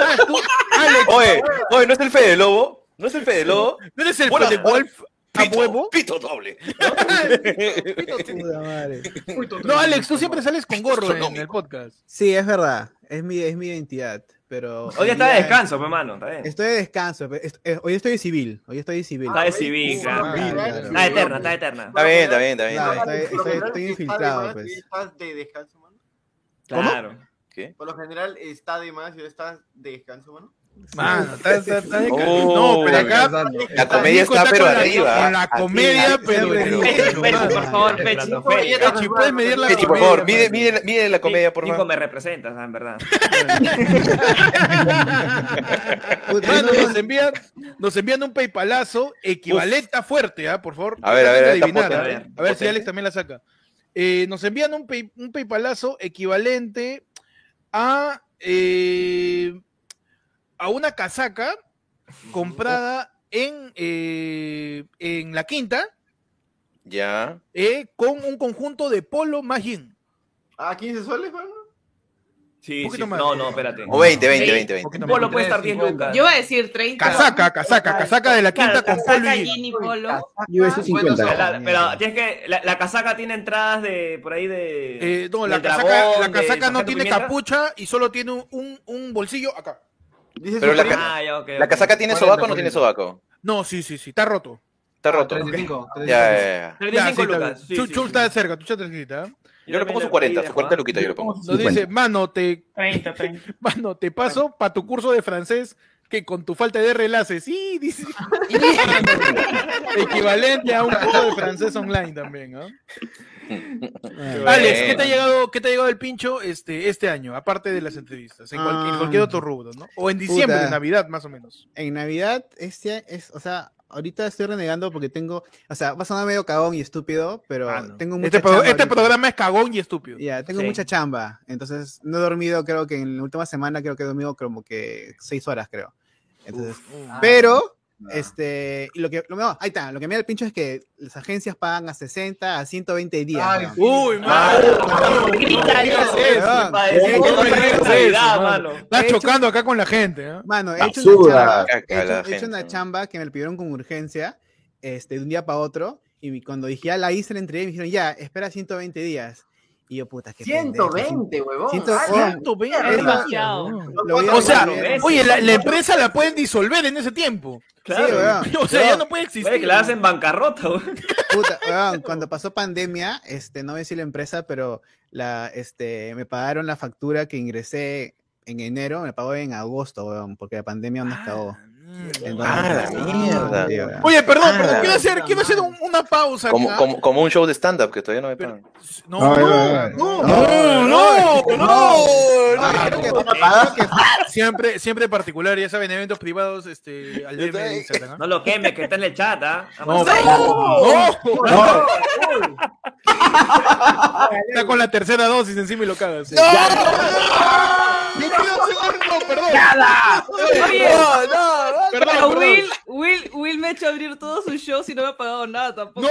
[SPEAKER 1] Ah, tú, Alex,
[SPEAKER 13] Oye, oye, ¿no es el Fede Lobo? ¿No es el Fede Lobo?
[SPEAKER 1] ¿no eres el
[SPEAKER 13] Buena-
[SPEAKER 1] Fede Wolf a huevo?
[SPEAKER 13] Pito
[SPEAKER 1] *laughs*
[SPEAKER 13] doble.
[SPEAKER 14] Puta madre.
[SPEAKER 1] No, Alex, tú siempre sales con gorro en el podcast.
[SPEAKER 14] Sí, es verdad. Es mi, es mi identidad. Pero.
[SPEAKER 2] Hoy ya está
[SPEAKER 14] día
[SPEAKER 2] de descanso, hermano. Está bien.
[SPEAKER 14] Estoy de descanso. pero est- eh, hoy estoy de civil. Hoy estoy de civil.
[SPEAKER 2] Está de
[SPEAKER 1] uh,
[SPEAKER 2] civil, claro.
[SPEAKER 14] civil, claro.
[SPEAKER 2] Está eterna, está eterna.
[SPEAKER 13] Está bien, está bien, está bien.
[SPEAKER 14] Claro,
[SPEAKER 13] está bien.
[SPEAKER 14] estoy, estoy- estoy infiltrado, pues.
[SPEAKER 11] Estás de descanso, mano.
[SPEAKER 2] Claro.
[SPEAKER 13] ¿Qué?
[SPEAKER 11] Por lo general está de más y estás de descanso, mano.
[SPEAKER 1] Mano, Ah, está, está- está de-
[SPEAKER 13] Oh,
[SPEAKER 1] no, pero acá...
[SPEAKER 13] La comedia
[SPEAKER 1] Nico
[SPEAKER 13] está pero
[SPEAKER 1] con la- con
[SPEAKER 13] arriba.
[SPEAKER 1] la comedia, pero... pero-
[SPEAKER 14] pero-
[SPEAKER 2] Pechi, por favor, Pechi.
[SPEAKER 1] Pechi, puedes medir la
[SPEAKER 13] Pechi, por
[SPEAKER 1] comedia,
[SPEAKER 13] favor,
[SPEAKER 1] mano?
[SPEAKER 13] mide, mide, mide la comedia, por
[SPEAKER 2] Nico,
[SPEAKER 13] favor.
[SPEAKER 2] me representas, ah, en
[SPEAKER 13] *laughs*
[SPEAKER 2] verdad.
[SPEAKER 14] Puta,
[SPEAKER 1] Mano,
[SPEAKER 14] yo no-
[SPEAKER 1] Pues,
[SPEAKER 13] pues.
[SPEAKER 1] nos envían, nos envían un paypalazo equivalente a fuerte, ¿ah? Por favor.
[SPEAKER 13] A ver, a ver,
[SPEAKER 1] Traten
[SPEAKER 13] a
[SPEAKER 1] de
[SPEAKER 13] ver,
[SPEAKER 1] adivinar,
[SPEAKER 13] está
[SPEAKER 1] ¿ah?
[SPEAKER 13] potente,
[SPEAKER 1] A ver si
[SPEAKER 13] potente.
[SPEAKER 1] Alex también la saca. Eh, nos envían un, pay- un paypalazo equivalente a, eh, a una casaca comprada en, eh, en la quinta
[SPEAKER 13] Ya.
[SPEAKER 1] eh, con un conjunto de polo más yin.
[SPEAKER 11] ¿A 15 soles, mano?
[SPEAKER 2] Sí,
[SPEAKER 1] poquito
[SPEAKER 2] sí.
[SPEAKER 1] más.
[SPEAKER 2] No, no, espérate.
[SPEAKER 13] O 20, 20, 20,
[SPEAKER 1] Un
[SPEAKER 13] 20.
[SPEAKER 1] poquito
[SPEAKER 2] Polo
[SPEAKER 1] más.
[SPEAKER 2] puede estar 10 lucas.
[SPEAKER 6] Yo voy a decir 30.
[SPEAKER 1] Casaca, casaca, casaca de la quinta con polo
[SPEAKER 6] Casaca,
[SPEAKER 1] y yin.
[SPEAKER 6] jean y polo.
[SPEAKER 4] Yo ese 50.
[SPEAKER 2] Pero la- Pero tienes que. La, la casaca tiene entradas de. Por ahí de.
[SPEAKER 1] Eh, no, la
[SPEAKER 2] del
[SPEAKER 1] casaca,
[SPEAKER 2] dragón,
[SPEAKER 1] la
[SPEAKER 2] de
[SPEAKER 1] casaca no
[SPEAKER 2] sargento
[SPEAKER 1] tiene
[SPEAKER 2] pimienta.
[SPEAKER 1] capucha y solo tiene un- un, un bolsillo acá.
[SPEAKER 11] Dices
[SPEAKER 13] Pero la ca-
[SPEAKER 2] Ah, ya, ok.
[SPEAKER 13] ¿La
[SPEAKER 2] ok.
[SPEAKER 13] casaca tiene
[SPEAKER 11] 40,
[SPEAKER 13] sobaco o no tiene
[SPEAKER 11] 40.
[SPEAKER 13] sobaco?
[SPEAKER 1] No, sí, sí, sí, está roto.
[SPEAKER 13] Está roto.
[SPEAKER 11] 35.
[SPEAKER 13] Ya, ya, ya.
[SPEAKER 2] 35
[SPEAKER 1] Ya, sí, está
[SPEAKER 2] lucas.
[SPEAKER 1] bien. Chu- Chu está cerca, Chu está cerquita. ¿eh?
[SPEAKER 13] Yo le pongo su 40, su 40 luquita yo le pongo.
[SPEAKER 1] Nos dice, mano, te,
[SPEAKER 6] 30, 30.
[SPEAKER 1] *laughs* mano, te paso para tu curso de francés que con tu falta de relaces. Sí,
[SPEAKER 13] *laughs*
[SPEAKER 1] dice. *laughs* Equivalente a un curso de francés online también, ¿no? Alex, ¿qué te ha llegado, qué te ha llegado el pincho este, este año? Aparte de las entrevistas, en cualquier, en cualquier otro rubro, ¿no? O en diciembre,
[SPEAKER 14] Ah, Puta.
[SPEAKER 1] en Navidad, más o menos.
[SPEAKER 14] En Navidad, este es, o sea, ahorita estoy renegando porque tengo, o sea, va a sonar medio cagón y estúpido, pero tengo mucha
[SPEAKER 1] Este, pro-
[SPEAKER 14] chamba
[SPEAKER 1] este
[SPEAKER 14] ahorita.
[SPEAKER 1] programa es cagón y estúpido.
[SPEAKER 14] Ya, tengo
[SPEAKER 1] Sí.
[SPEAKER 14] mucha chamba, entonces no he dormido, creo que en la última semana creo que he dormido como que seis horas, creo. Entonces, pero, este, y lo que, lo, no, ahí está, lo que me da el pincho es que las agencias pagan a 60, a 120 días. ¿no?
[SPEAKER 1] Uy,
[SPEAKER 14] mano.
[SPEAKER 1] Grita,
[SPEAKER 14] Digas
[SPEAKER 1] grita,
[SPEAKER 14] eso,
[SPEAKER 1] weón.
[SPEAKER 14] padre.
[SPEAKER 1] Uy,
[SPEAKER 14] Grita,
[SPEAKER 1] grita,
[SPEAKER 14] grita,
[SPEAKER 1] grita,
[SPEAKER 14] grita,
[SPEAKER 1] eso,
[SPEAKER 14] mano.
[SPEAKER 1] mano. Está
[SPEAKER 14] He hecho-
[SPEAKER 1] chocando acá con la gente. ¿eh?
[SPEAKER 14] Mano, he hecho, una
[SPEAKER 1] Basura.
[SPEAKER 14] chamba,
[SPEAKER 1] Caca,
[SPEAKER 14] he hecho-
[SPEAKER 1] la
[SPEAKER 14] he hecho
[SPEAKER 1] gente,
[SPEAKER 14] una chamba que me la pidieron con urgencia, este, de un día para otro, y mi- cuando dije, ya la hice, la entregué, me dijeron, ya, espera 120 días. Y yo, puta, qué pendejo,
[SPEAKER 12] 120, huevón.
[SPEAKER 14] ciento-
[SPEAKER 12] Ah,
[SPEAKER 14] huevón,
[SPEAKER 12] 120,
[SPEAKER 14] es
[SPEAKER 12] es
[SPEAKER 14] más-
[SPEAKER 12] demasiado.
[SPEAKER 14] lo voy a
[SPEAKER 1] O sea,
[SPEAKER 14] resolver.
[SPEAKER 1] oye, la, la empresa la pueden disolver en ese tiempo.
[SPEAKER 14] Sí,
[SPEAKER 2] *laughs*
[SPEAKER 14] weón.
[SPEAKER 1] *laughs* o sea, ya no puede existir.
[SPEAKER 14] Puede que la hacen
[SPEAKER 2] bancarrota,
[SPEAKER 14] Puta, weón, cuando pasó pandemia, este, no voy a decir la empresa, pero la, este, me pagaron la factura que ingresé en enero, me pagó en agosto, weón, porque la pandemia nos cagó.
[SPEAKER 13] Ah, la mierda.
[SPEAKER 1] Oye, perdón,
[SPEAKER 13] Ah,
[SPEAKER 1] perdón,
[SPEAKER 13] la
[SPEAKER 1] quiero hacer, quiero hacer un- una pausa.
[SPEAKER 13] Como,
[SPEAKER 1] acá.
[SPEAKER 13] como, como un show de stand-up que todavía no me pagan.
[SPEAKER 1] No,
[SPEAKER 13] no,
[SPEAKER 1] no, no, no, no. Siempre, siempre particular, ya saben, eventos privados, este, al DM de Instagram. ¿ah?
[SPEAKER 2] No lo quemes, que está en el chat, ¿ah?
[SPEAKER 1] No, no, no. Está con la tercera dosis encima y lo cagas.
[SPEAKER 6] ¡Nada! Oye,
[SPEAKER 1] No, no, no,
[SPEAKER 6] pero
[SPEAKER 1] perdón, perdón.
[SPEAKER 6] Will, Will, Will me ha hecho abrir todos sus shows y no me ha pagado nada tampoco.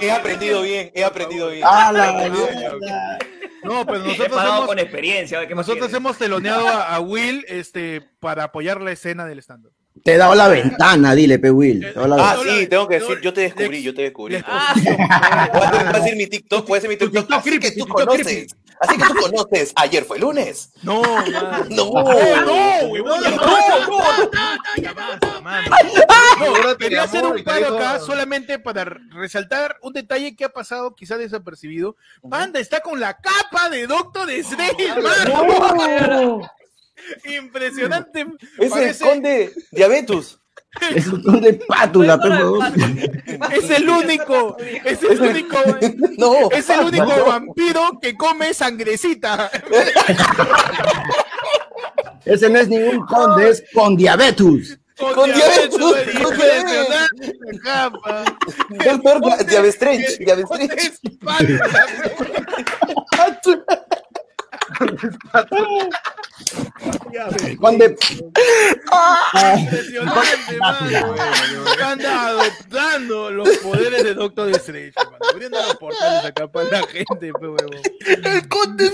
[SPEAKER 13] He aprendido bien, he aprendido bien.
[SPEAKER 6] Ah, la
[SPEAKER 1] *laughs*
[SPEAKER 4] Oh,
[SPEAKER 1] No, pero
[SPEAKER 2] He
[SPEAKER 1] pues nosotros
[SPEAKER 2] pagado
[SPEAKER 1] hemos,
[SPEAKER 2] con experiencia, ¿qué más
[SPEAKER 1] nosotros
[SPEAKER 2] quieres? *laughs*
[SPEAKER 1] hemos teloneado a, a Will este, para apoyar la escena del stand-up.
[SPEAKER 4] Te he dado la ventana, dile, pe Will. Te he dado la
[SPEAKER 13] Ah,
[SPEAKER 4] ventana.
[SPEAKER 13] sí, tengo que decir, yo te descubrí, yo te descubrí. Voy a
[SPEAKER 1] *laughs*
[SPEAKER 13] hacer- voy a hacer mi TikTok, voy a hacer mi TikTok. Así que tú conoces, así que tú conoces. Ayer fue lunes. *laughs*
[SPEAKER 1] No,
[SPEAKER 13] no,
[SPEAKER 1] No, Oh, no, huevón, ya no,
[SPEAKER 13] *laughs*
[SPEAKER 1] No, quería hacer un paro acá solamente para resaltar un detalle que ha pasado quizá desapercibido. Panda está con la capa de Doctor Strange, hermano. Impresionante.
[SPEAKER 13] Ese
[SPEAKER 1] Parece-
[SPEAKER 13] esconde diabetes.
[SPEAKER 4] Es un montón de pátula, pe huevón.
[SPEAKER 1] Es el único, es el único,
[SPEAKER 13] no,
[SPEAKER 1] es el único
[SPEAKER 4] no.
[SPEAKER 1] vampiro que come sangrecita.
[SPEAKER 4] Ese no es ningún conde, es con diabetes.
[SPEAKER 13] Con diabetes, con
[SPEAKER 1] Impresionante la capa.
[SPEAKER 13] El *laughs* peor dia- diabestrench, diabestrench.
[SPEAKER 4] Conde.
[SPEAKER 1] Impresionante, mano. Panda adoptando los poderes de Doctor Strange, mano. Abriendo los portales acá para la gente, pe huevón.
[SPEAKER 13] El conde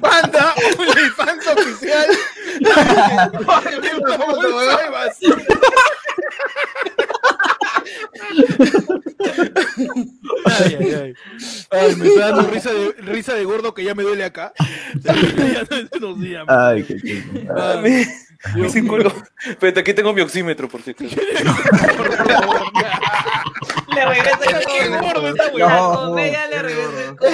[SPEAKER 1] Panda, OnlyFans
[SPEAKER 13] *laughs*
[SPEAKER 1] oficial. Una bolsa de basura. Ay, ay, ay. Ay, me está dando risa de, risa de gordo que ya me duele acá. Ya no es unos días, man.
[SPEAKER 4] Ay, qué chido.
[SPEAKER 13] Ah, mi- mi psicólogo. Espérate, aquí tengo mi oxímetro, por cierto.
[SPEAKER 6] Le
[SPEAKER 11] *laughs*
[SPEAKER 6] regresé el
[SPEAKER 1] Qué gordo esta
[SPEAKER 6] codo.
[SPEAKER 1] weá.
[SPEAKER 6] La comedia le regresé *laughs* el codo.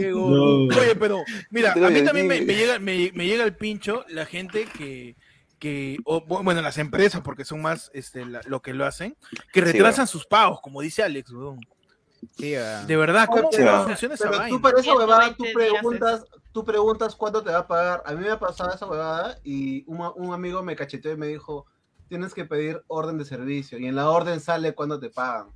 [SPEAKER 1] Qué gordo.
[SPEAKER 13] No.
[SPEAKER 1] Oye, pero mira,
[SPEAKER 13] Te
[SPEAKER 1] a
[SPEAKER 13] voy
[SPEAKER 1] mí
[SPEAKER 13] a
[SPEAKER 1] también me,
[SPEAKER 13] decir.
[SPEAKER 1] me llega, me, me llega el pincho la gente que, que o, bu- bueno, las empresas, porque son más este, la- lo que lo hacen, que
[SPEAKER 13] Sí,
[SPEAKER 1] retrasan sus pagos, como dice Alex, weón. De verdad, ¿cómo
[SPEAKER 11] Pero-
[SPEAKER 1] cómo funciona esa
[SPEAKER 11] pero
[SPEAKER 1] vaina?
[SPEAKER 11] tú para esa huevada, tú
[SPEAKER 6] 120 días
[SPEAKER 11] preguntas, tú preguntas cuánto te va a pagar. A mí me ha pasado esa huevada y un, un amigo me cacheteó y me dijo, tienes que pedir orden de servicio y en la orden sale cuándo te pagan.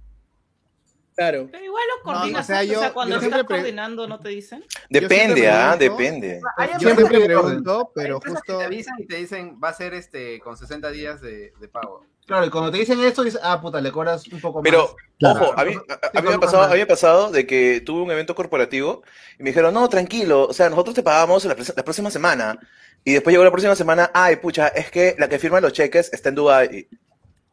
[SPEAKER 3] Claro.
[SPEAKER 6] Pero igual lo coordinas.
[SPEAKER 14] No,
[SPEAKER 6] o
[SPEAKER 14] o
[SPEAKER 6] sea,
[SPEAKER 14] sea, yo-
[SPEAKER 6] cuando estás
[SPEAKER 14] yo siempre pre-
[SPEAKER 6] coordinando, ¿no te dicen?
[SPEAKER 13] Depende,
[SPEAKER 14] Yo siempre
[SPEAKER 13] ah,
[SPEAKER 14] pregunto.
[SPEAKER 13] depende.
[SPEAKER 12] Hay
[SPEAKER 14] Yo
[SPEAKER 12] empresas
[SPEAKER 14] siempre
[SPEAKER 12] que-
[SPEAKER 14] pregunto, pero
[SPEAKER 12] empresas que
[SPEAKER 14] justo...
[SPEAKER 12] te avisan y te dicen va a ser este con 60 días de, de pago.
[SPEAKER 11] Claro, y cuando te dicen eso, dices, ah, puta, le cobras un poco
[SPEAKER 13] Pero,
[SPEAKER 11] más.
[SPEAKER 13] ojo, a mí, a- a- a mí me ha pasado, a mí me ha pasado de que tuve un evento corporativo y me dijeron, no, tranquilo, o sea, nosotros te pagamos la, pres- la próxima semana. Y después llegó la próxima semana, ay, pucha, es que la que firma los cheques está en Dubái.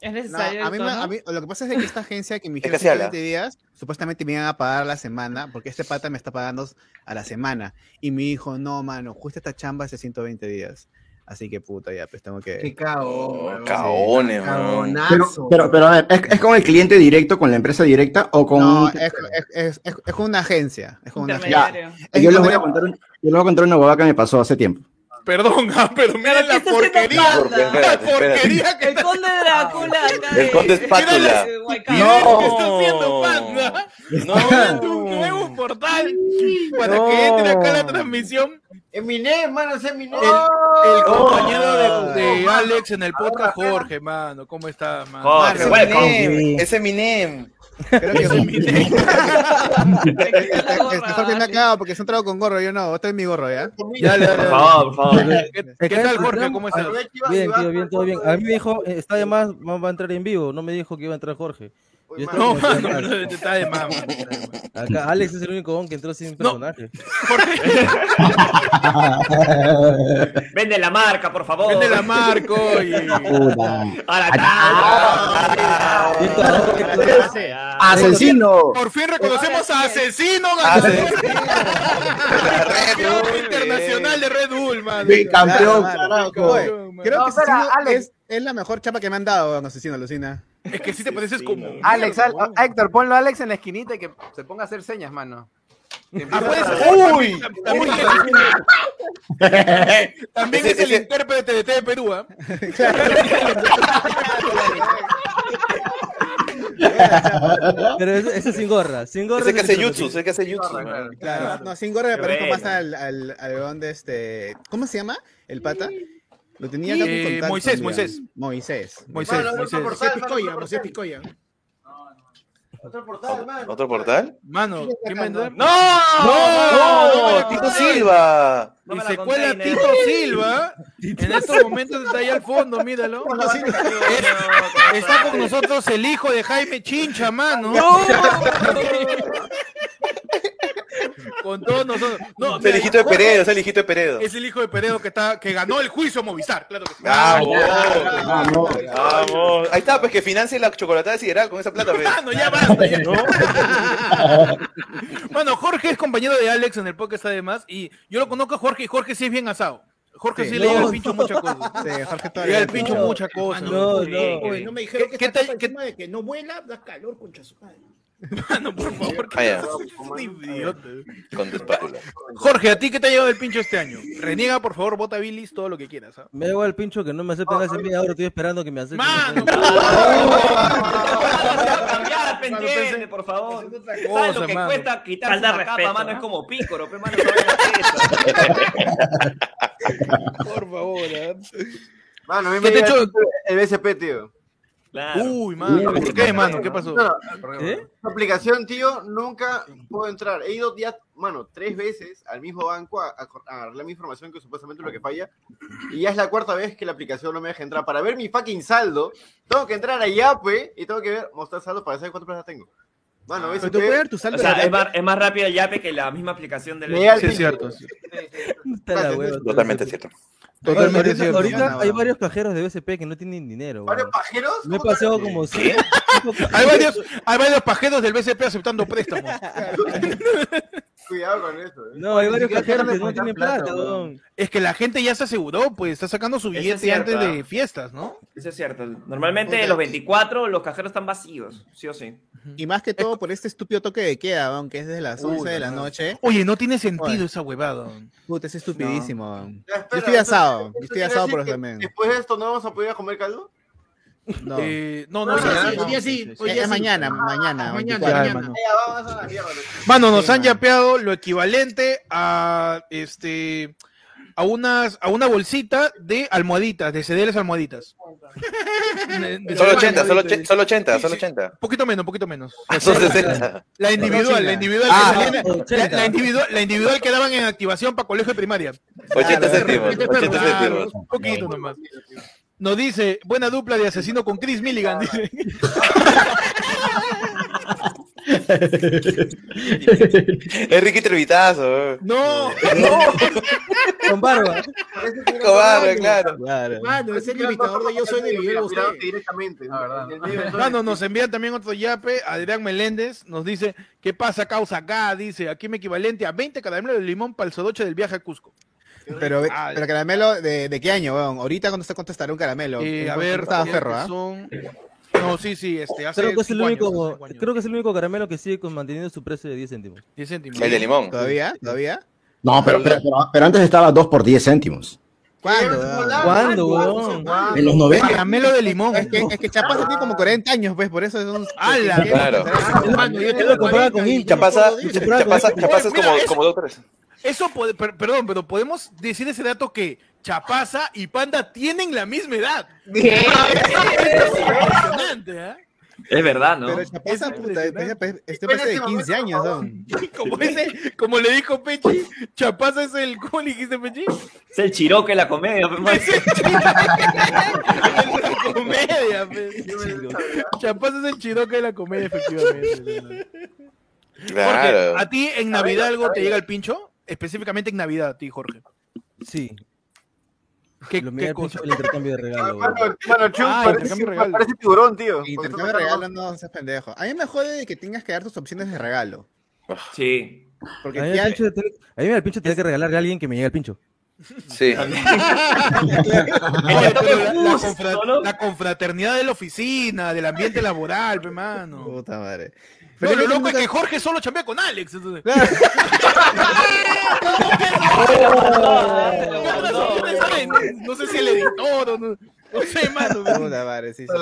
[SPEAKER 6] Es
[SPEAKER 14] No,
[SPEAKER 6] necesario.
[SPEAKER 14] a mí,
[SPEAKER 6] esto,
[SPEAKER 14] me-
[SPEAKER 6] ¿no?
[SPEAKER 14] a mí- lo que pasa es que esta agencia que me
[SPEAKER 13] que
[SPEAKER 14] dijeron
[SPEAKER 13] así habla.
[SPEAKER 14] 20 días, supuestamente me iban a pagar la semana, porque este pata me está pagando a la semana. Y me dijo, no, mano, justo esta chamba hace 120 días. Así que puta, ya, pues tengo que...
[SPEAKER 11] Qué cago.
[SPEAKER 13] Oh, Caones, man.
[SPEAKER 4] Pero, pero, pero a ver, ¿es, es con el cliente directo, con la empresa directa o con
[SPEAKER 14] No,
[SPEAKER 4] un-
[SPEAKER 14] es, es- es- es- es una agencia. Es con una agencia.
[SPEAKER 4] Yo les voy a contar, un- yo les voy a contar una huevada que me pasó hace tiempo.
[SPEAKER 1] Perdón, ah, pero miren la porquería.
[SPEAKER 13] Porque,
[SPEAKER 1] La
[SPEAKER 13] espérate, espérate.
[SPEAKER 1] porquería que
[SPEAKER 6] El conde Drácula. acá
[SPEAKER 13] El
[SPEAKER 6] de-
[SPEAKER 13] conde espátula.
[SPEAKER 1] No, no, un nuevo portal para que entre acá la transmisión.
[SPEAKER 11] Eminem, mano, es Eminem.
[SPEAKER 1] El compañero de, de Alex en el podcast, Jorge, mano. ¿Cómo está, mano?
[SPEAKER 13] Jorge,
[SPEAKER 1] Mano,
[SPEAKER 13] welcome. Es Eminem.
[SPEAKER 1] *laughs*
[SPEAKER 14] Está bien acá porque se han trago con gorro. Yo no, estoy en mi gorro, ¿ya?
[SPEAKER 1] Dale, dale. Por favor, por favor.
[SPEAKER 7] ¿Qué,
[SPEAKER 1] tal, Jorge? ¿Cómo estás?
[SPEAKER 7] Bien, tío, bien, todo bien. A mí me dijo, eh, está de más, va va a entrar en vivo. No me dijo que iba a entrar Jorge. Yo estaba
[SPEAKER 1] No,
[SPEAKER 7] como que
[SPEAKER 1] mano,
[SPEAKER 7] de más.
[SPEAKER 1] no, está de más, mano, está de más.
[SPEAKER 7] Acá Alex es el único on que entró sin personaje.
[SPEAKER 2] Vende la marca, por favor.
[SPEAKER 1] Vende la
[SPEAKER 2] *laughs*
[SPEAKER 1] marca, oye.
[SPEAKER 2] Ah.
[SPEAKER 4] Asesino.
[SPEAKER 1] Por fin reconocemos a Asesino, mano. *laughs* Campeón internacional de Red Bull, mano.
[SPEAKER 14] Campeón,
[SPEAKER 1] Claro,
[SPEAKER 14] Creo
[SPEAKER 1] campeón,
[SPEAKER 14] que
[SPEAKER 1] mano.
[SPEAKER 14] Asesino es, es la mejor chapa que me han dado, don Asesino Lucina.
[SPEAKER 1] Es que sí te pareces como.
[SPEAKER 5] Alex, Al- Héctor, ponlo a Alex en la esquinita y
[SPEAKER 14] *laughs*
[SPEAKER 5] que se ponga a hacer señas, mano. Que empiece a trabajar.
[SPEAKER 1] Ah, pues, Uy. También es el- También es el intérprete de TV Perú, *laughs* ¿ah?
[SPEAKER 7] Pero ese, ese sin gorra, sin gorra.
[SPEAKER 13] Ese que hace
[SPEAKER 7] YouTube.
[SPEAKER 13] jutsu, ese que hace jutsu.
[SPEAKER 14] Claro, no, sin gorro me
[SPEAKER 13] Qué
[SPEAKER 14] parezco
[SPEAKER 13] bueno.
[SPEAKER 14] más al, al, al don de este. ¿Cómo se llama? El pata. Lo tenía acá en
[SPEAKER 1] Eh,
[SPEAKER 14] contacto,
[SPEAKER 1] Moisés,
[SPEAKER 14] mira.
[SPEAKER 1] Moisés.
[SPEAKER 14] Moisés.
[SPEAKER 1] Moisés,
[SPEAKER 14] Bueno,
[SPEAKER 1] Moisés.
[SPEAKER 3] José Picoya, José Picoya.
[SPEAKER 11] Otro portal, mano.
[SPEAKER 13] ¿Otro portal?
[SPEAKER 1] Mano, ¿qué me
[SPEAKER 13] ¡No! ¡No!
[SPEAKER 1] no,
[SPEAKER 13] ¡Tito
[SPEAKER 1] no,
[SPEAKER 13] Silva!
[SPEAKER 1] Y se cuela Tito Silva. ¿eh? *laughs* En estos momentos está ahí al fondo, míralo. Es- Está con nosotros el hijo de Jaime Chincha, mano. *laughs* Con todos nosotros. No,
[SPEAKER 13] Es el hijito de Peredo, es el hijito de Peredo.
[SPEAKER 1] Es el hijo de Peredo que está, que ganó el juicio Movistar, claro que sí.
[SPEAKER 13] ¡Vamos! Ah, ¡Vamos! ¡Vamos! Ahí está, pues que financie la chocolatada de Sideral con esa plata. pues.
[SPEAKER 1] Mano, ya basta. ya. Ah, *laughs* Bueno, Jorge es compañero de Alex en el podcast además y yo lo conozco a Jorge y Jorge sí es bien asado. Jorge sí,
[SPEAKER 14] Sí.
[SPEAKER 1] le llega
[SPEAKER 14] No.
[SPEAKER 1] al pincho muchas cosas.
[SPEAKER 14] *laughs* Sí, Jorge
[SPEAKER 1] Le
[SPEAKER 14] todavía
[SPEAKER 1] llega al
[SPEAKER 14] no.
[SPEAKER 1] pincho muchas cosas.
[SPEAKER 14] No,
[SPEAKER 1] Sí.
[SPEAKER 14] no.
[SPEAKER 3] Oye, no
[SPEAKER 7] *laughs*
[SPEAKER 3] me dijeron que está encima de que no vuela, da calor, concha su
[SPEAKER 1] *laughs*
[SPEAKER 3] madre. *laughs*
[SPEAKER 13] Ah, ya.
[SPEAKER 1] Idiota.
[SPEAKER 13] Con tu espátula.
[SPEAKER 1] Jorge, ¿a ti qué te ha llegado el pincho este año? Reniega, por favor, bota bilis, todo lo que quieras. ¿ah?
[SPEAKER 7] Me da igual el pincho que no me acepten hace media hora, estoy esperando que me acepten.
[SPEAKER 1] *laughs*
[SPEAKER 2] Cambiar, ¿me entiende, por favor. ¿Sabes
[SPEAKER 1] cosa,
[SPEAKER 2] lo que
[SPEAKER 1] mano.
[SPEAKER 2] cuesta quitarse
[SPEAKER 6] Falta
[SPEAKER 2] la
[SPEAKER 6] de
[SPEAKER 2] capa,
[SPEAKER 6] respeto,
[SPEAKER 2] mano? Es
[SPEAKER 6] ¿no?
[SPEAKER 2] como pícoro, pero mano,
[SPEAKER 1] Por favor, ¿ah?
[SPEAKER 11] Mano, a mí
[SPEAKER 1] ¿Qué
[SPEAKER 11] me
[SPEAKER 1] te
[SPEAKER 11] llega
[SPEAKER 1] echó?
[SPEAKER 11] el BSP, tío.
[SPEAKER 1] Uy, mano. ¿Por qué, mano? ¿Qué pasó?
[SPEAKER 11] No, no, La aplicación, tío, nunca puedo entrar. He ido ya, mano, tres veces al mismo banco a, a cor- a arreglar mi información, que supuestamente es lo que falla. Y ya es la cuarta vez que la aplicación no me deja entrar. Para ver mi fucking saldo, tengo que entrar a Yape y tengo que ver, mostrar saldo para saber cuántas plazas tengo. Mano, ves
[SPEAKER 14] Ah, Pero tú puedes ver tu
[SPEAKER 2] O
[SPEAKER 14] saldo.
[SPEAKER 2] sea,
[SPEAKER 14] de-
[SPEAKER 2] es más, es más rápido el yape que la misma aplicación del
[SPEAKER 11] Leal,
[SPEAKER 1] Sí, es cierto.
[SPEAKER 7] Está la hueva.
[SPEAKER 13] Totalmente cierto.
[SPEAKER 1] Totalmente
[SPEAKER 7] Ahorita-
[SPEAKER 1] cierto.
[SPEAKER 7] Ahorita
[SPEAKER 1] Mano,
[SPEAKER 7] hay varios cajeros de BSP que no tienen dinero.
[SPEAKER 11] ¿Varios
[SPEAKER 7] weón.
[SPEAKER 11] pajeros?
[SPEAKER 7] Me he pasado como si.
[SPEAKER 1] Hay varios, hay varios pajeros del BCP aceptando préstamos.
[SPEAKER 11] *laughs* Cuidado con eso. eh.
[SPEAKER 7] *laughs* No, hay varios
[SPEAKER 11] siquiera
[SPEAKER 7] cajeros que
[SPEAKER 11] dejan
[SPEAKER 7] no
[SPEAKER 11] de
[SPEAKER 7] tienen
[SPEAKER 11] contar
[SPEAKER 7] plata,
[SPEAKER 11] plata, weón.
[SPEAKER 7] weón.
[SPEAKER 1] Es que la gente ya se aseguró, pues está sacando su
[SPEAKER 2] Eso es
[SPEAKER 1] billete
[SPEAKER 2] cierto,
[SPEAKER 1] antes de
[SPEAKER 2] ah.
[SPEAKER 1] fiestas, ¿no?
[SPEAKER 2] Eso es cierto. Normalmente
[SPEAKER 14] Puta.
[SPEAKER 2] los 24 los cajeros están vacíos, sí o sí.
[SPEAKER 14] Y más que todo por este estúpido toque de queda, aunque es desde las
[SPEAKER 1] Uy,
[SPEAKER 14] 11 de la
[SPEAKER 1] no.
[SPEAKER 14] noche.
[SPEAKER 1] Oye, no tiene sentido
[SPEAKER 14] Oye.
[SPEAKER 1] esa huevada. weón.
[SPEAKER 14] Puta, es estupidísimo. weón.
[SPEAKER 11] Ya, espera,
[SPEAKER 14] Yo estoy
[SPEAKER 11] entonces,
[SPEAKER 14] asado. Yo
[SPEAKER 11] ¿esto
[SPEAKER 14] estoy
[SPEAKER 11] quiere
[SPEAKER 14] asado
[SPEAKER 11] decir
[SPEAKER 14] por los
[SPEAKER 11] que
[SPEAKER 14] demás.
[SPEAKER 11] Después de esto, ¿no vamos a poder ir a comer caldo?
[SPEAKER 14] No.
[SPEAKER 1] Eh, no, no,
[SPEAKER 11] No,
[SPEAKER 1] sí,
[SPEAKER 11] no,
[SPEAKER 1] sí,
[SPEAKER 11] no.
[SPEAKER 3] Hoy día sí, hoy
[SPEAKER 14] Es-
[SPEAKER 3] día sí.
[SPEAKER 14] es mañana, mañana.
[SPEAKER 3] mañana,
[SPEAKER 14] 24.
[SPEAKER 1] mañana.
[SPEAKER 11] Ya,
[SPEAKER 1] mano.
[SPEAKER 11] vamos a la mierda.
[SPEAKER 1] Mano, nos
[SPEAKER 14] Sí,
[SPEAKER 1] han
[SPEAKER 14] mano.
[SPEAKER 1] yapeado lo equivalente a este a unas a una bolsita de almohaditas, de cederes almohaditas. De- de
[SPEAKER 13] Solo
[SPEAKER 1] cederes
[SPEAKER 13] 80, solo,
[SPEAKER 1] almohaditas.
[SPEAKER 13] oche- solo 80,
[SPEAKER 1] Sí,
[SPEAKER 13] solo
[SPEAKER 1] sí.
[SPEAKER 13] 80.
[SPEAKER 1] Poquito menos,
[SPEAKER 13] *laughs*
[SPEAKER 1] poquito menos.
[SPEAKER 13] Ah, Son 60.
[SPEAKER 1] La individual,
[SPEAKER 14] Ochenta.
[SPEAKER 1] la individual,
[SPEAKER 13] Ah,
[SPEAKER 1] que salían- la,
[SPEAKER 7] ochenta.
[SPEAKER 1] la individual, la individual que daban en activación para colegio de primaria.
[SPEAKER 13] 80 céntimos,
[SPEAKER 1] Claro,
[SPEAKER 13] 80
[SPEAKER 1] claro,
[SPEAKER 13] céntimos.
[SPEAKER 1] un poquito nomás. Nos dice, buena dupla de asesino con Chris
[SPEAKER 13] *laughs*
[SPEAKER 1] Milligan. dice.
[SPEAKER 13] Enrique Trevitazo.
[SPEAKER 1] No,
[SPEAKER 7] Con barba.
[SPEAKER 13] Cobarde, claro.
[SPEAKER 14] Claro.
[SPEAKER 3] Mano, es el limitador de yo soy de Miguel
[SPEAKER 11] Mira,
[SPEAKER 3] Bosé.
[SPEAKER 11] directamente.
[SPEAKER 12] La verdad.
[SPEAKER 11] En el medio de
[SPEAKER 14] *laughs*
[SPEAKER 11] todo
[SPEAKER 1] Mano,
[SPEAKER 11] el-
[SPEAKER 1] nos envían también otro yape, Adrián Meléndez, nos dice, ¿qué pasa causa acá? Dice, aquí me equivalente a 20 caramelos de limón para el sodoche del viaje a Cusco.
[SPEAKER 14] Pero, ve-
[SPEAKER 1] Ah,
[SPEAKER 14] pero caramelo, ¿de, de qué año, weón? Ahorita cuando está contestará un caramelo.
[SPEAKER 1] Eh, a
[SPEAKER 14] ¿Cuánto
[SPEAKER 1] ver,
[SPEAKER 14] estaba
[SPEAKER 1] creo
[SPEAKER 14] Ferro,
[SPEAKER 1] que
[SPEAKER 14] ¿ah?
[SPEAKER 1] son- No, sí, sí, este, hace
[SPEAKER 7] Creo que es el
[SPEAKER 1] cinco años, hace
[SPEAKER 7] único,
[SPEAKER 1] cinco años.
[SPEAKER 7] creo que es el único caramelo que sigue con- manteniendo su precio de 10 céntimos.
[SPEAKER 1] 10 céntimos.
[SPEAKER 13] El de limón.
[SPEAKER 14] ¿Todavía? ¿Todavía?
[SPEAKER 4] No, pero, pero, pero- pero antes estaba 2 por 10 céntimos.
[SPEAKER 14] ¿Cuándo?
[SPEAKER 7] ¿Cuándo, weón?
[SPEAKER 14] En
[SPEAKER 7] los 90.
[SPEAKER 14] Caramelo de limón. Es que, es que Chapaza tiene como 40 años, pues, por eso son.
[SPEAKER 13] ¡Hala! Claro.
[SPEAKER 14] Hermano, yo tengo
[SPEAKER 1] lo compraba
[SPEAKER 14] 40 y
[SPEAKER 13] Chapaza,
[SPEAKER 14] no puedo decir.
[SPEAKER 13] Chapaza, Chapaza es
[SPEAKER 1] Mira,
[SPEAKER 13] como,
[SPEAKER 1] eso-
[SPEAKER 13] como dos tres.
[SPEAKER 1] Eso puede, per- perdón, pero podemos decir ese dato que Chapaza y Panda tienen la misma edad.
[SPEAKER 2] ¿Qué?
[SPEAKER 1] Esto *laughs* es impresionante, ¿ah?
[SPEAKER 2] Es verdad, ¿no?
[SPEAKER 14] Pero Chapaza, puta, este parece este
[SPEAKER 1] Espérate,
[SPEAKER 14] parece de
[SPEAKER 1] mamá,
[SPEAKER 14] 15 años, don.
[SPEAKER 1] *laughs* Como, ese- como le dijo Pechi, Chapaza es el. ¿Cómo le dijiste, Pechi?
[SPEAKER 2] Es el chiroque de la comedia. pe, man.
[SPEAKER 1] La comedia, pe. Chapaza es el chiroque de la comedia, efectivamente.
[SPEAKER 13] Claro.
[SPEAKER 1] Jorge, ¿a ti en
[SPEAKER 13] A
[SPEAKER 1] Navidad
[SPEAKER 13] ver,
[SPEAKER 1] algo
[SPEAKER 13] a
[SPEAKER 1] te
[SPEAKER 13] ver.
[SPEAKER 1] llega el pincho? Específicamente en Navidad, a ti, Jorge.
[SPEAKER 7] Sí.
[SPEAKER 1] ¿Qué,
[SPEAKER 7] qué cosa? El intercambio de regalo.
[SPEAKER 14] Mano,
[SPEAKER 7] weón.
[SPEAKER 14] mano,
[SPEAKER 1] Chu, Ah, parece- intercambio de regalo. parece
[SPEAKER 14] tiburón, tío. Intercambio de regalo no seas pendejo. A mí me jode de que tengas que dar tus opciones de regalo.
[SPEAKER 2] pues, Sí.
[SPEAKER 14] Porque
[SPEAKER 7] A mí, el
[SPEAKER 14] ya-
[SPEAKER 7] pincho tiene- a mí el pincho tenía
[SPEAKER 13] Este-
[SPEAKER 7] que regalarle a alguien que me llegue el pincho.
[SPEAKER 13] Sí.
[SPEAKER 1] Oye, pero la, la confra- la confraternidad de la oficina, del ambiente laboral, pe, mano.
[SPEAKER 14] Puta madre.
[SPEAKER 1] Pero
[SPEAKER 14] Pero
[SPEAKER 1] lo
[SPEAKER 14] yo
[SPEAKER 1] loco es
[SPEAKER 14] nunca-
[SPEAKER 1] que Jorge solo chambea con Alex. entonces. No sé si el editor o no. No sé, mano.
[SPEAKER 14] Puta madre, sí, sí, sí.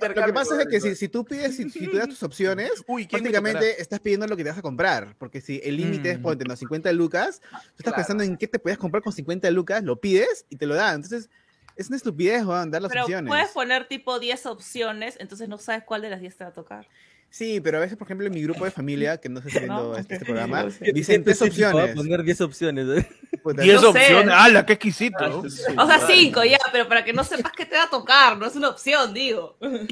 [SPEAKER 14] Lo que pasa es que si, si tú pides, si, si tú das tus opciones,
[SPEAKER 1] ¿quién me
[SPEAKER 14] prácticamente
[SPEAKER 1] tocará?
[SPEAKER 14] estás pidiendo lo que te vas a comprar. Porque si el límite es, ponte, no, 50 lucas, tú estás pensando en qué te puedes comprar con 50 lucas, lo pides y te lo dan. Entonces, es una estupidez, weón, dar las
[SPEAKER 6] Pero
[SPEAKER 14] opciones.
[SPEAKER 6] puedes poner tipo 10 opciones, entonces no sabes cuál de las 10 te va a tocar.
[SPEAKER 14] Sí, pero a veces, por ejemplo, en mi grupo de familia, que
[SPEAKER 7] *laughs*
[SPEAKER 14] no sé si viendo este, este programa,
[SPEAKER 7] ¿Qué-
[SPEAKER 14] dicen
[SPEAKER 7] qué
[SPEAKER 14] tres
[SPEAKER 7] específico? Va a
[SPEAKER 14] opciones.
[SPEAKER 7] poner 10 opciones. ¿eh? Ah,
[SPEAKER 14] Puta,
[SPEAKER 1] 10
[SPEAKER 14] no sé.
[SPEAKER 1] opciones. ¡Hala, qué exquisito!
[SPEAKER 6] O sea, 5 ya, pero para que no sepas qué te va a tocar, no es una opción, digo. *laughs* Pero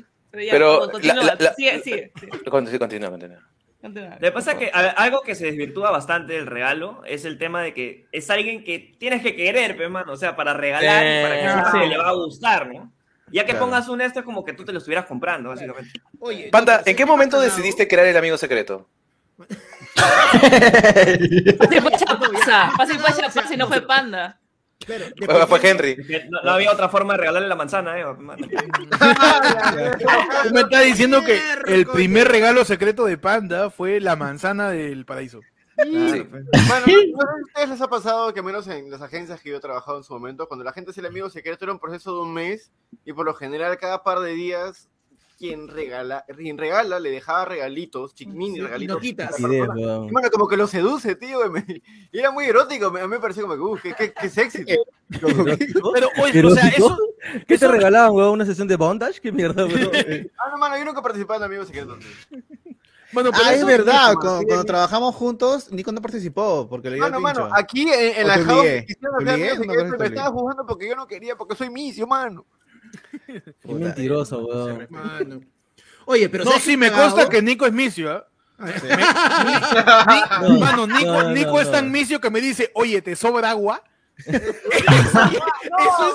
[SPEAKER 6] ya,
[SPEAKER 13] Pero
[SPEAKER 6] como, continúa,
[SPEAKER 13] la- la- la-
[SPEAKER 6] sigue, sigue, sigue,
[SPEAKER 13] Con- sí, Continúa, continúa.
[SPEAKER 6] continúa.
[SPEAKER 2] Lo que pasa es que a- algo que se desvirtúa bastante del regalo es el tema de que es alguien que tienes que querer, pe, mano. O sea, para regalar, y para que
[SPEAKER 13] Eh,
[SPEAKER 2] sepas
[SPEAKER 13] sí.
[SPEAKER 2] que le va a gustar, ¿no? Ya que
[SPEAKER 13] Claro.
[SPEAKER 2] pongas un esto es como que tú te lo estuvieras comprando, básicamente.
[SPEAKER 3] Oye,
[SPEAKER 13] Panda, ¿en qué momento decidiste crear el amigo secreto?
[SPEAKER 6] Fácil fue Chapaza, fácil fue Chapaza y no fue Panda.
[SPEAKER 13] Fue Henry.
[SPEAKER 2] No, no había otra forma de regalarle la manzana, eh. pe, mano.
[SPEAKER 1] Tú me estás diciendo que el primer regalo secreto de Panda fue la manzana del paraíso.
[SPEAKER 13] Sí.
[SPEAKER 11] pues.
[SPEAKER 14] pues.
[SPEAKER 11] Bueno, no sé si a ustedes les ha pasado que menos en las agencias que yo he trabajado en su momento, cuando la gente es el amigo secreto era un proceso de un mes y por lo general cada par de días quien regala, quien regala le dejaba regalitos, chic- mini regalitos.
[SPEAKER 3] quitas.
[SPEAKER 11] a la persona. Y, mano, como que lo seduce, tío. me- y era muy erótico, me- a mí me pareció como que, uff, qué, qué- qué sexy. tío. *laughs*
[SPEAKER 1] Pero, oye,
[SPEAKER 7] Pero,
[SPEAKER 1] o sea,
[SPEAKER 7] ¿no?
[SPEAKER 1] eso.
[SPEAKER 7] ¿Qué te regalaban, weón? ¿Una sesión de bondage? ¿Qué mierda, *laughs* weón?
[SPEAKER 11] Ah, no, mano, yo nunca participaba en amigos secretos. tío.
[SPEAKER 1] Mano,
[SPEAKER 14] ah, es
[SPEAKER 11] eso-
[SPEAKER 14] verdad,
[SPEAKER 11] Sí,
[SPEAKER 14] cuando,
[SPEAKER 11] sí.
[SPEAKER 14] cuando trabajamos juntos, Nico no participó, porque le dio
[SPEAKER 11] Mano,
[SPEAKER 14] el
[SPEAKER 11] mano,
[SPEAKER 14] pincho.
[SPEAKER 11] aquí en, en
[SPEAKER 14] O
[SPEAKER 11] la
[SPEAKER 14] te
[SPEAKER 11] house
[SPEAKER 14] obligué,
[SPEAKER 11] quisieron
[SPEAKER 14] te
[SPEAKER 11] hacer
[SPEAKER 14] obligué,
[SPEAKER 11] amigos
[SPEAKER 14] una
[SPEAKER 11] secretos,
[SPEAKER 14] cosa te
[SPEAKER 11] pero me
[SPEAKER 14] obligué.
[SPEAKER 11] estaba jugando porque yo no quería, porque soy misio,
[SPEAKER 1] *laughs*
[SPEAKER 11] mano.
[SPEAKER 7] Qué mentiroso, weón.
[SPEAKER 3] Mano. Oye, pero
[SPEAKER 1] no,
[SPEAKER 3] ¿sabes
[SPEAKER 1] sí,
[SPEAKER 3] qué
[SPEAKER 1] me
[SPEAKER 3] cagado?
[SPEAKER 1] consta que Nico es misio, ¿ah?
[SPEAKER 3] sí. *laughs*
[SPEAKER 1] Me- Ni-
[SPEAKER 7] No,
[SPEAKER 1] Mano, Nico,
[SPEAKER 7] no, no,
[SPEAKER 1] Nico es
[SPEAKER 7] no.
[SPEAKER 1] tan misio que me dice, oye, ¿te
[SPEAKER 3] *laughs*
[SPEAKER 1] sobra agua? *laughs* eso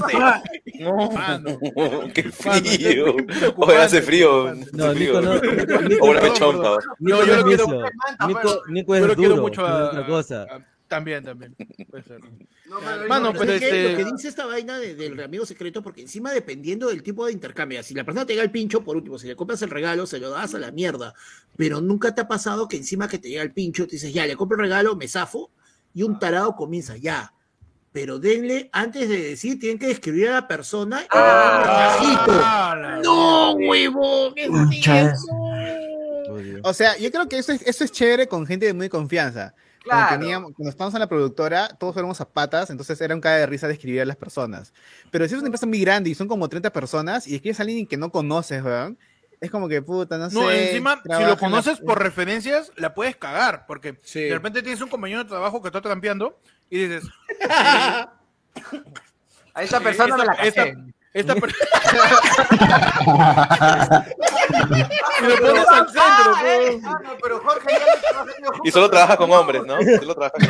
[SPEAKER 1] es de... Mano.
[SPEAKER 13] *laughs* Qué
[SPEAKER 1] Mano,
[SPEAKER 13] frío.
[SPEAKER 1] estoy
[SPEAKER 13] Oye, hace
[SPEAKER 1] preocupante,
[SPEAKER 13] frío.
[SPEAKER 7] No,
[SPEAKER 13] hace frío.
[SPEAKER 7] Nico no. Nico- Nico-
[SPEAKER 13] O una pechompa.
[SPEAKER 7] Nico
[SPEAKER 1] yo
[SPEAKER 7] es
[SPEAKER 1] lo quiero-
[SPEAKER 7] misio.
[SPEAKER 11] manta,
[SPEAKER 7] Nico,
[SPEAKER 11] pero-
[SPEAKER 7] Nico
[SPEAKER 1] pues.
[SPEAKER 7] es
[SPEAKER 1] yo lo
[SPEAKER 7] duro.
[SPEAKER 1] quiero mucho
[SPEAKER 7] no es
[SPEAKER 1] a-
[SPEAKER 7] otra cosa.
[SPEAKER 1] También, también. Puede ser.
[SPEAKER 11] mano,
[SPEAKER 1] Mano,
[SPEAKER 3] Pero
[SPEAKER 1] pero
[SPEAKER 3] ¿sabes qué?
[SPEAKER 1] este-
[SPEAKER 3] Lo que dice esta vaina de- del amigo secreto, porque encima dependiendo del tipo de intercambio, si la persona te llega el pincho, por último, si le compras el regalo, se lo das a la mierda. Pero nunca te ha pasado que encima que te llega el pincho, te dices, ya, le compro el regalo, me zafo, y
[SPEAKER 1] Ah.
[SPEAKER 3] un tarado comienza, ya. Pero denle, antes de decir, tienen que describir a la persona.
[SPEAKER 1] Ah,
[SPEAKER 3] ¡No, huevón! ¡Es
[SPEAKER 14] Pucha.
[SPEAKER 7] Odio.
[SPEAKER 14] O sea, yo creo que eso es, eso es chévere con gente de muy confianza. Cuando
[SPEAKER 12] Claro.
[SPEAKER 14] teníamos- cuando estábamos en la productora, todos éramos a patas, entonces era un caga de risa describir a las personas. Pero si es una empresa muy grande y son como 30 personas y escribes a alguien que no conoces, ¿verdad? Es como que puta, no,
[SPEAKER 1] No,
[SPEAKER 14] sé.
[SPEAKER 1] encima, si
[SPEAKER 14] trabaja en
[SPEAKER 1] lo
[SPEAKER 14] la-
[SPEAKER 1] conoces por
[SPEAKER 14] *laughs*
[SPEAKER 1] referencias, la puedes cagar, porque de repente tienes un compañero de trabajo que está trampeando y dices,
[SPEAKER 12] A esta persona me la caché.
[SPEAKER 1] esta, esta per- *laughs* y lo pones al centro, pues.
[SPEAKER 11] eh, Mano, pero Jorge ya le trabaja en
[SPEAKER 13] Y solo trabaja con hombres, ¿no? Solo trabaja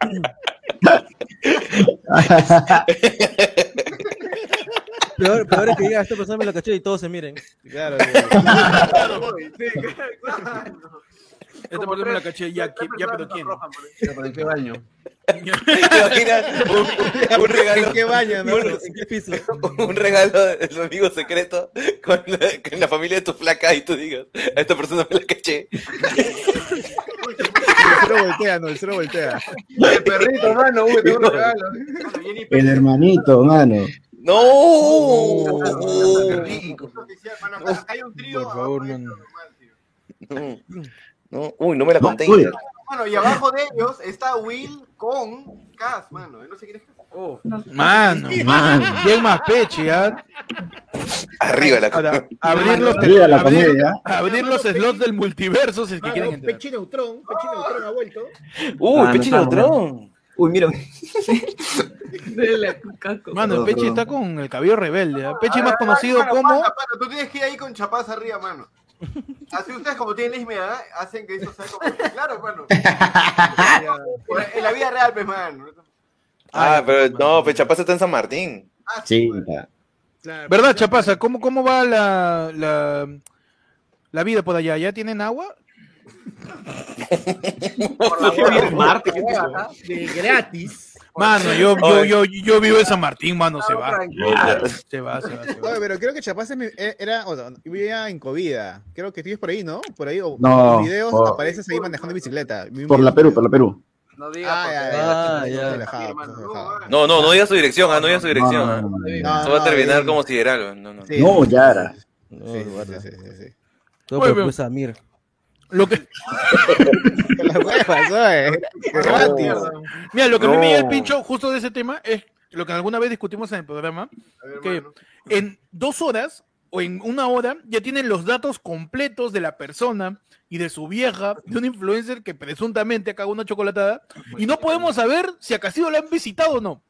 [SPEAKER 13] con
[SPEAKER 7] *laughs* Peor, peor es que diga, esta persona me la caché y todos se miren.
[SPEAKER 14] Claro,
[SPEAKER 7] *laughs*
[SPEAKER 1] Esta parte me la caché, ya, ¿qui- ya, pero ¿quién?
[SPEAKER 12] ¿Para qué baño?
[SPEAKER 13] ¿Te imaginas
[SPEAKER 1] *laughs*
[SPEAKER 13] un, un regalo?
[SPEAKER 14] ¿En qué baño, no?
[SPEAKER 7] ¿En qué piso?
[SPEAKER 13] Un regalo de tu amigo secreto con la, con la familia de tu flaca y tú digas, a esta persona me la caché.
[SPEAKER 14] El cero voltea, no, el cero
[SPEAKER 1] *laughs*
[SPEAKER 14] voltea.
[SPEAKER 11] El perrito, mano, uy, tengo un regalo.
[SPEAKER 4] El hermanito, mano.
[SPEAKER 13] ¡No!
[SPEAKER 1] Oh.
[SPEAKER 11] Hay un trío. Por favor,
[SPEAKER 1] pues.
[SPEAKER 13] No, Mm. no, uy, no me la conté.
[SPEAKER 11] Bueno, y abajo de ellos está Will con Cas, mano. No sé quién es Cass.
[SPEAKER 1] Mano,
[SPEAKER 4] mano.
[SPEAKER 1] Bien más peche, ¿ah?
[SPEAKER 13] Arriba la
[SPEAKER 1] Ahora, abrir los,
[SPEAKER 4] Arriba la
[SPEAKER 1] abrir-
[SPEAKER 4] comedia.
[SPEAKER 1] abrir los slots del multiverso si es que quieren entrar.
[SPEAKER 3] Pechi Neutrón, Pechi Neutrón ha vuelto.
[SPEAKER 13] Uy,
[SPEAKER 1] Ah,
[SPEAKER 13] Pechi
[SPEAKER 1] no estamos,
[SPEAKER 13] Neutrón. Uy, mira. *laughs*
[SPEAKER 1] Mano, el Pechi está con el cabello rebelde. ¿ah? Pechi más conocido
[SPEAKER 11] Mano,
[SPEAKER 1] como.
[SPEAKER 11] pata, pata, tú tienes que ir ahí con chapaz arriba, mano. Así ustedes como tienen la misma edad, hacen que eso sea como... Claro, mano. en la vida real, pues, mano.
[SPEAKER 13] Ah, pero no, pues Chapaz está en San Martín.
[SPEAKER 4] Sí,
[SPEAKER 1] ¿Verdad, Chapaza? ¿Cómo, cómo va la, la, la vida por allá? ¿Ya tienen agua? Ah.
[SPEAKER 3] De gratis.
[SPEAKER 1] Mano, yo, yo,
[SPEAKER 3] Oye.
[SPEAKER 1] yo, yo vivo en San Martín, mano, se va. Se va, se va. se va.
[SPEAKER 14] Oye, pero creo que Chapaz es mi- eh, era, o sea, vivía en Covida. Creo que estuviste por ahí, ¿no? Por ahí, o
[SPEAKER 4] No,
[SPEAKER 14] en videos
[SPEAKER 4] por-
[SPEAKER 14] apareces ahí manejando bicicleta. Vi un
[SPEAKER 4] Por la
[SPEAKER 14] video.
[SPEAKER 4] Perú, por la Perú.
[SPEAKER 12] No digas.
[SPEAKER 14] Ah, ya, ya.
[SPEAKER 13] No, no, no digas su dirección, ah, no digas su dirección.
[SPEAKER 4] no,
[SPEAKER 13] ah.
[SPEAKER 4] no, no,
[SPEAKER 13] Eso
[SPEAKER 4] no.
[SPEAKER 13] va a
[SPEAKER 4] No,
[SPEAKER 13] terminar
[SPEAKER 4] no,
[SPEAKER 13] como sideral. No, no.
[SPEAKER 4] No, Yara.
[SPEAKER 14] Sí, sí, sí, sí, sí.
[SPEAKER 7] Todo
[SPEAKER 1] Oye,
[SPEAKER 7] por
[SPEAKER 1] pero-
[SPEAKER 7] pues, Samir.
[SPEAKER 1] Lo que,
[SPEAKER 14] *laughs* La hueá pasó, eh. Gratis.
[SPEAKER 1] mira, lo que a mí me llega el
[SPEAKER 14] No.
[SPEAKER 1] pincho justo de ese tema es lo que alguna vez discutimos en el programa, que en dos horas o en una hora ya tienen los datos completos de la persona y de su vieja, de un influencer que presuntamente acaba una chocolatada, y no podemos saber si a Castillo la han visitado o no.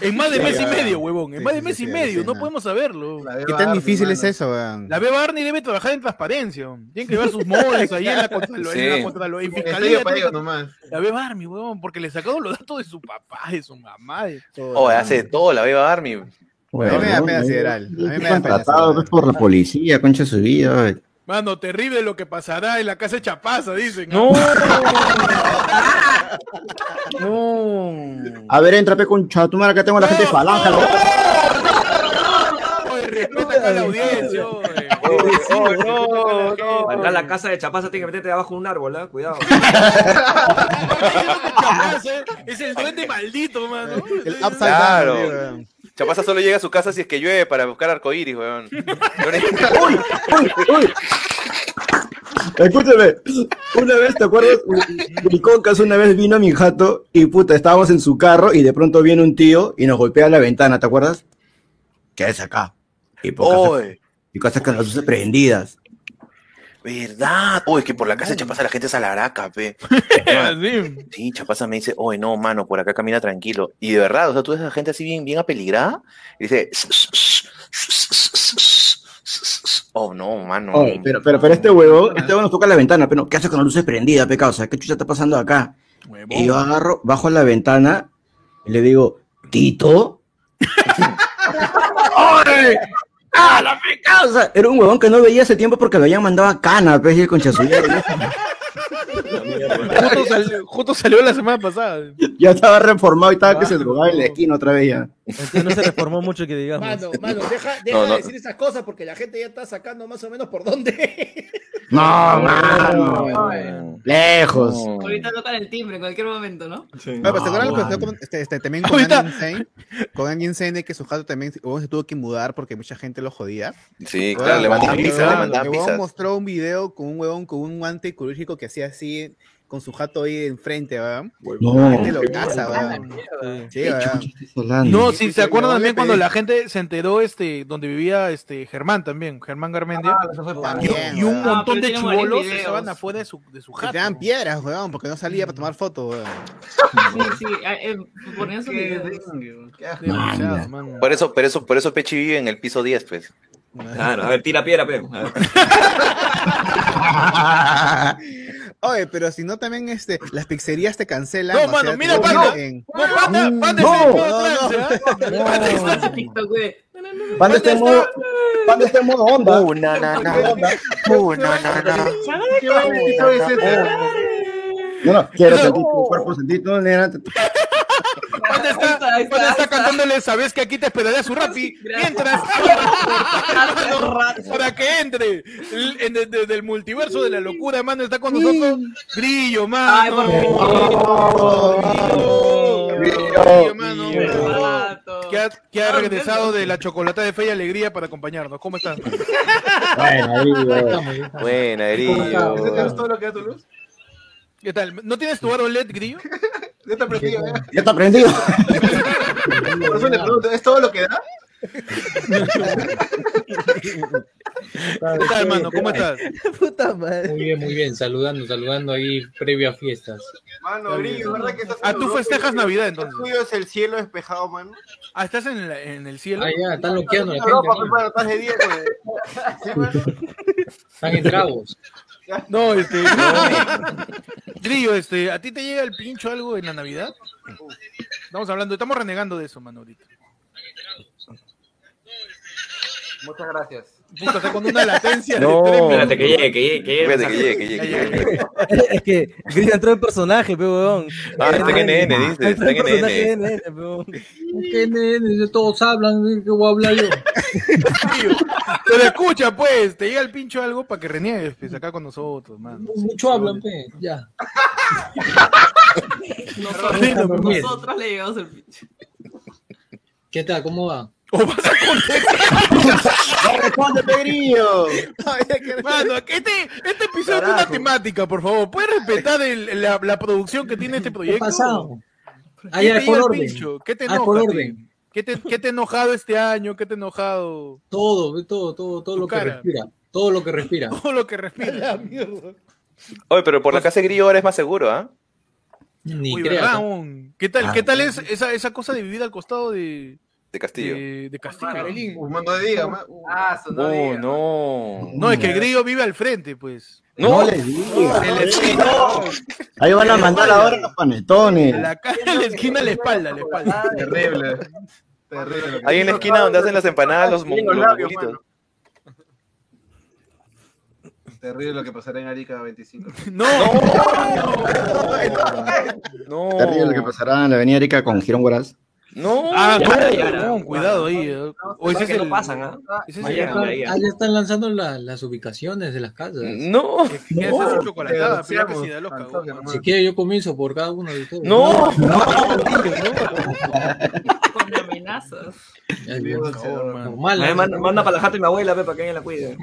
[SPEAKER 1] En más de
[SPEAKER 14] Sí,
[SPEAKER 1] mes y
[SPEAKER 14] ya.
[SPEAKER 1] medio, huevón. En
[SPEAKER 14] Sí,
[SPEAKER 1] más
[SPEAKER 14] sí,
[SPEAKER 1] de mes
[SPEAKER 14] sí,
[SPEAKER 1] y
[SPEAKER 14] sí,
[SPEAKER 1] medio.
[SPEAKER 14] sí,
[SPEAKER 1] No
[SPEAKER 14] no.
[SPEAKER 1] podemos saberlo.
[SPEAKER 14] ¿Qué tan difícil es eso, weón?
[SPEAKER 1] La B. Barney debe trabajar en transparencia. weón. Tiene que ver sus modas ahí en la contraloría. En
[SPEAKER 14] Sí.
[SPEAKER 1] la, contraloría, en
[SPEAKER 14] Estudio
[SPEAKER 1] fiscalía,
[SPEAKER 14] para ello
[SPEAKER 1] tiene- La B. Barney, huevón, porque le sacaron los datos de su papá, de su mamá. De todo.
[SPEAKER 13] Oh, hace de todo la beba Army.
[SPEAKER 4] Bueno,
[SPEAKER 14] a mí me da
[SPEAKER 4] no,
[SPEAKER 14] pena
[SPEAKER 4] no,
[SPEAKER 14] sideral.
[SPEAKER 4] no,
[SPEAKER 14] A mí me
[SPEAKER 4] no,
[SPEAKER 14] da pena
[SPEAKER 4] tratado, pues, por la policía, concha de su vida. ay.
[SPEAKER 1] Mano, terrible lo que pasará en la casa de Chapaza, dicen.
[SPEAKER 4] No. A ver, entra pe concha, tu madre, acá tengo a la gente de falange. la-
[SPEAKER 1] Oye, respeta acá la audiencia. oye.
[SPEAKER 13] Oh,
[SPEAKER 2] Acá la casa de Chapaza tiene que meterte debajo de un árbol, ¿ah?
[SPEAKER 1] *laughs*
[SPEAKER 2] Cuidado.
[SPEAKER 1] Chapaza *laughs* es el duende maldito, mano.
[SPEAKER 14] El
[SPEAKER 13] Claro. Chapaza solo llega a su casa si es que llueve para buscar arcoíris, weón.
[SPEAKER 4] ¡Uy! ¡Uy! ¡Uy! Escúchame, una vez, ¿te acuerdas? Mi concas una vez vino a mi jato y puta, estábamos en su carro y de pronto viene un tío y nos golpea la ventana, ¿te acuerdas? ¿Qué es acá? Y por cosas, y cosas con las luces prendidas.
[SPEAKER 13] ¿Verdad? Uy, Ah, oh, es que por la casa de Chapaza la gente es a la araca, pe. *laughs* Sí, Chapaza me dice, oye, no, mano, por acá camina tranquilo. Y de verdad, o sea, tú ves a la gente así bien, bien apeligrada y dice, oh, no, mano.
[SPEAKER 4] Oye, pero, pero, pero este huevo, este huevo nos toca la ventana, pero ¿qué haces con las luces prendidas, pecado? O sea, ¿qué chucha está pasando acá? Y yo agarro, bajo a la ventana y le digo, *laughs* Tito. ¡Oye! ¡Ah, la pecado! O sea, era un huevón que no veía hace tiempo porque lo habían mandado a cana, pues, y el concha suya.
[SPEAKER 1] Justo, sal- justo salió la semana pasada.
[SPEAKER 4] *laughs* Ya estaba reformado y estaba que se drogaba en la esquina otra vez ya.
[SPEAKER 7] Entonces no se reformó mucho que digamos.
[SPEAKER 3] Mano, mano, deja, deja
[SPEAKER 4] No, no.
[SPEAKER 3] de decir esas cosas porque la gente ya está sacando más o menos por dónde.
[SPEAKER 4] No, mano. Lejos.
[SPEAKER 6] Ahorita tocan el timbre en cualquier momento, ¿no?
[SPEAKER 14] Bueno, pues, ¿te acuerdas lo que
[SPEAKER 6] Ah,
[SPEAKER 14] pasó
[SPEAKER 6] bueno.
[SPEAKER 14] con- este, este, también con Angie Insane? Con Angie Insane, de que su jato también huevón, se tuvo que mudar porque mucha gente lo jodía.
[SPEAKER 13] Sí, claro, le mandaban
[SPEAKER 14] Huevón,
[SPEAKER 13] pizzas, le mandaban
[SPEAKER 14] el huevón
[SPEAKER 13] pizzas.
[SPEAKER 14] mostró un video con un huevón con un guante quirúrgico que hacía así con su jato ahí enfrente, ¿verdad?
[SPEAKER 4] No.
[SPEAKER 14] La gente lo caza, ¿verdad? Sí, ¿verdad?
[SPEAKER 1] No, si se acuerdan
[SPEAKER 14] Le
[SPEAKER 1] también cuando
[SPEAKER 14] pedí-
[SPEAKER 1] la gente se enteró este, donde vivía este Germán también, Germán Garmendia.
[SPEAKER 14] Ah, también,
[SPEAKER 1] y, y un
[SPEAKER 14] weón.
[SPEAKER 1] montón
[SPEAKER 14] Ah, pero
[SPEAKER 1] de
[SPEAKER 14] tiene varios
[SPEAKER 1] chivolos
[SPEAKER 14] videos.
[SPEAKER 1] estaban afuera de su, de su
[SPEAKER 14] Le
[SPEAKER 1] jato.
[SPEAKER 14] tiraban piedras, weón, porque no salía para tomar fotos, weón.
[SPEAKER 6] Sí, sí, ah, eh, ponían sus videos.
[SPEAKER 1] Demasiado,
[SPEAKER 13] Por eso, por eso, por eso Pechi vive en el piso 10, pues.
[SPEAKER 2] Claro, a ver, tira piedra, pe. A ver.
[SPEAKER 14] Oye, pero si no también este, las pizzerías te cancelan.
[SPEAKER 6] No,
[SPEAKER 14] o sea,
[SPEAKER 6] mano,
[SPEAKER 14] te
[SPEAKER 6] mira,
[SPEAKER 14] ponen
[SPEAKER 6] mano.
[SPEAKER 14] en-
[SPEAKER 1] No, pata, pata,
[SPEAKER 14] No,
[SPEAKER 1] está en
[SPEAKER 14] no,
[SPEAKER 1] modo
[SPEAKER 14] no.
[SPEAKER 1] trance, ¿ah? Pata está-
[SPEAKER 6] TikTok, güey.
[SPEAKER 4] Panda está en modo, Panda está en modo onda. este
[SPEAKER 11] ¿Qué bonito es este?
[SPEAKER 4] No, no, quiero sentir tu cuerpo, sentir tu nena.
[SPEAKER 15] *laughs*
[SPEAKER 1] Pata está, Pata está cantándole, sabes que aquí te esperaré a su rapi. Mientras. puerta para que entre L- en- de- desde el multiverso de la locura, mano, está con nosotros Grillo, mano. Grillo, mano. Que ha, que
[SPEAKER 15] Ah,
[SPEAKER 1] ha regresado de la chocolata de fe y alegría para acompañarnos. ¿Cómo estás?
[SPEAKER 13] Buena,
[SPEAKER 1] ¿Es
[SPEAKER 13] Grillo.
[SPEAKER 1] todo lo que da tu luz? ¿Qué tal? ¿No tienes tu aro LED, Grillo?
[SPEAKER 12] Ya te aprendí, ¿eh?
[SPEAKER 4] Ya está prendido.
[SPEAKER 12] Por eso le pregunto, ¿es todo lo que da?
[SPEAKER 1] ¿Qué tal, mano? ¿Cómo estás?
[SPEAKER 15] Puta madre. Muy bien, muy bien. Saludando, saludando ahí previo a fiestas.
[SPEAKER 11] Mano, Grillo, ¿verdad que estás en
[SPEAKER 1] Ah, tú
[SPEAKER 11] Europa,
[SPEAKER 1] festejas
[SPEAKER 11] Grillo?
[SPEAKER 1] Navidad, entonces.
[SPEAKER 11] ¿El tuyo es el cielo despejado, mano?
[SPEAKER 1] Ah, estás en, la- en el cielo.
[SPEAKER 15] Ah, ya, están loqueando la
[SPEAKER 11] En
[SPEAKER 15] gente.
[SPEAKER 11] Europa,
[SPEAKER 15] ¿no?
[SPEAKER 1] pues.
[SPEAKER 11] hermano, estás de día, güey. Sí, mano.
[SPEAKER 15] Están en tragos. *laughs*
[SPEAKER 1] No, este. no. Grillo, este, ¿a ti te llega el pincho algo en la Navidad? Estamos hablando, estamos renegando de eso, mano, ahorita.
[SPEAKER 12] Muchas gracias.
[SPEAKER 1] Puta, está con una
[SPEAKER 12] *laughs*
[SPEAKER 1] latencia de
[SPEAKER 2] No.
[SPEAKER 1] tres minutos.
[SPEAKER 2] Espérate que llegue, que llegue, que llegue.
[SPEAKER 13] Espérate que llegue, que llegue,
[SPEAKER 1] Ya,
[SPEAKER 13] que
[SPEAKER 1] ya,
[SPEAKER 13] llegue.
[SPEAKER 7] Es que Grillo entró en personaje, pe, weón.
[SPEAKER 13] Ah, está en NN, dice,
[SPEAKER 7] Entró
[SPEAKER 13] está en
[SPEAKER 7] personaje
[SPEAKER 13] NN.
[SPEAKER 7] de NN, pe, weón.
[SPEAKER 15] ¿Qué nene? Todos hablan, ¿de ¿qué voy a hablar yo?
[SPEAKER 1] Pero escucha, pues, te llega el pincho algo para que reniegues, pues, acá con nosotros, mano.
[SPEAKER 15] Mucho hablan, pe, ya.
[SPEAKER 6] Nosotros, nosotros le llevamos el pinche.
[SPEAKER 15] ¿Qué tal? ¿Cómo
[SPEAKER 13] *laughs*
[SPEAKER 15] va?
[SPEAKER 13] Oh,
[SPEAKER 1] *laughs* ¡Responde, Grillo! Mano, este, este episodio tiene una temática, por favor. ¿Puedes respetar el- la, la producción que tiene este proyecto?
[SPEAKER 15] pasado?
[SPEAKER 1] ¿Qué
[SPEAKER 15] Ah, ya,
[SPEAKER 1] te
[SPEAKER 15] por
[SPEAKER 1] llega el
[SPEAKER 15] orden.
[SPEAKER 1] pincho? ¿Qué te
[SPEAKER 15] Ah,
[SPEAKER 1] enoja?
[SPEAKER 15] por
[SPEAKER 1] tío?
[SPEAKER 15] orden.
[SPEAKER 1] ¿Qué te, ¿Qué te enojado este año? ¿Qué te enojado?
[SPEAKER 15] Todo, ve, todo, todo, todo lo que
[SPEAKER 1] cara.
[SPEAKER 15] respira. Todo lo que respira.
[SPEAKER 1] Todo lo que respira.
[SPEAKER 13] Oye, pero por la casa de Grillo ahora es más seguro, ¿ah?
[SPEAKER 15] Ni
[SPEAKER 1] Uy,
[SPEAKER 15] creas.
[SPEAKER 1] ¿verdad, un? ¿Qué tal,
[SPEAKER 13] Ah.
[SPEAKER 1] ¿qué tal es esa, esa cosa de vivir al costado de,
[SPEAKER 13] De Castillo.
[SPEAKER 1] de, de Castillo?
[SPEAKER 12] Carolín. no diga, ma- Ah, su- no
[SPEAKER 13] Oh,
[SPEAKER 12] diga.
[SPEAKER 13] no.
[SPEAKER 1] No, es que el grillo vive al frente, pues.
[SPEAKER 4] No les digas.
[SPEAKER 1] En la esquina.
[SPEAKER 4] Ahí van a mandar ahora los panetones.
[SPEAKER 1] La cara en la esquina, la espalda, la espalda.
[SPEAKER 13] *laughs*
[SPEAKER 12] Terrible.
[SPEAKER 13] Ahí en la esquina donde hacen las empanadas,
[SPEAKER 1] Ah,
[SPEAKER 13] los, mo- los mongulitos.
[SPEAKER 12] Terrible lo que pasará en Arica 25.
[SPEAKER 1] *laughs* ¡No!
[SPEAKER 13] No.
[SPEAKER 4] Terrible lo que pasará en la avenida Arica con Girón Guaraz.
[SPEAKER 13] No.
[SPEAKER 1] Ah,
[SPEAKER 15] Ya,
[SPEAKER 1] no,
[SPEAKER 15] ya,
[SPEAKER 1] no, cuidado ahí. eh. O ese es el...
[SPEAKER 13] ¿ah?
[SPEAKER 1] Ese es el-
[SPEAKER 15] Allá, están- allá Ah, están lanzando la- las ubicaciones de las casas.
[SPEAKER 13] Mm, No.
[SPEAKER 1] Ya se hace chocolatada, pero
[SPEAKER 12] Pero
[SPEAKER 1] casi da loca, weón.
[SPEAKER 15] Si quiere, yo comienzo por cada uno de ustedes.
[SPEAKER 13] No.
[SPEAKER 15] *laughs*
[SPEAKER 6] Con amenazas.
[SPEAKER 15] Ay,
[SPEAKER 12] Dios,
[SPEAKER 15] bueno,
[SPEAKER 12] por favor,
[SPEAKER 15] normal,
[SPEAKER 2] Me
[SPEAKER 15] normal.
[SPEAKER 2] manda, manda para la jata de mi abuela, pe, para que ella la
[SPEAKER 1] *laughs*
[SPEAKER 2] cuide.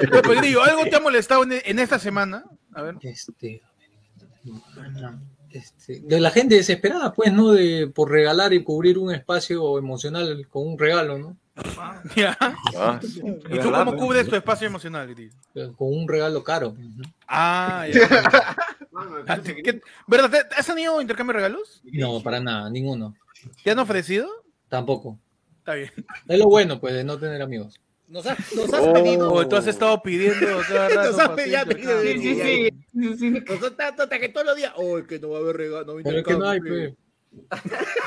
[SPEAKER 1] Pero, pues, Grillo, ¿algo te ha molestado en, en esta semana? A ver.
[SPEAKER 15] Este, este,
[SPEAKER 1] *laughs*
[SPEAKER 15] de la gente desesperada, pues, ¿no? De, por regalar y cubrir un espacio emocional con un regalo, ¿no?
[SPEAKER 1] Ya.
[SPEAKER 13] Ah,
[SPEAKER 1] ¿Y tú cómo cubres tu espacio emocional, Grillo?
[SPEAKER 15] Con un regalo caro. pues,
[SPEAKER 1] Ah, ya. ¿Qué- ¿Verdad? ¿Te- ¿Has tenido intercambio de regalos?
[SPEAKER 15] No, para nada, ninguno.
[SPEAKER 1] ¿Te han ofrecido?
[SPEAKER 15] Tampoco.
[SPEAKER 1] Está bien.
[SPEAKER 15] Es lo bueno, pues, de no tener amigos.
[SPEAKER 3] Nos has, nos has pedido.
[SPEAKER 1] O Oh, tú has estado pidiendo a cada rato.
[SPEAKER 3] *laughs* Nos has
[SPEAKER 1] papi,
[SPEAKER 3] pedido.
[SPEAKER 1] intercambio.
[SPEAKER 3] Sí, sí, Nos has tanto hasta que todos los días. Oh, es que no va a haber regalo. No,
[SPEAKER 15] Pero es que no hay,
[SPEAKER 3] intercambio".
[SPEAKER 15] pe.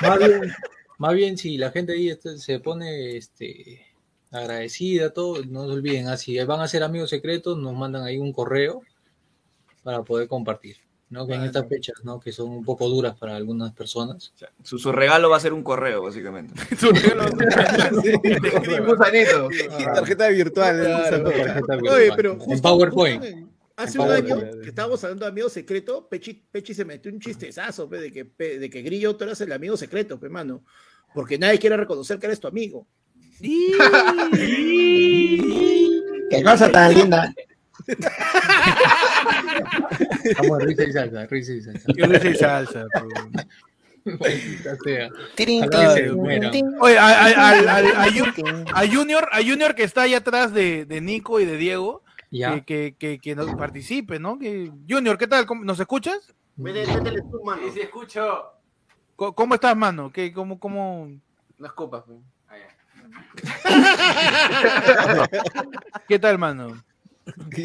[SPEAKER 15] Más bien, más bien, si la gente ahí este, se pone este, agradecida, todo, no se olviden, así van a ser amigos secretos, nos mandan ahí un correo para poder compartir. ¿no? Que en estas fechas, ¿no? que son un poco duras para algunas personas.
[SPEAKER 2] Su, su regalo va a ser un correo, básicamente.
[SPEAKER 15] *laughs*
[SPEAKER 12] Un gusanito.
[SPEAKER 14] Tarjeta virtual. ¿no?
[SPEAKER 3] Oye, pero justo,
[SPEAKER 15] Ah. pues. en PowerPoint.
[SPEAKER 1] *laughs*
[SPEAKER 3] justo en- Hace
[SPEAKER 15] En
[SPEAKER 3] un año
[SPEAKER 15] PowerPoint.
[SPEAKER 3] que estábamos hablando de amigo secreto, Pechi, Pechi se metió un chistezazo pe, de, que, pe, de que Grillo tú eras el amigo secreto, pe, mano. Porque nadie quiere reconocer que eres tu amigo. *laughs*
[SPEAKER 4] Qué cosa tan linda.
[SPEAKER 15] Vamos, risa y salsa, risa y salsa.
[SPEAKER 1] Yo no soy salsa, pues. pero-
[SPEAKER 15] Maldita sea.
[SPEAKER 4] Tirín,
[SPEAKER 15] Ojalá se
[SPEAKER 4] tirín,
[SPEAKER 15] muera.
[SPEAKER 4] tirín.
[SPEAKER 1] Oye, a, a- a- a- a Ju- a Junior, a Junior que está ahí atrás de, de Nico y de Diego,
[SPEAKER 15] Ya.
[SPEAKER 1] que, que, que, que nos participe, ¿no? Que, Junior, ¿qué tal? ¿Cómo- ¿Nos escuchas?
[SPEAKER 11] Vete, métele tú, mano.
[SPEAKER 12] Y si escucho.
[SPEAKER 1] Co- ¿Cómo, estás, mano? ¿Qué, cómo, cómo...
[SPEAKER 12] No escupas, pe. Ah, ya.
[SPEAKER 1] ¿Qué tal, mano?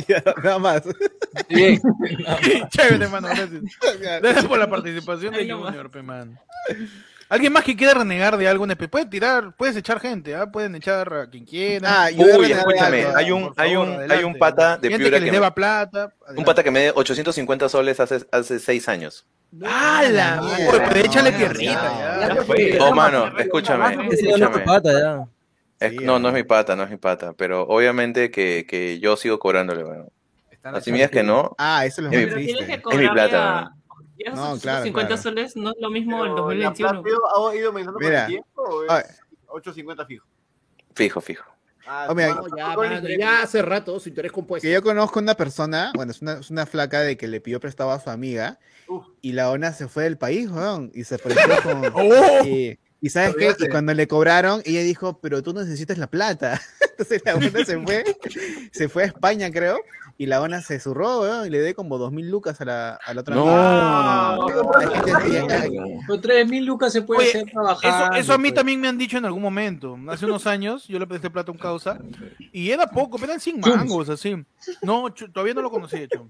[SPEAKER 14] Ya, nada más.
[SPEAKER 1] *laughs*
[SPEAKER 15] Bien.
[SPEAKER 14] *laughs*
[SPEAKER 1] Chévere, mano, gracias. Gracias por la participación de
[SPEAKER 6] Ahí nomás.
[SPEAKER 1] Junior, pe, man. Alguien más que quiera renegar de algo en EP, puede tirar, puedes echar gente, ¿ah? pueden echar a quien quiera.
[SPEAKER 13] Uy, escúchame, hay un, hay un, hay un pata de
[SPEAKER 1] Gente
[SPEAKER 13] Piura
[SPEAKER 1] que les
[SPEAKER 13] me-
[SPEAKER 1] deba plata.
[SPEAKER 13] un pata que me dé 850 soles hace, hace seis años.
[SPEAKER 7] Ah,
[SPEAKER 1] ¡Hala! Oye, pero échale piernita. ya.
[SPEAKER 13] Oh, mano, escúchame.
[SPEAKER 7] Ese ya no es
[SPEAKER 13] escúchame.
[SPEAKER 7] tu pata, ya.
[SPEAKER 13] Es- no, no es mi pata, no es mi pata, pero obviamente que, que yo sigo cobrándole, mano. Así mías que no.
[SPEAKER 14] Ah, eso
[SPEAKER 13] es
[SPEAKER 14] es
[SPEAKER 13] mi,
[SPEAKER 14] lo
[SPEAKER 6] Pero tienes que
[SPEAKER 13] es mi
[SPEAKER 6] cobrarle
[SPEAKER 13] plata,
[SPEAKER 6] a-
[SPEAKER 13] mano.
[SPEAKER 6] *laughs* ya
[SPEAKER 14] No,
[SPEAKER 6] esos
[SPEAKER 14] claro,
[SPEAKER 6] 50
[SPEAKER 14] claro.
[SPEAKER 6] soles no es lo mismo el
[SPEAKER 11] Pero, ¿La
[SPEAKER 6] 2021.
[SPEAKER 11] plata ha ido- ha ido aumentando con
[SPEAKER 14] Mira.
[SPEAKER 11] el tiempo o
[SPEAKER 14] Ah.
[SPEAKER 11] es 8.50 fijo?
[SPEAKER 13] Fijo, fijo.
[SPEAKER 11] Ah,
[SPEAKER 14] Oh, mira,
[SPEAKER 11] mano,
[SPEAKER 14] no,
[SPEAKER 3] Ya,
[SPEAKER 11] con
[SPEAKER 3] mano,
[SPEAKER 11] interés.
[SPEAKER 3] ya hace rato su interés compuesto.
[SPEAKER 14] Que yo conozco una persona, bueno, es una, es una flaca de que le pidió prestado a su amiga y la ona se fue del país, weón, y se apareció con... y, y sabes qué, y cuando le cobraron, ella dijo, pero tú necesitas la plata. Entonces la ona se fue, se fue a España, creo, y la ona se zurró, weón, y le dio como dos mil lucas a la, a la otra
[SPEAKER 13] No.
[SPEAKER 15] Con 3 mil lucas se puede
[SPEAKER 1] Oye,
[SPEAKER 15] hacer pues.
[SPEAKER 1] Eso,
[SPEAKER 15] trabajar.
[SPEAKER 1] eso a mí también me han dicho en algún momento. Hace unos años yo le presté plata a un causa y era poco, pero eran 100 mangos, así. No, chu- todavía no lo conocía, Chum.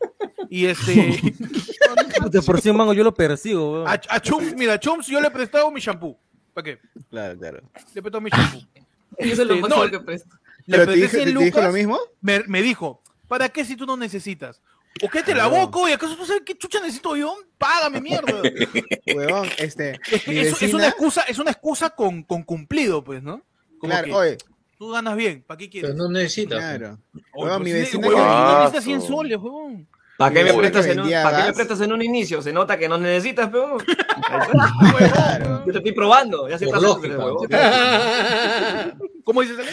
[SPEAKER 15] *laughs*
[SPEAKER 1] Y este. *laughs* Ah,
[SPEAKER 7] Puta, por 100 mangos yo lo persigo, weón.
[SPEAKER 1] A, a Chums, mira, a Chums yo le he prestado mi shampoo. ¿Para qué?
[SPEAKER 14] Claro, claro.
[SPEAKER 1] Le he prestado mi shampoo.
[SPEAKER 6] Eso es lo
[SPEAKER 1] Este,
[SPEAKER 6] máximo
[SPEAKER 1] no,
[SPEAKER 6] que presto.
[SPEAKER 1] le
[SPEAKER 14] ¿Pero te
[SPEAKER 1] presté
[SPEAKER 14] dijo-
[SPEAKER 1] 100
[SPEAKER 14] te- te dijo
[SPEAKER 1] lucas,
[SPEAKER 14] lo mismo?
[SPEAKER 1] Me, me dijo, ¿para qué si tú no necesitas? ¿O qué te la
[SPEAKER 14] Huevón.
[SPEAKER 1] boco? ¿Y acaso tú sabes qué chucha necesito yo? Págame, mierda.
[SPEAKER 14] Weón, este, mi
[SPEAKER 1] Es, es una
[SPEAKER 14] vecina-
[SPEAKER 1] excusa, es una excusa con, con cumplido, pues, ¿no? Como
[SPEAKER 14] Claro,
[SPEAKER 1] que,
[SPEAKER 14] oye.
[SPEAKER 1] Tú ganas bien, ¿para qué quieres?
[SPEAKER 15] Pero no necesitas. pues.
[SPEAKER 14] Claro.
[SPEAKER 1] Oye,
[SPEAKER 14] Huevón,
[SPEAKER 1] pero
[SPEAKER 14] mi
[SPEAKER 1] sí,
[SPEAKER 14] vecina
[SPEAKER 1] huevón,
[SPEAKER 14] que-
[SPEAKER 1] sí
[SPEAKER 14] Ah,
[SPEAKER 1] necesitas
[SPEAKER 14] su-
[SPEAKER 1] 100 soles, huevón.
[SPEAKER 2] ¿Para qué, me
[SPEAKER 14] Uy.
[SPEAKER 2] prestas en un,
[SPEAKER 14] Vendía
[SPEAKER 2] ¿Para qué me
[SPEAKER 14] gas.
[SPEAKER 2] prestas en un inicio? Se nota que no necesitas,
[SPEAKER 4] *laughs*
[SPEAKER 2] pero. Yo te estoy probando. Ya se
[SPEAKER 14] Por
[SPEAKER 2] está
[SPEAKER 14] lógica.
[SPEAKER 4] *laughs*
[SPEAKER 1] ¿Cómo dices, Ale?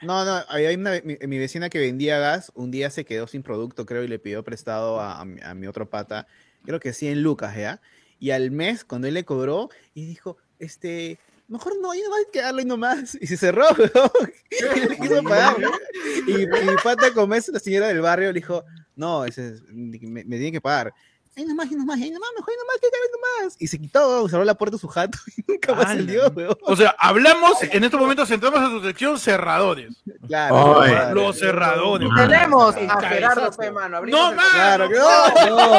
[SPEAKER 14] No, no, había una, ve- mi, mi vecina que vendía gas, un día se quedó sin producto, creo, y le pidió prestado a, a mi- a mi otro pata, creo que 100 lucas, ¿ya? Y al mes, cuando él le cobró, y dijo, este, mejor no, yo no voy a quedarlo ahí nomás. Y se cerró, *laughs* weón. Y no le quiso pagar. Y, y mi pata, como es la señora del barrio, le dijo, no, ese es- me, me tiene que pagar. Ahí nomás, ahí nomás, ahí nomás, mejor ahí nomás, que ahí nomás. Y se quitó, weón, cerró la puerta de su jato *laughs* y nunca más
[SPEAKER 1] Ala.
[SPEAKER 14] salió, weón.
[SPEAKER 1] O sea, hablamos, en estos momentos entramos a tu sección cerradores.
[SPEAKER 14] Claro.
[SPEAKER 1] Ay.
[SPEAKER 14] claro.
[SPEAKER 1] Los cerradores.
[SPEAKER 16] Tenemos a
[SPEAKER 1] Cabezazo.
[SPEAKER 16] Gerardo, pe, mano. abrimos
[SPEAKER 1] No,
[SPEAKER 16] el-
[SPEAKER 1] mano.
[SPEAKER 14] Claro que
[SPEAKER 1] no.
[SPEAKER 14] no.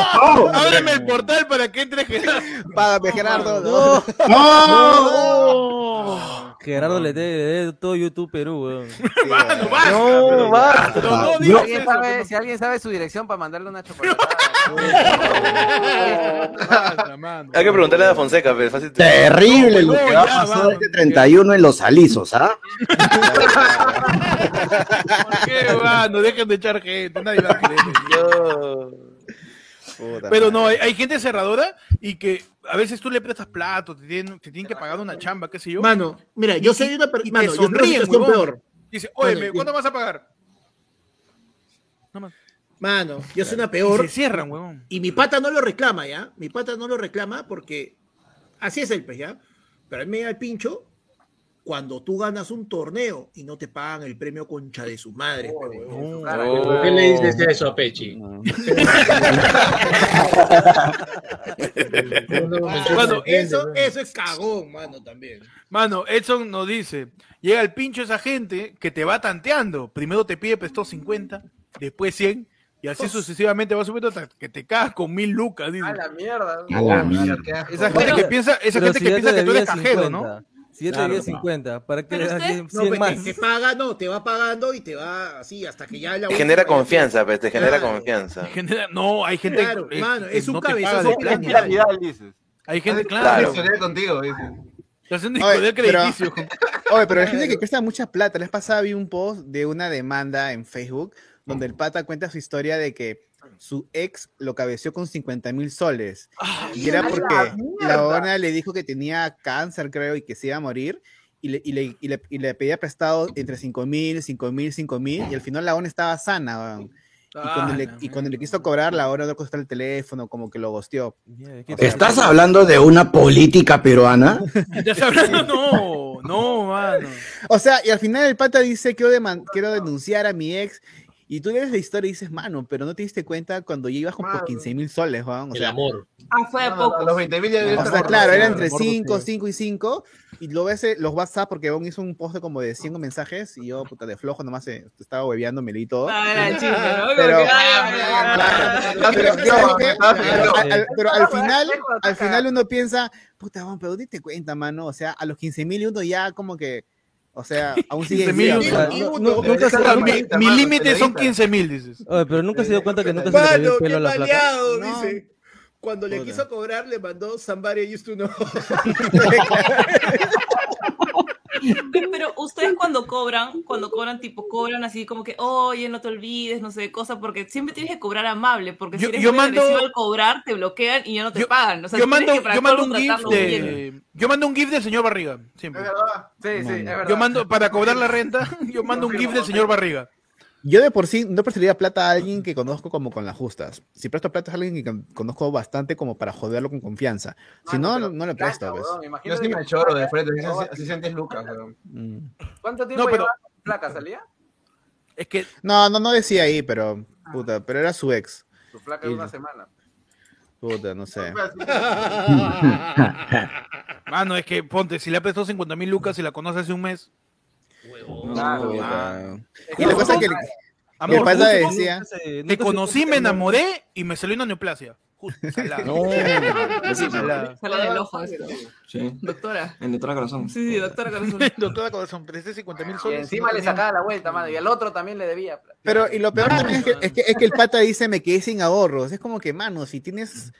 [SPEAKER 1] Ábreme el portal para que entre Gerardo.
[SPEAKER 14] Págame, Gerardo.
[SPEAKER 1] No. Oh,
[SPEAKER 12] Ah,
[SPEAKER 7] Gerardo le dé le dé todo YouTube Perú, weón.
[SPEAKER 14] Mano,
[SPEAKER 1] basta,
[SPEAKER 7] No,
[SPEAKER 1] pero
[SPEAKER 7] basta.
[SPEAKER 1] No,
[SPEAKER 7] Yo-
[SPEAKER 1] digas
[SPEAKER 5] Si alguien
[SPEAKER 1] eso,
[SPEAKER 5] sabe-
[SPEAKER 1] no.
[SPEAKER 5] si alguien sabe su dirección para mandarle una chocolate.
[SPEAKER 1] *laughs*
[SPEAKER 13] Hay que preguntarle a Fonseca, pero fácil.
[SPEAKER 4] Terrible lo
[SPEAKER 13] No,
[SPEAKER 4] que
[SPEAKER 13] huevón,
[SPEAKER 4] va a
[SPEAKER 13] ya,
[SPEAKER 4] pasar
[SPEAKER 13] vamos.
[SPEAKER 4] este 31 en los alizos, ¿ah?
[SPEAKER 14] *laughs*
[SPEAKER 1] ¿Qué, mano? Dejen de echar gente, nadie va a creer.
[SPEAKER 14] Puta
[SPEAKER 1] Pero
[SPEAKER 14] madre.
[SPEAKER 1] no, hay, hay gente cerradora y que a veces tú le prestas plato, te tienen, te tienen que pagar una chamba, qué sé yo.
[SPEAKER 3] Mano, mira, yo
[SPEAKER 1] Y-
[SPEAKER 3] soy una per-
[SPEAKER 1] y te
[SPEAKER 3] mano, yo soy una
[SPEAKER 1] sonríen,
[SPEAKER 3] situación
[SPEAKER 1] huevón.
[SPEAKER 3] peor.
[SPEAKER 1] Dice, oye,
[SPEAKER 3] Mano, y-
[SPEAKER 1] ¿cuánto vas a pagar?
[SPEAKER 3] Mano, yo soy una
[SPEAKER 1] Y
[SPEAKER 3] peor.
[SPEAKER 1] se cierran, huevón.
[SPEAKER 3] Y mi pata no lo reclama, ¿ya? Mi pata no lo reclama porque así es el pez, ¿ya? Pero a mí me da el pincho cuando tú ganas un torneo y no te pagan el premio concha de su madre. pe, huevón.
[SPEAKER 15] ¿Por qué le dices eso a Pechi?
[SPEAKER 1] Mano,
[SPEAKER 3] eso, eso es cagón, mano, también.
[SPEAKER 1] Mano, Edson nos dice, llega el pincho esa gente que te va tanteando. Primero te pide prestó 50, después 100, y así sucesivamente va subiendo hasta que te cagas con mil lucas. dice.
[SPEAKER 16] A la mierda.
[SPEAKER 1] A la mierda. Esa gente que piensa, esa
[SPEAKER 7] Pero
[SPEAKER 1] gente
[SPEAKER 7] si
[SPEAKER 1] que
[SPEAKER 7] ya
[SPEAKER 1] piensa
[SPEAKER 7] te
[SPEAKER 1] que tú eres
[SPEAKER 7] debía
[SPEAKER 1] cajero,
[SPEAKER 7] 50,
[SPEAKER 1] ¿no?
[SPEAKER 7] Si yo te
[SPEAKER 1] Claro,
[SPEAKER 7] debía
[SPEAKER 1] no.
[SPEAKER 7] 50, ¿para qué le das 100
[SPEAKER 3] No, pues, pe,
[SPEAKER 7] más?
[SPEAKER 3] te, te paga, no, te va pagando y te va así hasta que ya la
[SPEAKER 13] Te genera confianza, pues, te genera confianza.
[SPEAKER 1] Genera- no, hay gente
[SPEAKER 3] Claro,
[SPEAKER 1] eh,
[SPEAKER 3] mano,
[SPEAKER 1] que
[SPEAKER 3] es un
[SPEAKER 1] no te paga
[SPEAKER 3] cabezazo
[SPEAKER 1] de plano.
[SPEAKER 3] piramidal.
[SPEAKER 1] Hay gente,
[SPEAKER 13] Claro.
[SPEAKER 1] claro.
[SPEAKER 12] contigo, dice.
[SPEAKER 1] Te hacen
[SPEAKER 14] Oye,
[SPEAKER 1] discordia
[SPEAKER 14] pero-
[SPEAKER 1] crediticio.
[SPEAKER 14] *laughs* Oye, pero la gente que presta mucha plata, les pasaba vi un post de una demanda en Facebook donde el pata cuenta su historia de que su ex lo cabeció con 50 mil soles. Y era
[SPEAKER 16] ¡A la
[SPEAKER 14] porque
[SPEAKER 16] mierda!
[SPEAKER 14] la ona le dijo que tenía cáncer, creo, y que se iba a morir. Y le, y le- y le- y le pedía prestado entre 5 mil, 5 mil, 5 mil. Y al final la ona estaba sana, weón. Y cuando, le, y cuando le quiso cobrar, la hora no contestó el teléfono, como que lo gosteó.
[SPEAKER 4] ¿Estás hablando de una política peruana?
[SPEAKER 1] *laughs* Ya sabrás, no, no, mano.
[SPEAKER 14] O sea, y al final el pata dice, quiero, deman- quiero denunciar a mi ex. Y tú lees la historia y dices, mano, pero no te diste cuenta cuando ya ibas con por 15 mil soles, Juan. O sea,
[SPEAKER 15] amor.
[SPEAKER 6] Ah, fue de
[SPEAKER 12] No, no,
[SPEAKER 6] poco.
[SPEAKER 12] los 20 mil ya
[SPEAKER 14] O
[SPEAKER 12] debe estar
[SPEAKER 14] sea,
[SPEAKER 12] muerto,
[SPEAKER 14] claro,
[SPEAKER 12] sí,
[SPEAKER 14] era
[SPEAKER 12] el
[SPEAKER 14] entre
[SPEAKER 12] amor, sí.
[SPEAKER 14] 5, 5 y 5. y lo ves eh, los WhatsApp porque Bon hizo un post de como de 100 mensajes y yo, puta, de flojo nomás eh, estaba hueveando, me leí todo.
[SPEAKER 16] Ah, era el chiste, ¿no? Como
[SPEAKER 14] Pero
[SPEAKER 16] que, ay,
[SPEAKER 14] ah, pero- pero-
[SPEAKER 16] ay,
[SPEAKER 14] ¿sabes
[SPEAKER 16] ay,
[SPEAKER 14] qué?
[SPEAKER 16] ay,
[SPEAKER 14] Pero
[SPEAKER 16] ay,
[SPEAKER 14] al- pero al
[SPEAKER 16] ay,
[SPEAKER 14] final,
[SPEAKER 16] ay, ay,
[SPEAKER 14] al final uno piensa, puta, Bon, pero dite cuenta, mano. O sea, a los 15 mil uno ya como que, o sea, aún sigue
[SPEAKER 1] 15.000
[SPEAKER 14] en cero,
[SPEAKER 1] uno.
[SPEAKER 14] ¿no?
[SPEAKER 1] No,
[SPEAKER 14] Nunca
[SPEAKER 1] nunca
[SPEAKER 14] se-
[SPEAKER 1] se-
[SPEAKER 14] nunca-
[SPEAKER 1] mi- Mi límite son 15 mil, dices.
[SPEAKER 7] Oye, pero nunca se dio cuenta que nunca se le cayó el pelo a la flaca.
[SPEAKER 3] Maleado, dice. Cuando le
[SPEAKER 7] Puta.
[SPEAKER 3] quiso cobrar, le mandó Somebody I used to know.
[SPEAKER 6] Pero ustedes cuando cobran, cuando cobran, tipo, cobran así como que, oye, no te olvides, no sé, cosa, porque siempre tienes que cobrar amable, porque
[SPEAKER 1] Yo-
[SPEAKER 6] si eres
[SPEAKER 1] yo
[SPEAKER 6] muy
[SPEAKER 1] mando-
[SPEAKER 6] agresivo al cobrar, te bloquean y ya no te pagan. O sea,
[SPEAKER 1] yo,
[SPEAKER 6] tú tienes
[SPEAKER 1] mando,
[SPEAKER 6] que para
[SPEAKER 1] yo mando
[SPEAKER 6] todo
[SPEAKER 1] un GIF
[SPEAKER 6] tratarlo bien.
[SPEAKER 1] de. Yo mando un GIF del señor Barriga. Siempre.
[SPEAKER 12] Sí, sí, es verdad.
[SPEAKER 1] Yo mando, para cobrar la renta, *laughs* yo mando un GIF del señor Barriga.
[SPEAKER 14] Yo de por sí no prestaría plata a alguien que conozco como con las justas. Si presto plata es a alguien que con- conozco bastante como para joderlo con confianza. Si no, no, le presto, pues.
[SPEAKER 12] Yo sí me choro *laughs* de frente, así- así sientes Lucas, weón.
[SPEAKER 14] Mm.
[SPEAKER 12] ¿Cuánto tiempo
[SPEAKER 1] No, pero-
[SPEAKER 12] llevaba con Flaca? ¿Salía?
[SPEAKER 1] Es que
[SPEAKER 14] No, no, no decía ahí, pero puta, pero era su ex.
[SPEAKER 12] tu Flaca de
[SPEAKER 14] Y-
[SPEAKER 12] una semana.
[SPEAKER 1] *laughs*
[SPEAKER 14] Puta, no sé.
[SPEAKER 1] Mano, es que ponte, si le ha prestado 50 mil lucas y la conoce hace un mes.
[SPEAKER 14] No,
[SPEAKER 1] Huevón.
[SPEAKER 14] puta.
[SPEAKER 1] Y la cosa que el,
[SPEAKER 14] Amor, el pata
[SPEAKER 1] justo
[SPEAKER 14] decía-
[SPEAKER 1] Te conocí, me enamoré y me salió una neoplasia. Justo, salada. Salada.
[SPEAKER 6] Sala del ojo, esto.
[SPEAKER 2] Sí.
[SPEAKER 6] Doctora.
[SPEAKER 2] En doctora corazón.
[SPEAKER 6] Sí, sí, doctora Corazón.
[SPEAKER 1] *laughs* doctora Corazón, presté 50 mil
[SPEAKER 12] Y encima le sacaba la vuelta, mano. Y al otro también le debía. plata.
[SPEAKER 14] Pero, y lo peor también es que, es, que, es que el pata dice, me quedé sin ahorros. Es como que, mano, si tienes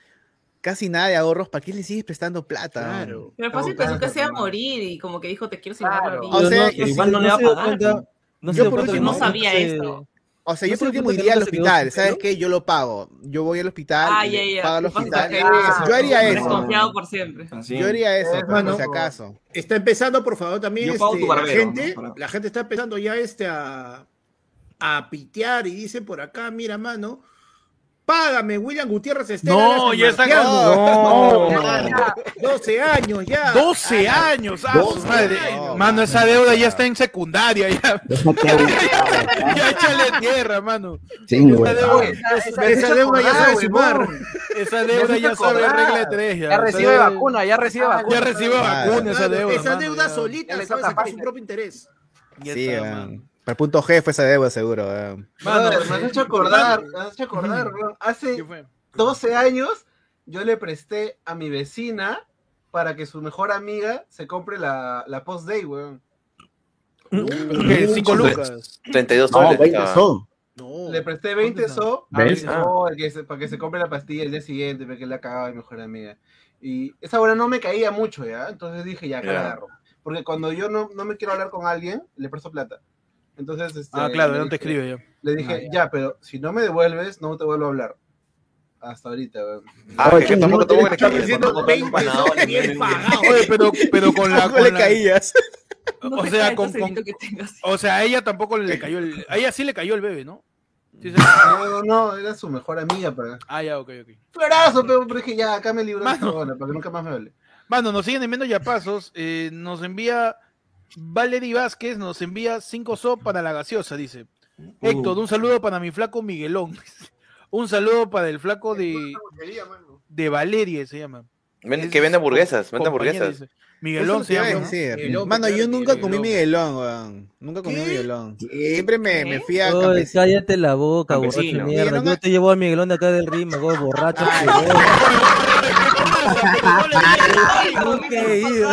[SPEAKER 14] casi nada de ahorros, ¿para qué le sigues prestando plata? Claro.
[SPEAKER 6] Pero fácil pensó que se iba a morir y como que dijo, te quiero sin claro.
[SPEAKER 14] O sea, yo sí- se dio cuenta-
[SPEAKER 7] no se dio
[SPEAKER 14] yo por
[SPEAKER 7] cuenta que
[SPEAKER 14] último-
[SPEAKER 7] no sabía
[SPEAKER 14] se-
[SPEAKER 7] esto.
[SPEAKER 14] O sea,
[SPEAKER 7] No
[SPEAKER 14] yo
[SPEAKER 7] se
[SPEAKER 14] por
[SPEAKER 7] dio
[SPEAKER 14] último
[SPEAKER 7] cuenta que
[SPEAKER 14] iría al
[SPEAKER 7] nunca se quedó
[SPEAKER 14] hospital,
[SPEAKER 7] sin
[SPEAKER 14] ¿sabes qué? Yo lo pago. Yo voy al hospital,
[SPEAKER 6] Ah,
[SPEAKER 14] y
[SPEAKER 6] ya, ya.
[SPEAKER 14] pago al
[SPEAKER 6] Tú pasas
[SPEAKER 14] hospital.
[SPEAKER 6] acá.
[SPEAKER 14] O sea, yo haría
[SPEAKER 6] Ah,
[SPEAKER 14] eso.
[SPEAKER 6] desconfiado por siempre.
[SPEAKER 3] Ah,
[SPEAKER 14] Así es. Yo haría
[SPEAKER 11] Eh,
[SPEAKER 14] eso, por si acaso.
[SPEAKER 3] Eh, Está empezando, por favor, también
[SPEAKER 14] Yo pago
[SPEAKER 3] este,
[SPEAKER 14] tu barbero,
[SPEAKER 3] la, gente,
[SPEAKER 14] ¿no? Para-
[SPEAKER 3] la gente está empezando ya este a, a pitear y dice por acá, mira, mano, págame, William Gutiérrez Estela.
[SPEAKER 1] No,
[SPEAKER 3] Alas
[SPEAKER 1] ya está.
[SPEAKER 3] Marciano.
[SPEAKER 1] No.
[SPEAKER 3] ya, 12 años ya.
[SPEAKER 1] 12 años, ah, su madre. Mano, esa deuda ya está en secundaria. *laughs* Ya, ya échale tierra, mano.
[SPEAKER 4] Sí, Ah,
[SPEAKER 13] Este
[SPEAKER 4] güey.
[SPEAKER 1] Esa deuda,
[SPEAKER 12] esa-
[SPEAKER 1] esa deuda ya
[SPEAKER 12] esa-
[SPEAKER 1] sabe
[SPEAKER 12] esa-
[SPEAKER 1] sumar. Esa deuda
[SPEAKER 12] Me
[SPEAKER 1] ya
[SPEAKER 12] hiciste
[SPEAKER 1] sabe
[SPEAKER 12] acordar.
[SPEAKER 1] regla de tres. Ya,
[SPEAKER 12] Ya recibe
[SPEAKER 1] Esa deuda-
[SPEAKER 12] vacuna, ya
[SPEAKER 3] Ah,
[SPEAKER 12] recibe vacuna.
[SPEAKER 1] Ya recibe
[SPEAKER 14] Claro.
[SPEAKER 1] vacuna esa
[SPEAKER 14] Claro,
[SPEAKER 1] deuda.
[SPEAKER 3] Esa
[SPEAKER 1] mano,
[SPEAKER 3] deuda
[SPEAKER 1] ya.
[SPEAKER 12] Ya
[SPEAKER 3] solita
[SPEAKER 12] le
[SPEAKER 3] sabe
[SPEAKER 12] toca
[SPEAKER 3] sacar su
[SPEAKER 12] Pfizer.
[SPEAKER 3] propio interés.
[SPEAKER 14] Sí, weón. Para el punto G fue esa deuda, seguro. weón.
[SPEAKER 16] Brother, me has hecho
[SPEAKER 1] *laughs*
[SPEAKER 16] acordar, me has hecho acordar, bro. Hace 12 años yo le presté a mi vecina para que su mejor amiga se compre la, la post day, weón.
[SPEAKER 1] ¿Qué? Cinco lucas.
[SPEAKER 13] 32
[SPEAKER 4] No,
[SPEAKER 13] soles.
[SPEAKER 4] 20
[SPEAKER 13] estaba.
[SPEAKER 4] sol.
[SPEAKER 16] Le presté 20 so a mi
[SPEAKER 4] ¿Ves?
[SPEAKER 16] sol, que se- para que se compre la pastilla el día siguiente, porque la cagaba mi mejor amiga. Y esa hora no me caía mucho, ¿ya? Entonces dije, ya, acá la
[SPEAKER 13] Ya.
[SPEAKER 16] agarro. Porque cuando yo no, no me quiero hablar con alguien, le presto plata. Entonces, este,
[SPEAKER 1] Ah, claro,
[SPEAKER 16] le
[SPEAKER 1] no te
[SPEAKER 16] dije-
[SPEAKER 1] escribe ya.
[SPEAKER 16] Le dije, ya. pero si no me devuelves, no te vuelvo a hablar. Hasta ahorita, weón.
[SPEAKER 13] Ah, que yo tampoco tengo que
[SPEAKER 3] Estamos diciendo 20
[SPEAKER 13] *laughs*
[SPEAKER 3] soles bien pagados.
[SPEAKER 1] Oye, pero, pero
[SPEAKER 14] *laughs*
[SPEAKER 1] con la.
[SPEAKER 14] ¿Cómo Ah, le
[SPEAKER 1] con la-
[SPEAKER 14] caías?
[SPEAKER 1] O sea, con, con- o sea, a ella tampoco le cayó el. A ella sí le cayó el bebé, ¿no? Sí, sí.
[SPEAKER 16] No, no, no, era su mejor amiga, para.
[SPEAKER 1] Ah, ya, ok, ok.
[SPEAKER 16] Florazo, pero pero dije, ya, acá me libro de zona, para que nunca más me hable.
[SPEAKER 1] Mano, nos siguen enviando ya pasos. eh, nos envía Valery Vázquez, nos envía 5 so para la gaseosa, dice.
[SPEAKER 14] Uh.
[SPEAKER 1] Héctor, un saludo para mi flaco Miguelón. *laughs* un saludo para el flaco de, de Valerie, se llama.
[SPEAKER 13] Ven- que vende hamburguesas, vende
[SPEAKER 1] Compañía,
[SPEAKER 13] hamburguesas.
[SPEAKER 1] dice. Miguelón
[SPEAKER 14] Eso
[SPEAKER 1] se
[SPEAKER 14] te iba a
[SPEAKER 1] llama. ¿no?
[SPEAKER 14] decir. Mano, yo nunca comí Miguelón, weón. Nunca comí Miguelón. Siempre me, me fui a
[SPEAKER 13] ah,
[SPEAKER 7] Oye,
[SPEAKER 14] campesino.
[SPEAKER 7] cállate la boca, borracho de
[SPEAKER 14] Campesino.
[SPEAKER 7] mierda. Yo te llevo a Miguelón de acá del río, me voy borracho.
[SPEAKER 1] Ah,
[SPEAKER 14] he ido.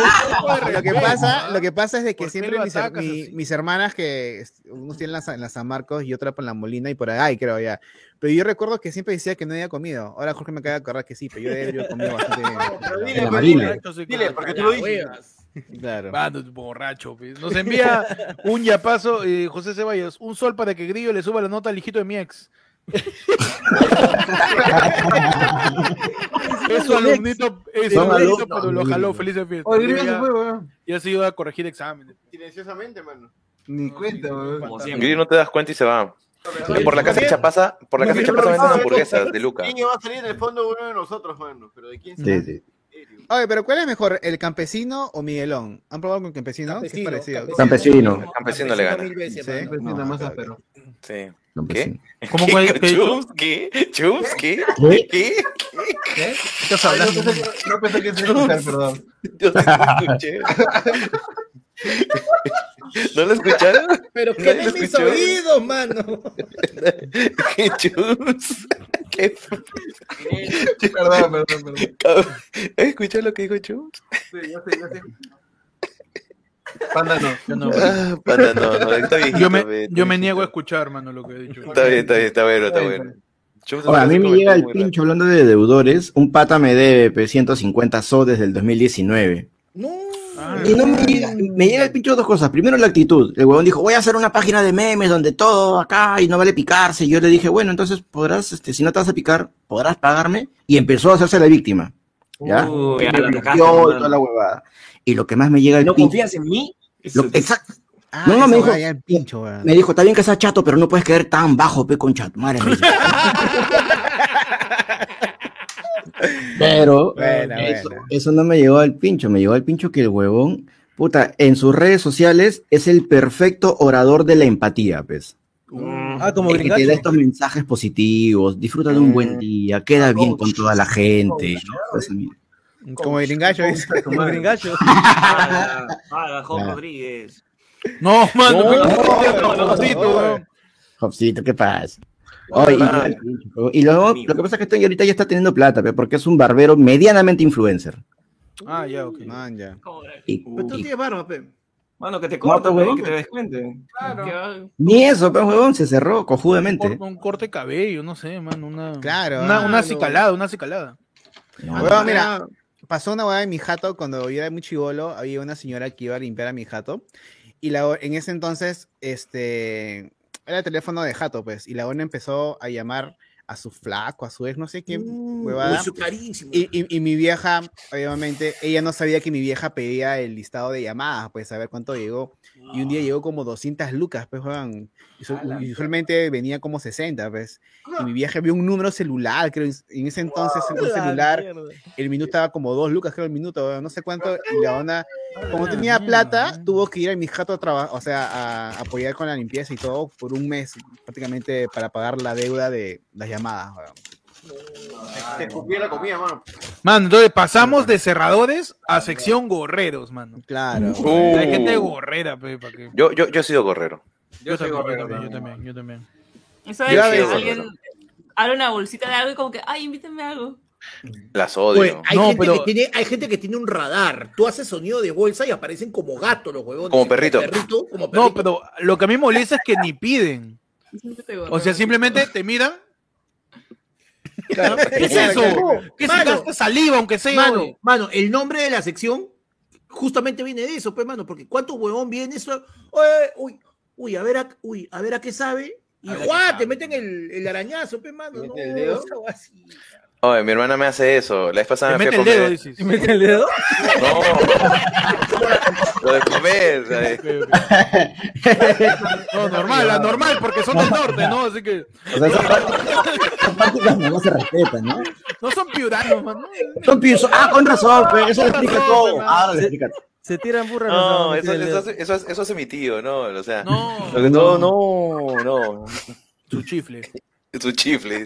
[SPEAKER 14] Lo que pasa, lo que pasa es de que siempre
[SPEAKER 1] lo
[SPEAKER 14] mis, her-
[SPEAKER 1] atacas
[SPEAKER 14] mi- mis hermanas que es- unos tienen la, Sa- la San Marcos y otra por la Molina y por ahí creo ya. Pero yo recuerdo que siempre decía que no había comido. Ahora Jorge me acaba de acordar que sí, pero yo he yo he comido bastante bien. Este,
[SPEAKER 16] dile,
[SPEAKER 14] La
[SPEAKER 16] pues,
[SPEAKER 14] Molina.
[SPEAKER 1] Borracho, sí,
[SPEAKER 16] Dile, porque tú
[SPEAKER 1] la
[SPEAKER 16] lo dijiste.
[SPEAKER 1] hueva.
[SPEAKER 14] Claro.
[SPEAKER 1] Mano, borracho. pues. *laughs* Nos
[SPEAKER 14] *laughs*
[SPEAKER 1] envía un yapazo, eh, José Ceballos. Un sol para que Grillo le suba la nota al hijito de mi ex.
[SPEAKER 16] *laughs*
[SPEAKER 1] es su alumnito, es su
[SPEAKER 4] Son alumnos,
[SPEAKER 1] alumnito, pero lo jaló.
[SPEAKER 4] alumnos.
[SPEAKER 1] Feliz de fiesta.
[SPEAKER 16] Oye, Grillo
[SPEAKER 1] Ya-
[SPEAKER 16] se fue, weón.
[SPEAKER 1] Ya se iba a corregir exámenes.
[SPEAKER 16] Silenciosamente, mano. Ni cuenta,
[SPEAKER 13] Como
[SPEAKER 16] weón.
[SPEAKER 13] siempre. Grillo no te das cuenta y se va. Por la casa de Chapasa, por la casa de
[SPEAKER 16] Grillo
[SPEAKER 11] Ah,
[SPEAKER 13] Chapasa
[SPEAKER 16] no
[SPEAKER 13] venden
[SPEAKER 16] sabe.
[SPEAKER 13] hamburguesas de Luca.
[SPEAKER 16] Niño va a salir en el fondo uno de nosotros, mano. Pero de quién
[SPEAKER 4] Sí, sí.
[SPEAKER 16] Eh,
[SPEAKER 14] Oye, pero ¿cuál es mejor, el campesino o Miguelón? ¿Han probado con el campesino? Que
[SPEAKER 3] Campesino,
[SPEAKER 14] es parecido.
[SPEAKER 4] Campesino.
[SPEAKER 13] Campesino. Campesino le gana.
[SPEAKER 14] mil veces,
[SPEAKER 13] Sí.
[SPEAKER 14] mano.
[SPEAKER 13] Campesino más
[SPEAKER 16] áspero.
[SPEAKER 13] Sí. *laughs*
[SPEAKER 4] ¿Qué?
[SPEAKER 13] ¿Cómo
[SPEAKER 4] ¿Qué?
[SPEAKER 13] cuál- qué dijo?
[SPEAKER 4] ¿Chus?
[SPEAKER 13] ¿Qué? ¿Chus? ¿Qué?
[SPEAKER 4] ¿Qué?
[SPEAKER 13] ¿Qué?
[SPEAKER 16] ¿Qué? ¿Estás hablando? No pensé que, no pensé que se iba a escuchar, perdón.
[SPEAKER 13] Yo sí lo escuché. ¿No lo escucharon?
[SPEAKER 3] Pero
[SPEAKER 13] ¿Nadie
[SPEAKER 3] que
[SPEAKER 13] lo
[SPEAKER 3] de mis
[SPEAKER 13] escuchó?
[SPEAKER 3] oídos, mano.
[SPEAKER 13] ¿Qué chus? ¿Qué?
[SPEAKER 16] Perdón, perdón, perdón.
[SPEAKER 13] Cab- ¿Escuchó lo que dijo Chus?
[SPEAKER 16] Sí, yo sé, yo sé. Panda no.
[SPEAKER 1] Yo no.
[SPEAKER 13] Ah, panda, no, no, está viejito,
[SPEAKER 1] yo me,
[SPEAKER 13] ve, está
[SPEAKER 1] yo me niego a escuchar, mano, lo que he dicho.
[SPEAKER 13] Está bien, está bien, está bueno, está bueno. Chus
[SPEAKER 4] Ahora, a
[SPEAKER 13] hace
[SPEAKER 4] mí me
[SPEAKER 13] comentarios
[SPEAKER 4] llega el
[SPEAKER 13] muy
[SPEAKER 4] pincho hablando de deudores. Un pata me debe pues, 150 soles del 2019. Y no me llega,
[SPEAKER 2] Mm.
[SPEAKER 4] me llega el pincho dos cosas. Primero la actitud. El huevón dijo, voy a hacer una página de memes donde todo acá y no vale picarse. Y yo le dije, bueno, entonces podrás, este, si no te vas a picar, podrás pagarme. Y empezó a hacerse la víctima. ¿Ya?
[SPEAKER 2] Uy,
[SPEAKER 4] Y
[SPEAKER 2] ya
[SPEAKER 4] me
[SPEAKER 2] la
[SPEAKER 4] bloqueó
[SPEAKER 2] atacaste,
[SPEAKER 4] y toda
[SPEAKER 2] hermano.
[SPEAKER 4] la huevada. Y lo que más me llega el
[SPEAKER 2] ¿No
[SPEAKER 4] pincho-
[SPEAKER 2] confías en mí?
[SPEAKER 4] lo- exacto. no,
[SPEAKER 2] Ah,
[SPEAKER 4] no, me dijo, me dijo, está bien que seas chato, pero no puedes quedar tan bajo, pe, con chat. Madre
[SPEAKER 14] *laughs*
[SPEAKER 4] mía. Pero
[SPEAKER 14] Buena,
[SPEAKER 4] eso, eso no me llegó al pincho, me llegó al pincho que el huevón, puta, en sus redes sociales es el perfecto orador de la empatía, pues.
[SPEAKER 7] Ah, como
[SPEAKER 4] El que te da
[SPEAKER 7] gringacho.
[SPEAKER 4] estos mensajes positivos, disfruta de un buen día, queda bien con toda la gente. ¿no? Esa mierda.
[SPEAKER 14] Como el gringacho. dice.
[SPEAKER 7] Como gringacho.
[SPEAKER 2] Paga, Juan
[SPEAKER 4] Claro.
[SPEAKER 2] Rodríguez.
[SPEAKER 1] No, mano,
[SPEAKER 4] No,
[SPEAKER 1] pero-
[SPEAKER 4] no, no,
[SPEAKER 1] Josito,
[SPEAKER 4] no,
[SPEAKER 1] weón.
[SPEAKER 4] Jobcito, ¿qué pasa? Oye, y-
[SPEAKER 1] Ah.
[SPEAKER 4] y luego, lo que pasa es que este ahorita ya está teniendo plata, pe, porque es un barbero medianamente influencer.
[SPEAKER 1] Ah, ya, ok.
[SPEAKER 14] Man, ya.
[SPEAKER 4] Y-
[SPEAKER 3] Pero tú tienes barba, pe.
[SPEAKER 2] Mano, que te
[SPEAKER 4] corta,
[SPEAKER 2] corto,
[SPEAKER 4] pe,
[SPEAKER 2] huevón,
[SPEAKER 4] que
[SPEAKER 2] que
[SPEAKER 4] te
[SPEAKER 2] te des cuenta. Claro.
[SPEAKER 4] Ni eso, pero huevón, se cerró
[SPEAKER 1] Un,
[SPEAKER 4] cojudamente.
[SPEAKER 1] cor- un corte de cabello, no sé, mano. Una,
[SPEAKER 14] Claro,
[SPEAKER 1] una, una
[SPEAKER 14] ah,
[SPEAKER 1] acicalada, una acicalada.
[SPEAKER 14] Huevón, mira, pasó una hueá en mi jato cuando yo era muy chivolo, había una señora que iba a limpiar a mi jato y la, en ese entonces, este, era el teléfono de jato, pues, y la buena empezó a llamar a su flaco, a su ex, no sé qué huevada.
[SPEAKER 3] Mm. Uy, su carísimo.
[SPEAKER 14] Y, y- y mi vieja, obviamente, ella no sabía que mi vieja pedía el listado de llamadas, pues saber cuánto llegó. Y un
[SPEAKER 3] Ah.
[SPEAKER 14] día llegó como 200 lucas, pues, weón. Y su-
[SPEAKER 3] Ala.
[SPEAKER 14] y usualmente venía como 60, pues.
[SPEAKER 3] Ah.
[SPEAKER 14] Y mi vieja vio un número celular, creo. y En ese entonces,
[SPEAKER 3] *laughs* Wow.
[SPEAKER 14] un
[SPEAKER 3] La
[SPEAKER 14] celular,
[SPEAKER 3] mierda.
[SPEAKER 14] el minuto estaba como 2 lucas, creo, el minuto, weón, no sé cuánto. Y la
[SPEAKER 3] *laughs*
[SPEAKER 14] onda, como tenía plata, tuvo que ir a mi jato a trabajar, o sea, a apoyar con la limpieza y todo por un mes, prácticamente, para pagar la deuda de las llamadas, weón.
[SPEAKER 11] Te escupí la comida, mano.
[SPEAKER 1] Mano, entonces pasamos de cerradores a sección gorreros, mano.
[SPEAKER 14] Claro.
[SPEAKER 13] Uh.
[SPEAKER 1] Hay gente gorrera, pe, para que.
[SPEAKER 13] Yo, yo, yo he sido gorrero.
[SPEAKER 1] Yo, soy gorrero,
[SPEAKER 13] gorrero,
[SPEAKER 1] pe, yo también, yo también.
[SPEAKER 6] Eso
[SPEAKER 13] Ya
[SPEAKER 6] es que
[SPEAKER 13] ves.
[SPEAKER 6] alguien abre una bolsita de algo y como que, ay, invítame algo.
[SPEAKER 13] Las odio.
[SPEAKER 14] Pues,
[SPEAKER 3] Oye, Pues, hay,
[SPEAKER 13] No,
[SPEAKER 3] gente
[SPEAKER 13] pero-
[SPEAKER 3] que tiene, hay gente que tiene un radar. Tú haces sonido de bolsa y aparecen como gato los huevones.
[SPEAKER 13] Como perrito.
[SPEAKER 3] como perrito.
[SPEAKER 1] No, pero lo que a mí me molesta es que ni piden. O sea, simplemente te miran.
[SPEAKER 14] *laughs*
[SPEAKER 1] ¿Qué es eso?
[SPEAKER 13] *laughs*
[SPEAKER 1] ¿Qué se
[SPEAKER 3] Mano,
[SPEAKER 1] gasta saliva, aunque sea?
[SPEAKER 3] Mano,
[SPEAKER 1] oye?
[SPEAKER 3] mano, el nombre de la sección justamente viene de eso, pues, mano, porque cuánto huevón viene eso. Oye, uy, uy, a ver a, uy, a ver a qué sabe. Y
[SPEAKER 1] A ver a
[SPEAKER 3] ¡juá!
[SPEAKER 1] qué sabe.
[SPEAKER 3] te meten el, el arañazo, pues, mano. No,
[SPEAKER 1] meten el dedo?
[SPEAKER 3] esa hueá así.
[SPEAKER 13] Oye, mi hermana me hace eso. La vez pasada
[SPEAKER 1] Te
[SPEAKER 13] me
[SPEAKER 1] mete
[SPEAKER 13] fui a
[SPEAKER 1] el dedo,
[SPEAKER 13] comer.
[SPEAKER 1] dices. ¿Te mete el dedo?
[SPEAKER 13] *laughs* Lo de comer. ¿sabes?
[SPEAKER 1] No, normal, la normal, porque son del norte, ¿no? Así que.
[SPEAKER 4] O sea, son prácticas que no se respetan, ¿no?
[SPEAKER 1] No son piuranos, mano.
[SPEAKER 4] Son pienso, ah, con razón, pe,
[SPEAKER 7] pues,
[SPEAKER 4] eso lo explica todo.
[SPEAKER 7] Ah,
[SPEAKER 4] Ahora lo explica todo.
[SPEAKER 7] Se tiran burras.
[SPEAKER 13] No, eso,
[SPEAKER 7] mete el
[SPEAKER 13] eso,
[SPEAKER 7] dedo.
[SPEAKER 13] eso, eso, hace mi tío, ¿no? O sea,
[SPEAKER 1] no,
[SPEAKER 13] no, no, no.
[SPEAKER 1] Su chifle.
[SPEAKER 13] Su chifle.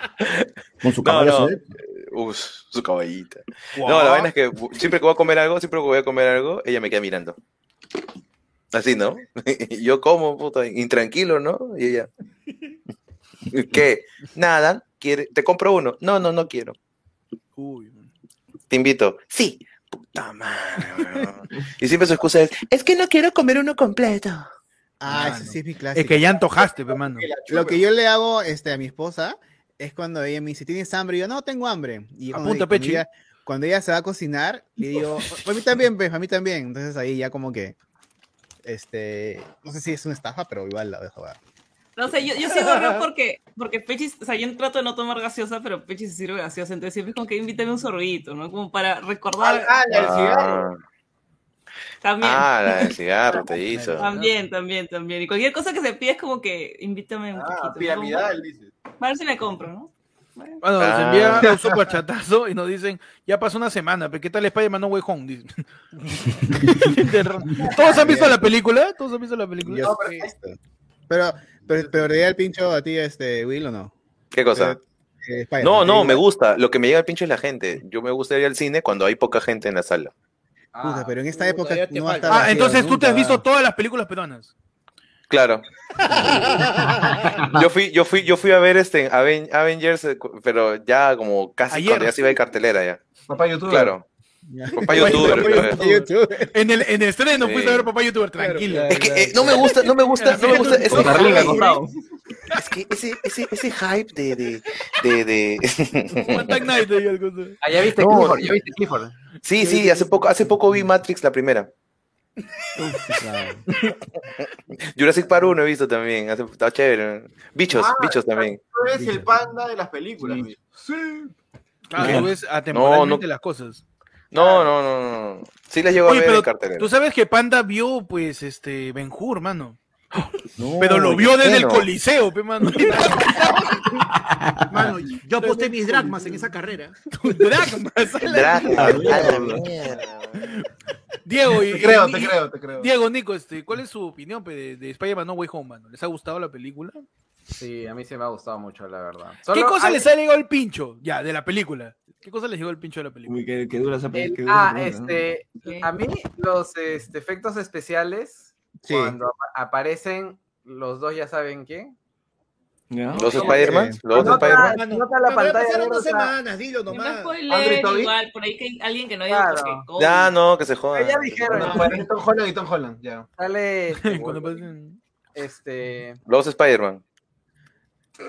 [SPEAKER 4] *laughs* Con su
[SPEAKER 13] No,
[SPEAKER 4] caballo
[SPEAKER 13] no.
[SPEAKER 4] suelto.
[SPEAKER 13] Uh, su caballita.
[SPEAKER 1] Guau.
[SPEAKER 13] No, la vaina es que siempre que voy a comer algo, siempre que voy a comer algo, ella me queda mirando. Así, ¿no? *laughs* Y Yo como, puta, intranquilo, ¿no? Y ella. ¿Qué? Nada, ¿quiere? te compro uno. No, no, no quiero. Te invito. Sí. Puta madre. weón.
[SPEAKER 6] *laughs*
[SPEAKER 13] y siempre su excusa es, es que no quiero comer uno completo.
[SPEAKER 14] Ah, ese sí es mi clásico.
[SPEAKER 1] Es que ya antojaste, pe, mano.
[SPEAKER 14] Lo que yo le hago este, a mi esposa es cuando ella me dice, ¿tienes hambre? Y yo, no, tengo hambre. Y cuando,
[SPEAKER 1] Apunta,
[SPEAKER 14] cuando
[SPEAKER 1] Pechi.
[SPEAKER 14] ella, cuando ella se va a cocinar,
[SPEAKER 1] *laughs*
[SPEAKER 14] le digo, a mí también, pues, a mí también. Entonces ahí ya como que, este, no sé si es una estafa, pero igual la dejo. va.
[SPEAKER 6] No sé, yo, yo soy gorreo porque, porque Pechis, o sea, yo trato de no tomar gaseosa, pero Pechis se sirve gaseosa, entonces siempre es como que invítame un sorbito, ¿no? Como para recordar.
[SPEAKER 11] Ah, la del cigarro.
[SPEAKER 13] Ah,
[SPEAKER 6] También.
[SPEAKER 13] Ah, la del cigarro te hizo.
[SPEAKER 6] También, también, también. Y cualquier cosa que se pida es como que invítame un poquito.
[SPEAKER 11] Ah, piramidal,
[SPEAKER 6] dices. A ver si me compro, ¿no?
[SPEAKER 1] Bueno, se
[SPEAKER 13] Ah.
[SPEAKER 1] envía un superchatazo y nos dicen, ya pasó una semana, pero ¿qué tal Spider-Man No Way Home? *laughs* Dicen. ¿Todos han visto la película? ¿Todos han visto la película?
[SPEAKER 14] Yo sí. Pero, pero, pero le da el pincho a ti, este, Will, ¿o no?
[SPEAKER 13] ¿Qué cosa?
[SPEAKER 14] Eh, Spider-Man,
[SPEAKER 13] No,
[SPEAKER 14] te
[SPEAKER 13] no,
[SPEAKER 14] digo.
[SPEAKER 13] me gusta. Lo que me llega al pincho es la gente. Yo me gusta ir al cine cuando hay poca gente en la sala.
[SPEAKER 14] Puta, Ah, pero en esta época no va a estar
[SPEAKER 1] Ah,
[SPEAKER 14] vacío
[SPEAKER 1] entonces tú te has
[SPEAKER 14] nunca.
[SPEAKER 1] visto todas las películas peruanas.
[SPEAKER 13] Claro. Yo fui, yo fui, yo fui a ver este Aven- Avengers, eh, cu- pero ya como casi
[SPEAKER 1] Ayer.
[SPEAKER 13] cuando ya se iba de cartelera ya.
[SPEAKER 16] Papá
[SPEAKER 1] youtuber.
[SPEAKER 13] Claro. Papá youtuber. pero-
[SPEAKER 1] En el, en el estreno
[SPEAKER 13] Sí.
[SPEAKER 1] fuiste a ver Papá Youtuber, tranquilo.
[SPEAKER 13] Es que eh, no me gusta, no me gusta, no me gusta ese
[SPEAKER 1] Con la ringa
[SPEAKER 13] hype.
[SPEAKER 1] acostado.
[SPEAKER 13] Es que ese, ese, ese hype de, de, de, *laughs* de...
[SPEAKER 12] Ah, ya viste
[SPEAKER 13] No.
[SPEAKER 12] Clifford, ya viste Clifford.
[SPEAKER 13] Sí, sí, hace poco, hace poco vi Matrix la primera.
[SPEAKER 4] Ah.
[SPEAKER 13] Jurassic Park 1 he visto también, hace, está chévere. Bichos,
[SPEAKER 11] Ah,
[SPEAKER 13] bichos también.
[SPEAKER 11] Tú eres el panda de las películas. mijo.
[SPEAKER 13] No.
[SPEAKER 1] Claro, tú Ah, ves atemporalmente
[SPEAKER 13] No, no.
[SPEAKER 1] las cosas.
[SPEAKER 13] No, no, no, no. Sí las llego a
[SPEAKER 1] Oye,
[SPEAKER 13] ver
[SPEAKER 1] pero
[SPEAKER 13] en cartelera.
[SPEAKER 1] tú sabes que Panda vio, pues, este, Ben Hur, mano.
[SPEAKER 13] No,
[SPEAKER 1] Pero lo vio
[SPEAKER 13] yo
[SPEAKER 1] desde
[SPEAKER 13] sé,
[SPEAKER 1] el
[SPEAKER 13] no.
[SPEAKER 1] coliseo, pe, mano. *laughs*
[SPEAKER 3] Mano, yo aposté mis dragmas en esa carrera.
[SPEAKER 1] dragmas. Diego, y,
[SPEAKER 16] Te creo,
[SPEAKER 1] y-
[SPEAKER 16] te
[SPEAKER 1] y-
[SPEAKER 16] creo, te creo.
[SPEAKER 1] Diego, Nico, este, ¿cuál es su opinión pe, de, de Spider-Man No Way Home, mano? ¿Les ha gustado la película?
[SPEAKER 12] Sí, a mí se me ha gustado mucho, la verdad.
[SPEAKER 1] ¿Qué
[SPEAKER 12] Solo
[SPEAKER 1] cosa
[SPEAKER 12] hay-
[SPEAKER 1] les ha llegado el pincho? Ya, de la película. ¿Qué cosa les llegó el pincho de la película?
[SPEAKER 17] Uy, qué, qué dura esa
[SPEAKER 12] el-
[SPEAKER 17] peli- qué dura
[SPEAKER 12] ah,
[SPEAKER 17] esa pregunta, ¿no?
[SPEAKER 12] este, a mí los este, efectos especiales, cuando apa- aparecen los dos, ya saben quién.
[SPEAKER 17] ¿Ya?
[SPEAKER 13] ¿Los Spider-Man? ¿Los
[SPEAKER 12] Nota-
[SPEAKER 13] dos
[SPEAKER 1] Ah,
[SPEAKER 13] Spider-Man?
[SPEAKER 12] nota la pantalla
[SPEAKER 3] pasaron dos
[SPEAKER 12] rosa.
[SPEAKER 3] semanas, dilo nomás.
[SPEAKER 6] Leer igual, por ahí que hay alguien que no diga
[SPEAKER 12] Claro.
[SPEAKER 6] porque come.
[SPEAKER 13] Ya, no, que se jodan.
[SPEAKER 12] Ya dijeron,
[SPEAKER 16] No,
[SPEAKER 12] ¿no?
[SPEAKER 16] es Tom Holland y Tom Holland, ya.
[SPEAKER 7] *laughs*
[SPEAKER 12] Sale este,
[SPEAKER 1] Cuando
[SPEAKER 12] este,
[SPEAKER 13] Los Spider-Man.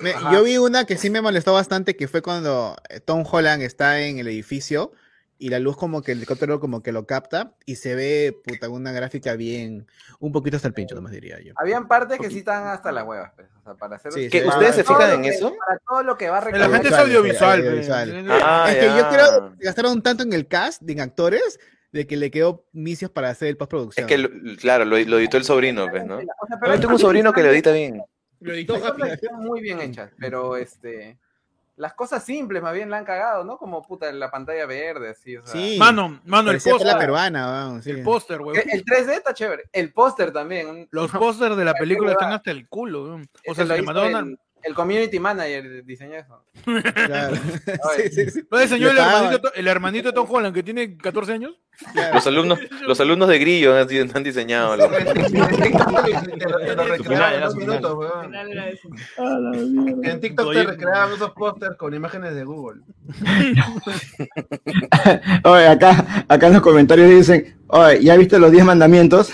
[SPEAKER 14] Me-
[SPEAKER 12] Ajá.
[SPEAKER 14] yo vi una que sí me molestó bastante, que fue cuando eh, Tom Holland está en el edificio y la luz como que el helicóptero como que lo capta y se ve, puta, una gráfica bien, un poquito hasta el pincho, nomás diría yo.
[SPEAKER 12] habían partes que sí están hasta las huevas. pues, o sea, para hacer
[SPEAKER 14] Sí,
[SPEAKER 13] ¿Qué,
[SPEAKER 14] sí,
[SPEAKER 13] ¿Ustedes
[SPEAKER 14] para
[SPEAKER 13] se
[SPEAKER 14] todo
[SPEAKER 13] fijan
[SPEAKER 14] lo
[SPEAKER 13] en
[SPEAKER 14] que-
[SPEAKER 13] eso?
[SPEAKER 12] Para todo lo que va a
[SPEAKER 14] La gente es audiovisual,
[SPEAKER 1] pues.
[SPEAKER 14] eh, audiovisual.
[SPEAKER 13] Ah,
[SPEAKER 14] es que
[SPEAKER 13] ya.
[SPEAKER 14] yo creo que gastaron tanto en el cast, de en actores, de que le quedó misios para hacer el postproducción.
[SPEAKER 13] Es que, lo- claro, lo, lo editó el sobrino, pues, ¿no?
[SPEAKER 12] pero-
[SPEAKER 13] Yo tengo un sobrino que lo edita bien.
[SPEAKER 12] Lo Están muy
[SPEAKER 1] Ah,
[SPEAKER 12] bien hechas, pero este. Las cosas simples más bien la han cagado, ¿no? Como puta la pantalla verde, así. O sea.
[SPEAKER 14] Sí.
[SPEAKER 1] Mano, mano, el
[SPEAKER 14] Parecía
[SPEAKER 1] póster.
[SPEAKER 14] tela peruana, vamos, sí.
[SPEAKER 1] El póster, güey.
[SPEAKER 12] El 3D está chévere. El póster también. un-
[SPEAKER 1] Los pósters de la
[SPEAKER 12] Qué
[SPEAKER 1] película están
[SPEAKER 12] huevada.
[SPEAKER 1] hasta el culo. weón. O
[SPEAKER 12] Ese
[SPEAKER 1] sea,
[SPEAKER 12] lo
[SPEAKER 1] se le
[SPEAKER 12] hizo
[SPEAKER 1] mandaron
[SPEAKER 12] el, el community manager diseñó eso.
[SPEAKER 14] Claro.
[SPEAKER 12] Oye,
[SPEAKER 1] *laughs* ¿No diseñó el
[SPEAKER 12] Le pagaban.
[SPEAKER 1] hermanito, el hermanito de Tom Holland que tiene 14 años?
[SPEAKER 13] Los alumnos, los alumnos de Grillo han, han diseñado. la-
[SPEAKER 16] En TikTok te recreaban esos pósters con imágenes de Google.
[SPEAKER 4] *laughs* Oye, acá, acá en los comentarios dicen, oye, ¿ya viste los 10 *laughs* mandamientos?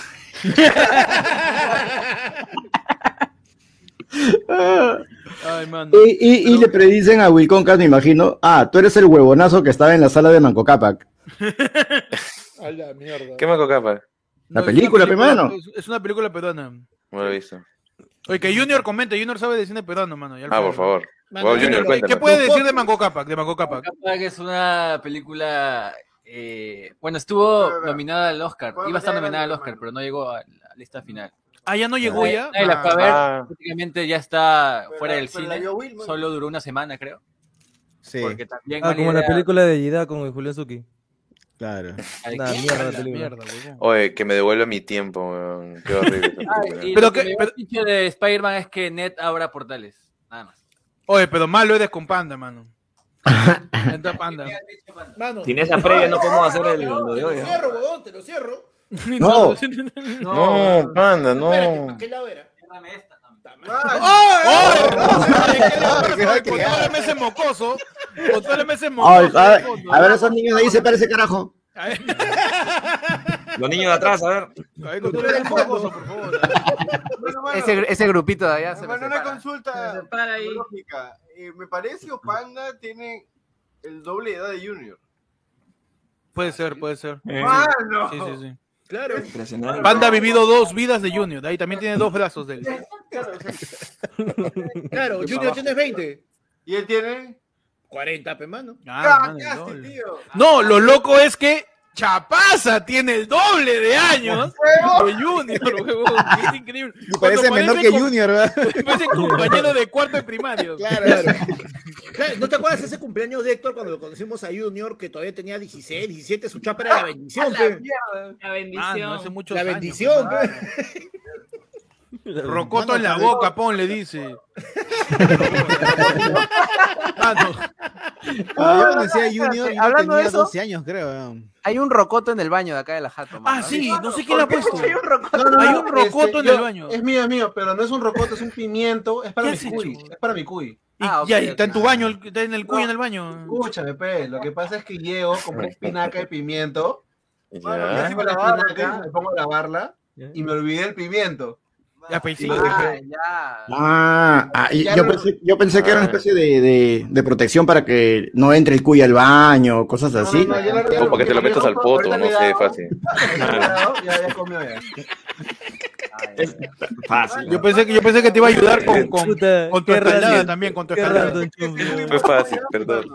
[SPEAKER 1] Ay, mano.
[SPEAKER 4] Y, y- y le predicen a Wilconcas, me imagino, ah, tú eres el huevonazo que estaba en la sala de Manco Cápac.
[SPEAKER 1] A la mierda.
[SPEAKER 13] ¿Qué me capa?
[SPEAKER 4] La película, pe, mano.
[SPEAKER 1] Es, es una película peruana.
[SPEAKER 13] No lo he visto.
[SPEAKER 1] Oye, que Junior comente, Junior sabe de cine peruano, mano. ya lo
[SPEAKER 13] Ah,
[SPEAKER 1] sabe.
[SPEAKER 13] por favor.
[SPEAKER 1] Mano,
[SPEAKER 13] Wow, Junior,
[SPEAKER 1] ¿qué- ¿Qué
[SPEAKER 13] cuéntame.
[SPEAKER 1] puede decir de Manco Cápac? De Manco Cápac.
[SPEAKER 17] Capag es una película. eh, bueno, estuvo nominada al Oscar. Iba a estar nominada al Oscar, pero no llegó a la lista final.
[SPEAKER 1] Ah, ya no llegó
[SPEAKER 17] Nadie-
[SPEAKER 1] ya.
[SPEAKER 17] nadie la fue a ver.
[SPEAKER 1] Ah.
[SPEAKER 17] Prácticamente ya está fuera
[SPEAKER 1] la-
[SPEAKER 17] del
[SPEAKER 1] pero la
[SPEAKER 17] cine.
[SPEAKER 1] vio Wilman.
[SPEAKER 17] Solo duró una semana, creo.
[SPEAKER 14] Sí.
[SPEAKER 17] Porque también.
[SPEAKER 7] Ah,
[SPEAKER 17] mala
[SPEAKER 7] como la
[SPEAKER 17] idea.
[SPEAKER 7] película de Yida con el Julián Suki.
[SPEAKER 14] Claro.
[SPEAKER 7] Una mierda la película.
[SPEAKER 13] Oye, que me devuelva mi tiempo, weón. Qué horrible. esta
[SPEAKER 17] Ay,
[SPEAKER 13] película.
[SPEAKER 17] y
[SPEAKER 1] Pero
[SPEAKER 17] lo que,
[SPEAKER 1] que-
[SPEAKER 17] me
[SPEAKER 1] pero-
[SPEAKER 17] dicho de Spider-Man es que Ned abra portales. Nada más.
[SPEAKER 1] Oye, pero malo eres con Panda, *laughs* mano. Entra Panda.
[SPEAKER 3] Mano.
[SPEAKER 17] Sin esa previa no podemos hacer
[SPEAKER 13] el- lo de hoy,
[SPEAKER 3] Te
[SPEAKER 13] ¿eh?
[SPEAKER 3] lo cierro, huevón, te lo
[SPEAKER 1] *laughs*
[SPEAKER 3] cierro.
[SPEAKER 13] No,
[SPEAKER 4] *laughs*
[SPEAKER 3] No.
[SPEAKER 13] no, panda,
[SPEAKER 3] Espérate, ¿pa'
[SPEAKER 13] no.
[SPEAKER 3] qué lado era?
[SPEAKER 1] Contrólame ese mocoso. Contrólame ese
[SPEAKER 4] Ay,
[SPEAKER 1] mocoso.
[SPEAKER 4] a, ver, a ver, esos niños de ahí se parecen, carajo. *laughs*
[SPEAKER 17] Los niños de atrás, a ver.
[SPEAKER 1] Contrólame ese mocoso, por favor.
[SPEAKER 12] Ese, ese grupito de allá se me
[SPEAKER 11] Bueno, una
[SPEAKER 12] separa.
[SPEAKER 11] consulta lógica. Eh, me parece que Panda tiene el doble de edad de Junior.
[SPEAKER 1] Puede ser, puede ser.
[SPEAKER 11] Eh. Mano.
[SPEAKER 1] Sí, sí, sí.
[SPEAKER 11] Claro.
[SPEAKER 17] Impresionante.
[SPEAKER 1] Panda ha vivido dos vidas de Junior. De ahí también tiene dos brazos de él.
[SPEAKER 4] *laughs*
[SPEAKER 3] Claro,
[SPEAKER 1] Qué
[SPEAKER 3] Junior
[SPEAKER 1] abajo.
[SPEAKER 3] tienes 20.
[SPEAKER 11] ¿Y él tiene?
[SPEAKER 3] 40, pe, mano.
[SPEAKER 1] Ah, mano, el doble. No, lo loco es que Chapaza tiene el doble de años que Junior, huevón. Es
[SPEAKER 4] *laughs*
[SPEAKER 1] increíble.
[SPEAKER 14] Y parece
[SPEAKER 1] Cuando
[SPEAKER 14] menor que
[SPEAKER 1] com-
[SPEAKER 14] Junior, ¿verdad?
[SPEAKER 3] *laughs*
[SPEAKER 1] Parece compañero de cuarto de primario.
[SPEAKER 3] Claro, claro. Claro, ¿No te acuerdas ese cumpleaños de Héctor cuando lo conocimos a Junior que todavía tenía 16, 17? Su chapa
[SPEAKER 7] *laughs*
[SPEAKER 3] era la bendición.
[SPEAKER 6] la
[SPEAKER 3] pe.
[SPEAKER 6] La bendición.
[SPEAKER 1] Ah, no, hace muchos
[SPEAKER 3] la
[SPEAKER 1] años, pues,
[SPEAKER 3] bendición.
[SPEAKER 1] claro.
[SPEAKER 3] pe.
[SPEAKER 1] *laughs* Rocoto en la boca, pon, le dice. Mano.
[SPEAKER 14] Yo conocí a Junior y yo
[SPEAKER 12] Ah, Hablando de
[SPEAKER 14] tenía
[SPEAKER 12] eso-
[SPEAKER 14] 12 años, creo.
[SPEAKER 12] Hay un rocoto en el baño de acá de la jato.
[SPEAKER 1] Ah, sí, no sé quién la
[SPEAKER 12] le
[SPEAKER 1] ha puesto.
[SPEAKER 12] Hay un rocoto,
[SPEAKER 1] Hay un rocoto en el baño.
[SPEAKER 16] Es mío, es mío, pero no es un rocoto, es un pimiento. Es para mi cuy. Es para mi cuy.
[SPEAKER 1] Ah, ok, ya, y está en tu baño, el- está en el cuyo en el baño.
[SPEAKER 16] Escúchame, pe. Lo que pasa es que llego, compré espinaca y pimiento. Bueno, me
[SPEAKER 1] Ya.
[SPEAKER 16] hacen la espinaca, me pongo a lavarla y me olvidé el pimiento.
[SPEAKER 1] Ya, pues, sí.
[SPEAKER 16] Y lo dejé. *laughs*
[SPEAKER 4] Ah, ah, y
[SPEAKER 16] Ya
[SPEAKER 4] yo,
[SPEAKER 16] no-
[SPEAKER 4] pensé, yo pensé que era una especie de, de- de protección para que no entre el cuy al baño, cosas así.
[SPEAKER 13] O para que te lo metas al poto, no sé,
[SPEAKER 1] *laughs*
[SPEAKER 13] fácil.
[SPEAKER 16] Ya, ya comió ya.
[SPEAKER 4] Fácil.
[SPEAKER 1] Yo pensé que, yo pensé que te iba a ayudar con, con,
[SPEAKER 7] Puta,
[SPEAKER 1] con tu
[SPEAKER 7] qué
[SPEAKER 1] escalada
[SPEAKER 7] random.
[SPEAKER 1] también, con tu
[SPEAKER 7] Qué
[SPEAKER 1] escalada.
[SPEAKER 7] random, chum.
[SPEAKER 13] Fue fácil, perdón.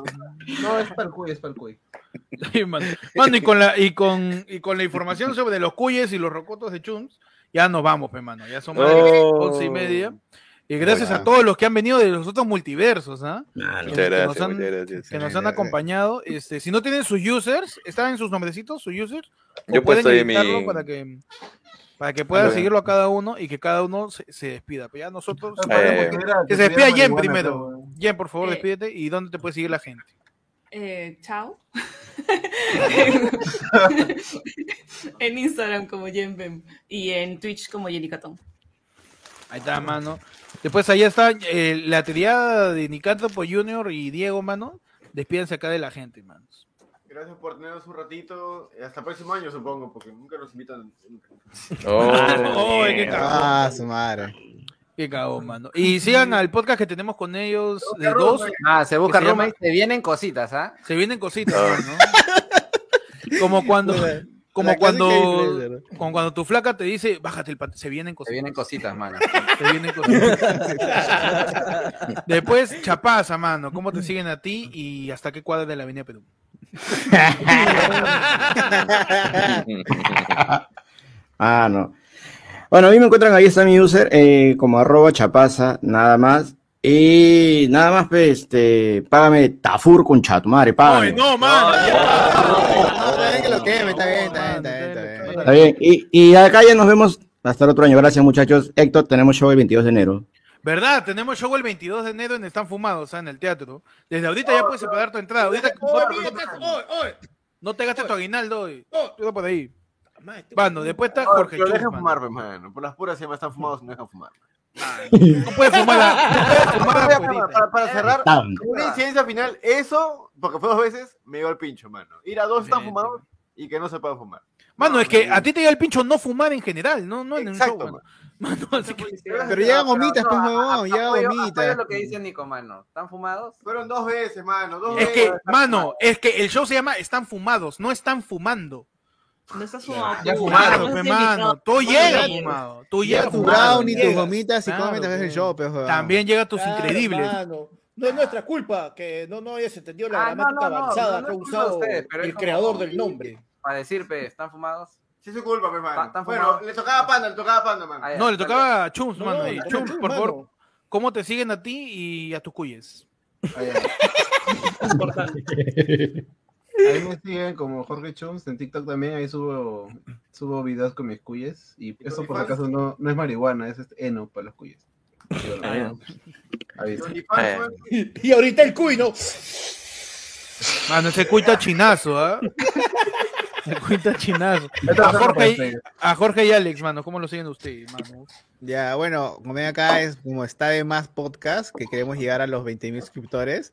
[SPEAKER 16] No, es para el cuy, es para el cuy.
[SPEAKER 1] Sí, mano. Mano, y con la, y con, y con la *laughs* información sobre los cuyes y los rocotos de Chums, ya nos vamos, pe, mano. Ya son más de
[SPEAKER 13] Oh.
[SPEAKER 1] once y media. Y gracias
[SPEAKER 13] Hola.
[SPEAKER 1] a todos los que han venido de los otros multiversos, ¿ah?
[SPEAKER 13] Muchas
[SPEAKER 1] Que- que
[SPEAKER 13] gracias,
[SPEAKER 1] nos han-
[SPEAKER 13] muchas gracias.
[SPEAKER 1] Que nos han acompañado. Este, si no tienen sus users, ¿están en sus nombrecitos, sus users? ¿O
[SPEAKER 13] Yo pues
[SPEAKER 1] pueden
[SPEAKER 13] estoy en mi-
[SPEAKER 1] editarlo para que, para que puedan
[SPEAKER 13] Ando bien.
[SPEAKER 1] seguirlo a cada uno y que cada uno se, se despida. Pero ya nosotros.
[SPEAKER 13] Ah, ya, ya.
[SPEAKER 1] que se despida Jen
[SPEAKER 16] marihuana,
[SPEAKER 1] primero. Jen, por favor,
[SPEAKER 6] Eh.
[SPEAKER 1] despídete. ¿Y dónde te puede seguir la gente?
[SPEAKER 6] Eh, chao. *laughs* en Instagram como Jenbem y en Twitch como Yelicatón.
[SPEAKER 1] Ahí está, mano. Después allá está eh, la triada de Nicántropo Junior y Diego, mano. Despídense acá de la gente, mano.
[SPEAKER 11] Gracias por tenernos un ratito. Hasta el próximo año, supongo, porque nunca nos invitan.
[SPEAKER 13] *laughs*
[SPEAKER 1] *laughs*
[SPEAKER 13] Oh,
[SPEAKER 1] Oh, qué
[SPEAKER 13] mierda.
[SPEAKER 1] cagón.
[SPEAKER 14] Ah, su madre.
[SPEAKER 1] Qué cagón, mano. Y sigan al podcast que tenemos con ellos de dos.
[SPEAKER 12] Ah, se busca
[SPEAKER 1] que llama-
[SPEAKER 12] Roma y te vienen cositas, ¿ah?
[SPEAKER 1] Se vienen cositas, ¿no? Como cuando, como
[SPEAKER 12] la clásica
[SPEAKER 1] cuando,
[SPEAKER 12] influencer.
[SPEAKER 1] como cuando tu flaca te dice, bájate el pat se vienen cositas. Se vienen
[SPEAKER 12] cositas, mano.
[SPEAKER 1] Se vienen
[SPEAKER 11] *laughs*
[SPEAKER 1] cositas. Después, Chapaza, mano, ¿cómo te siguen a ti y hasta qué cuadra de la Avenida
[SPEAKER 11] *laughs*
[SPEAKER 1] Perú?
[SPEAKER 4] *laughs* Ah, no. Bueno, a mí me encuentran, ahí está mi user, eh, como arroba chapaza, nada más. Y nada más, pues, este, págame Tafur con chat, madre, págame.
[SPEAKER 1] No, mano.
[SPEAKER 14] Está bien que lo queme, está bien, está bien, está bien. Está bien.
[SPEAKER 4] Está bien. Y, y acá ya nos vemos hasta el otro año. Gracias, muchachos. Héctor, tenemos show el 22 de enero.
[SPEAKER 1] ¿Verdad? Tenemos show el 22 de enero en Están Fumados, o sea, en el teatro. Desde ahorita ya puedes separar tu entrada. Ahorita
[SPEAKER 3] Oh,
[SPEAKER 1] no,
[SPEAKER 3] mira, Tazo, oh, oh.
[SPEAKER 1] no te gastes tu aguinaldo hoy. Tú por ahí.
[SPEAKER 3] Madre, tú-
[SPEAKER 1] Bueno, después está
[SPEAKER 11] No,
[SPEAKER 1] Jorge
[SPEAKER 11] pero
[SPEAKER 1] Chus,
[SPEAKER 11] dejan
[SPEAKER 1] mano.
[SPEAKER 11] fumar, pues, mano. Por las puras, si me están fumados, no dejan fumar.
[SPEAKER 1] No puedes fumar. la- no puedes
[SPEAKER 11] *laughs*
[SPEAKER 1] fumar la
[SPEAKER 11] Para-
[SPEAKER 1] afuerita.
[SPEAKER 11] para, para cerrar,
[SPEAKER 1] Tan.
[SPEAKER 11] una incidencia final, eso, porque fue dos veces, me dio el pincho, mano. Ir a dos están fumados y que no se puedan fumar.
[SPEAKER 1] Mano, es que a ti te llega el pincho no fumar en general, no, no en un show. Mano. Mano, así que...
[SPEAKER 14] Pero llegan gomitas, pues, huevón,
[SPEAKER 12] apoyo-
[SPEAKER 14] llegan
[SPEAKER 12] apoyo
[SPEAKER 14] gomitas.
[SPEAKER 12] lo que dice Nico, mano. ¿Están fumados?
[SPEAKER 11] Fueron dos veces, mano. Dos
[SPEAKER 1] Es que, mano, es que el show se llama Están Fumados, no están fumando.
[SPEAKER 6] No estás fumado.
[SPEAKER 1] Ya
[SPEAKER 6] tú.
[SPEAKER 1] fumado,
[SPEAKER 6] No
[SPEAKER 1] pe,
[SPEAKER 6] estás
[SPEAKER 1] mano.
[SPEAKER 6] invitado.
[SPEAKER 1] Tú
[SPEAKER 6] No
[SPEAKER 1] llegas
[SPEAKER 6] llegas.
[SPEAKER 1] fumado. Tú
[SPEAKER 14] Llega
[SPEAKER 1] llegas
[SPEAKER 14] tu
[SPEAKER 1] fumado,
[SPEAKER 14] brownie, tus
[SPEAKER 1] llegas.
[SPEAKER 14] gomitas y cómete
[SPEAKER 1] Claro,
[SPEAKER 14] el
[SPEAKER 1] pe.
[SPEAKER 14] show, pues, huevón.
[SPEAKER 1] También llega tus
[SPEAKER 3] Claro,
[SPEAKER 1] increíbles.
[SPEAKER 3] mano. No es nuestra culpa que no, no hayas entendido la
[SPEAKER 12] Ah, no,
[SPEAKER 3] gramática
[SPEAKER 12] no, no,
[SPEAKER 3] avanzada
[SPEAKER 12] no, no
[SPEAKER 3] que ha
[SPEAKER 12] es culpa de
[SPEAKER 3] usado
[SPEAKER 12] ustedes, pero es
[SPEAKER 3] el
[SPEAKER 12] como-
[SPEAKER 3] creador del nombre.
[SPEAKER 12] Para decir, pe, ¿están fumados?
[SPEAKER 11] Sí, su culpa, mi mano.
[SPEAKER 12] ¿Están
[SPEAKER 11] Bueno,
[SPEAKER 12] fumados?
[SPEAKER 11] le tocaba a Panda, le tocaba a Panda, mano.
[SPEAKER 12] Ah, ya.
[SPEAKER 1] No, le tocaba a Chums,
[SPEAKER 11] No,
[SPEAKER 1] mano.
[SPEAKER 11] no,
[SPEAKER 1] y
[SPEAKER 11] no,
[SPEAKER 1] Chums,
[SPEAKER 11] Chums,
[SPEAKER 1] por
[SPEAKER 11] mano.
[SPEAKER 1] favor, ¿cómo te siguen a ti y a tus cuyes?
[SPEAKER 16] Ahí me siguen como Jorge Chums en TikTok también. Ahí
[SPEAKER 1] *clears throat*
[SPEAKER 16] subo, subo videos con mis cuyes. Y eso por si acaso no, no es marihuana, es este eno para los cuyes.
[SPEAKER 13] Ah,
[SPEAKER 16] Aviso.
[SPEAKER 3] Eh.
[SPEAKER 13] Ah, ya.
[SPEAKER 3] *laughs* Y ahorita el cuy, ¿no?
[SPEAKER 1] *laughs* Mano, ese cuita chinazo, ¿ah? Se cuita chinazo.
[SPEAKER 14] Esto
[SPEAKER 1] A
[SPEAKER 14] no
[SPEAKER 1] Jorge,
[SPEAKER 14] puede
[SPEAKER 1] y,
[SPEAKER 14] ser.
[SPEAKER 1] a Jorge y Alex, mano, ¿cómo lo siguen ustedes, mano?
[SPEAKER 14] Ya, bueno, como ven acá, es como está de más podcast, que queremos llegar a los 20.000 suscriptores.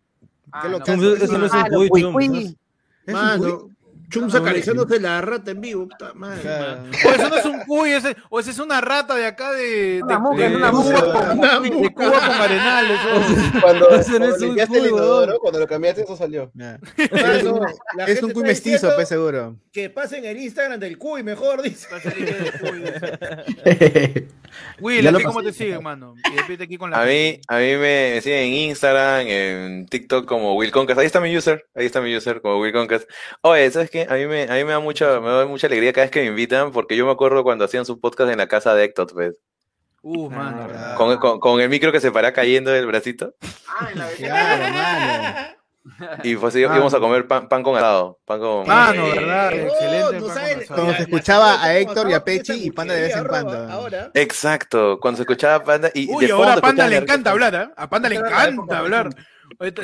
[SPEAKER 1] Ah,
[SPEAKER 14] qué locazo.
[SPEAKER 7] Chum, Ese no es un cuy, Chum.
[SPEAKER 14] Es un cuy.
[SPEAKER 3] Chum sacarizándose la rata en vivo, puta madre.
[SPEAKER 1] O eso no es un cuy, ese, o ese es una rata de acá de, de,
[SPEAKER 3] muca,
[SPEAKER 1] de
[SPEAKER 3] es una
[SPEAKER 1] Cuba,
[SPEAKER 3] muca.
[SPEAKER 1] con,
[SPEAKER 3] Una
[SPEAKER 1] de
[SPEAKER 3] muca.
[SPEAKER 1] Cuba con arenales.
[SPEAKER 13] *laughs*
[SPEAKER 1] *laughs* eso.
[SPEAKER 3] Cuando-
[SPEAKER 1] Ese no
[SPEAKER 3] cuando
[SPEAKER 1] es un
[SPEAKER 3] limpiaste el
[SPEAKER 1] cuy, weón.
[SPEAKER 3] inodoro,
[SPEAKER 11] Cuando lo cambiaste,
[SPEAKER 14] *laughs*
[SPEAKER 11] eso salió.
[SPEAKER 13] Ah,
[SPEAKER 14] Es un-
[SPEAKER 1] *laughs*
[SPEAKER 3] La
[SPEAKER 14] es
[SPEAKER 3] gente
[SPEAKER 14] un cuy
[SPEAKER 3] está
[SPEAKER 14] mestizo,
[SPEAKER 3] diciendo
[SPEAKER 14] pues seguro.
[SPEAKER 3] Que pasen el Instagram del cuy, mejor, dice.
[SPEAKER 1] *laughs* Will,
[SPEAKER 13] Ya lo
[SPEAKER 1] ¿a ti cómo
[SPEAKER 13] pasé.
[SPEAKER 1] te sigue, hermano? Y despídete aquí con la
[SPEAKER 13] A mí, a mí me me siguen en Instagram, en TikTok como Will Concas. Ahí está mi user, ahí está mi user como Will Concas. Oye, ¿sabes qué? A mí me, a mí me da mucha, me da mucha alegría cada vez que me invitan, porque yo me acuerdo cuando hacían su podcast en la casa de Héctor, pues,
[SPEAKER 1] Uh,
[SPEAKER 7] Ah,
[SPEAKER 1] mano.
[SPEAKER 13] con, con- con el micro que se paraba cayendo del bracito. Y fue así,
[SPEAKER 1] Ah.
[SPEAKER 14] Mano.
[SPEAKER 13] íbamos a comer pan, pan con asado. Pan con...
[SPEAKER 1] Mano, ¿verdad? Excelente.
[SPEAKER 3] Eh, No
[SPEAKER 1] pan
[SPEAKER 3] sabes,
[SPEAKER 1] con asado.
[SPEAKER 14] Cuando se escuchaba a Héctor y a Pechi y Panda de vez en cuando.
[SPEAKER 13] Exacto, cuando se escuchaba Panda y
[SPEAKER 1] Uy,
[SPEAKER 13] de
[SPEAKER 1] ahora a
[SPEAKER 13] fondo
[SPEAKER 1] Panda
[SPEAKER 13] escuchaban
[SPEAKER 1] le
[SPEAKER 13] la-
[SPEAKER 1] encanta hablar, ¿ah? A Panda le
[SPEAKER 16] Esta era la
[SPEAKER 1] encanta
[SPEAKER 16] época,
[SPEAKER 1] hablar. Ahorita-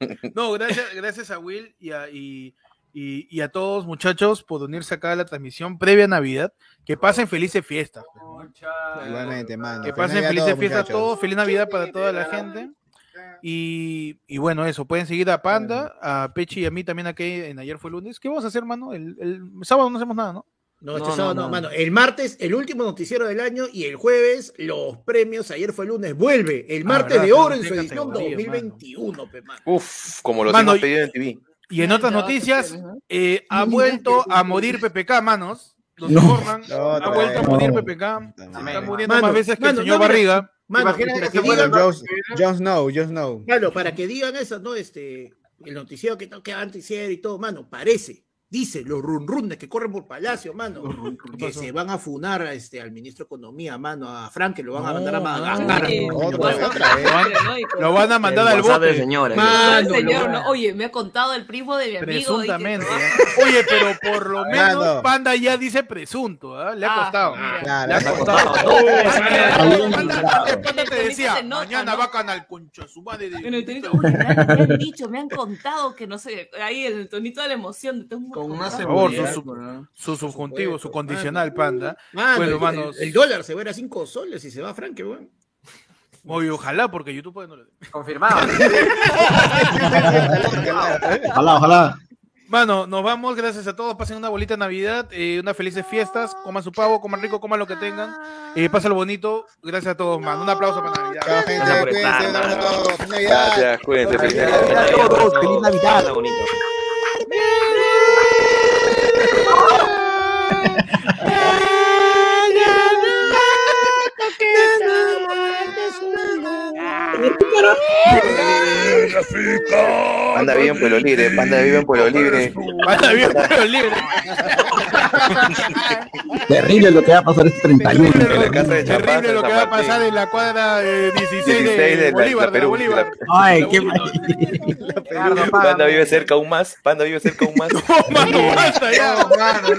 [SPEAKER 1] *laughs* No, gracias, gracias a Will y a, y, y- y a todos, muchachos, por unirse acá a la transmisión previa a Navidad. Que pasen felices fiestas. pues.
[SPEAKER 14] Igualmente, mano.
[SPEAKER 1] Que
[SPEAKER 14] Feliz
[SPEAKER 1] pasen
[SPEAKER 14] Navidad a
[SPEAKER 1] felices
[SPEAKER 14] todos,
[SPEAKER 1] fiestas a
[SPEAKER 14] muchachos.
[SPEAKER 1] todos, feliz Navidad para toda la gente. Y, y bueno, eso, pueden seguir a Panda, a Pechi y a mí también aquí en ayer fue lunes. ¿Qué vamos a hacer, mano? El, el sábado no hacemos nada, ¿no?
[SPEAKER 3] *laughs* No, este sábado no, mano. El martes, el último noticiero del año y el jueves, los premios. Ayer fue lunes, vuelve. El martes
[SPEAKER 1] verdad,
[SPEAKER 3] de oro Ah, en
[SPEAKER 1] tenemos
[SPEAKER 3] su
[SPEAKER 1] tres
[SPEAKER 3] edición
[SPEAKER 1] categorías,
[SPEAKER 3] 2021, pe, mano.
[SPEAKER 13] Uf, como los
[SPEAKER 1] Mano,
[SPEAKER 13] hemos
[SPEAKER 1] y-
[SPEAKER 13] pedido en TV.
[SPEAKER 1] Y en otras noticias, eh, ha vuelto a morir PPK, manos. Nos informan, ha
[SPEAKER 14] otra
[SPEAKER 1] vuelto a
[SPEAKER 14] vez.
[SPEAKER 1] morir
[SPEAKER 14] No.
[SPEAKER 1] PPK. Se está muriendo
[SPEAKER 3] Mano,
[SPEAKER 1] más veces que el
[SPEAKER 3] mano, no, mira,
[SPEAKER 1] señor Barriga.
[SPEAKER 3] mano,
[SPEAKER 14] Imagínate
[SPEAKER 3] para
[SPEAKER 14] que
[SPEAKER 3] que
[SPEAKER 14] fuera
[SPEAKER 3] digan-
[SPEAKER 14] Jones- Jones Snow, Jones Snow.
[SPEAKER 3] Claro, para que digan eso, ¿no? Este, el noticiero que, que antes hicieron y todo, mano, parece, dice, los runrunes que corren por Palacio, mano, que se van a funar a este, al ministro de Economía, mano, a Frank, que lo van a mandar a Madagascar.
[SPEAKER 6] Sí.
[SPEAKER 3] Lo
[SPEAKER 6] Otra
[SPEAKER 3] van-
[SPEAKER 6] vez,
[SPEAKER 3] Eh, otra vez.
[SPEAKER 6] lo van-
[SPEAKER 1] lo van a mandar
[SPEAKER 3] El
[SPEAKER 1] al
[SPEAKER 3] WhatsApp
[SPEAKER 1] bote.
[SPEAKER 3] del señor, el
[SPEAKER 1] Mano,
[SPEAKER 6] Señor,
[SPEAKER 1] lo van-
[SPEAKER 6] no, Oye, me ha contado el primo de mi amigo.
[SPEAKER 1] Presuntamente. ¿eh? Oye, pero por lo menos
[SPEAKER 6] Mano.
[SPEAKER 1] Panda ya dice presunto, ¿ah? Le ha costado.
[SPEAKER 14] Claro,
[SPEAKER 1] le ha
[SPEAKER 14] le ha
[SPEAKER 1] costado.
[SPEAKER 14] costado.
[SPEAKER 1] No,
[SPEAKER 14] No,
[SPEAKER 1] Panda,
[SPEAKER 14] sale-
[SPEAKER 1] Panda, Panda, Panda te decía, mañana va a canal concha su madre. de-
[SPEAKER 6] Me han dicho, me han contado que no sé, ahí el tonito de la emoción. Con
[SPEAKER 1] Por favor, su, su- su subjuntivo, su condicional, Panda.
[SPEAKER 3] Mano,
[SPEAKER 1] bueno,
[SPEAKER 3] Ah, el-
[SPEAKER 1] manos.
[SPEAKER 3] el, dólar se va a ir a 5 soles y se va a Frank, weón.
[SPEAKER 1] Oye, ojalá, porque YouTube puede no lo
[SPEAKER 12] Confirmado.
[SPEAKER 4] Ojalá, ojalá.
[SPEAKER 1] *laughs* Mano, nos vamos, gracias a todos. Pasen una bonita Navidad, eh, unas felices fiestas. Coman su pavo, coman rico, coman lo que tengan. Eh, pásalo bonito. Gracias a todos, mano. Un aplauso para Navidad.
[SPEAKER 14] Gracias por estar, cuídense, un abrazo a todos. Feliz Navidad.
[SPEAKER 13] Gracias, cuídense, feliz
[SPEAKER 14] Navidad a todos, feliz Navidad.
[SPEAKER 13] Pásala bonito. Panda vive en Pueblo Libre, Panda vive en Pueblo Libre.
[SPEAKER 1] Panda *laughs* vive en Pueblo Libre.
[SPEAKER 4] Terrible lo que va a pasar este 31.
[SPEAKER 13] En la casa de Chapazo,
[SPEAKER 1] Terrible lo
[SPEAKER 13] en
[SPEAKER 1] que
[SPEAKER 13] San
[SPEAKER 1] va a
[SPEAKER 13] Martín.
[SPEAKER 1] pasar en la cuadra eh, 16, de,
[SPEAKER 13] 16 de la-
[SPEAKER 1] Bolívar,
[SPEAKER 13] la
[SPEAKER 1] de la
[SPEAKER 13] Perú,
[SPEAKER 1] Bolívar. *laughs*
[SPEAKER 4] Ay, qué mal.
[SPEAKER 13] Panda vive cerca aún más, Panda vive cerca aún más.
[SPEAKER 1] mano, basta ya.